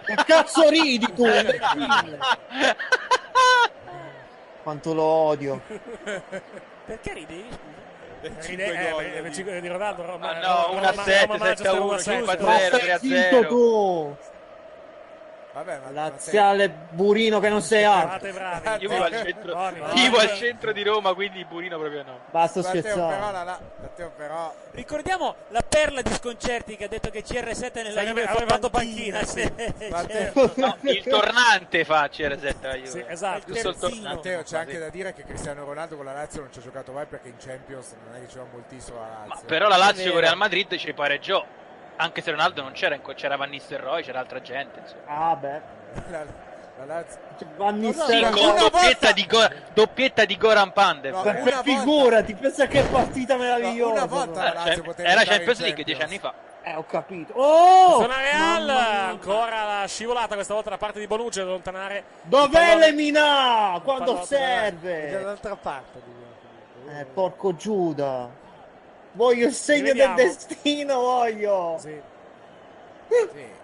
Speaker 9: che cazzo ridi tu? eh.
Speaker 7: eh.
Speaker 9: imbecille? Quanto lo odio.
Speaker 21: Perché ridi?
Speaker 7: Ride- eh, beh, cinque di Ronaldo,
Speaker 21: Eh,
Speaker 7: Roma,
Speaker 13: Ah, no,
Speaker 7: Roma-
Speaker 13: 1-7,
Speaker 7: Roma- Manchester
Speaker 13: 7-1,
Speaker 7: 1-7.
Speaker 13: 5-0,
Speaker 9: Ma stai
Speaker 13: 3-0.
Speaker 9: zitto tu.
Speaker 5: Vabbè, ma
Speaker 9: Laziale burino che non sei altro.
Speaker 13: Io vivo al centro,
Speaker 7: Buoni,
Speaker 13: vivo
Speaker 7: buoni.
Speaker 13: al centro di Roma, quindi Burino proprio no.
Speaker 9: Basta
Speaker 5: Matteo, però,
Speaker 9: scherzare.
Speaker 5: la- la- Matteo, però...
Speaker 21: Ricordiamo la perla di Sconcerti che ha detto che CR7 nella
Speaker 7: Sarebbe-
Speaker 21: Juve
Speaker 7: aveva
Speaker 21: fa Cioè,
Speaker 7: fatto panchina,
Speaker 21: Sì.
Speaker 13: No, il tornante fa CR7 la Juve.
Speaker 7: Sì, esatto.
Speaker 13: Giusto il tornante.
Speaker 5: Matteo, c'è
Speaker 13: Sì.
Speaker 5: anche da dire che Cristiano Ronaldo con la Lazio non ci ha giocato mai perché in Champions non è che ci va moltissimo la Lazio.
Speaker 13: Però la Lazio con
Speaker 5: Vero.
Speaker 13: Real Madrid ci pareggiò. Anche se Ronaldo non c'era, in co- c'era Van Nistelrooy, c'era altra gente. Insomma.
Speaker 9: Ah, beh.
Speaker 5: La, la Lazio...
Speaker 9: Van
Speaker 13: Sì,
Speaker 9: Nistelrooy.
Speaker 13: con doppietta di, Go- doppietta di Goran Pandev.
Speaker 9: Ma che figura, ti pensa che partita meravigliosa.
Speaker 5: una volta
Speaker 9: però.
Speaker 5: la Lazio
Speaker 21: Cioè,
Speaker 5: poteva
Speaker 13: Era
Speaker 5: giocare
Speaker 13: Champions
Speaker 5: in
Speaker 13: League dieci anni fa.
Speaker 9: Eh, ho capito. Oh!
Speaker 7: Zona Real,
Speaker 9: Mamma mia.
Speaker 7: ancora la scivolata questa volta da parte di Bonucci ad allontanare.
Speaker 9: Dov'è Lemina?
Speaker 7: Pallone
Speaker 9: Quando
Speaker 7: da-
Speaker 9: serve?
Speaker 5: dall'altra parte.
Speaker 9: Eh, porco Giuda. Voglio il segno del
Speaker 7: Rivediamo.
Speaker 9: destino, voglio. Eh.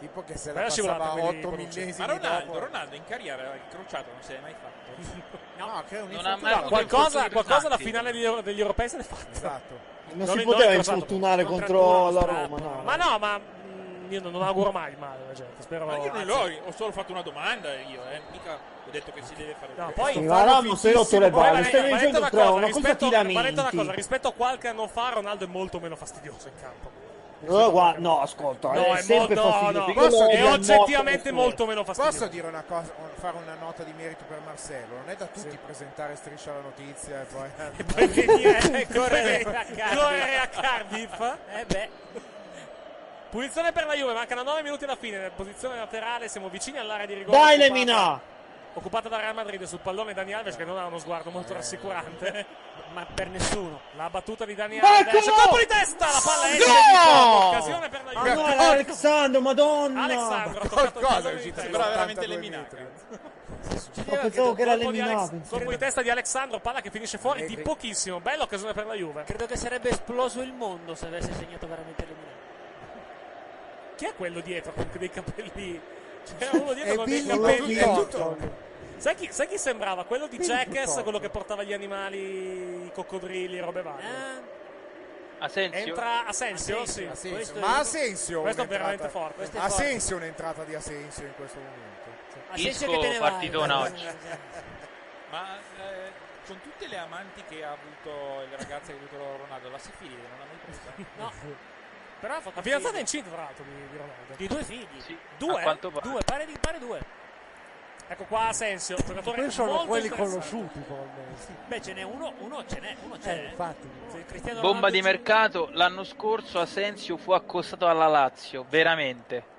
Speaker 5: Tipo che se la
Speaker 10: Bella scivolata,
Speaker 5: passava a
Speaker 10: quindi,
Speaker 5: 8
Speaker 10: Bonucci.
Speaker 5: millesimi
Speaker 10: Ma Ronaldo,
Speaker 5: dopo.
Speaker 10: Ronaldo in carriera il crociato non se l'è mai fatto.
Speaker 5: No, che è un
Speaker 13: Non ha
Speaker 5: infortunato.
Speaker 13: mai-
Speaker 7: Qualcosa, qualcosa la
Speaker 13: Esatto.
Speaker 7: finale degli, degli europei se l'è fatta.
Speaker 5: Esatto.
Speaker 9: Non si poteva infortunare contro la Roma, no.
Speaker 7: Ma no, ma mm, io non auguro mai il male alla gente. Spero.
Speaker 10: Ma io non
Speaker 7: anzi.
Speaker 10: l'ho, ho solo fatto una domanda io, eh. Mica ho detto che si deve fare
Speaker 7: No,
Speaker 10: questo.
Speaker 7: poi
Speaker 9: Sì, ma Ramos si è rotto le
Speaker 7: Poi
Speaker 9: palle,
Speaker 7: Valetta-
Speaker 9: stai
Speaker 7: Valetta
Speaker 9: vincendo
Speaker 7: una
Speaker 9: tra
Speaker 7: cosa,
Speaker 9: una cosa
Speaker 7: rispetto,
Speaker 9: ti lamenti.
Speaker 7: Valetta una cosa, rispetto a qualche anno fa, Ronaldo è molto meno fastidioso in campo.
Speaker 9: No, gua- no, ascolta,
Speaker 7: No,
Speaker 9: è
Speaker 7: è
Speaker 9: sempre
Speaker 7: mo- no,
Speaker 9: fastidio.
Speaker 7: no.
Speaker 9: Io
Speaker 7: Posso
Speaker 9: lo
Speaker 7: dire-
Speaker 9: odio,
Speaker 7: è oggettivamente
Speaker 9: è morto.
Speaker 7: molto meno fastidioso.
Speaker 5: Posso dire una cosa, o- fare una nota di merito per Marcello? Non è da tutti presentare striscia la notizia e poi... e
Speaker 7: poi eh, venire, correre,
Speaker 5: Cardiff.
Speaker 7: correre a Cardiff. Eh beh. Punizione per la Juve, mancano 9 minuti alla fine, posizione laterale, siamo vicini all'area di rigore.
Speaker 9: Dai
Speaker 7: occupata-
Speaker 9: Lemina!
Speaker 7: Occupata da Real Madrid sul pallone Dani Alves che non ha uno sguardo molto rassicurante. Ma per nessuno. La battuta di Dani Alves.
Speaker 9: Eccolo!
Speaker 7: Colpo di testa! La palla esce
Speaker 9: No!
Speaker 7: di fuoco, Occasione per la Juve.
Speaker 9: Ah, no, era Alessandro, madonna!
Speaker 7: Alessandro ha toccato il
Speaker 5: Qualcosa
Speaker 7: pallone
Speaker 5: è
Speaker 7: in
Speaker 5: uscito
Speaker 7: testa.
Speaker 5: da 82
Speaker 9: Ma pensavo che era Lemina. pensavo.
Speaker 7: Colpo di testa di Alessandro, palla che finisce fuori di pochissimo. Bella occasione per la Juve.
Speaker 21: Credo che sarebbe esploso il mondo se avesse segnato veramente Lemina.
Speaker 7: Chi è quello dietro con dei capelli? C'era uno dietro
Speaker 5: E
Speaker 7: con dei
Speaker 5: Billy
Speaker 7: capelli.
Speaker 5: Bob Thornton.
Speaker 7: Sai chi, sai chi sembrava? Quello di
Speaker 5: Billy
Speaker 7: Jackass,
Speaker 5: Bob
Speaker 7: quello che portava gli animali, i coccodrilli e robe varie.
Speaker 21: Eh,
Speaker 13: Asensio?
Speaker 7: Entra Asensio, Ah, sì.
Speaker 5: Asensio.
Speaker 7: Questo è-
Speaker 5: Ma Asensio
Speaker 7: Questo è
Speaker 5: un'entrata-
Speaker 7: veramente forte. Questo è forte.
Speaker 5: Asensio è un'entrata di Asensio in questo momento.
Speaker 13: Isco partitona oggi.
Speaker 10: Ma eh, con tutte le amanti che ha avuto il ragazzo che ha avuto Ronaldo, la Sefiride non l'ha mai presa?
Speaker 9: No. Però ha fatto
Speaker 7: La fidanzata
Speaker 9: figli.
Speaker 7: è incinta, tra l'altro, di, di Ronaldo.
Speaker 9: Di due figli.
Speaker 7: Due? eh?
Speaker 9: A quanto pare.
Speaker 7: Due, pare di pare due. Ecco qua Asensio, giocatore
Speaker 4: Quelli sono
Speaker 7: molto
Speaker 4: quelli
Speaker 7: interessante.
Speaker 4: conosciuti probabilmente.
Speaker 9: Beh, ce n'è uno, uno ce n'è, uno ce n'è.
Speaker 4: infatti.
Speaker 9: Se Cristiano
Speaker 13: Bomba
Speaker 9: Ronaldo
Speaker 13: di
Speaker 9: ci-
Speaker 13: mercato, l'anno scorso Asensio fu accostato alla Lazio, veramente.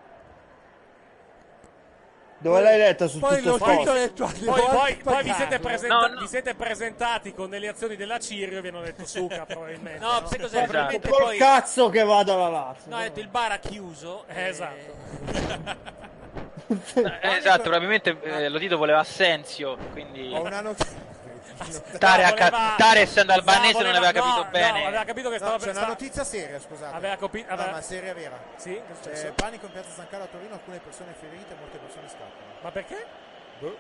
Speaker 14: Dove l'hai letta su tutto
Speaker 7: lo-
Speaker 14: sport?
Speaker 7: poi, poi- poi- poi vi, siete presenta- vi siete presentati con delle azioni della Cirio e vi hanno detto suca probabilmente.
Speaker 9: No, sai cos'è?
Speaker 7: esatto.
Speaker 9: Probabilmente
Speaker 14: Col
Speaker 9: poi-
Speaker 14: cazzo che vado alla Lazio.
Speaker 9: No, ha detto il bar ha chiuso.
Speaker 7: Eh, esatto.
Speaker 13: Eh, esatto, probabilmente eh, Lotito voleva Asensio, quindi
Speaker 5: Ho una notizia.
Speaker 13: Tare, a ca- Tare, essendo albanese non aveva capito bene.
Speaker 7: aveva capito che stava
Speaker 5: No,
Speaker 7: per-
Speaker 5: C'è una
Speaker 7: stava-
Speaker 5: notizia seria, scusate.
Speaker 7: Aveva copi-
Speaker 5: No,
Speaker 7: aveva-
Speaker 5: ma seria vera.
Speaker 7: Sì, che è successo?
Speaker 5: Eh, panico in piazza San Carlo a Torino, alcune persone ferite, molte persone scappano.
Speaker 7: Ma perché?
Speaker 5: Boh.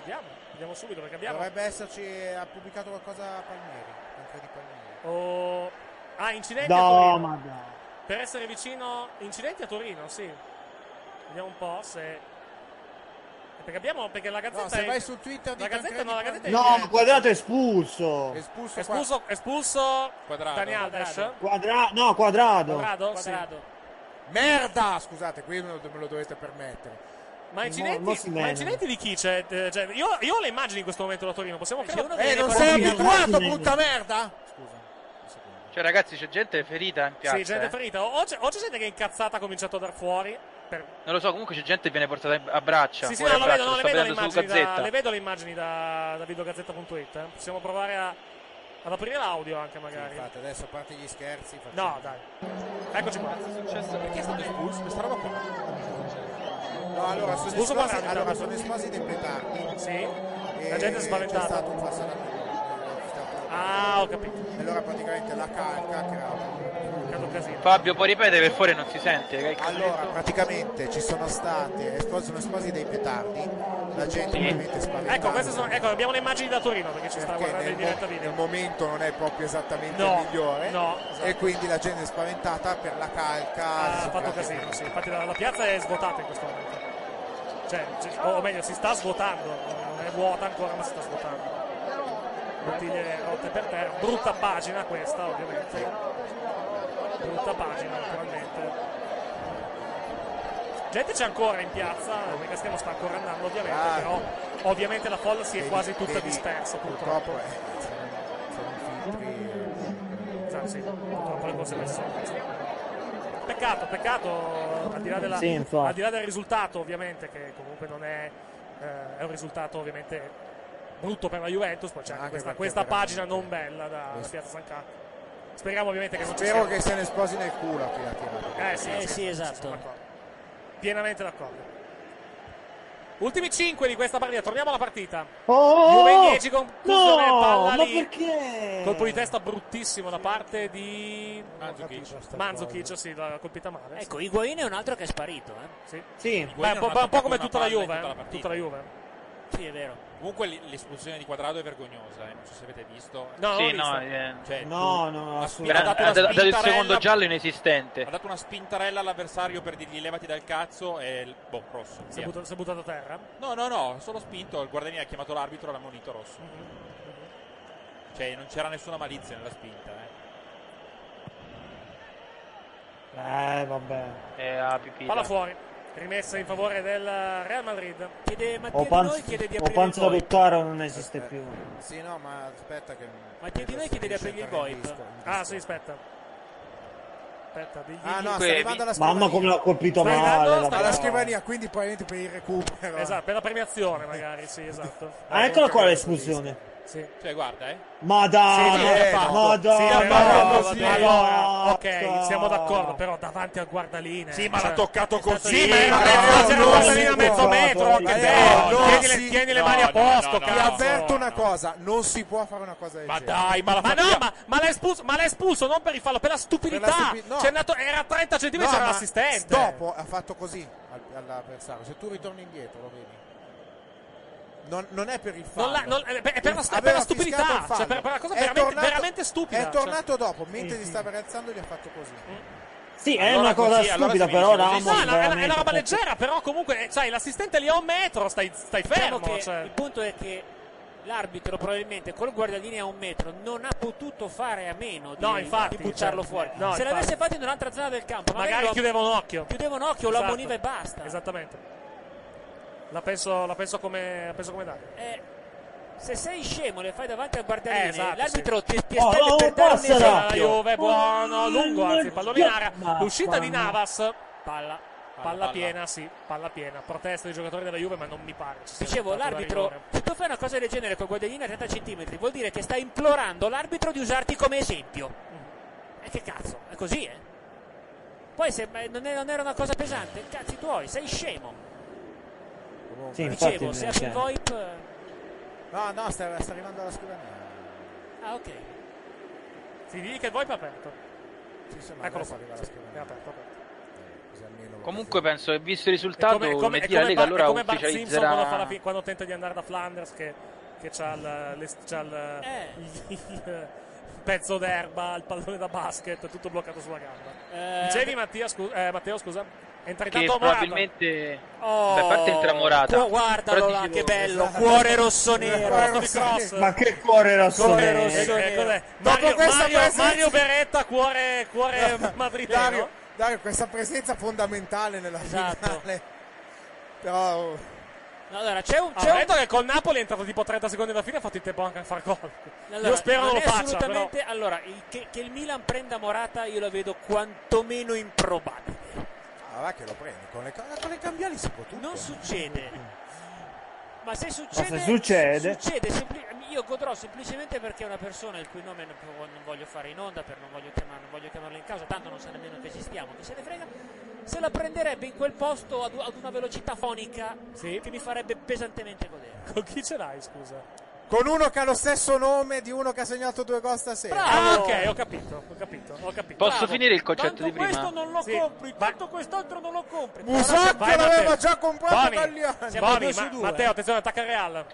Speaker 7: Vediamo, vediamo subito perché abbiamo...
Speaker 5: Dovrebbe esserci, ha pubblicato qualcosa a Palmieri, anche di Palmieri.
Speaker 7: Oh, Ah, incidenti a
Speaker 14: No,
Speaker 7: Torino.
Speaker 14: ma dai.
Speaker 7: Per essere vicino... Incidenti a Torino, sì. Vediamo un po' se... eh, Perché abbiamo... Perché la gazzetta
Speaker 5: No, se
Speaker 7: è-
Speaker 5: vai su Twitter di
Speaker 7: La gazzetta no, la gazzetta
Speaker 9: Eh,
Speaker 7: è...
Speaker 14: No, ma quadrato è espulso.
Speaker 5: Espulso,
Speaker 7: Espulso, espulso
Speaker 5: Quadrado.
Speaker 7: Dani Alves.
Speaker 14: Quadra- no, quadrado.
Speaker 7: Quadrado,
Speaker 5: Quadrado. Merda! Scusate, qui me lo, me lo dovete permettere.
Speaker 7: Ma incidenti,
Speaker 5: mo si
Speaker 7: ma
Speaker 5: mena.
Speaker 7: incidenti di chi c'è? Eh, cioè, io, io ho le immagini in questo momento da Torino, possiamo
Speaker 5: C'è
Speaker 7: creare...
Speaker 5: uno che Eh, non sei abituato, brutta merda!
Speaker 13: Cioè ragazzi, c'è gente ferita in piazza.
Speaker 7: Sì, gente
Speaker 13: eh.
Speaker 7: ferita. O, o c'è, o c'è gente che è incazzata ha cominciato a dar fuori. Per...
Speaker 13: Non lo so, comunque c'è gente che viene portata in- a braccia.
Speaker 7: sì, sì,
Speaker 13: fuori
Speaker 7: no,
Speaker 13: a
Speaker 7: lo
Speaker 13: braccia,
Speaker 7: vedo, no,
Speaker 13: lo
Speaker 7: le,
Speaker 13: sto
Speaker 7: vedo
Speaker 13: vedendo
Speaker 7: le
Speaker 13: su
Speaker 7: immagini da,
Speaker 13: Gazzetta.
Speaker 7: le vedo le immagini da, da videogazzetta.it. eh. Possiamo provare a, ad aprire l'audio anche magari.
Speaker 5: Infatti, adesso a parte gli scherzi.
Speaker 7: no, dai. Eccoci qua.
Speaker 5: Perché è stato espulso? Questa roba qua. No, allora sono
Speaker 7: Espulso
Speaker 5: esplosi,
Speaker 7: Quadrado,
Speaker 5: allora,
Speaker 7: intanto.
Speaker 5: sono esplosi dei petardi.
Speaker 7: Sì.
Speaker 5: E
Speaker 7: La gente è spaventata.
Speaker 5: C'è stato un eh, passaggio.
Speaker 7: Ah, ho capito.
Speaker 5: Allora praticamente la calca crea
Speaker 13: Fabio, puoi ripetere per fuori non si sente? che-
Speaker 7: Ah.
Speaker 13: che-
Speaker 5: Allora, praticamente ci sono state, espos- sono esplosi dei petardi, la gente
Speaker 13: Sì.
Speaker 5: ovviamente spaventata.
Speaker 7: Ecco, queste sono, ecco, abbiamo le immagini da Torino perché ci sta
Speaker 5: Perché
Speaker 7: guardando
Speaker 5: nel,
Speaker 7: in diretta
Speaker 5: mo-
Speaker 7: video.
Speaker 5: nel momento non è proprio esattamente
Speaker 7: No,
Speaker 5: il migliore
Speaker 7: no, esatto.
Speaker 5: e quindi la gente è spaventata per la calca.
Speaker 7: Ha fatto
Speaker 5: sicuramente.
Speaker 7: casino, sì. Infatti la, la piazza è svuotata in questo momento. Cioè, c- o o meglio, si sta svuotando. Non è vuota ancora, ma si sta svuotando. Bottiglie rotte per terra. Brutta pagina questa, ovviamente. Brutta pagina, naturalmente. Gente c'è ancora in piazza, il megaschema sta ancora andando ovviamente,
Speaker 5: Ah.
Speaker 7: però ovviamente la folla si è
Speaker 5: Vedi-
Speaker 7: quasi tutta
Speaker 5: vedi,
Speaker 7: dispersa
Speaker 5: Purtroppo
Speaker 7: purtroppo.
Speaker 5: eh, sono filtri.
Speaker 7: Cioè, sì, purtroppo le conseguenze sono queste. Peccato, peccato, al di là, della-
Speaker 14: Sì, infatti.
Speaker 7: al di là del risultato ovviamente, che comunque non è, eh, è un risultato ovviamente brutto per la Juventus, poi c'è anche,
Speaker 5: Anche
Speaker 7: questa,
Speaker 5: perché
Speaker 7: questa
Speaker 5: veramente-
Speaker 7: pagina non bella da, da Piazza San Carlo. Speriamo ovviamente che non ci
Speaker 5: Spero
Speaker 7: sia-
Speaker 5: che se ne sposi nel culo a chi l'ha tirato.
Speaker 7: Eh sì,
Speaker 9: Eh
Speaker 7: sì,
Speaker 9: sì,
Speaker 7: sì,
Speaker 9: esatto.
Speaker 7: sono d'accordo. Pienamente d'accordo. Ultimi 5 di questa partita, torniamo alla partita.
Speaker 14: Oh,
Speaker 7: Juve 10 con
Speaker 14: no,
Speaker 7: Cusione, palla
Speaker 14: ma
Speaker 7: lì.
Speaker 14: perché?
Speaker 7: Colpo di testa bruttissimo da parte di
Speaker 10: Mandzukic.
Speaker 7: Manzukic, sì, l'ha colpita male.
Speaker 9: Ecco, Higuain è un altro che è sparito, eh.
Speaker 7: Sì.
Speaker 14: Sì.
Speaker 7: Beh, un po',
Speaker 10: non ha
Speaker 7: un po' come
Speaker 10: toccato
Speaker 7: tutta
Speaker 10: una palla in
Speaker 7: la Juve,
Speaker 10: tutta la
Speaker 7: eh.
Speaker 10: partita.
Speaker 7: tutta la Juve.
Speaker 9: Sì, è vero.
Speaker 10: Comunque l- l'espulsione di Quadrado è vergognosa, eh, non so se avete visto.
Speaker 7: No,
Speaker 13: Sì,
Speaker 7: l'ho
Speaker 13: no,
Speaker 7: vista.
Speaker 13: eh,
Speaker 10: Cioè,
Speaker 14: No,
Speaker 10: tu-
Speaker 14: no,
Speaker 10: ha
Speaker 14: assolutamente.
Speaker 10: spin- ha dato
Speaker 13: ha da- ha
Speaker 10: una
Speaker 13: dato il
Speaker 10: spintarella-
Speaker 13: secondo giallo inesistente.
Speaker 10: Ha dato una spintarella all'avversario per dirgli levati dal cazzo e il- boh, rosso.
Speaker 7: Si è,
Speaker 10: via.
Speaker 7: buttato, si è buttato a terra.
Speaker 10: No, no, no, solo spinto. Il guardiani ha chiamato l'arbitro l'ha monito rosso.
Speaker 7: Mhm,
Speaker 10: Cioè, non c'era nessuna malizia nella spinta. Eh.
Speaker 14: Eh, vabbè.
Speaker 13: Eh, ah, pipita.
Speaker 7: Palla fuori. Rimessa in favore del Real Madrid.
Speaker 9: Chiede
Speaker 14: O,
Speaker 9: Mattia Di
Speaker 14: panz-
Speaker 9: Noi chiede di
Speaker 14: o
Speaker 9: aprire il
Speaker 14: Panza
Speaker 9: VoIP.
Speaker 14: Pettaro non esiste più.
Speaker 5: Sì, no, ma aspetta che...
Speaker 9: Ma ti- di noi chiede di aprirgli il VoIP.
Speaker 7: Ah, sì, aspetta. Aspetta, digli
Speaker 5: Ah no, sta
Speaker 13: Dunque,
Speaker 5: arrivando alla scrivania.
Speaker 14: Mamma come l'ha colpito
Speaker 7: Stai
Speaker 14: male.
Speaker 7: dando-
Speaker 14: la
Speaker 7: stai
Speaker 5: Alla
Speaker 14: palla.
Speaker 5: scrivania, quindi probabilmente per il recupero.
Speaker 7: Esatto, per la premiazione magari, sì, esatto.
Speaker 14: Ah, eccola qua l'espulsione.
Speaker 7: Sì.
Speaker 10: Cioè, guarda, eh.
Speaker 14: Ma
Speaker 7: Sì, sì,
Speaker 14: dai,
Speaker 7: è fatto.
Speaker 14: ma
Speaker 7: Sì,
Speaker 14: dai,
Speaker 7: è
Speaker 14: ma
Speaker 7: fatto,
Speaker 14: dai,
Speaker 7: sì. Allora, ok, siamo d'accordo, però davanti al guardaline.
Speaker 10: Sì, ma
Speaker 7: cioè-
Speaker 10: l'ha toccato così.
Speaker 7: Sì, ma era
Speaker 10: No,
Speaker 7: mezzo,
Speaker 10: no,
Speaker 7: c'era
Speaker 10: no,
Speaker 7: una salina a
Speaker 14: sì,
Speaker 7: mezzo
Speaker 14: no,
Speaker 7: metro,
Speaker 14: no,
Speaker 7: anche
Speaker 14: no,
Speaker 7: te.
Speaker 5: no,
Speaker 7: tieni, le,
Speaker 5: sì.
Speaker 7: tieni le
Speaker 10: No,
Speaker 7: mani a
Speaker 10: no,
Speaker 7: posto,
Speaker 10: no, no.
Speaker 5: Ti
Speaker 7: cazzo.
Speaker 5: avverto una cosa, non si può fare una cosa del
Speaker 10: Ma
Speaker 5: genere.
Speaker 10: dai, ma la
Speaker 7: Ma no,
Speaker 10: fatica-
Speaker 7: ma, ma l'ha espulso, ma l'ha espulso non per il fallo, per la stupidità.
Speaker 5: Per la stupi- no.
Speaker 7: C'è andato, era a 30 cm,
Speaker 5: No,
Speaker 7: c'era
Speaker 5: ma
Speaker 7: l'assistente.
Speaker 5: Dopo ha fatto così al- all'avversario. Se tu ritorni indietro, lo vedi. Non, non è per il fallo.
Speaker 7: Non la- non- è per- è per la- è per
Speaker 5: Aveva
Speaker 7: la stupidità,
Speaker 5: fischiato il fallo.
Speaker 7: cioè, per- per una cosa
Speaker 5: È
Speaker 7: veramente- veramente stupida, cioè.
Speaker 5: È tornato dopo, mentre
Speaker 14: Sì,
Speaker 5: gli
Speaker 14: sì.
Speaker 5: stava rialzando, gli ha fatto così.
Speaker 14: Sì, è
Speaker 10: Allora
Speaker 14: una cosa
Speaker 10: così, allora
Speaker 14: stupida,
Speaker 10: si
Speaker 14: però
Speaker 10: finisce
Speaker 14: Ramos
Speaker 10: così.
Speaker 7: No, è una- è una, è
Speaker 14: veramente-
Speaker 7: una roba leggera, però comunque, eh, sai, l'assistente lì a un metro, stai, stai
Speaker 9: Diciamo
Speaker 7: fermo.
Speaker 9: che
Speaker 7: cioè.
Speaker 9: il punto è che l'arbitro probabilmente col guardialinea a un metro non ha potuto fare a meno di,
Speaker 7: No, infatti,
Speaker 9: di buttarlo
Speaker 7: cioè,
Speaker 9: fuori.
Speaker 7: no,
Speaker 9: Se
Speaker 7: infatti.
Speaker 9: l'avesse fatto in un'altra zona del campo, magari,
Speaker 7: Magari
Speaker 9: lo-
Speaker 7: chiudeva un occhio.
Speaker 9: Chiudeva un occhio, lo
Speaker 7: Esatto.
Speaker 9: ammoniva e basta.
Speaker 7: Esattamente. La penso, la penso come, la penso come Dario.
Speaker 9: Eh, Se sei scemo, le fai davanti al guardialinea,
Speaker 7: Eh, esatto,
Speaker 9: l'arbitro
Speaker 7: sì.
Speaker 9: ti spiestella
Speaker 7: Oh, oh,
Speaker 9: per terra un
Speaker 7: passala!
Speaker 9: esatto.
Speaker 7: La Juve, buono,
Speaker 9: Oh,
Speaker 7: lungo, anzi, pallone in area.
Speaker 9: mamma.
Speaker 7: L'uscita di Navas. Palla. Palla
Speaker 9: palla.
Speaker 7: piena, sì, palla piena. Protesta dei giocatori della Juve, ma non mi pare. ci sia
Speaker 9: Dicevo,
Speaker 7: stato da
Speaker 9: l'arbitro,
Speaker 7: rigore.
Speaker 9: se tu fai una cosa del genere con guardialinea a 30 cm, vuol dire che stai implorando l'arbitro di usarti come esempio. E che cazzo, è così, eh? Poi se beh, non è- non era una cosa pesante, cazzi tuoi, sei scemo.
Speaker 14: Sì, infatti,
Speaker 9: Dicevo, se
Speaker 14: cioè-
Speaker 9: apri il VoIP... eh,
Speaker 5: No, no, sta, sta arrivando la scrivania.
Speaker 9: Ah, ok.
Speaker 7: Si dica che il VoIP è aperto.
Speaker 5: ma
Speaker 7: Eccolo
Speaker 5: adesso
Speaker 7: qua.
Speaker 5: arriva la
Speaker 7: Sì, è aperto, aperto.
Speaker 13: Comunque penso che visto il risultato,
Speaker 7: Come- come,
Speaker 13: lunedì
Speaker 7: è
Speaker 13: la
Speaker 7: come
Speaker 13: Lega
Speaker 7: Bar-
Speaker 13: allora
Speaker 7: è come Bart Simpson quando, fa la
Speaker 13: ufficializzerà
Speaker 7: fi- quando tenta di andare da Flanders che, che c'ha, il, le- c'ha il, il pezzo d'erba, il pallone da basket, tutto bloccato sulla gamba.
Speaker 9: Eh,
Speaker 7: Dicevi Mattia, scu- eh, Matteo, scusa? Entra
Speaker 13: che
Speaker 7: intanto Morata.
Speaker 13: probabilmente
Speaker 7: Oh,
Speaker 13: da parte entra Morata.
Speaker 7: cu- guardalo
Speaker 13: Però esatto.
Speaker 7: là,
Speaker 13: dicevo-
Speaker 7: che bello,
Speaker 14: esatto.
Speaker 9: Cuore
Speaker 14: Eh,
Speaker 9: rosso nero.
Speaker 7: Cuore rosso nero.
Speaker 14: Ma che cuore rosso
Speaker 7: Cuore
Speaker 14: nero.
Speaker 7: rosso
Speaker 14: Eh,
Speaker 7: nero.
Speaker 14: cos'è?
Speaker 7: Mario,
Speaker 5: questa
Speaker 7: Mario-
Speaker 5: presenza-
Speaker 7: Mario Beretta, cuore, eh, cuore madrideno.
Speaker 5: Dario, Dario, questa presenza fondamentale nella
Speaker 7: Esatto.
Speaker 5: finale. Però ah,
Speaker 9: No, allora, c'è un...
Speaker 7: Ah,
Speaker 9: C'è un...
Speaker 7: detto che col Napoli è entrato tipo 30 secondi alla fine e ha fatto in tempo anche a far gol.
Speaker 9: Allora,
Speaker 7: Io spero non lo
Speaker 9: è
Speaker 7: faccia, però.
Speaker 9: assolutamente... Allora, il- che, che il Milan prenda Morata io la vedo quantomeno improbabile.
Speaker 5: Ah, va che lo prendi con le, ca- con le cambiali si può tutto.
Speaker 9: Non succede. Ma se succede,
Speaker 14: Ma se succede-
Speaker 9: succede sempli- io godrò semplicemente perché è una persona il cui nome non, non voglio fare in onda, per non voglio, chiamar- non voglio chiamarlo in causa, tanto non sa nemmeno che esistiamo, chi se ne frega, se la prenderebbe in quel posto ad, ad una velocità fonica che mi farebbe pesantemente godere.
Speaker 7: Con chi ce l'hai, scusa?
Speaker 5: Con uno che ha lo stesso nome di uno che ha segnato due gol stasera.
Speaker 7: Ah, ok, ho capito, ho capito, ho capito.
Speaker 13: Posso finire il concetto di prima?
Speaker 9: non lo compri, tanto quest'altro non lo compri.
Speaker 5: Musacchio
Speaker 7: Vai,
Speaker 5: l'aveva
Speaker 7: Matteo.
Speaker 5: già comprato
Speaker 7: Boni,
Speaker 5: dagli anni.
Speaker 7: Siamo Boni,
Speaker 5: due su
Speaker 7: ma-
Speaker 5: due.
Speaker 9: eh.
Speaker 7: Matteo, attenzione, attacca il Real.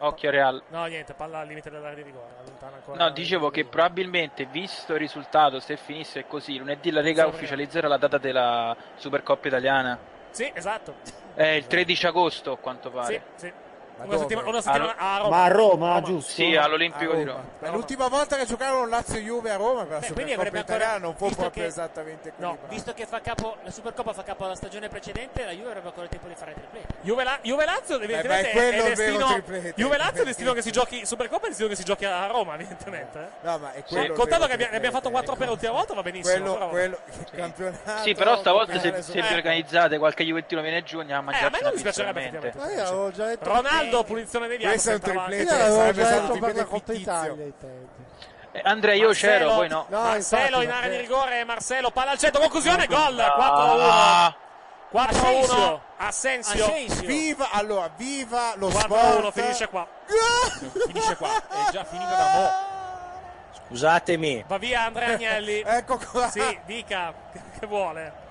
Speaker 13: Occhio Real.
Speaker 7: No, niente, palla al limite dell'area di rigore, allontana ancora.
Speaker 13: No, dicevo che probabilmente visto il risultato, se finisse così, lunedì la Lega
Speaker 7: Siamo
Speaker 13: ufficializzerà la data della Supercoppa italiana.
Speaker 7: Sì, esatto.
Speaker 13: È il 13 agosto, a quanto
Speaker 7: Sì,
Speaker 13: pare.
Speaker 7: sì.
Speaker 13: dove?
Speaker 7: Una settimana, una ah, settimana
Speaker 13: A-
Speaker 7: a Roma.
Speaker 14: Ma a Roma, giusto?
Speaker 13: Sì, all'Olimpico
Speaker 5: A
Speaker 13: di
Speaker 5: Roma.
Speaker 13: Roma.
Speaker 5: Beh, l'ultima volta che giocarono Lazio Juve a Roma per la
Speaker 9: quindi
Speaker 5: Supercoppa
Speaker 9: avrebbe ancora-
Speaker 5: italiana non fu
Speaker 9: visto
Speaker 5: proprio
Speaker 9: che-
Speaker 5: esattamente così.
Speaker 9: No, visto che fa capo, la Supercoppa fa capo alla stagione precedente, la Juve avrebbe ancora il tempo di fare triplete.
Speaker 7: Juve, La- Juve Lazio evidentemente
Speaker 5: Eh,
Speaker 7: è,
Speaker 5: quello è il vero
Speaker 7: destino
Speaker 5: triplete.
Speaker 7: Juve Lazio è destino che si giochi Supercoppa è destino che si giochi a Roma evidentemente eh.
Speaker 5: No, ma è
Speaker 7: Sì,
Speaker 5: quello il
Speaker 7: contando
Speaker 5: vero
Speaker 7: che abbia- ne abbiamo fatto 4 per l'ultima volta va benissimo
Speaker 5: Quello-
Speaker 7: però-
Speaker 5: quello- il
Speaker 7: Ah,
Speaker 5: campionato.
Speaker 13: Sì, però stavolta se, se vi
Speaker 5: Eh.
Speaker 13: organizzate qualche Juventino viene giù andiamo a
Speaker 7: eh, a me
Speaker 13: mangiarci
Speaker 7: non
Speaker 13: una pizza
Speaker 7: dispiacerebbe
Speaker 13: veramente.
Speaker 7: effettivamente.
Speaker 22: io avevo già detto
Speaker 7: Ronaldo punizione dei
Speaker 5: Questo è un
Speaker 7: Piazza,
Speaker 5: triplete,
Speaker 7: entrava-
Speaker 5: sarebbe
Speaker 22: Avevo già
Speaker 5: stato
Speaker 22: detto per la
Speaker 5: triplete
Speaker 22: Coppa
Speaker 5: fittizio.
Speaker 22: Italia ai tempi.
Speaker 13: Eh, Andrea io c'ero, poi no.
Speaker 7: Marcelo
Speaker 22: infatti,
Speaker 7: in area di
Speaker 22: Matteo.
Speaker 7: rigore Marcelo palla al centro conclusione gol 4-1
Speaker 13: Ah.
Speaker 7: 4-1
Speaker 5: Asensio.
Speaker 7: Asensio
Speaker 5: Viva, allora, viva lo
Speaker 7: 4-1
Speaker 5: sport.
Speaker 7: finisce qua
Speaker 10: finisce qua, è già finita da mo'.
Speaker 21: Scusatemi.
Speaker 7: va via Andrea Agnelli
Speaker 5: ecco qua
Speaker 7: sì dica che vuole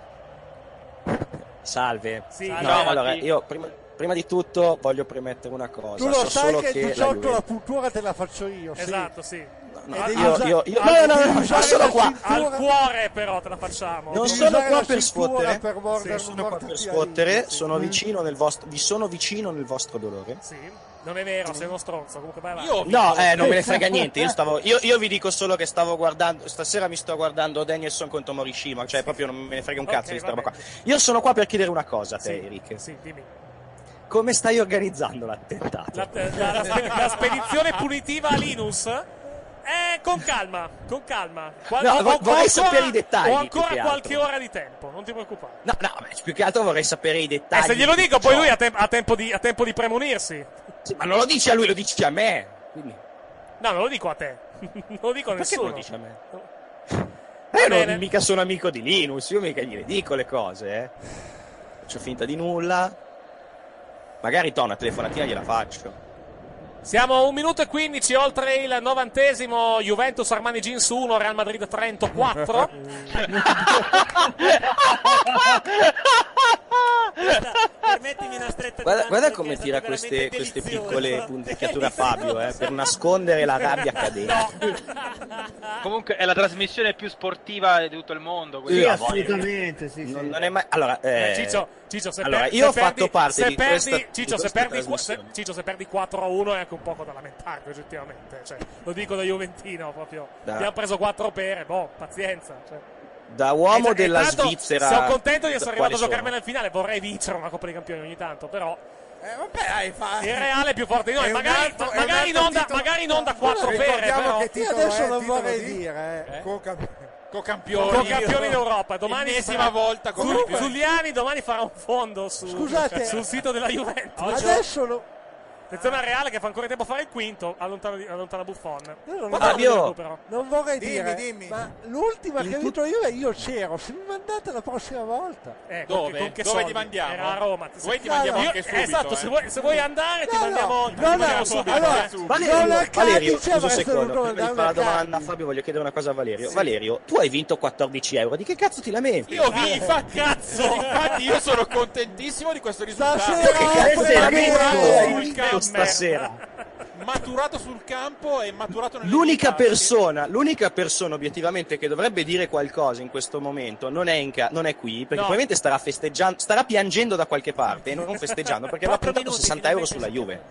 Speaker 21: Salve.
Speaker 7: Sì.
Speaker 21: No,
Speaker 7: Ciao,
Speaker 21: allora,
Speaker 7: Matti.
Speaker 21: io prima, prima di tutto voglio premettere una cosa.
Speaker 22: Tu lo
Speaker 21: So
Speaker 22: sai
Speaker 21: solo
Speaker 22: che di
Speaker 21: Eh, la
Speaker 22: gioco la
Speaker 21: Juventus-
Speaker 22: puntura te la faccio io. sì.
Speaker 7: esatto sì
Speaker 21: no,
Speaker 22: E devi
Speaker 21: io-
Speaker 22: usare-
Speaker 21: io- io-
Speaker 22: Ah,
Speaker 21: no, no,
Speaker 22: devi
Speaker 21: no,
Speaker 22: usare
Speaker 21: sono
Speaker 22: la
Speaker 21: qua.
Speaker 22: cintura-
Speaker 7: al cuore però te la
Speaker 21: Non
Speaker 7: facciamo
Speaker 22: devi
Speaker 21: sono
Speaker 22: usare
Speaker 21: qua
Speaker 22: la
Speaker 21: per
Speaker 22: cintura
Speaker 21: scuotere.
Speaker 22: Per
Speaker 7: Sì,
Speaker 22: mordere,
Speaker 7: sono
Speaker 22: mordere
Speaker 21: Per scuotere, sono vicino nel vostro, vi sono vicino nel vostro dolore.
Speaker 7: Sì, non è vero, sei uno stronzo. Comunque vai avanti.
Speaker 21: No, eh, non me ne frega niente. Io, stavo, io, io vi dico solo che stavo guardando. Stasera mi sto guardando Danielson contro Morishima. Cioè, proprio non me ne frega un
Speaker 7: Ok,
Speaker 21: cazzo di sta
Speaker 7: va
Speaker 21: roba qua. Io sono qua per chiedere una cosa a te,
Speaker 7: Sì,
Speaker 21: Eric.
Speaker 7: sì, dimmi.
Speaker 21: Come stai organizzando l'attentato?
Speaker 7: La, la- la spe- la spedizione punitiva a Linus. Eh, con calma, con calma. Qual-
Speaker 21: No,
Speaker 7: ho-
Speaker 21: vo-
Speaker 7: ho
Speaker 21: vorrei
Speaker 7: ancora-
Speaker 21: sapere i dettagli,
Speaker 7: Ho
Speaker 21: più
Speaker 7: ancora
Speaker 21: che
Speaker 7: qualche
Speaker 21: altro.
Speaker 7: ora di tempo, non ti preoccupare.
Speaker 21: No, no, beh, più che altro vorrei sapere i
Speaker 7: Eh,
Speaker 21: dettagli.
Speaker 7: se glielo
Speaker 21: di
Speaker 7: dico, poi
Speaker 21: ciò.
Speaker 7: lui ha, tem- ha tempo di, ha tempo di premonirsi.
Speaker 21: Sì, ma non lo dici a lui, lo dici a me. Quindi,
Speaker 7: No, non lo dico a te. non lo dico a
Speaker 21: perché non
Speaker 7: nessuno.
Speaker 21: lo dici a me?
Speaker 7: Va
Speaker 21: Eh,
Speaker 7: bene.
Speaker 21: non, mica sono amico di Linus, io mica gli dico le cose, eh. Faccio finta di nulla. Magari to, una telefonatina gliela faccio.
Speaker 7: Siamo a 1 minuto e 15 oltre il novantesimo. Juventus Armani Jeans 1, Real Madrid 34.
Speaker 9: Permettimi una stretta
Speaker 21: Guarda, guarda come tira queste, queste piccole punticchiature a Fabio eh, per nascondere la rabbia cadente.
Speaker 13: Comunque è la trasmissione più sportiva di tutto il mondo. quindi-
Speaker 21: Sì,
Speaker 13: Ah, voglio-
Speaker 21: assolutamente, Non, non è mai. Allora, eh,
Speaker 7: Eh, Ciccio, Ciccio, se
Speaker 21: allora,
Speaker 7: per-
Speaker 21: io ho
Speaker 7: se
Speaker 21: fatto
Speaker 7: perdi-
Speaker 21: parte
Speaker 7: se
Speaker 21: di
Speaker 7: perdi,
Speaker 21: questa, di
Speaker 7: Ciccio, se
Speaker 21: questa
Speaker 7: perdi, qua- se,
Speaker 21: trasmissione.
Speaker 7: Ciccio, se perdi 4 a 1 è anche un poco da lamentarti, oggettivamente. Cioè, lo dico da Juventino proprio.
Speaker 21: Da-
Speaker 7: Abbiamo preso 4 pere, boh, pazienza. Cioè.
Speaker 21: Da uomo
Speaker 7: E- e
Speaker 21: della
Speaker 7: tanto
Speaker 21: Svizzera.
Speaker 7: Esatto, Sono contento di
Speaker 21: quali
Speaker 7: essere arrivato a
Speaker 21: sono?
Speaker 7: giocarmela al finale. Vorrei vincere una Coppa dei Campioni ogni tanto, però.
Speaker 5: dai, Eh, fa-
Speaker 7: Il Reale è più forte di
Speaker 5: È
Speaker 7: noi.
Speaker 5: un
Speaker 7: Magari,
Speaker 5: altro-
Speaker 7: ma-
Speaker 5: è un
Speaker 7: magari,
Speaker 5: altro
Speaker 7: non da,
Speaker 5: titolo-
Speaker 7: magari non da 4 pere,
Speaker 5: Ricordiamo
Speaker 7: però.
Speaker 5: che titolo
Speaker 7: adesso
Speaker 5: è,
Speaker 7: non
Speaker 5: titolo
Speaker 7: vorrei
Speaker 5: di-
Speaker 7: dire, eh.
Speaker 5: Cocam-
Speaker 10: Cocampioni.
Speaker 7: Cocampioni d'Europa. Domani
Speaker 10: Ennesima
Speaker 7: sarà-
Speaker 10: volta
Speaker 7: Zul-
Speaker 10: Cocampioni.
Speaker 7: Zuliani domani farà un fondo su,
Speaker 22: Scusate.
Speaker 7: sul sito della Juventus.
Speaker 22: Adesso lo-
Speaker 7: Attenzione al Reale che fa ancora in tempo a fare il quinto, allontana, allontana Buffon.
Speaker 22: non-
Speaker 7: Guardate
Speaker 22: Fabio!
Speaker 7: Lukaku, però.
Speaker 22: Non vorrei
Speaker 7: Dimmi,
Speaker 22: dire,
Speaker 7: dimmi.
Speaker 22: ma l'ultima
Speaker 7: In
Speaker 22: che ho vinto io io c'ero. Se mi mandate la prossima volta.
Speaker 7: Eh, con
Speaker 10: Dove?
Speaker 7: che- con che
Speaker 10: Dove
Speaker 7: soldi?
Speaker 10: ti mandiamo?
Speaker 7: Era a Roma.
Speaker 10: Voi ti mandiamo
Speaker 7: Io-
Speaker 10: anche subito,
Speaker 7: Esatto,
Speaker 10: eh.
Speaker 7: se, vuoi, se vuoi andare ti
Speaker 22: No,
Speaker 7: mandiamo,
Speaker 22: no,
Speaker 7: ti
Speaker 22: no,
Speaker 7: mandiamo
Speaker 22: no,
Speaker 7: subito.
Speaker 22: allora,
Speaker 7: eh.
Speaker 21: Valerio,
Speaker 7: cioè,
Speaker 21: Valerio, scusa un secondo,
Speaker 22: venuto
Speaker 21: prima di
Speaker 22: da
Speaker 21: fare la
Speaker 22: una
Speaker 21: domanda a Fabio voglio chiedere una cosa a Valerio. Valerio, tu hai vinto 14 euro, di che cazzo ti lamenti?
Speaker 10: Io vi
Speaker 7: Eh.
Speaker 10: infatti, cazzo, infatti io sono contentissimo di questo risultato.
Speaker 21: Stasera Che cazzo è
Speaker 10: maturato
Speaker 21: maturato
Speaker 10: sul campo, eh.
Speaker 21: stasera?
Speaker 10: maturato sul campo e maturato nelle
Speaker 21: L'unica persona, l'unica persona obiettivamente che dovrebbe dire qualcosa in questo momento non è, in ca- non è qui, perché
Speaker 7: No.
Speaker 21: probabilmente starà festeggiando, starà piangendo da qualche parte e non festeggiando perché aveva puntato 60 euro sulla Juve.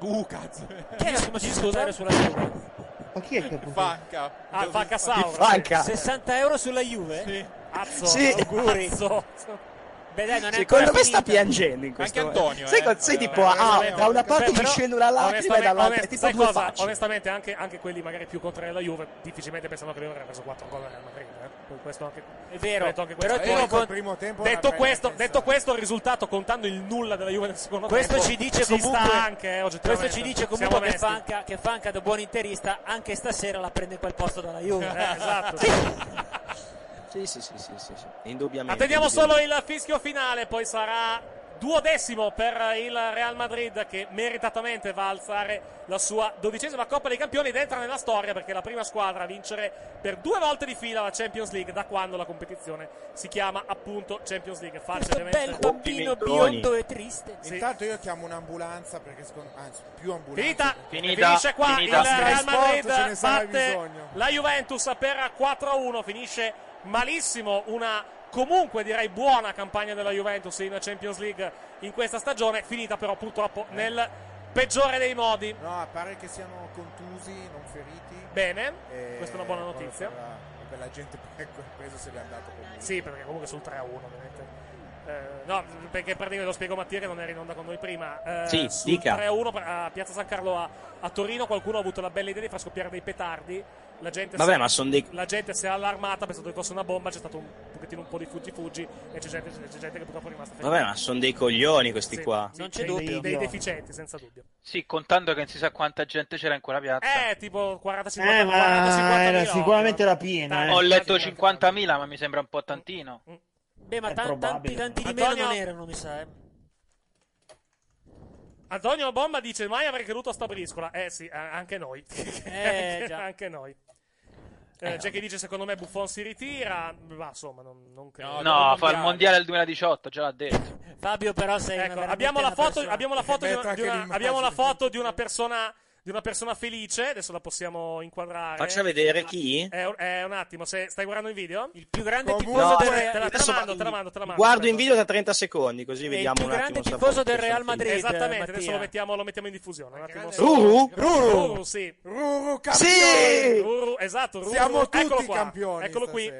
Speaker 10: Uh, cazzo.
Speaker 9: Chi è che mi scusa sulla Juve?
Speaker 14: Ma chi è che
Speaker 10: Fanca.
Speaker 7: Ah, Fanca
Speaker 9: Sauro.
Speaker 7: Sauro. Fanca.
Speaker 9: 60 euro sulla Juve?
Speaker 10: Sì.
Speaker 7: Azzo,
Speaker 21: Sì.
Speaker 7: auguri.
Speaker 9: Beh, dai, non è
Speaker 21: Secondo
Speaker 9: ancora
Speaker 21: me sta
Speaker 9: finita.
Speaker 21: piangendo in questo
Speaker 9: Anche
Speaker 21: momento.
Speaker 9: Antonio,
Speaker 21: Sai,
Speaker 9: eh.
Speaker 21: cosa- sai
Speaker 9: Vabbè,
Speaker 21: tipo, ah,
Speaker 7: Onestamente-
Speaker 21: da una parte
Speaker 7: però-
Speaker 21: gli scende una lacrima e
Speaker 7: onestamente-
Speaker 21: dall'altra è
Speaker 7: onest-
Speaker 21: tipo
Speaker 7: sai
Speaker 21: due
Speaker 7: cosa?
Speaker 21: facce.
Speaker 7: Onestamente, anche, anche quelli magari più contrari alla Juve, difficilmente pensano che lui avrebbe preso 4 gol al Real Madrid. eh. Per Questo anche,
Speaker 9: È vero,
Speaker 7: detto anche
Speaker 9: però
Speaker 7: questo.
Speaker 9: ti dico-
Speaker 7: con-
Speaker 9: primo tempo
Speaker 7: detto,
Speaker 9: l'avrebbe
Speaker 7: questo, detto questo, il risultato, contando il nulla della Juve nel secondo
Speaker 9: Questo
Speaker 7: tempo,
Speaker 9: boh, ci dice
Speaker 7: ci
Speaker 9: comunque,
Speaker 7: sta anche, eh, oggettivamente.
Speaker 9: questo ci dice
Speaker 7: Siamo
Speaker 9: comunque che
Speaker 7: onesti.
Speaker 9: Fanca, che Fanca da buon interista anche stasera la prende in quel posto dalla Juve.
Speaker 7: Eh, esatto.
Speaker 21: Sì, sì, sì, sì, sì, sì. Indubbiamente.
Speaker 7: Attendiamo solo
Speaker 21: indubbiamente.
Speaker 7: il fischio finale, poi sarà duodecimo per il Real Madrid che meritatamente va a alzare la sua dodicesima Coppa dei Campioni ed entra nella storia perché è la prima squadra a vincere per due volte di fila la Champions League da quando la competizione si chiama appunto Champions League. Facile ovviamente.
Speaker 5: bel bambino biondo e
Speaker 9: triste.
Speaker 5: Intanto io chiamo un'ambulanza perché secondo anzi più ambulanza.
Speaker 7: Finita,
Speaker 5: Finita.
Speaker 7: finisce qua
Speaker 5: Finita.
Speaker 7: il
Speaker 5: Sky
Speaker 7: Real
Speaker 5: Sport, ce ne
Speaker 7: Madrid
Speaker 5: sarà
Speaker 7: batte
Speaker 5: bisogno.
Speaker 7: la Juventus per 4-1 finisce malissimo una comunque direi buona campagna della Juventus in Champions League in questa stagione finita però
Speaker 5: Eh.
Speaker 7: purtroppo nel peggiore dei modi
Speaker 5: No, pare che siano contusi, non feriti.
Speaker 7: Bene,
Speaker 5: E
Speaker 7: questa è una buona
Speaker 5: quello
Speaker 7: notizia.
Speaker 5: per la- per la gente che ha preso Ecco, se l'è andato con lui.
Speaker 7: Sì, perché comunque sul 3 a 1, ovviamente. Eh, no, perché per dire, lo spiego a Mattia che non era in onda con noi prima. Eh,
Speaker 21: Sì,
Speaker 7: sul
Speaker 21: dica.
Speaker 7: 3 a 1 a Piazza San Carlo a, a Torino qualcuno ha avuto la bella idea di far scoppiare dei petardi. La gente,
Speaker 21: Vabbè,
Speaker 7: si-
Speaker 21: ma son dei-
Speaker 7: la gente si è allarmata, pensando che fosse una bomba, c'è stato un pochettino un po' di fuggi-fuggi e c'è gente, c'è gente che purtroppo è rimasta ferita.
Speaker 21: Vabbè, ma sono dei coglioni questi
Speaker 7: Sì,
Speaker 21: qua.
Speaker 7: sì, dei- Dei, dei deficienti, senza dubbio.
Speaker 13: Sì, contando che non si sa quanta gente c'era in quella piazza.
Speaker 7: Eh, tipo 40-50
Speaker 14: Eh, ma era sicuramente la piena. eh.
Speaker 13: Ho letto 50.000, ma mi sembra un po' tantino.
Speaker 9: Beh, ma
Speaker 14: È
Speaker 9: tan- tanti,
Speaker 14: probabile.
Speaker 9: tanti di meno
Speaker 7: Antonio-
Speaker 9: non erano, mi sa. eh.
Speaker 7: Antonio Bomba dice: Mai avrei creduto a sta briscola. Eh sì, a- anche noi.
Speaker 9: Eh,
Speaker 7: anche,
Speaker 9: già.
Speaker 7: anche noi. Eh,
Speaker 13: Eh,
Speaker 7: c'è chi dice: Secondo me Buffon si ritira. Ma insomma, non, non credo.
Speaker 13: No, fa il mondiale del 2018, già l'ha detto.
Speaker 9: Fabio, però, sei
Speaker 7: Ecco,
Speaker 9: una
Speaker 7: abbiamo la, foto,
Speaker 9: veramente una persona-
Speaker 7: abbiamo la foto di
Speaker 9: Metto
Speaker 7: una, di
Speaker 9: Eh, anche
Speaker 7: una-
Speaker 9: l'immagine.
Speaker 7: abbiamo la foto di una persona. Di una persona felice, adesso la possiamo inquadrare.
Speaker 21: Faccia vedere chi?
Speaker 7: Eh, eh, un attimo, se stai guardando il video? Il più
Speaker 9: grande
Speaker 21: tifoso del-
Speaker 7: te, la, te la
Speaker 21: Adesso
Speaker 7: mando, te la mando, te la mando.
Speaker 21: Guardo
Speaker 7: aspetta.
Speaker 21: in video da 30 secondi, così
Speaker 7: È il
Speaker 21: vediamo
Speaker 7: più
Speaker 21: un attimo.
Speaker 7: grande
Speaker 21: sta
Speaker 7: tifoso
Speaker 21: foto
Speaker 7: del
Speaker 21: che sono
Speaker 7: Real
Speaker 21: finita.
Speaker 7: Madrid. Esattamente, adesso
Speaker 21: Mattia.
Speaker 7: lo mettiamo, lo mettiamo in diffusione. Un attimo solo.
Speaker 21: Ruru?
Speaker 7: Ruru,
Speaker 21: Ruru?
Speaker 7: sì.
Speaker 5: Ruru,
Speaker 7: Sì! Ruru, esatto, Ruru.
Speaker 5: Siamo tutti
Speaker 7: Eccolo qua.
Speaker 5: campioni
Speaker 7: Eccolo qui.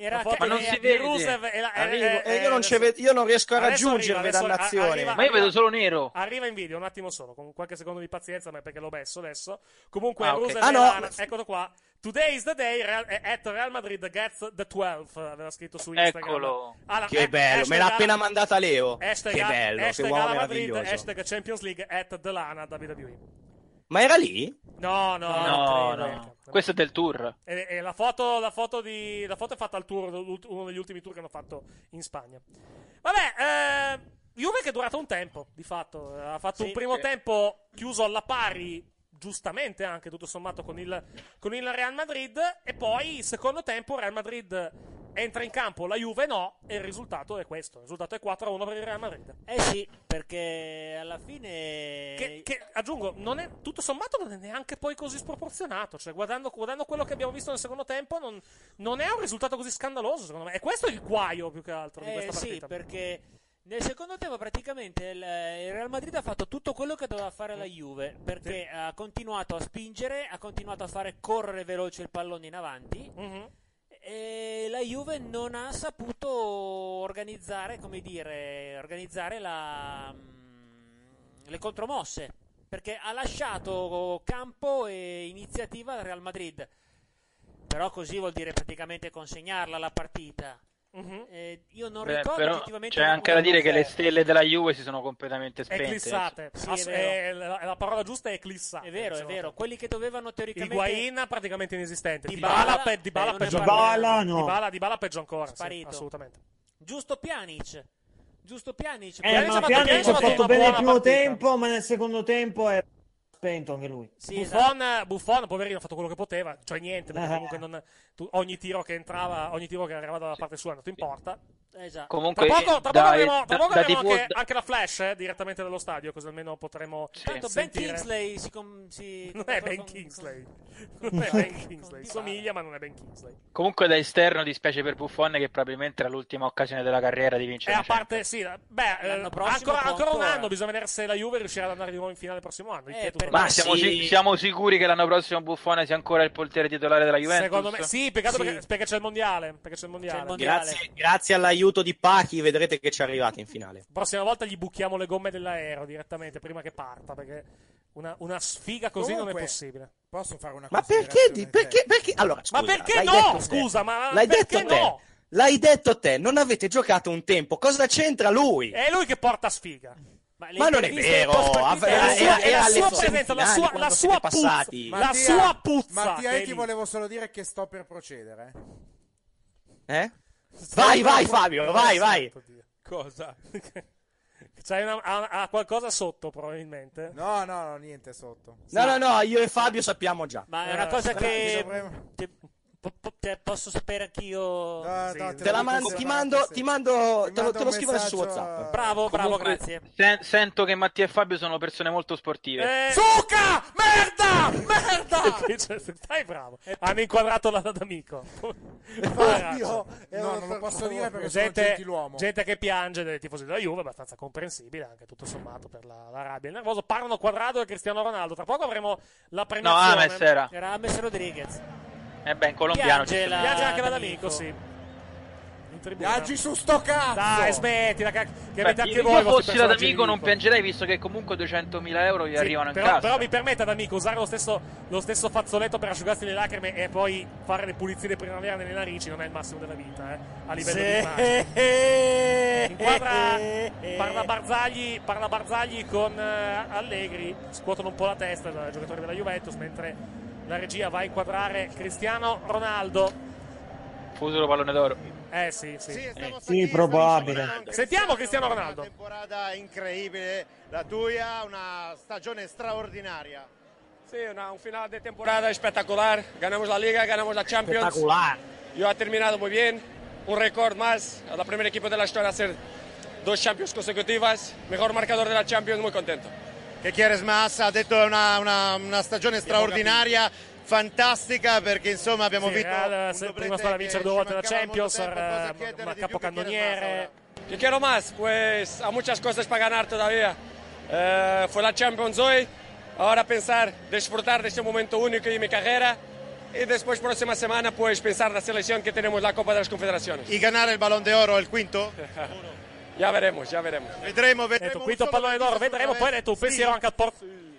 Speaker 9: Era
Speaker 7: La foto
Speaker 13: Ma non
Speaker 7: di-
Speaker 13: si
Speaker 7: di
Speaker 13: vede.
Speaker 7: Rusev e la- e-
Speaker 21: Arrivo.
Speaker 7: e-
Speaker 21: Eh, io, non ci ved- io non riesco a
Speaker 7: Adesso
Speaker 21: raggiungervi,
Speaker 7: arriva, adesso
Speaker 21: dannazione.
Speaker 7: a- arriva-
Speaker 13: Ma io vedo solo nero.
Speaker 7: Arriva in video, un attimo solo, con qualche secondo di pazienza, ma perché l'ho messo adesso. Comunque,
Speaker 21: Ah, ok.
Speaker 7: Rusev
Speaker 21: Ah,
Speaker 7: e
Speaker 21: no.
Speaker 7: Lana, eccolo qua. Today is the day Real, eh, at Real Madrid gets the 12, aveva scritto su Instagram.
Speaker 21: Eccolo.
Speaker 7: Ah, la-
Speaker 21: Che
Speaker 7: eh,
Speaker 21: bello, me
Speaker 7: hashtag
Speaker 21: l'ha
Speaker 7: Ala-
Speaker 21: appena mandata Leo.
Speaker 7: Hashtag,
Speaker 21: Che
Speaker 7: A-
Speaker 21: bello,
Speaker 7: hashtag
Speaker 21: che uomo
Speaker 7: Ala Madrid,
Speaker 21: meraviglioso.
Speaker 7: hashtag Champions League at The Lana WWE.
Speaker 21: Ma era lì?
Speaker 7: No, no,
Speaker 13: No,
Speaker 7: non credo.
Speaker 13: no. Questo è del tour.
Speaker 7: E, e la, foto, la, foto di, la foto è fatta al tour, l'ult- uno degli ultimi tour che hanno fatto in Spagna. Vabbè, eh, Juve che è durata un tempo, di fatto. Eh, Ha fatto
Speaker 9: Sì,
Speaker 7: un primo
Speaker 9: sì.
Speaker 7: tempo chiuso alla pari, giustamente anche, tutto sommato, con il, con il Real Madrid. E poi, secondo tempo, Real Madrid Entra in campo la Juve no e il risultato è questo. Il risultato è 4-1 per il Real Madrid.
Speaker 9: Eh sì, perché alla fine...
Speaker 7: Che, che, aggiungo, non è, tutto sommato non è neanche poi così sproporzionato. Cioè, guardando, guardando quello che abbiamo visto nel secondo tempo, non, non è un risultato così scandaloso, secondo me. E questo è il guaio più che altro di
Speaker 9: Eh,
Speaker 7: questa
Speaker 9: sì,
Speaker 7: partita.
Speaker 9: perché nel secondo tempo praticamente il, il Real Madrid ha fatto tutto quello che doveva fare la Juve, perché ha continuato a spingere, ha continuato a fare correre veloce il pallone in avanti e la Juve non ha saputo organizzare, come dire, organizzare la, mm, le contromosse, perché ha lasciato campo e iniziativa al Real Madrid. Però così vuol dire praticamente consegnarla la partita. Eh, io non
Speaker 13: Beh,
Speaker 9: ricordo
Speaker 13: però
Speaker 9: effettivamente
Speaker 13: c'è anche da
Speaker 9: alcuna
Speaker 13: dire che le
Speaker 9: offerta.
Speaker 13: stelle della Juve si sono completamente spente.
Speaker 7: Eclissate.
Speaker 9: Sì, è
Speaker 7: Ass-
Speaker 9: vero.
Speaker 7: eh, la, la parola giusta è eclissate.
Speaker 9: È vero, è
Speaker 7: secondo
Speaker 9: vero.
Speaker 7: te.
Speaker 9: Quelli che dovevano teoricamente
Speaker 7: Higuain praticamente inesistente.
Speaker 9: Dybala-
Speaker 7: Dybala, pe- Dybala
Speaker 9: eh, non
Speaker 7: peggio
Speaker 9: ne parliamo.
Speaker 7: ancora.
Speaker 9: Dybala no.
Speaker 7: Dybala- Dybala peggio ancora. sì,
Speaker 9: Sparito.
Speaker 7: assolutamente.
Speaker 9: Giusto Pjanic. Giusto Pjanic.
Speaker 14: Eh, ma Pjanic ha fatto bene il primo tempo, ma nel secondo tempo è spento anche lui.
Speaker 9: esatto.
Speaker 7: Buffon, Buffon, poverino, ha fatto quello che poteva, cioè niente,
Speaker 9: Eh.
Speaker 7: perché comunque non- tu- ogni tiro che entrava, ogni tiro che arrivava dalla parte sua è andato in porta.
Speaker 9: Esatto.
Speaker 13: Comunque,
Speaker 7: tra poco, tra poco
Speaker 13: da-
Speaker 7: avremo,
Speaker 13: da-
Speaker 7: tra poco
Speaker 13: da
Speaker 7: avremo
Speaker 13: TV
Speaker 7: anche, anche la flash eh, direttamente dallo stadio, così almeno potremo
Speaker 9: Tanto Ben
Speaker 7: Eh, sentire.
Speaker 9: Kingsley si... com- si
Speaker 7: Non è
Speaker 9: con-
Speaker 7: Ben
Speaker 9: con-
Speaker 7: Kingsley.
Speaker 9: con-
Speaker 7: Non è
Speaker 9: con-
Speaker 7: Ben
Speaker 9: con
Speaker 7: Kingsley.
Speaker 9: Dybala.
Speaker 7: Somiglia, ma non è Ben Kingsley.
Speaker 13: Comunque da esterno dispiace per Buffon che probabilmente era l'ultima occasione della carriera di
Speaker 7: E
Speaker 13: vincere.
Speaker 7: a
Speaker 13: la Champions.
Speaker 7: parte, sì, beh, eh,
Speaker 9: L'anno prossimo
Speaker 7: ancora,
Speaker 9: può
Speaker 7: ancora un
Speaker 9: ancora.
Speaker 7: anno. Bisogna vedere se la Juve riuscirà ad andare di nuovo in finale il prossimo anno. il che è tutto
Speaker 13: Ma
Speaker 7: da-
Speaker 13: siamo, si- siamo sicuri che l'anno prossimo Buffon sia ancora il portiere titolare della Juventus?
Speaker 7: Secondo me, sì, peccato
Speaker 13: Sì.
Speaker 7: Perché, perché c'è il mondiale. Perché c'è il mondiale.
Speaker 21: Grazie, grazie all'aiuto di Pachi, vedrete che ci arrivate in finale.
Speaker 7: La prossima volta gli buchiamo le gomme dell'aereo direttamente prima che parta. Perché una, una sfiga così non
Speaker 5: Comunque,
Speaker 7: è possibile.
Speaker 5: Posso fare una
Speaker 21: Ma perché? di- perché, perché- allora,
Speaker 7: Ma
Speaker 21: scusa,
Speaker 7: perché
Speaker 21: l'hai
Speaker 7: no?
Speaker 21: detto te.
Speaker 7: Scusa, ma
Speaker 21: l'hai
Speaker 7: perché
Speaker 21: detto te.
Speaker 7: no?
Speaker 21: L'hai detto te, non avete giocato un tempo. Cosa c'entra lui?
Speaker 7: È lui che porta sfiga. le
Speaker 21: Ma non è
Speaker 7: interviste
Speaker 21: vero,
Speaker 7: post partita-
Speaker 21: aveva-
Speaker 7: la sua,
Speaker 21: era- era
Speaker 7: la
Speaker 21: alle
Speaker 7: sua
Speaker 21: semifinali
Speaker 7: presenza, la sua,
Speaker 21: quando
Speaker 7: la
Speaker 21: siete
Speaker 7: sua puzza,
Speaker 21: passati.
Speaker 7: la sua puzza.
Speaker 5: Mattia,
Speaker 7: che
Speaker 5: io
Speaker 7: è
Speaker 5: ti
Speaker 7: lì.
Speaker 5: volevo solo dire che sto per procedere.
Speaker 21: Eh? Vai, vai Fabio, vai, vai.
Speaker 7: Cosa? C'hai una- ha, ha qualcosa sotto, probabilmente.
Speaker 5: No, no, no, niente sotto.
Speaker 21: No, no, no, io e Fabio sappiamo già.
Speaker 9: Ma è una cosa che...
Speaker 5: dovremmo-
Speaker 9: Eh, te- po- po- te posso sapere anch'io...
Speaker 5: No, no,
Speaker 21: Te la man- ti mando, ti mando, te lo, te lo scrivo adesso su WhatsApp.
Speaker 9: Bravo, bravo,
Speaker 13: Comunque,
Speaker 9: grazie.
Speaker 13: sen- sento che Mattia e Fabio sono persone molto sportive.
Speaker 7: Eh,
Speaker 13: Eh
Speaker 7: Suca! Merda! Merda! Stai bravo. Hanno inquadrato la d'amico.
Speaker 5: Fabio, era No, non eh, lo per posso favore. dire perché sono un
Speaker 7: gente,
Speaker 5: gentiluomo.
Speaker 7: gente che piange dei tifosi della Juve, abbastanza comprensibile anche tutto sommato per la, la rabbia. Il nervoso parlano quadrato e Cristiano Ronaldo. Tra poco avremo la premiazione.
Speaker 13: Ames era.
Speaker 9: Rames Rodriguez.
Speaker 13: Eh beh, in colombiano ci
Speaker 7: piange,
Speaker 13: sono.
Speaker 7: la- piange anche la d'amico, sì. In tribuna.
Speaker 5: Viaggi su sto cazzo!
Speaker 7: Dai, smettila, cac- che
Speaker 13: Beh,
Speaker 7: avete anche
Speaker 13: io
Speaker 7: voi i vostri
Speaker 13: fossi la
Speaker 7: personaggi
Speaker 13: d'amico non
Speaker 7: ridicoli.
Speaker 13: piangerei visto che comunque 200.000 euro gli
Speaker 7: Sì,
Speaker 13: arrivano in
Speaker 7: però,
Speaker 13: casa.
Speaker 7: però mi permetta, d'amico, usare lo stesso, lo stesso fazzoletto per asciugarsi le lacrime e poi fare le pulizie di primavera nelle narici non è il massimo della vita, eh, a livello di immagine. Inquadra, parla Barzagli, parla Barzagli con eh, Allegri, scuotono un po' la testa dai giocatori della Juventus, mentre la regia va a inquadrare Cristiano Ronaldo.
Speaker 13: Futuro pallone d'oro.
Speaker 7: Eh sì, sì.
Speaker 14: Sì, probabile.
Speaker 7: Sentiamo Cristiano Ronaldo.
Speaker 23: temporada incredibile la tua, una stagione straordinaria.
Speaker 24: Sí, una- un final de temporada espectacular. Ganamos la Liga, ganamos la Champions.
Speaker 21: Espectacular.
Speaker 24: Yo ha terminado muy bien. Un récord más. El primer equipo de la historia a hacer dos Champions consecutivas. Mejor marcador de la Champions, muy contento.
Speaker 23: Che Chieres Massa ha detto è una, una- una stagione straordinaria, fantastica, perché insomma abbiamo
Speaker 7: Sì,
Speaker 23: visto...
Speaker 7: Real, se- prima squadra a vincere due volte la Champions, eh, era un capocannoniere.
Speaker 24: ¿Qué quiero más? Pues hay muchas cosas para ganar todavía. Eh, fue la Champions hoy. Ahora pensar, disfrutar de este momento único en mi carrera. Y después, próxima semana, pues pensar la selección que tenemos la Copa de las Confederaciones.
Speaker 23: Y ganar el Balón de Oro, el quinto?
Speaker 24: Ya veremos, ya veremos.
Speaker 23: Vedremo,
Speaker 7: detto
Speaker 23: vedremo.
Speaker 7: quinto pallone d'oro, vedremo. Poi hai detto un pensiero anche al, Por-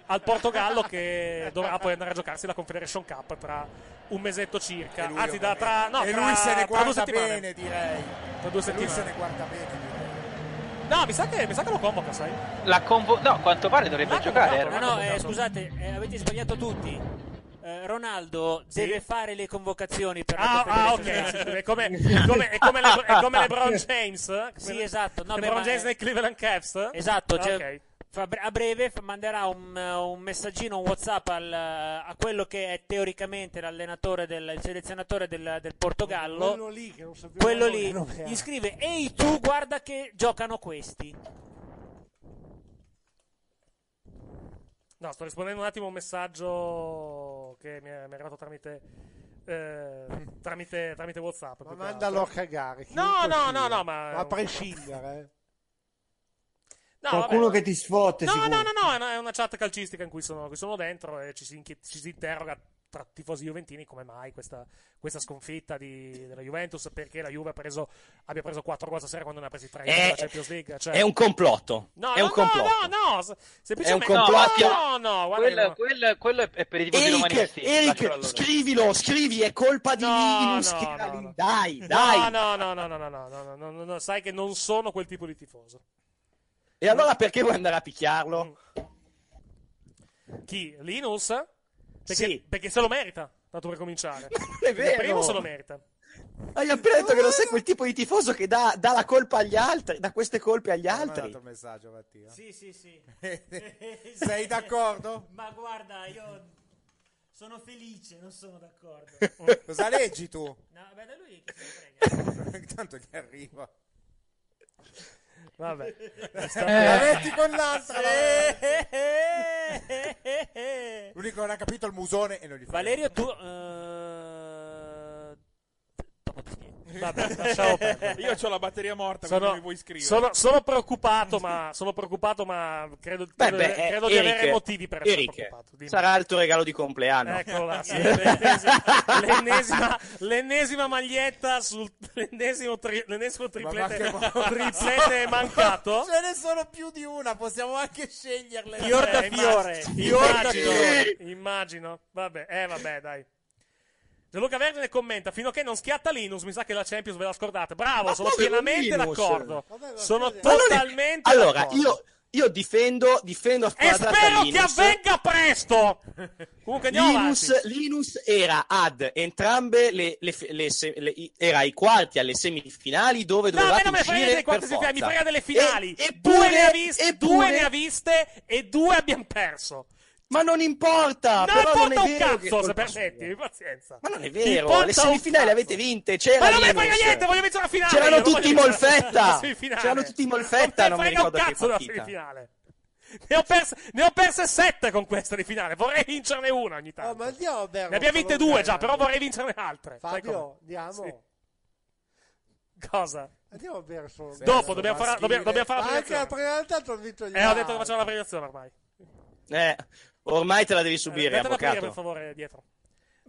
Speaker 7: al Portogallo che dovrà poi andare a giocarsi la Confederation Cup tra un mesetto circa. Anzi, da, tra, no,
Speaker 5: e
Speaker 7: tra,
Speaker 5: lui se ne
Speaker 7: tra due
Speaker 5: guarda
Speaker 7: settimane.
Speaker 5: bene, direi.
Speaker 7: Tra due
Speaker 5: Lui se
Speaker 7: settimane.
Speaker 5: ne guarda bene, direi.
Speaker 7: No, mi sa, che, mi sa che lo convoca, sai?
Speaker 13: La convo- no, a quanto pare dovrebbe giocare.
Speaker 7: convocato,
Speaker 13: era.
Speaker 7: l'ha
Speaker 9: No, eh, scusate, eh, avete sbagliato tutti. Eh, Ronaldo deve fare le convocazioni per la
Speaker 7: Ah,
Speaker 9: Coppa
Speaker 7: ah, ok.
Speaker 9: delle
Speaker 7: sì,
Speaker 9: Nazioni.
Speaker 7: È come, è come, è come, Le- è come LeBron James. eh?
Speaker 9: Sì, esatto. No, beh,
Speaker 7: LeBron
Speaker 9: ma-
Speaker 7: James nei Cleveland Cavs.
Speaker 9: Esatto, cioè,
Speaker 7: Ok.
Speaker 9: fra bre- a breve f- manderà un, eh, un messaggino, un WhatsApp al, eh, a quello che è teoricamente l'allenatore, del, il selezionatore del, del Portogallo.
Speaker 4: Quello lì, che non sapevo
Speaker 9: Quello
Speaker 4: il nome,
Speaker 9: lì
Speaker 4: non era.
Speaker 9: gli scrive: Ehi tu, guarda che giocano questi.
Speaker 7: No, sto rispondendo un attimo a un messaggio che mi è, mi è arrivato tramite, eh, tramite, tramite WhatsApp. più che
Speaker 4: Mandalo a
Speaker 7: altro.
Speaker 4: cagare.
Speaker 7: No,
Speaker 4: chiunque
Speaker 7: no,
Speaker 4: sia.
Speaker 7: no, no, ma.
Speaker 4: A prescindere, eh.
Speaker 7: No,
Speaker 14: Qualcuno
Speaker 7: vabbè.
Speaker 14: che ti sfotte,
Speaker 7: No,
Speaker 14: sicuro.
Speaker 7: no, no, no, è una- è una chat calcistica in cui sono, cui sono dentro e ci si, inchi- ci si interroga tra tifosi juventini come mai questa, questa sconfitta di- della Juventus, perché la Juve ha preso, abbia preso 4 gol stasera quando ne ha presi 3
Speaker 21: Eh,
Speaker 7: nella Champions League. Cioè...
Speaker 21: È un complotto.
Speaker 7: No,
Speaker 21: è
Speaker 7: no,
Speaker 21: un complotto.
Speaker 7: no, no, no, se- semplicemente
Speaker 21: È un complotto.
Speaker 7: No, no, no, guarda che
Speaker 13: Quello,
Speaker 7: no.
Speaker 13: quello- quello è per i tifosi
Speaker 21: Eric,
Speaker 13: romanisti.
Speaker 21: Eric,
Speaker 13: Lascialo allora.
Speaker 21: scrivilo, scrivi, è colpa di Linus. che- Dai, dai.
Speaker 7: No, No, no, no, no, no, no, no, no, no, no, no, sai che non sono quel tipo di tifoso.
Speaker 21: E allora perché vuoi andare a picchiarlo?
Speaker 7: Mm. Chi? Linus? Perché, perché se lo merita, tanto per cominciare.
Speaker 21: è vero.
Speaker 7: Primo se lo merita.
Speaker 21: Hai appena detto che non sei quel tipo di tifoso che dà, dà la colpa agli altri, dà queste colpe agli
Speaker 5: Mi ha
Speaker 21: altri.
Speaker 5: mandato un messaggio, Mattia.
Speaker 9: Sì, sì, sì.
Speaker 5: Sei d'accordo?
Speaker 14: Ma guarda, io sono felice, non sono d'accordo.
Speaker 5: Cosa leggi tu?
Speaker 14: No, beh, da lui che
Speaker 5: Tanto che arriva.
Speaker 7: Vabbè.
Speaker 5: Eh. La metti con l'altra.
Speaker 9: la-
Speaker 5: L'unico che non ha capito è il musone e non gli fa.
Speaker 9: Valerio, tu. eh, dopo ti spiego.
Speaker 7: Vabbè, lasciamo perdere.
Speaker 10: Io ho la batteria morta,
Speaker 7: Sono,
Speaker 10: quindi mi vuoi scrivere.
Speaker 7: sono, sono preoccupato, ma sono preoccupato, ma credo, credo,
Speaker 21: beh, eh,
Speaker 7: credo di
Speaker 21: Eric,
Speaker 7: avere motivi per essere
Speaker 21: Eric,
Speaker 7: preoccupato. Dimmi.
Speaker 21: Sarà il tuo regalo di compleanno.
Speaker 7: Eccolo là, sì, l'ennesima, l'ennesima- l'ennesima maglietta sul l'ennesimo, tri- l'ennesimo triplete,
Speaker 5: Ma manca-
Speaker 7: triplete mancato.
Speaker 5: Ce ne sono più di una, possiamo anche sceglierle. Eh,
Speaker 7: Fior da fiore, fior da
Speaker 5: Immagino.
Speaker 7: fiore. Eh, Immagino. Vabbè, eh vabbè, dai. Gianluca Vergine commenta: Fino a che non schiatta Linus, mi sa che la Champions ve la scordate. Bravo,
Speaker 21: Ma
Speaker 7: sono
Speaker 21: povero
Speaker 7: pienamente
Speaker 21: Linus.
Speaker 7: d'accordo.
Speaker 21: Ma
Speaker 7: Sono
Speaker 21: non è-
Speaker 7: totalmente
Speaker 21: Allora,
Speaker 7: d'accordo.
Speaker 21: io, io difendo, difendo a
Speaker 7: E
Speaker 21: squadra
Speaker 7: spero che
Speaker 21: Linus.
Speaker 7: avvenga presto. Comunque andiamo
Speaker 21: Linus,
Speaker 7: avanti.
Speaker 21: Linus era ad entrambe le, le- le se- le- i- era ai quarti alle semifinali dove
Speaker 7: No, a me
Speaker 21: dovevate
Speaker 7: non me frega
Speaker 21: uscire
Speaker 7: delle quarti
Speaker 21: per
Speaker 7: semifinali, mi
Speaker 21: forza. Eh,
Speaker 7: frega delle finali.
Speaker 21: E-
Speaker 7: due,
Speaker 21: eppure-
Speaker 7: ne ha viste,
Speaker 21: eppure-
Speaker 7: due ne ha viste e due abbiamo perso.
Speaker 21: Ma non importa,
Speaker 7: Non
Speaker 21: Ah, però non è
Speaker 7: importa un
Speaker 21: vero che è
Speaker 7: cazzo, se
Speaker 21: colpa
Speaker 7: permettimi, pazienza.
Speaker 21: Ma non è
Speaker 7: Importa
Speaker 21: vero, le
Speaker 7: un
Speaker 21: semifinali le avete vinte, c'era
Speaker 7: Ma non me ne
Speaker 21: Linus.
Speaker 7: frega niente, voglio vincere la finale.
Speaker 21: C'erano
Speaker 7: io non
Speaker 21: tutti in
Speaker 7: voglio vincere la
Speaker 21: molfetta.
Speaker 7: semifinale.
Speaker 21: C'erano tutti in molfetta, non mi
Speaker 7: frega un
Speaker 21: ricordo che
Speaker 7: cazzo della
Speaker 21: partita.
Speaker 7: semifinale. Ne ho, perse, ne ho perse sette con questa di finale, vorrei vincerne una ogni tanto.
Speaker 4: Ma andiamo, Berro,
Speaker 7: ne abbiamo vinte
Speaker 4: con
Speaker 7: due
Speaker 4: l'Ucraina.
Speaker 7: già, però vorrei vincerne altre. Sai com'è?
Speaker 4: Fabio, andiamo.
Speaker 7: Sì. Cosa?
Speaker 4: Andiamo verso.
Speaker 7: Dopo, dobbiamo fare- dobbiamo- dobbiamo fare la
Speaker 4: Ma Anche la
Speaker 7: proiezione.
Speaker 4: prima realtà ho vinto gli
Speaker 7: Eh, ho detto
Speaker 4: altri.
Speaker 7: che facciamo la premiazione ormai.
Speaker 21: Eh, ormai te la devi subire,
Speaker 7: Datela aprire, Eh, per
Speaker 21: avvocato.
Speaker 7: favore, dietro.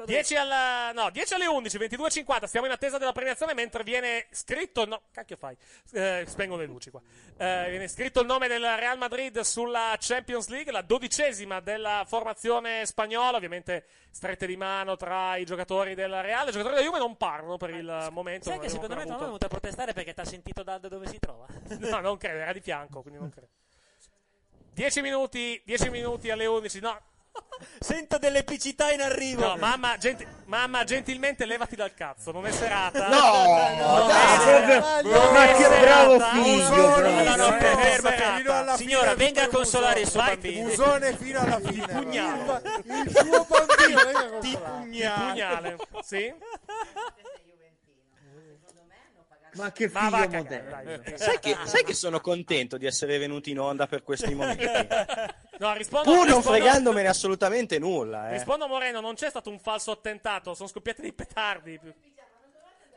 Speaker 7: 10, alla, no, 10 alle 11, 22.50, stiamo in attesa della premiazione mentre viene scritto... il No, cacchio fai? Eh, spengo le luci qua. Eh, viene scritto il nome del Real Madrid sulla Champions League, la dodicesima della formazione spagnola, ovviamente strette di mano tra i giocatori del Real. I giocatori della Juve non parlano per il momento.
Speaker 9: Sai
Speaker 7: non
Speaker 9: che
Speaker 7: abbiamo
Speaker 9: secondo me
Speaker 7: ancora
Speaker 9: Tom è venuto a protestare perché ti ha sentito da da dove si trova.
Speaker 7: avuto- No, non credo, era di fianco, quindi non credo. 10 minuti, 10 minuti alle 11, no...
Speaker 9: Sento delle epicità in arrivo.
Speaker 7: No, mamma, genti- mamma, gentilmente levati dal cazzo, non è serata.
Speaker 9: No,
Speaker 7: Non
Speaker 9: dai,
Speaker 7: è serata.
Speaker 9: proprio-
Speaker 7: Non
Speaker 9: ma
Speaker 7: è
Speaker 9: che
Speaker 7: serata.
Speaker 9: bravo figlio,
Speaker 7: Musone
Speaker 9: bravo.
Speaker 7: fino alla
Speaker 9: Non è
Speaker 7: ferma,
Speaker 9: serata.
Speaker 7: fino alla
Speaker 9: Signora,
Speaker 7: fine
Speaker 9: venga
Speaker 7: di
Speaker 9: a
Speaker 7: Musone.
Speaker 9: consolare il suo
Speaker 7: Vai,
Speaker 9: bambino.
Speaker 7: Musone
Speaker 5: fino alla fine.
Speaker 7: Di pugnale.
Speaker 4: Il suo bambino, venga con
Speaker 7: Di
Speaker 4: la-
Speaker 7: pugnale. Sì?
Speaker 14: Ma che
Speaker 7: Ma va a
Speaker 14: figlio
Speaker 7: cagare,
Speaker 14: moderno.
Speaker 7: dai. eh.
Speaker 21: Sai che, sai che sono contento di essere venuto in onda per questi momenti?
Speaker 7: No, rispondo,
Speaker 21: Pur non
Speaker 7: rispondo-
Speaker 21: fregandomene assolutamente nulla, eh.
Speaker 7: rispondo a Moreno, non c'è stato un falso attentato, sono scoppiati dei petardi.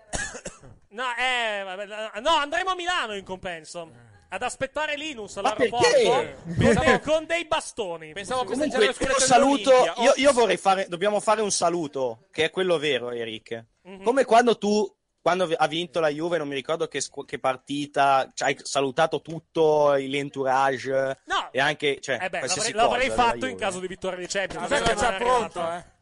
Speaker 7: No, eh, vabbè, no, andremo a Milano in compenso. Ad aspettare Linus all'aeroporto
Speaker 21: perché?
Speaker 7: con dei, con dei bastoni.
Speaker 9: Pensavo
Speaker 21: Comunque, io saluto. Io, io vorrei fare. Dobbiamo fare un saluto, che è quello vero, Eric.
Speaker 7: Mhm.
Speaker 21: Come quando tu. Quando ha vinto la Juve, non mi ricordo che, squ- che partita, cioè, hai salutato tutto l'entourage
Speaker 7: No.
Speaker 21: e anche. Cioè,
Speaker 7: Eh beh,
Speaker 21: qualsiasi
Speaker 7: l'avrei, l'avrei
Speaker 21: cosa della
Speaker 7: fatto in
Speaker 21: Juve.
Speaker 7: caso di vittoria di Champions.
Speaker 5: Aveva
Speaker 7: Cos'è che
Speaker 5: già
Speaker 7: non è arrivato?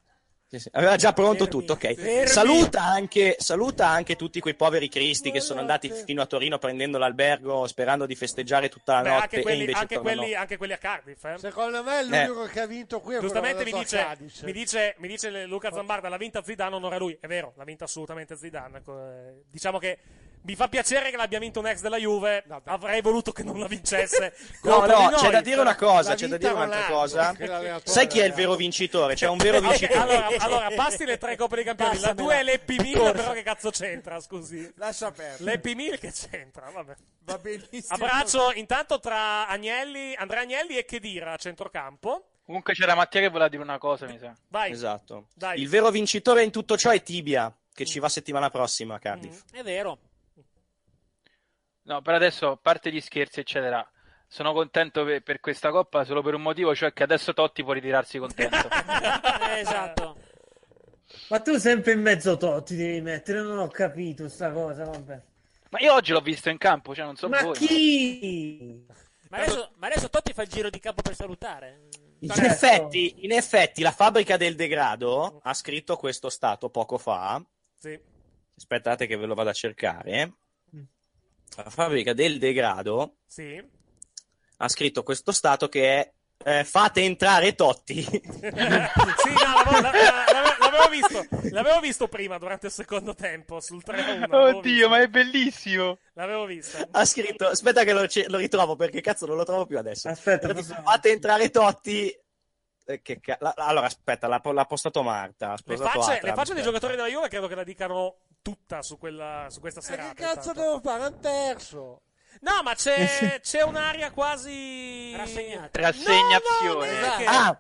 Speaker 21: Sì, sì, Aveva già pronto tutto, ok. Saluta, anche, saluta anche tutti quei poveri cristi che sono andati fino a Torino prendendo l'albergo sperando di festeggiare tutta la
Speaker 7: Beh,
Speaker 21: notte
Speaker 7: anche,
Speaker 21: e
Speaker 7: quelli,
Speaker 21: invece
Speaker 7: anche,
Speaker 21: tornano-
Speaker 7: quelli, anche quelli a Cardiff. eh.
Speaker 4: Secondo me è l'unico che ha vinto qui. è quello
Speaker 7: Giustamente mi
Speaker 4: andato a
Speaker 7: dice,
Speaker 4: Cadiz.
Speaker 7: mi dice- mi dice Luca Zambarda, l'ha vinta Zidane, onora lui. È vero, l'ha vinta assolutamente Zidane. Co- eh, Diciamo che Mi fa piacere che l'abbia vinto un ex della Juve. Avrei voluto che non la vincesse.
Speaker 21: No,
Speaker 7: contro
Speaker 21: no,
Speaker 7: di
Speaker 21: c'è
Speaker 7: noi.
Speaker 21: da dire una cosa,
Speaker 7: La
Speaker 21: c'è da
Speaker 7: vinta
Speaker 21: dire un'altra
Speaker 7: Ronaldo.
Speaker 21: cosa. Sai chi è il vero vincitore? C'è un vero
Speaker 7: Ok, allora,
Speaker 21: vincitore.
Speaker 7: allora, passi le tre coppe dei campioni. La
Speaker 21: Passamela.
Speaker 7: 2 è l'Happy Meal,
Speaker 21: Corsa.
Speaker 7: però che cazzo c'entra, scusi?
Speaker 5: Lascia perdere.
Speaker 7: L'Happy Meal che c'entra, vabbè.
Speaker 5: Va benissimo.
Speaker 7: Abbraccio intanto tra Agnelli, Andrea Agnelli e Chedira a centrocampo.
Speaker 13: Comunque c'era Mattia che voleva dire una cosa, mi sa.
Speaker 7: Vai.
Speaker 21: Esatto.
Speaker 7: Dai.
Speaker 21: Il vero vincitore in tutto ciò è Tibia, che ci va settimana prossima a Cardiff.
Speaker 7: Mm.
Speaker 9: È vero.
Speaker 13: No, per adesso, a parte gli scherzi, eccetera, sono contento per, per questa coppa solo per un motivo, cioè che adesso Totti può ritirarsi contento.
Speaker 9: Eh, esatto.
Speaker 14: Ma tu sempre in mezzo Totti devi mettere, non ho capito sta cosa, vabbè.
Speaker 13: Ma io oggi l'ho visto in campo, cioè non so
Speaker 14: Ma
Speaker 13: voi.
Speaker 14: chi?
Speaker 9: Ma adesso, ma adesso Totti fa il giro di capo per salutare.
Speaker 21: In
Speaker 7: Certo.
Speaker 21: effetti, in effetti, la fabbrica del degrado ha scritto questo stato poco fa.
Speaker 7: Sì.
Speaker 21: Aspettate che ve lo vado a cercare. La fabbrica del degrado
Speaker 7: Sì.
Speaker 21: ha scritto questo stato che è eh, fate entrare Totti.
Speaker 7: sì, no, l'avevo, la- la- l'avevo- l'avevo visto. L'avevo visto prima, durante il secondo tempo, sul 3-1. l'avevo visto.
Speaker 13: ma è bellissimo.
Speaker 7: L'avevo vista.
Speaker 21: ha scritto aspetta che lo, ce- lo ritrovo perché cazzo non lo trovo più adesso
Speaker 14: Aspetta,
Speaker 21: Allora, fate entrare Totti Eh, che ca- la- la- allora aspetta l'ha, po- l'ha postato Marta ha
Speaker 7: Le
Speaker 21: sposato
Speaker 7: facce,
Speaker 21: Atram.
Speaker 7: le facce dei giocatori della Juve credo che la dicano tutta su, quella, su questa serata.
Speaker 22: Eh, Che cazzo
Speaker 7: intanto.
Speaker 22: devo fare? Han perso.
Speaker 7: No, ma c'è, c'è un'aria quasi... Rassegnata.
Speaker 13: Rassegnazione.
Speaker 21: ah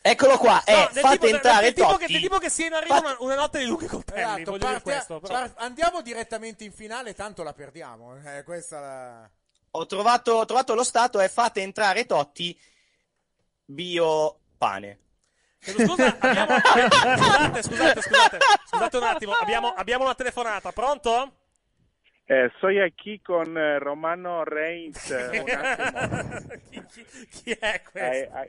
Speaker 21: eccolo qua eh, fate entrare
Speaker 7: del tipo, che,
Speaker 21: Totti
Speaker 7: del tipo che sia in arrivo una, una notte di Luca Coltelli,
Speaker 5: Esatto,
Speaker 7: Eh, voglio dire
Speaker 5: partia-
Speaker 7: questo. però.
Speaker 5: par- andiamo direttamente in finale, tanto la perdiamo. Eh, questa la...
Speaker 21: ho, trovato, ho trovato lo stato è fate entrare Totti bio pane
Speaker 7: Scusa, abbiamo... scusate, scusate, scusate. Scusate un attimo, abbiamo, abbiamo una telefonata. Pronto?
Speaker 1: Eh, soy aquí con eh, Romano Reigns. eh, un attimo.
Speaker 7: Chi è
Speaker 1: Eh,
Speaker 7: questo?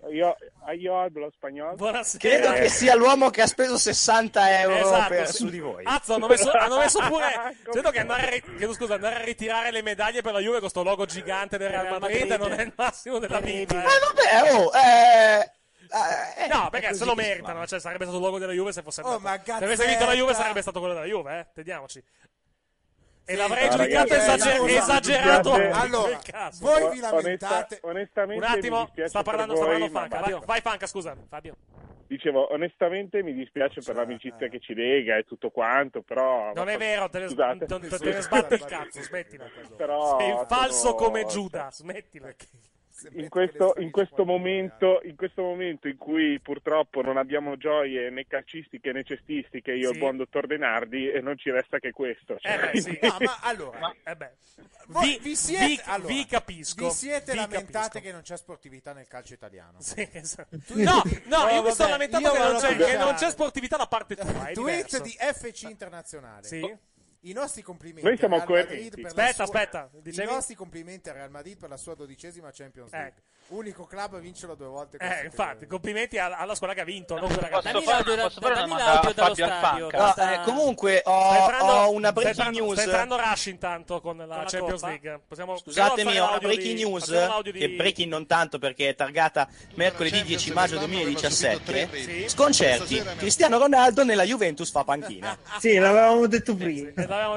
Speaker 1: eh, io, eh, io hablo spagnolo.
Speaker 21: credo
Speaker 1: Eh,
Speaker 21: che sia l'uomo che ha speso 60 euro
Speaker 7: Esatto,
Speaker 21: per-
Speaker 7: sì.
Speaker 21: su di voi Ecco.
Speaker 7: Azzo, hanno messo, hanno messo pure. Credo che andare a, ri- chiedo scusa, andare a ritirare le medaglie per la Juve con questo logo gigante del Real Madrid non è il massimo della vita.
Speaker 21: Eh, vabbè, oh, eh,
Speaker 7: no,
Speaker 21: è
Speaker 7: perché
Speaker 21: così
Speaker 7: se lo
Speaker 21: che si
Speaker 7: meritano. Cioè, sarebbe stato il logo della Juve se fosse
Speaker 5: Oh,
Speaker 7: andato.
Speaker 5: ma
Speaker 7: se avesse vinto la Juve
Speaker 5: Gazzetta!
Speaker 7: sarebbe stato quello della Juve, eh? Tediamoci. E
Speaker 5: Sì.
Speaker 7: l'avrei
Speaker 5: Ah,
Speaker 7: giudicato
Speaker 5: ragazzi,
Speaker 7: esager-
Speaker 5: scusa,
Speaker 7: esagerato.
Speaker 5: scusate.
Speaker 7: in
Speaker 5: Allora,
Speaker 7: quel caso.
Speaker 5: voi vi lamentate-
Speaker 7: Un
Speaker 1: onestamente mi
Speaker 7: attimo,
Speaker 1: dispiace
Speaker 7: sta parlando,
Speaker 1: per
Speaker 7: sta
Speaker 1: voi,
Speaker 7: parlando
Speaker 1: ma
Speaker 7: Fanca.
Speaker 1: basta.
Speaker 7: Vai, vai, Fanca, scusa, Fabio.
Speaker 1: Dicevo, onestamente mi dispiace
Speaker 5: Cioè,
Speaker 1: per
Speaker 5: eh.
Speaker 1: l'amicizia che ci lega e tutto quanto, però...
Speaker 7: Non è vero, te ne,
Speaker 1: Scusate.
Speaker 7: te ne- te ne sbatti il cazzo, smettila.
Speaker 1: Però
Speaker 7: Sei falso
Speaker 1: sono-
Speaker 7: come Giuda, smettila.
Speaker 1: in questo, in questo momento, in questo momento in cui purtroppo non abbiamo gioie né calcistiche né cestistiche, io e il buon dottor Denardi e non ci resta che questo. Cioè, quindi-
Speaker 5: No, Ah, ma allora,
Speaker 7: Eh beh,
Speaker 5: voi
Speaker 7: vi, vi- vi capisco.
Speaker 5: Vi siete
Speaker 7: vi
Speaker 5: lamentate
Speaker 7: capisco.
Speaker 5: che non c'è sportività nel calcio italiano.
Speaker 7: Sì, esatto. No, no, io mi sto lamentando che, non c'è- che non c'è sportività da parte tua. è
Speaker 5: Tweet
Speaker 7: diverso.
Speaker 5: di FC Internazionale.
Speaker 7: Sì.
Speaker 5: I nostri complimenti.
Speaker 1: Noi siamo
Speaker 5: al Real Madrid
Speaker 1: coerenti.
Speaker 5: per la
Speaker 7: Aspetta,
Speaker 5: sua-
Speaker 7: aspetta, dicevi?
Speaker 5: I nostri complimenti al Real Madrid per la sua dodicesima Champions League. Unico club a vincerla due volte.
Speaker 7: Eh, infatti, complimenti alla, alla scuola che ha vinto. Non quella che ha
Speaker 13: Posso
Speaker 7: perso.
Speaker 13: fare- posso fare una domanda a Fabio Alpanca?
Speaker 21: No, eh, comunque ho,
Speaker 7: Sta entrando-
Speaker 21: ho una
Speaker 7: sta
Speaker 21: breaking
Speaker 7: entrando-
Speaker 21: news
Speaker 7: Sta entrando Rush intanto con la, Champions
Speaker 21: coppa?
Speaker 7: League. Possiamo,
Speaker 21: Scusatemi, ho
Speaker 7: possiamo
Speaker 21: una
Speaker 7: fare l'audio
Speaker 21: breaking
Speaker 7: di-
Speaker 21: news
Speaker 7: facciamo l'audio di-
Speaker 21: che breaking non tanto perché è targata mercoledì 10 maggio 2017. Sconcerti, Cristiano Ronaldo nella Juventus fa panchina.
Speaker 14: Sì, l'avevamo detto prima.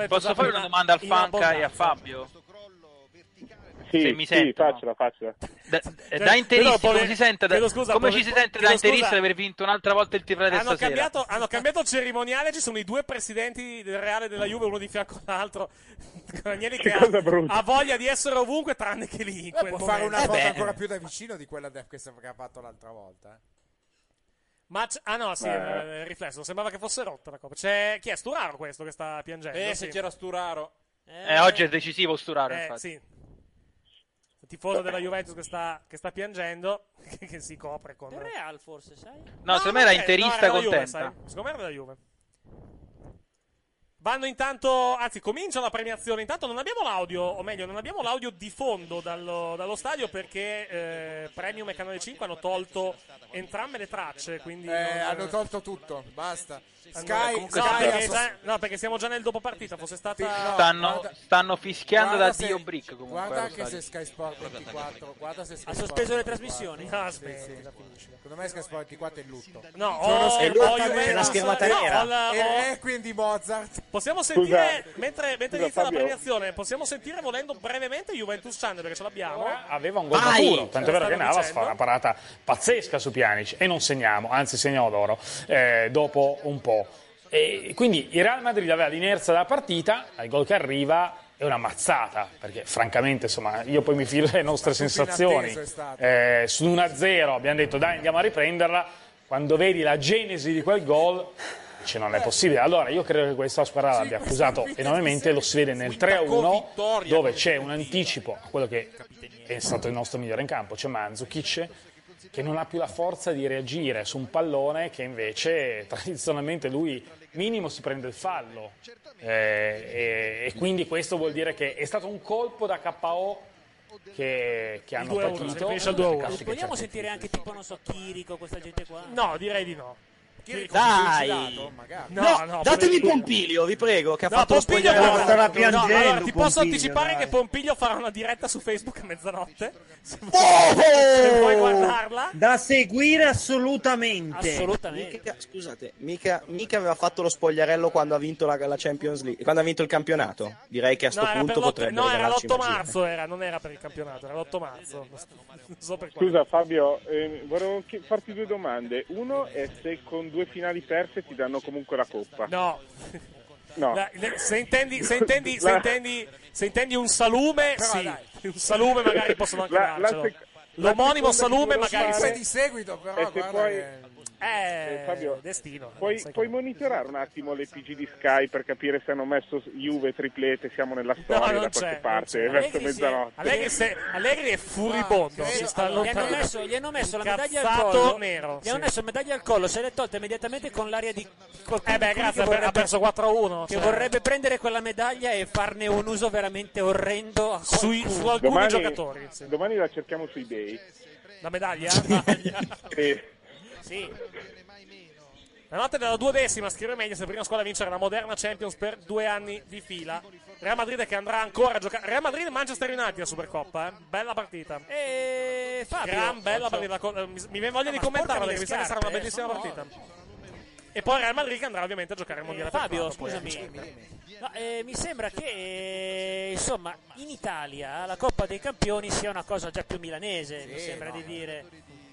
Speaker 13: Posso fare una domanda al Fanca e a Fabio?
Speaker 1: sì,
Speaker 13: se mi
Speaker 1: sì,
Speaker 13: sento, no?
Speaker 1: faccela, faccela.
Speaker 13: Da, eh, da interista,
Speaker 7: Però, poveri-
Speaker 13: come si sente da,
Speaker 7: chiedo scusa,
Speaker 13: come
Speaker 7: poveri-
Speaker 13: ci si sente da
Speaker 7: chiedo scusa.
Speaker 13: interista di aver vinto un'altra volta il tifone
Speaker 7: Hanno
Speaker 13: stasera?
Speaker 7: cambiato, hanno cambiato il cerimoniale, ci sono i due presidenti del Reale e della Juve, uno di fianco all'altro. Con Agnelli che,
Speaker 13: cosa
Speaker 7: ha,
Speaker 13: brutta.
Speaker 7: ha voglia di essere ovunque tranne che lì. in
Speaker 5: Eh, Può
Speaker 7: quel
Speaker 5: fare
Speaker 7: momento. Eh
Speaker 5: una foto ancora più da vicino di quella de- che si aveva fatto l'altra volta. eh.
Speaker 7: Ma c- ah no, sì,
Speaker 5: Eh.
Speaker 7: eh, il riflesso, sembrava che fosse rotta la coppa. C'è chi è Sturaro questo che sta piangendo?
Speaker 13: Eh,
Speaker 7: sì.
Speaker 13: se c'era
Speaker 7: Sturaro.
Speaker 13: Eh, oggi è decisivo Sturaro,
Speaker 7: Eh,
Speaker 13: infatti.
Speaker 7: sì. Il tifoso della Juventus che sta, che sta piangendo, che, che si copre con...
Speaker 9: Il Real forse, sai?
Speaker 13: No, secondo me era
Speaker 7: eh,
Speaker 13: interista
Speaker 7: no, era la Juve,
Speaker 13: contenta.
Speaker 7: sai. secondo me era la Juve. Vanno intanto, anzi, comincia la premiazione. Intanto non abbiamo l'audio, o meglio, non abbiamo l'audio di fondo dallo, dallo stadio perché eh, Premium e Canale 5 hanno tolto entrambe le tracce. Quindi
Speaker 5: Eh,
Speaker 7: non-
Speaker 5: hanno tolto tutto, basta.
Speaker 7: hanno-
Speaker 5: Sky,
Speaker 7: comunque-
Speaker 5: Sky
Speaker 7: no, perché
Speaker 5: ha sos-
Speaker 7: già- no, perché siamo già nel dopo partita. Fosse stata.
Speaker 13: Stanno, stanno fischiando
Speaker 5: guarda
Speaker 13: da
Speaker 5: se-
Speaker 13: Dio Brick comunque.
Speaker 5: Guarda
Speaker 13: allo
Speaker 5: anche se
Speaker 13: stadio.
Speaker 5: Sky Sport 24, guarda se Sky
Speaker 9: Ha
Speaker 5: Sport
Speaker 9: sospeso le
Speaker 5: 24.
Speaker 9: trasmissioni?
Speaker 7: No,
Speaker 5: Sì,
Speaker 7: smetti,
Speaker 5: sì. Secondo me Sky Sport 24 è il lutto.
Speaker 7: No,
Speaker 5: C'è una
Speaker 7: ho-
Speaker 5: schermata
Speaker 7: ho Juventus-
Speaker 5: nera.
Speaker 7: no, ho la-
Speaker 5: E
Speaker 7: ho-
Speaker 5: Requiem di Eh, Mozart.
Speaker 7: Possiamo sentire,
Speaker 25: Scusa.
Speaker 7: mentre, mentre
Speaker 25: Scusa,
Speaker 7: inizia la
Speaker 25: Fabio.
Speaker 7: premiazione, possiamo sentire volendo brevemente Juventus Sand perché ce l'abbiamo.
Speaker 25: aveva un gol
Speaker 7: Vai! Cioè,
Speaker 25: maturo, tanto è vero che
Speaker 7: Stanno
Speaker 25: Navas
Speaker 7: dicendo.
Speaker 25: fa una parata pazzesca su Pjanic e non segniamo, anzi segniamo d'oro eh, dopo un po'. E quindi il Real Madrid aveva l'inerzia della partita, al gol che arriva è una mazzata, perché francamente insomma io poi mi fido le nostre sensazioni.
Speaker 5: inatteso è stato.
Speaker 25: Eh, su 1-0 abbiamo detto dai andiamo a riprenderla, quando vedi la genesi di quel gol... dici, non è possibile. Allora, io credo che questo Asparà l'abbia accusato enormemente. Lo si vede nel 3-1, dove c'è un anticipo a quello che è stato il nostro migliore in campo, c'è Mandzukic che non ha più la forza di reagire su un pallone che invece tradizionalmente lui minimo si prende il fallo Eh, e, e quindi questo vuol dire che è stato un colpo da KO che, che hanno patito
Speaker 9: Vogliamo sentire anche tipo, non so, Chirico, questa gente qua?
Speaker 7: No, direi di no.
Speaker 21: Dai,
Speaker 7: No, no,
Speaker 21: datemi
Speaker 7: poverino.
Speaker 21: Pompilio, vi prego, che ha
Speaker 7: No,
Speaker 21: fatto lo
Speaker 7: Pompiglio
Speaker 21: spogliatoio.
Speaker 7: no, no, allora, ti posso anticipare che Pompiglio farà una diretta su Facebook a mezzanotte. Se vuoi,
Speaker 21: Oh!
Speaker 7: se vuoi guardarla.
Speaker 14: Da seguire assolutamente.
Speaker 21: Mica, scusate, mica, mica aveva fatto lo spogliarello quando ha vinto la, la Champions League, quando ha vinto il campionato. Direi che a sto
Speaker 7: No, era, per
Speaker 21: punto
Speaker 7: l'otto-
Speaker 21: potrebbe
Speaker 7: no, era
Speaker 21: regalarci
Speaker 7: l'8
Speaker 21: una gita.
Speaker 7: marzo, era, non era per il campionato, era l'8 marzo. Non so per quale.
Speaker 1: Scusa Fabio, ehm, volevo chi- farti due domande. Uno è se con due finali perse ti danno comunque la coppa.
Speaker 7: No.
Speaker 1: No.
Speaker 7: La- le- se, intendi, se, intendi, se,
Speaker 1: La-
Speaker 7: intendi, se intendi un salume,
Speaker 1: Però
Speaker 7: sì.
Speaker 1: dai.
Speaker 7: Un salume magari possono anche
Speaker 1: La- la
Speaker 7: darcelo.
Speaker 1: sec- la seconda
Speaker 7: L'omonimo salume
Speaker 1: che volevo
Speaker 7: magari...
Speaker 1: fare-
Speaker 7: sì.
Speaker 5: di seguito, però,
Speaker 1: E se
Speaker 5: guarda
Speaker 1: puoi-
Speaker 5: che-
Speaker 1: Eh,
Speaker 7: Eh,
Speaker 1: Fabio,
Speaker 7: destino.
Speaker 1: Puoi,
Speaker 7: Sai
Speaker 1: puoi monitorare un attimo le PG di Sky per capire se hanno messo Juve triplete, siamo nella
Speaker 7: No,
Speaker 1: storia da
Speaker 7: non
Speaker 1: qualche
Speaker 7: c'è.
Speaker 1: parte,
Speaker 7: non
Speaker 1: verso
Speaker 7: c'è. Allegri si è-
Speaker 1: mezzanotte.
Speaker 7: Allegri, se- Allegri è furibondo. si sta
Speaker 9: Allora, gli hanno
Speaker 7: allontanando.
Speaker 9: messo, gli hanno messo la medaglia al
Speaker 7: Incazzato
Speaker 9: collo.
Speaker 7: nero,
Speaker 9: gli hanno
Speaker 7: sì.
Speaker 9: messo la medaglia al collo, se l'è tolta immediatamente con l'aria di qualcuno
Speaker 7: Eh beh,
Speaker 9: di quelli
Speaker 7: grazie,
Speaker 9: che
Speaker 7: ha
Speaker 9: vorrebbe-
Speaker 7: perso 4-1.
Speaker 9: Che
Speaker 7: cioè.
Speaker 9: vorrebbe prendere quella medaglia e farne un uso veramente orrendo a
Speaker 7: Sui-
Speaker 9: qualcuno.
Speaker 7: su alcuni
Speaker 1: Domani-
Speaker 7: giocatori. sì.
Speaker 1: Domani la cerchiamo su eBay.
Speaker 7: La medaglia?
Speaker 1: Sì.
Speaker 7: sì. La notte della duodecima, scrive meglio, se prima squadra a vincere la moderna Champions per due anni di fila. Real Madrid che andrà ancora a giocare. Real Madrid e Manchester United la Supercoppa, eh. Bella partita.
Speaker 9: E Eh, Fabio, Ah,
Speaker 7: Gran bella partita. co- eh, Mi, mi viene voglia di commentarla perché mi sa che sarà
Speaker 9: eh,
Speaker 7: una bellissima partita. E poi Real Madrid che andrà ovviamente a giocare il mondiale. per
Speaker 9: Fabio,
Speaker 7: quanto poi,
Speaker 9: scusami.
Speaker 7: eh, diciamo.
Speaker 9: No, eh, mi sembra che eh, insomma in Italia la Coppa dei Campioni sia una cosa già più milanese, mi sembra di dire.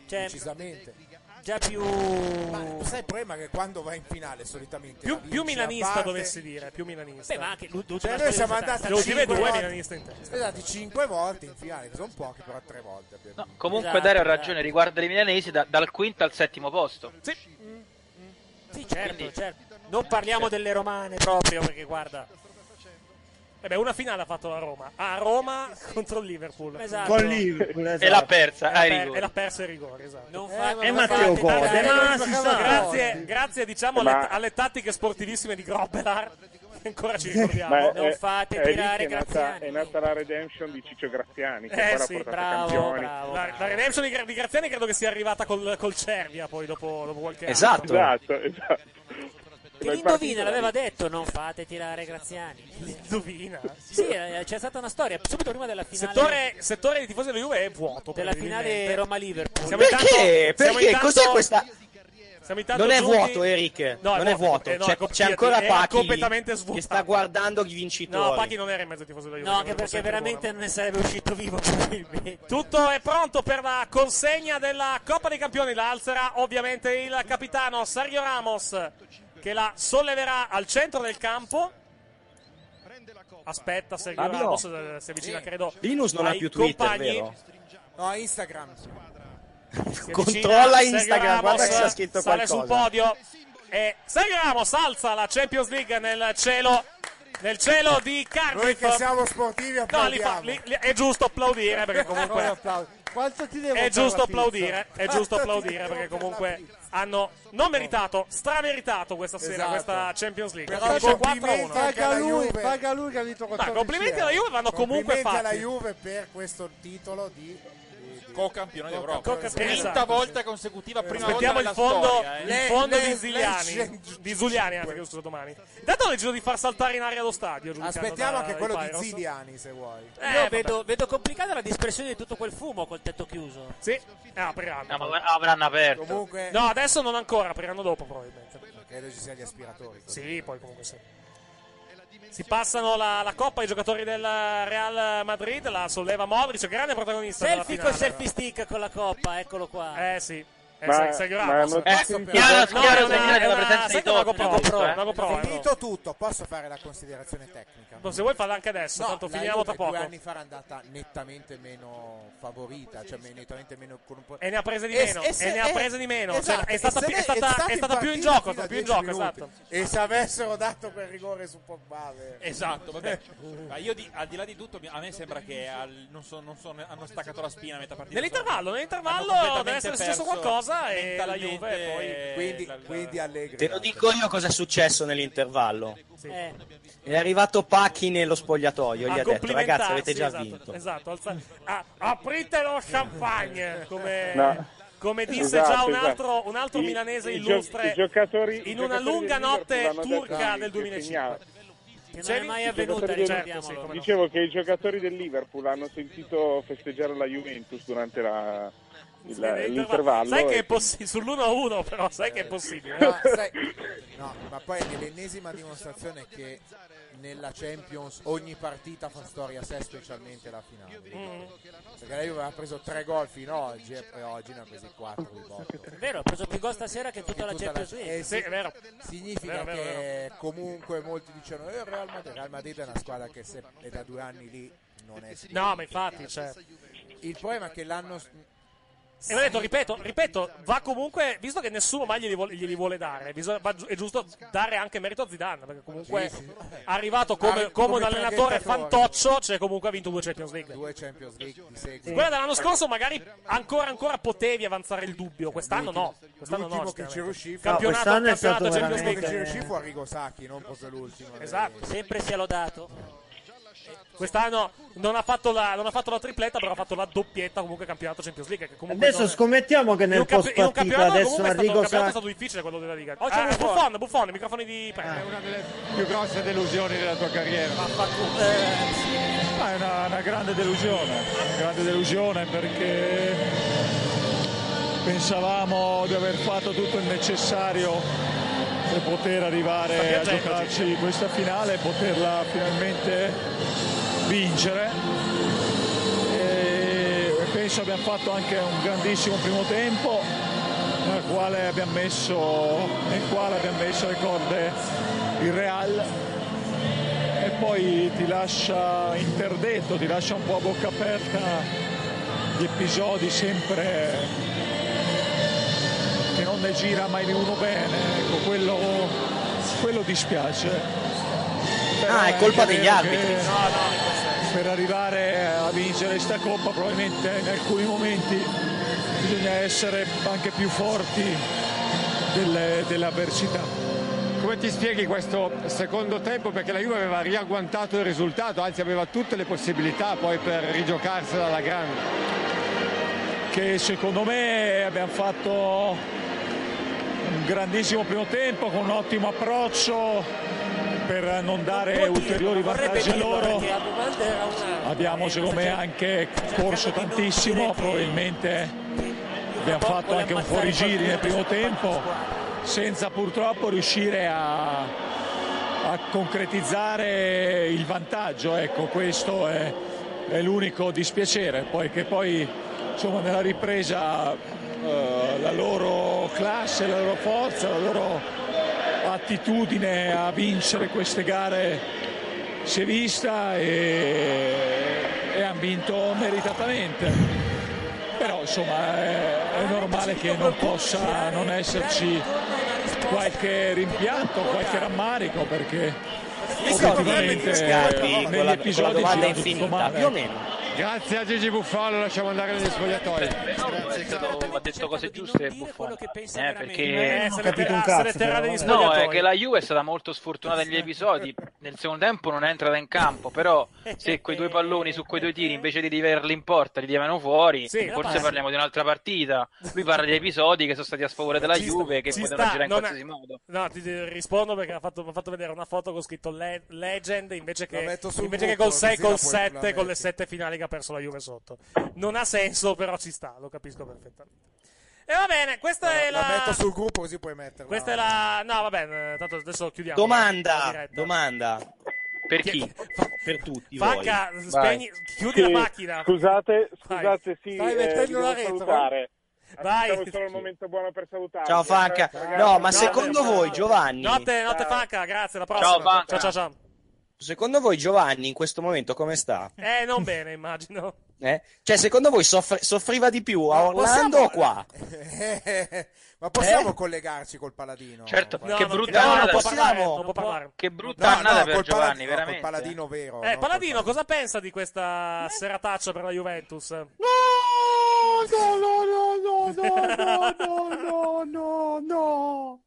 Speaker 9: Cioè,
Speaker 5: Decisamente.
Speaker 9: Già più.
Speaker 5: Ma lo sai il problema è che quando vai in finale solitamente.
Speaker 7: Più,
Speaker 5: la
Speaker 7: più
Speaker 5: vinci, a
Speaker 7: milanista
Speaker 5: parte-
Speaker 7: dovessi dire, più milanista.
Speaker 9: Beh, ma anche l'u- l'ultima
Speaker 5: Cioè, noi
Speaker 9: esperienza-
Speaker 5: siamo andati a
Speaker 7: Le ultime
Speaker 5: cinque
Speaker 7: due
Speaker 5: volte-
Speaker 7: milaniste in testa.
Speaker 5: Esatto, cinque volte in finale, che sono poche, però tre volte. abbiamo vinto. Esatto.
Speaker 13: Comunque Dario ha ragione, riguardo i milanesi da- dal quinto al settimo posto. Eh,
Speaker 9: Sì, certo, certo. Non parliamo delle romane proprio perché guarda.
Speaker 7: Eh beh, una finale ha fatto la Roma. A Roma contro il Liverpool.
Speaker 9: Esatto.
Speaker 14: Con Liverpool, esatto. E l'ha persa,
Speaker 7: E Ah, l'ha
Speaker 14: ai
Speaker 7: per-
Speaker 14: rigori.
Speaker 7: E l'ha persa ai rigori, esatto.
Speaker 14: E Matteo Code, ma si sa.
Speaker 7: Grazie, grazie diciamo alle,
Speaker 1: Ma-
Speaker 7: alle tattiche sportivissime di Grobbelar. Che ancora ci
Speaker 1: Ma
Speaker 7: ricordiamo.
Speaker 1: è- è- è lì che è nata, è nata la redemption di Ciccio Graziani, che
Speaker 7: Eh,
Speaker 1: poi l'ha
Speaker 7: sì,
Speaker 1: portata
Speaker 7: bravo,
Speaker 1: campioni.
Speaker 7: La, la redemption di, Gra- di Graziani credo che sia arrivata col, col Cervia poi dopo, dopo qualche anno.
Speaker 21: Esatto.
Speaker 1: Esatto, esatto.
Speaker 9: Che l'indovina, l'aveva detto, non fate tirare Graziani.
Speaker 7: L'indovina?
Speaker 9: Sì, eh, c'è stata una storia subito prima della finale.
Speaker 7: Settore, settore di tifosi della Juve è vuoto.
Speaker 9: Della finale Roma-Liverpool.
Speaker 7: Siamo intanto-
Speaker 21: Perché?
Speaker 7: siamo
Speaker 21: Perché?
Speaker 7: intanto-
Speaker 21: Cos'è questa?
Speaker 7: Siamo intanto
Speaker 21: Non è
Speaker 7: giunti-
Speaker 21: vuoto, eh, Eric.
Speaker 7: No,
Speaker 21: non è vuoto.
Speaker 7: eh, no,
Speaker 21: c'è,
Speaker 7: è co-
Speaker 21: c'è ancora
Speaker 7: era
Speaker 21: Pachi
Speaker 7: completamente
Speaker 21: che
Speaker 7: svuotato.
Speaker 21: sta guardando i vincitori.
Speaker 7: No, Paghi non era in mezzo ai tifosi della Juve.
Speaker 9: No,
Speaker 7: che
Speaker 9: anche perché veramente non ne sarebbe uscito vivo. probabilmente.
Speaker 7: Tutto è pronto per la consegna della Coppa dei Campioni. La alzerà ovviamente il capitano Sergio Ramos che la solleverà al centro del campo. Aspetta, Sergio
Speaker 21: Fabio.
Speaker 7: Ramos eh, si avvicina,
Speaker 5: Sì.
Speaker 7: credo.
Speaker 21: Linus non ha
Speaker 7: ai
Speaker 21: più Twitter,
Speaker 7: compagni.
Speaker 21: vero?
Speaker 5: No, Instagram.
Speaker 7: Si avvicina
Speaker 21: Controlla
Speaker 7: Sergio
Speaker 21: Instagram, guarda
Speaker 7: Ramos,
Speaker 21: che c'è scritto
Speaker 7: sale
Speaker 21: qualcosa.
Speaker 7: sul podio e Sergio Ramos alza la Champions League nel cielo, nel cielo di Cardiff.
Speaker 5: Noi che siamo sportivi
Speaker 7: No, li fa-
Speaker 5: applaudiamo.
Speaker 7: li- li- è giusto applaudire perché
Speaker 5: Ancora
Speaker 7: comunque
Speaker 5: applauso.
Speaker 22: Quanto ti devo
Speaker 7: è
Speaker 22: per
Speaker 7: giusto
Speaker 22: la pizza?
Speaker 7: applaudire, è
Speaker 22: Quanto
Speaker 7: giusto
Speaker 22: ti
Speaker 7: applaudire
Speaker 22: devo
Speaker 7: perché
Speaker 22: per la
Speaker 7: comunque hanno non meritato, strameritato questa sera
Speaker 22: Esatto.
Speaker 7: questa Champions League.
Speaker 22: Però
Speaker 7: Finisce
Speaker 22: complimenti
Speaker 7: 4-1.
Speaker 22: anche alla Paga lui, Juve. paga lui che ha vinto
Speaker 7: Ma complimenti alla Juve vanno comunque
Speaker 5: Complimenti alla
Speaker 7: fatti.
Speaker 5: Juve per questo titolo di
Speaker 10: Co-campione d'Europa.
Speaker 7: Co-campione.
Speaker 10: Quinta volta consecutiva, prima
Speaker 7: Aspettiamo il
Speaker 10: volta
Speaker 7: fondo,
Speaker 10: nella storia, eh.
Speaker 7: il fondo
Speaker 5: Le- le-
Speaker 7: di Ziliani.
Speaker 5: le-
Speaker 7: Di Zuliani, anzi, che scusa, domani. Intanto ho deciso di far saltare in aria lo stadio. giudicando
Speaker 5: Aspettiamo
Speaker 7: da-
Speaker 5: anche
Speaker 7: dai
Speaker 5: quello di
Speaker 7: Pyros.
Speaker 5: Zidiani, se vuoi.
Speaker 7: Eh,
Speaker 9: Io
Speaker 7: vabbè.
Speaker 9: vedo, vedo complicata la dispersione di tutto quel fumo col tetto chiuso.
Speaker 7: Sì, eh, apriranno.
Speaker 13: No, ma avranno aperto.
Speaker 5: Comunque,
Speaker 7: No, adesso non ancora, apriranno dopo probabilmente.
Speaker 5: credo ci siano gli aspiratori.
Speaker 7: Sì, poi comunque sì. Si passano la, la coppa ai giocatori del Real Madrid, la solleva Modric, grande protagonista. della
Speaker 9: Selfie con
Speaker 7: finale,
Speaker 9: selfie stick con la coppa, eccolo qua.
Speaker 7: Eh sì. Eh,
Speaker 9: Ma-
Speaker 7: sei- sei
Speaker 9: ma
Speaker 7: Ramos.
Speaker 9: non-
Speaker 7: Eh,
Speaker 9: Chiaro,
Speaker 7: però-
Speaker 9: chiaro,
Speaker 7: no, è
Speaker 9: segnale
Speaker 7: una-
Speaker 9: con la
Speaker 7: è una-
Speaker 9: presenza di
Speaker 7: sai che è una
Speaker 9: Totti,
Speaker 7: GoPro,
Speaker 9: questo, eh?
Speaker 7: una GoPro, è una-
Speaker 5: Finito tutto, posso fare la considerazione tecnica?
Speaker 7: No, Boh, se vuoi farla anche adesso,
Speaker 5: No,
Speaker 7: tanto
Speaker 5: la
Speaker 7: finiamo tra
Speaker 5: Juve
Speaker 7: poco.
Speaker 5: Due anni fa era andata nettamente meno favorita, cioè me- nettamente meno con un po'.
Speaker 7: E ne ha prese di meno, e,
Speaker 5: se-
Speaker 7: ne ha
Speaker 5: eh,
Speaker 7: prese di meno.
Speaker 5: esatto,
Speaker 7: Cioè, è
Speaker 5: e
Speaker 7: stata,
Speaker 5: se
Speaker 7: pi-
Speaker 5: ne-
Speaker 7: è stata-
Speaker 5: stato
Speaker 7: è stata più in
Speaker 5: partita
Speaker 7: gioco, è
Speaker 5: fino
Speaker 7: stata
Speaker 5: a
Speaker 7: più in
Speaker 5: 10
Speaker 7: gioco,
Speaker 5: minuti.
Speaker 7: esatto.
Speaker 5: E se avessero dato quel rigore su Pogba, beh.
Speaker 10: Esatto, vabbè.
Speaker 7: Eh.
Speaker 10: Ma io di- al di là di tutto, mi- a me sembra che al- non so- non so, ne- hanno staccato la spina a metà partita.
Speaker 7: Nell'intervallo,
Speaker 10: Hanno
Speaker 7: nell'intervallo
Speaker 10: completamente
Speaker 7: deve essere successo
Speaker 10: perso
Speaker 7: qualcosa e la
Speaker 10: mentalmente
Speaker 7: Juve poi...
Speaker 5: Quindi, quindi Allegri.
Speaker 21: Te lo dico io cosa è successo nell'intervallo.
Speaker 7: Eh.
Speaker 21: È arrivato Pacchi nello spogliatoio, gli
Speaker 7: A
Speaker 21: ha detto ragazzi
Speaker 7: complimentarsi,
Speaker 21: avete già
Speaker 7: esatto,
Speaker 21: vinto.
Speaker 7: Esatto, alza- ah, aprite lo champagne, come,
Speaker 21: No.
Speaker 7: come disse
Speaker 21: Esatto,
Speaker 7: già un
Speaker 21: esatto.
Speaker 7: altro, un altro
Speaker 1: I-
Speaker 7: milanese
Speaker 1: i gio-
Speaker 7: illustre
Speaker 1: i giocatori- i
Speaker 7: in una
Speaker 1: giocatori
Speaker 7: lunga
Speaker 1: del Liverpool
Speaker 7: notte
Speaker 1: l'hanno detto
Speaker 7: turca
Speaker 1: anche,
Speaker 7: del 2005.
Speaker 9: Che non è
Speaker 7: Dicevi?
Speaker 9: mai
Speaker 7: Certo, I
Speaker 9: avvenuta,
Speaker 7: giocatori del-
Speaker 9: ricordiamolo.
Speaker 7: certo, sì, come no.
Speaker 1: Dicevo che i giocatori del Liverpool hanno sentito festeggiare la Juventus durante la- il- l'intervallo.
Speaker 7: Sai che
Speaker 1: e-
Speaker 7: è possibile, sull'1-1 però, sai che è possibile.
Speaker 5: Ma, sai- no, ma poi è l'ennesima dimostrazione che nella Champions ogni partita fa storia a sé, specialmente la finale. Mm. Perché la Juve aveva preso tre gol fino a oggi e poi oggi ne ha presi quattro di botto.
Speaker 9: È vero, ha preso più gol stasera che tutta la
Speaker 5: Tutta
Speaker 9: Champions
Speaker 5: la-
Speaker 9: League.
Speaker 5: eh, sì,
Speaker 9: Vero,
Speaker 5: Significa
Speaker 9: vero,
Speaker 5: che comunque molti dicono "Eh, il Real Madrid, Real Madrid è una squadra che se è da due anni lì non è
Speaker 7: No, ma infatti, cioè.
Speaker 5: Il problema è che l'anno
Speaker 7: E l'ho detto, ripeto, ripeto, va comunque, visto che nessuno mai glieli vuole, glieli vuole dare, bisogna- va giu- è giusto dare anche merito a Zidane, perché comunque è
Speaker 5: Sì, sì.
Speaker 7: arrivato come, come un
Speaker 5: Come
Speaker 7: allenatore
Speaker 5: 34 ore.
Speaker 7: fantoccio, cioè comunque ha vinto due Champions League.
Speaker 5: due Champions League di seguito.
Speaker 7: Quella dell'anno scorso magari ancora, ancora potevi avanzare il dubbio, quest'anno no. Quest'anno
Speaker 5: l'ultimo
Speaker 7: no,
Speaker 5: che ci
Speaker 7: sicuramente.
Speaker 5: riuscì fu-
Speaker 7: campionato,
Speaker 5: quest'anno è
Speaker 7: campionato
Speaker 5: stato
Speaker 7: Champions
Speaker 5: veramente-
Speaker 7: League.
Speaker 5: che ci riuscì fu Arrigo Sacchi, non fosse l'ultimo.
Speaker 7: Esatto.
Speaker 9: Sempre sia lodato.
Speaker 7: Quest'anno non ha, fatto la, non ha fatto la tripletta, però ha fatto la doppietta comunque campionato Champions League. che comunque
Speaker 16: Adesso
Speaker 7: non-
Speaker 16: scommettiamo che
Speaker 7: in un
Speaker 16: nel
Speaker 7: campi-
Speaker 16: post
Speaker 7: in un
Speaker 16: partita
Speaker 7: campionato
Speaker 16: adesso
Speaker 7: comunque è stato, un
Speaker 16: Arrigo
Speaker 7: campionato
Speaker 16: Sacchi
Speaker 7: è stato difficile quello della Liga.
Speaker 16: Oh, c'è
Speaker 7: Ah,
Speaker 16: Buffon.
Speaker 7: Buffon, Buffon, microfoni di
Speaker 5: Ah.
Speaker 7: È
Speaker 2: una delle più grosse delusioni della tua carriera. Ma è una, una grande delusione, una grande delusione perché pensavamo di aver fatto tutto il necessario per poter
Speaker 7: Sta
Speaker 2: arrivare a
Speaker 7: piangendo,
Speaker 2: giocarci questa finale e poterla finalmente vincere. E penso abbiamo fatto anche un grandissimo primo tempo nel quale abbiamo messo, nel quale abbiamo messo le corde il Real e poi ti lascia interdetto, ti lascia un po' a bocca aperta gli episodi sempre che non ne gira mai uno bene, ecco, quello, quello dispiace. Però
Speaker 21: Ah, è colpa
Speaker 2: anche
Speaker 21: degli
Speaker 2: vero
Speaker 21: arbitri.
Speaker 2: che
Speaker 21: No,
Speaker 2: Per arrivare a vincere sta coppa probabilmente in alcuni momenti bisogna essere anche più forti delle, delle avversità.
Speaker 18: Come ti spieghi questo secondo tempo? Perché la Juve aveva riagguantato il risultato, anzi aveva tutte le possibilità poi per rigiocarsela alla grande.
Speaker 2: che secondo me abbiamo fatto un grandissimo primo tempo con un ottimo approccio per non dare ulteriori vantaggi a loro. Abbiamo secondo me anche corso tantissimo, probabilmente eh. abbiamo fatto anche un fuorigiri nel primo tempo senza purtroppo riuscire a, a concretizzare il vantaggio, ecco questo è, è l'unico dispiacere, poi che poi insomma, nella ripresa eh, la loro classe, la loro forza, la loro attitudine a vincere queste gare si è vista e, e hanno vinto meritatamente. Però insomma è, è normale che non possa non esserci qualche rimpianto, qualche rammarico perché
Speaker 21: Gli
Speaker 18: Effettivamente,
Speaker 21: scarti
Speaker 18: eh,
Speaker 21: con
Speaker 18: negli
Speaker 21: la-
Speaker 18: episodi
Speaker 21: con la domanda
Speaker 18: gira tutto
Speaker 21: infinita,
Speaker 18: male.
Speaker 21: più o meno.
Speaker 18: Grazie a Gigi Buffalo, lasciamo andare negli spogliatoi.
Speaker 13: eh, ha detto cose giuste Buffon eh, perché
Speaker 18: Eh, se ne Capito terrà- un cazzo, se ne terrà però, degli vabbè.
Speaker 13: no è
Speaker 18: spogliatoi.
Speaker 13: che la Juve è stata molto sfortunata negli episodi nel secondo tempo non è entrata in campo però se quei due palloni su quei due tiri invece di riverli in porta li tirano fuori
Speaker 7: Sì, la
Speaker 13: forse
Speaker 7: passi.
Speaker 13: parliamo di un'altra partita lui parla di episodi che sono stati a sfavore della
Speaker 7: Ci sta-
Speaker 13: Juve che
Speaker 7: ci
Speaker 13: potevano
Speaker 7: sta,
Speaker 13: girare in
Speaker 7: non
Speaker 13: qualsiasi
Speaker 7: ha-
Speaker 13: modo
Speaker 7: No, ti, ti rispondo perché ha fatto- mi ha fatto vedere una foto con scritto le- Legend invece che,
Speaker 5: La metto sul
Speaker 7: invece che
Speaker 5: gruppo,
Speaker 7: col 6,
Speaker 5: così la
Speaker 7: col
Speaker 5: puoi- la
Speaker 7: 7, con le
Speaker 5: metti.
Speaker 7: 7 finali che ha perso la Juve sotto. Non ha senso, però ci sta, lo capisco perfettamente.
Speaker 9: Eh,
Speaker 7: E va bene, questa è la...
Speaker 5: La metto sul gruppo così puoi metterla.
Speaker 7: Questa è la... No, va bene, eh, tanto adesso chiudiamo. la
Speaker 21: Domanda,
Speaker 7: diretta.
Speaker 21: domanda. Per chi? per tutti voi.
Speaker 7: Vacca, spegni- chiudi la
Speaker 1: Sì,
Speaker 7: macchina.
Speaker 1: Scusate,
Speaker 7: Vai.
Speaker 1: scusate, sì,
Speaker 7: Stai
Speaker 1: eh, vi
Speaker 7: mettendo
Speaker 1: devo
Speaker 7: la retro.
Speaker 1: salutare.
Speaker 7: Vai.
Speaker 1: Aspettavo solo il momento buono per salutare.
Speaker 21: Ciao Fanca. No, ma secondo voi Giovanni...
Speaker 7: Notte, notte Fanca, grazie, alla prossima.
Speaker 21: Fanca.
Speaker 7: ciao, ciao, ciao.
Speaker 21: Secondo voi Giovanni in questo momento come sta?
Speaker 7: Eh, non bene, immagino.
Speaker 21: Eh? Cioè, secondo voi soffre- soffriva di più a Orlando
Speaker 5: possiamo-
Speaker 21: o qua?
Speaker 5: Ma possiamo collegarci col Paladino?
Speaker 13: Certo,
Speaker 5: No,
Speaker 13: che
Speaker 5: non-
Speaker 13: brutta
Speaker 5: no, non
Speaker 13: annata.
Speaker 5: possiamo.
Speaker 7: non può parlare.
Speaker 13: Che brutta annata per Giovanni, veramente.
Speaker 5: vero.
Speaker 7: Eh, Paladino, cosa pensa di questa serataccia per la Juventus? No,
Speaker 22: no, no, no, no, no, no, no.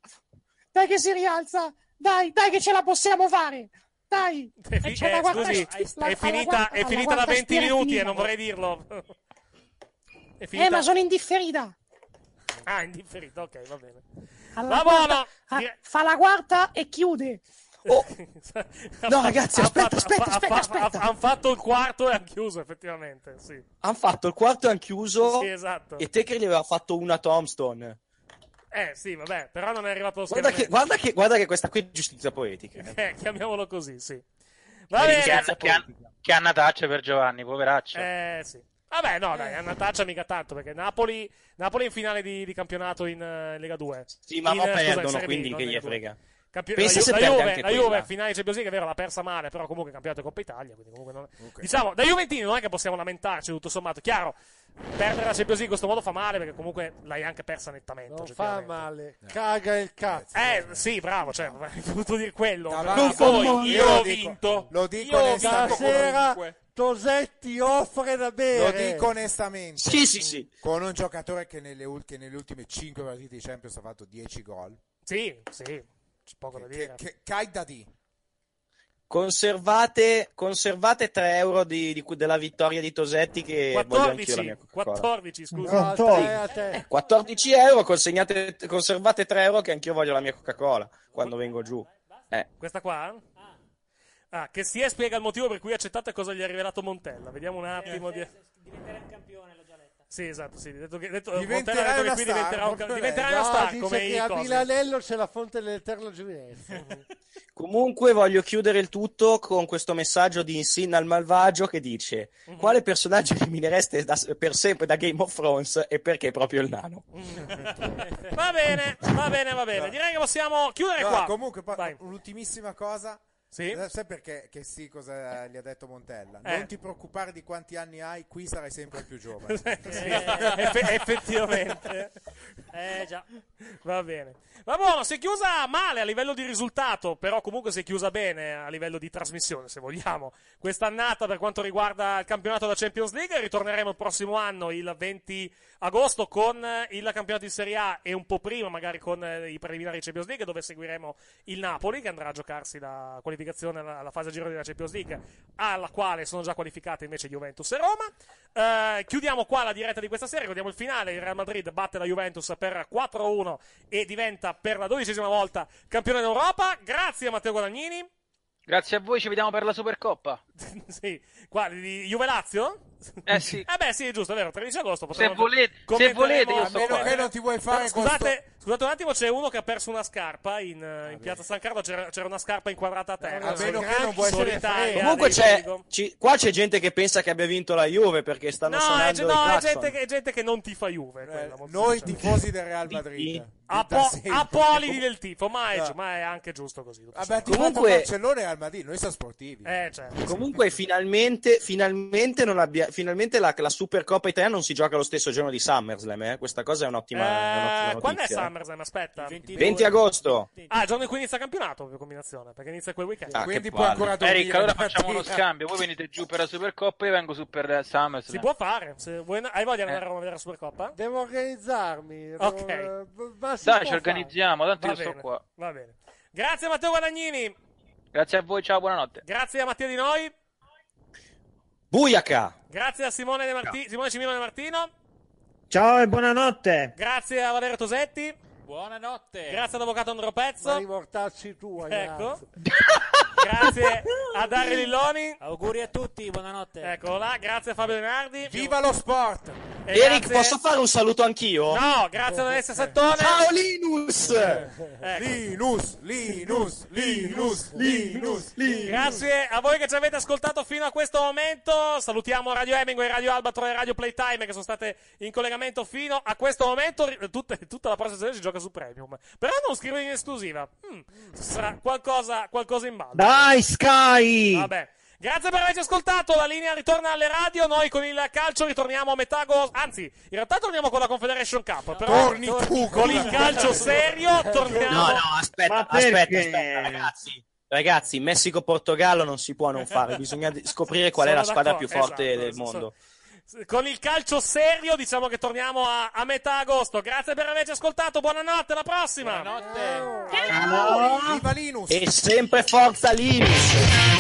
Speaker 22: Dai che si rialza. Dai, dai che ce la possiamo fare. Dai.
Speaker 7: Eh, scusi, è finita, è finita da 20 minuti e non vorrei dirlo. È finita.
Speaker 22: Eh, ma sono indifferita.
Speaker 7: Ah, indifferito, ok, va bene.
Speaker 22: Alla
Speaker 7: La
Speaker 22: quarta-
Speaker 7: buona!
Speaker 22: ah, fa la quarta e chiude.
Speaker 7: Oh! No, ragazzi, aspetta, aspetta, aspetta, Hanno fatto il quarto e hanno chiuso, effettivamente, sì.
Speaker 21: Hanno fatto il quarto e hanno chiuso.
Speaker 7: Sì, esatto.
Speaker 21: E Tecri gli aveva fatto una Tombstone.
Speaker 7: Eh, sì, vabbè, però non è arrivato lo
Speaker 21: Guarda che,
Speaker 7: schieramento.
Speaker 21: guarda, che, guarda che questa qui è giustizia poetica. eh.
Speaker 7: Eh, chiamiamolo così, sì. Va
Speaker 13: Che,
Speaker 7: bene.
Speaker 13: che, anna- che, anna- che annataccia per Giovanni, poveraccio.
Speaker 7: Eh, sì. Vabbè, no,
Speaker 4: Eh.
Speaker 7: dai, è una taccia mica tanto, perché Napoli, Napoli è in finale di, di campionato in eh, Lega 2.
Speaker 21: Sì, ma
Speaker 7: In,
Speaker 21: mo
Speaker 7: eh, scusa, in
Speaker 21: perdono,
Speaker 7: Serie B,
Speaker 21: quindi
Speaker 7: non
Speaker 21: che
Speaker 7: in
Speaker 21: gli
Speaker 7: Lega 2.
Speaker 21: frega.
Speaker 7: Campio-
Speaker 21: Pensa se
Speaker 7: la, Ju- la
Speaker 21: perde
Speaker 7: Juve,
Speaker 21: anche
Speaker 7: la
Speaker 21: quella.
Speaker 7: Juve finale di Champions League è vero l'ha persa male però comunque campionato di Coppa Italia quindi comunque non... diciamo da Juventini non è che possiamo lamentarci tutto sommato chiaro perdere la Champions League in questo modo fa male perché comunque l'hai anche persa nettamente
Speaker 4: Non fa
Speaker 7: oggettivamente.
Speaker 4: male. Caga il cazzo.
Speaker 7: eh sì bravo cioè avrei potuto dire quello però-
Speaker 4: va,
Speaker 7: Voi,
Speaker 4: va,
Speaker 7: io
Speaker 4: va.
Speaker 7: ho vinto
Speaker 5: Lo dico
Speaker 7: Io ho vinto
Speaker 5: onestamente.
Speaker 4: Stasera Tosetti offre da
Speaker 9: Eh,
Speaker 5: Lo
Speaker 4: bere.
Speaker 5: dico onestamente.
Speaker 21: Sì, sì, sì.
Speaker 5: Con un giocatore che nelle, ul- che nelle ultime 5 partite di Champions ha fatto 10 gol.
Speaker 7: Sì, sì, c'è poco da dire.
Speaker 5: Che, che da di.
Speaker 21: Conservate, conservate 3 euro di- di- della vittoria di Tosetti che voglio anch'io la mia
Speaker 7: 14
Speaker 21: Coca-Cola.
Speaker 7: 14 scusa
Speaker 4: No, tre a te.
Speaker 21: Eh, 14 euro, consegnate- conservate 3 euro che anch'io voglio la mia Coca-Cola quando vengo giù. Eh.
Speaker 7: Questa qua? Ah, che si è spiega il motivo per cui ha accettato e cosa gli ha rivelato Montella. Vediamo un attimo. Di...
Speaker 9: Diventerà un campione, l'ho già detto.
Speaker 7: Sì, esatto, sì. Detto che, detto,
Speaker 4: Diventerai
Speaker 7: Montella ha detto che
Speaker 4: una
Speaker 7: qui
Speaker 4: star,
Speaker 7: diventerà, un,
Speaker 4: proprio
Speaker 7: diventerà
Speaker 4: lei.
Speaker 7: una
Speaker 4: No,
Speaker 7: star
Speaker 4: Ah, dice
Speaker 7: come
Speaker 4: che
Speaker 7: i
Speaker 4: a
Speaker 7: cosi.
Speaker 4: Milanello c'è la fonte dell'eterno giovinezza.
Speaker 21: Comunque voglio chiudere il tutto con questo messaggio di Insinna al malvagio che dice
Speaker 7: Mhm.
Speaker 21: quale personaggio eliminereste da- per sempre da Game of Thrones e perché proprio il nano?
Speaker 7: Mm. Va bene, va bene, va bene. Direi che possiamo chiudere
Speaker 5: No,
Speaker 7: qua.
Speaker 5: comunque, pa- un'ultimissima cosa.
Speaker 7: Sì?
Speaker 5: Eh, Sai perché che sì cosa gli ha detto Montella?
Speaker 7: Eh.
Speaker 5: Non ti preoccupare di quanti anni hai, qui sarai sempre il più giovane.
Speaker 7: Sì, eff- effettivamente.
Speaker 9: Eh, già.
Speaker 7: Va bene. Va buono, si è chiusa male a livello di risultato, però comunque si è chiusa bene a livello di trasmissione, se vogliamo. Quest'annata per quanto riguarda il campionato da Champions League, ritorneremo il prossimo anno, il 20 agosto, con eh, il campionato di Serie A e un po' prima magari con eh, i preliminari di Champions League, dove seguiremo il Napoli che andrà a giocarsi la qualificazione alla alla fase a giro della Champions League, alla quale sono già qualificate invece Juventus e Roma. Eh, chiudiamo qua la diretta di questa serie, ricordiamo il finale, il Real Madrid batte la Juventus per 4-1 e diventa per la dodicesima volta campione d'Europa. Grazie a Matteo Guadagnini.
Speaker 13: Grazie a voi, ci vediamo per la Supercoppa.
Speaker 7: sì, qua di Juve Lazio?
Speaker 13: Eh sì.
Speaker 7: Eh beh, sì, è giusto, è vero, 13 agosto
Speaker 13: Se volete- se
Speaker 7: commenteremo-
Speaker 13: volete, io sto A meno qua. che
Speaker 5: non ti vuoi fare
Speaker 7: Scusate, scusate un attimo, c'è uno che ha perso una scarpa in, in Piazza San Carlo, c'era, c'era una scarpa inquadrata a terra.
Speaker 5: A meno Ah, che
Speaker 7: Gran
Speaker 5: non vuoi essere
Speaker 7: solitaria
Speaker 5: freddo.
Speaker 21: Comunque
Speaker 7: dei
Speaker 21: c'è,
Speaker 7: Rodrigo.
Speaker 21: ci- qua c'è gente che pensa che abbia vinto la Juve perché stanno
Speaker 7: No, è,
Speaker 21: suonando
Speaker 7: ge-
Speaker 21: i
Speaker 7: no, è
Speaker 21: clacson.
Speaker 7: gente, che, è gente che non tifa Juve. quella, molto
Speaker 5: Noi
Speaker 7: sinceramente.
Speaker 5: tifosi del Real Madrid. Da
Speaker 7: Apo-
Speaker 5: sempre.
Speaker 7: Apolidi del tifo, ma è,
Speaker 5: No.
Speaker 7: ma è anche giusto così. tutto
Speaker 5: Vabbè,
Speaker 7: sommato.
Speaker 5: comunque
Speaker 21: Comunque-
Speaker 5: Barcellona e Real Madrid, noi siamo sportivi.
Speaker 7: Eh, certo.
Speaker 21: Comunque, finalmente, finalmente, non abbia- finalmente la, la Supercoppa italiana non si gioca lo stesso giorno di SummerSlam. eh. Questa cosa è un'ottima, è un'ottima
Speaker 7: Eh, quando è
Speaker 21: notizia.
Speaker 7: SummerSlam? Aspetta.
Speaker 21: 20 agosto.
Speaker 7: Ah, il giorno in cui inizia il campionato, per combinazione, perché inizia quel weekend.
Speaker 21: Ah, Quindi che puoi palle. ancora
Speaker 13: Eric, allora facciamo uno scambio. Voi venite giù per la Supercoppa, io vengo su per Summer.
Speaker 7: Si può fare. Se vuoi, hai
Speaker 13: Eh.
Speaker 7: voglia di andare a Roma a vedere la Supercoppa?
Speaker 4: Devo organizzarmi.
Speaker 7: Ok.
Speaker 4: devo- ma si
Speaker 13: Dai,
Speaker 4: può
Speaker 13: ci
Speaker 4: fare.
Speaker 13: organizziamo, tanto
Speaker 7: Va
Speaker 13: io sto
Speaker 7: bene,
Speaker 13: qua.
Speaker 7: Va bene. Grazie a Matteo Guadagnini.
Speaker 13: Grazie a voi, ciao, buonanotte.
Speaker 7: Grazie a Mattia Di Noi. Eh,
Speaker 21: Buiaca!
Speaker 7: Grazie a Simone, De Marti- Simone Cimino De Martino.
Speaker 14: Ciao e buonanotte.
Speaker 7: Grazie a Valerio Tosetti.
Speaker 10: Buonanotte.
Speaker 7: Grazie all'avvocato Andro
Speaker 4: Ma
Speaker 7: Pezzo.
Speaker 4: riportarci tu,
Speaker 7: Ecco.
Speaker 4: ragazzi.
Speaker 7: Grazie a Dario Lilloni. Ecco,
Speaker 9: Auguri a tutti, buonanotte.
Speaker 7: Eccolo là. Grazie a Fabio Denardi.
Speaker 5: Viva lo sport!
Speaker 21: Eric, posso fare un saluto anch'io?
Speaker 7: No, grazie
Speaker 5: Eh.
Speaker 7: Alessia Sattone.
Speaker 21: Ciao Linus!
Speaker 7: Ecco.
Speaker 5: Linus, Linus, Linus, Linus,
Speaker 7: Grazie a voi che ci avete ascoltato fino a questo momento. Salutiamo Radio Hemingway, Radio Albatro e Radio Playtime che sono state in collegamento fino a questo momento. Ri- Tutta, tutta la prossima serie si gioca su Premium. Però non scrivono in esclusiva. Hmm, sarà qualcosa, qualcosa in ballo.
Speaker 14: Dai, Sky!
Speaker 7: Vabbè. Grazie per averci ascoltato, la linea ritorna alle radio, noi con il calcio ritorniamo a metà agosto, anzi, in realtà torniamo con la Confederation Cup, però
Speaker 21: Torni
Speaker 7: tor-
Speaker 21: tu,
Speaker 7: con il calcio serio torniamo...
Speaker 21: No, no, aspetta, aspetta, aspetta, ragazzi. Ragazzi, Messico-Portogallo non si può non fare, bisogna di- scoprire qual è
Speaker 7: Sono
Speaker 21: la squadra più
Speaker 7: d'accordo,
Speaker 21: forte
Speaker 7: esatto,
Speaker 21: del
Speaker 7: sono-
Speaker 21: mondo.
Speaker 7: Con il calcio serio diciamo che torniamo a, a metà agosto, grazie per averci ascoltato, buonanotte, alla prossima! Buonanotte!
Speaker 21: E sempre forza Linus!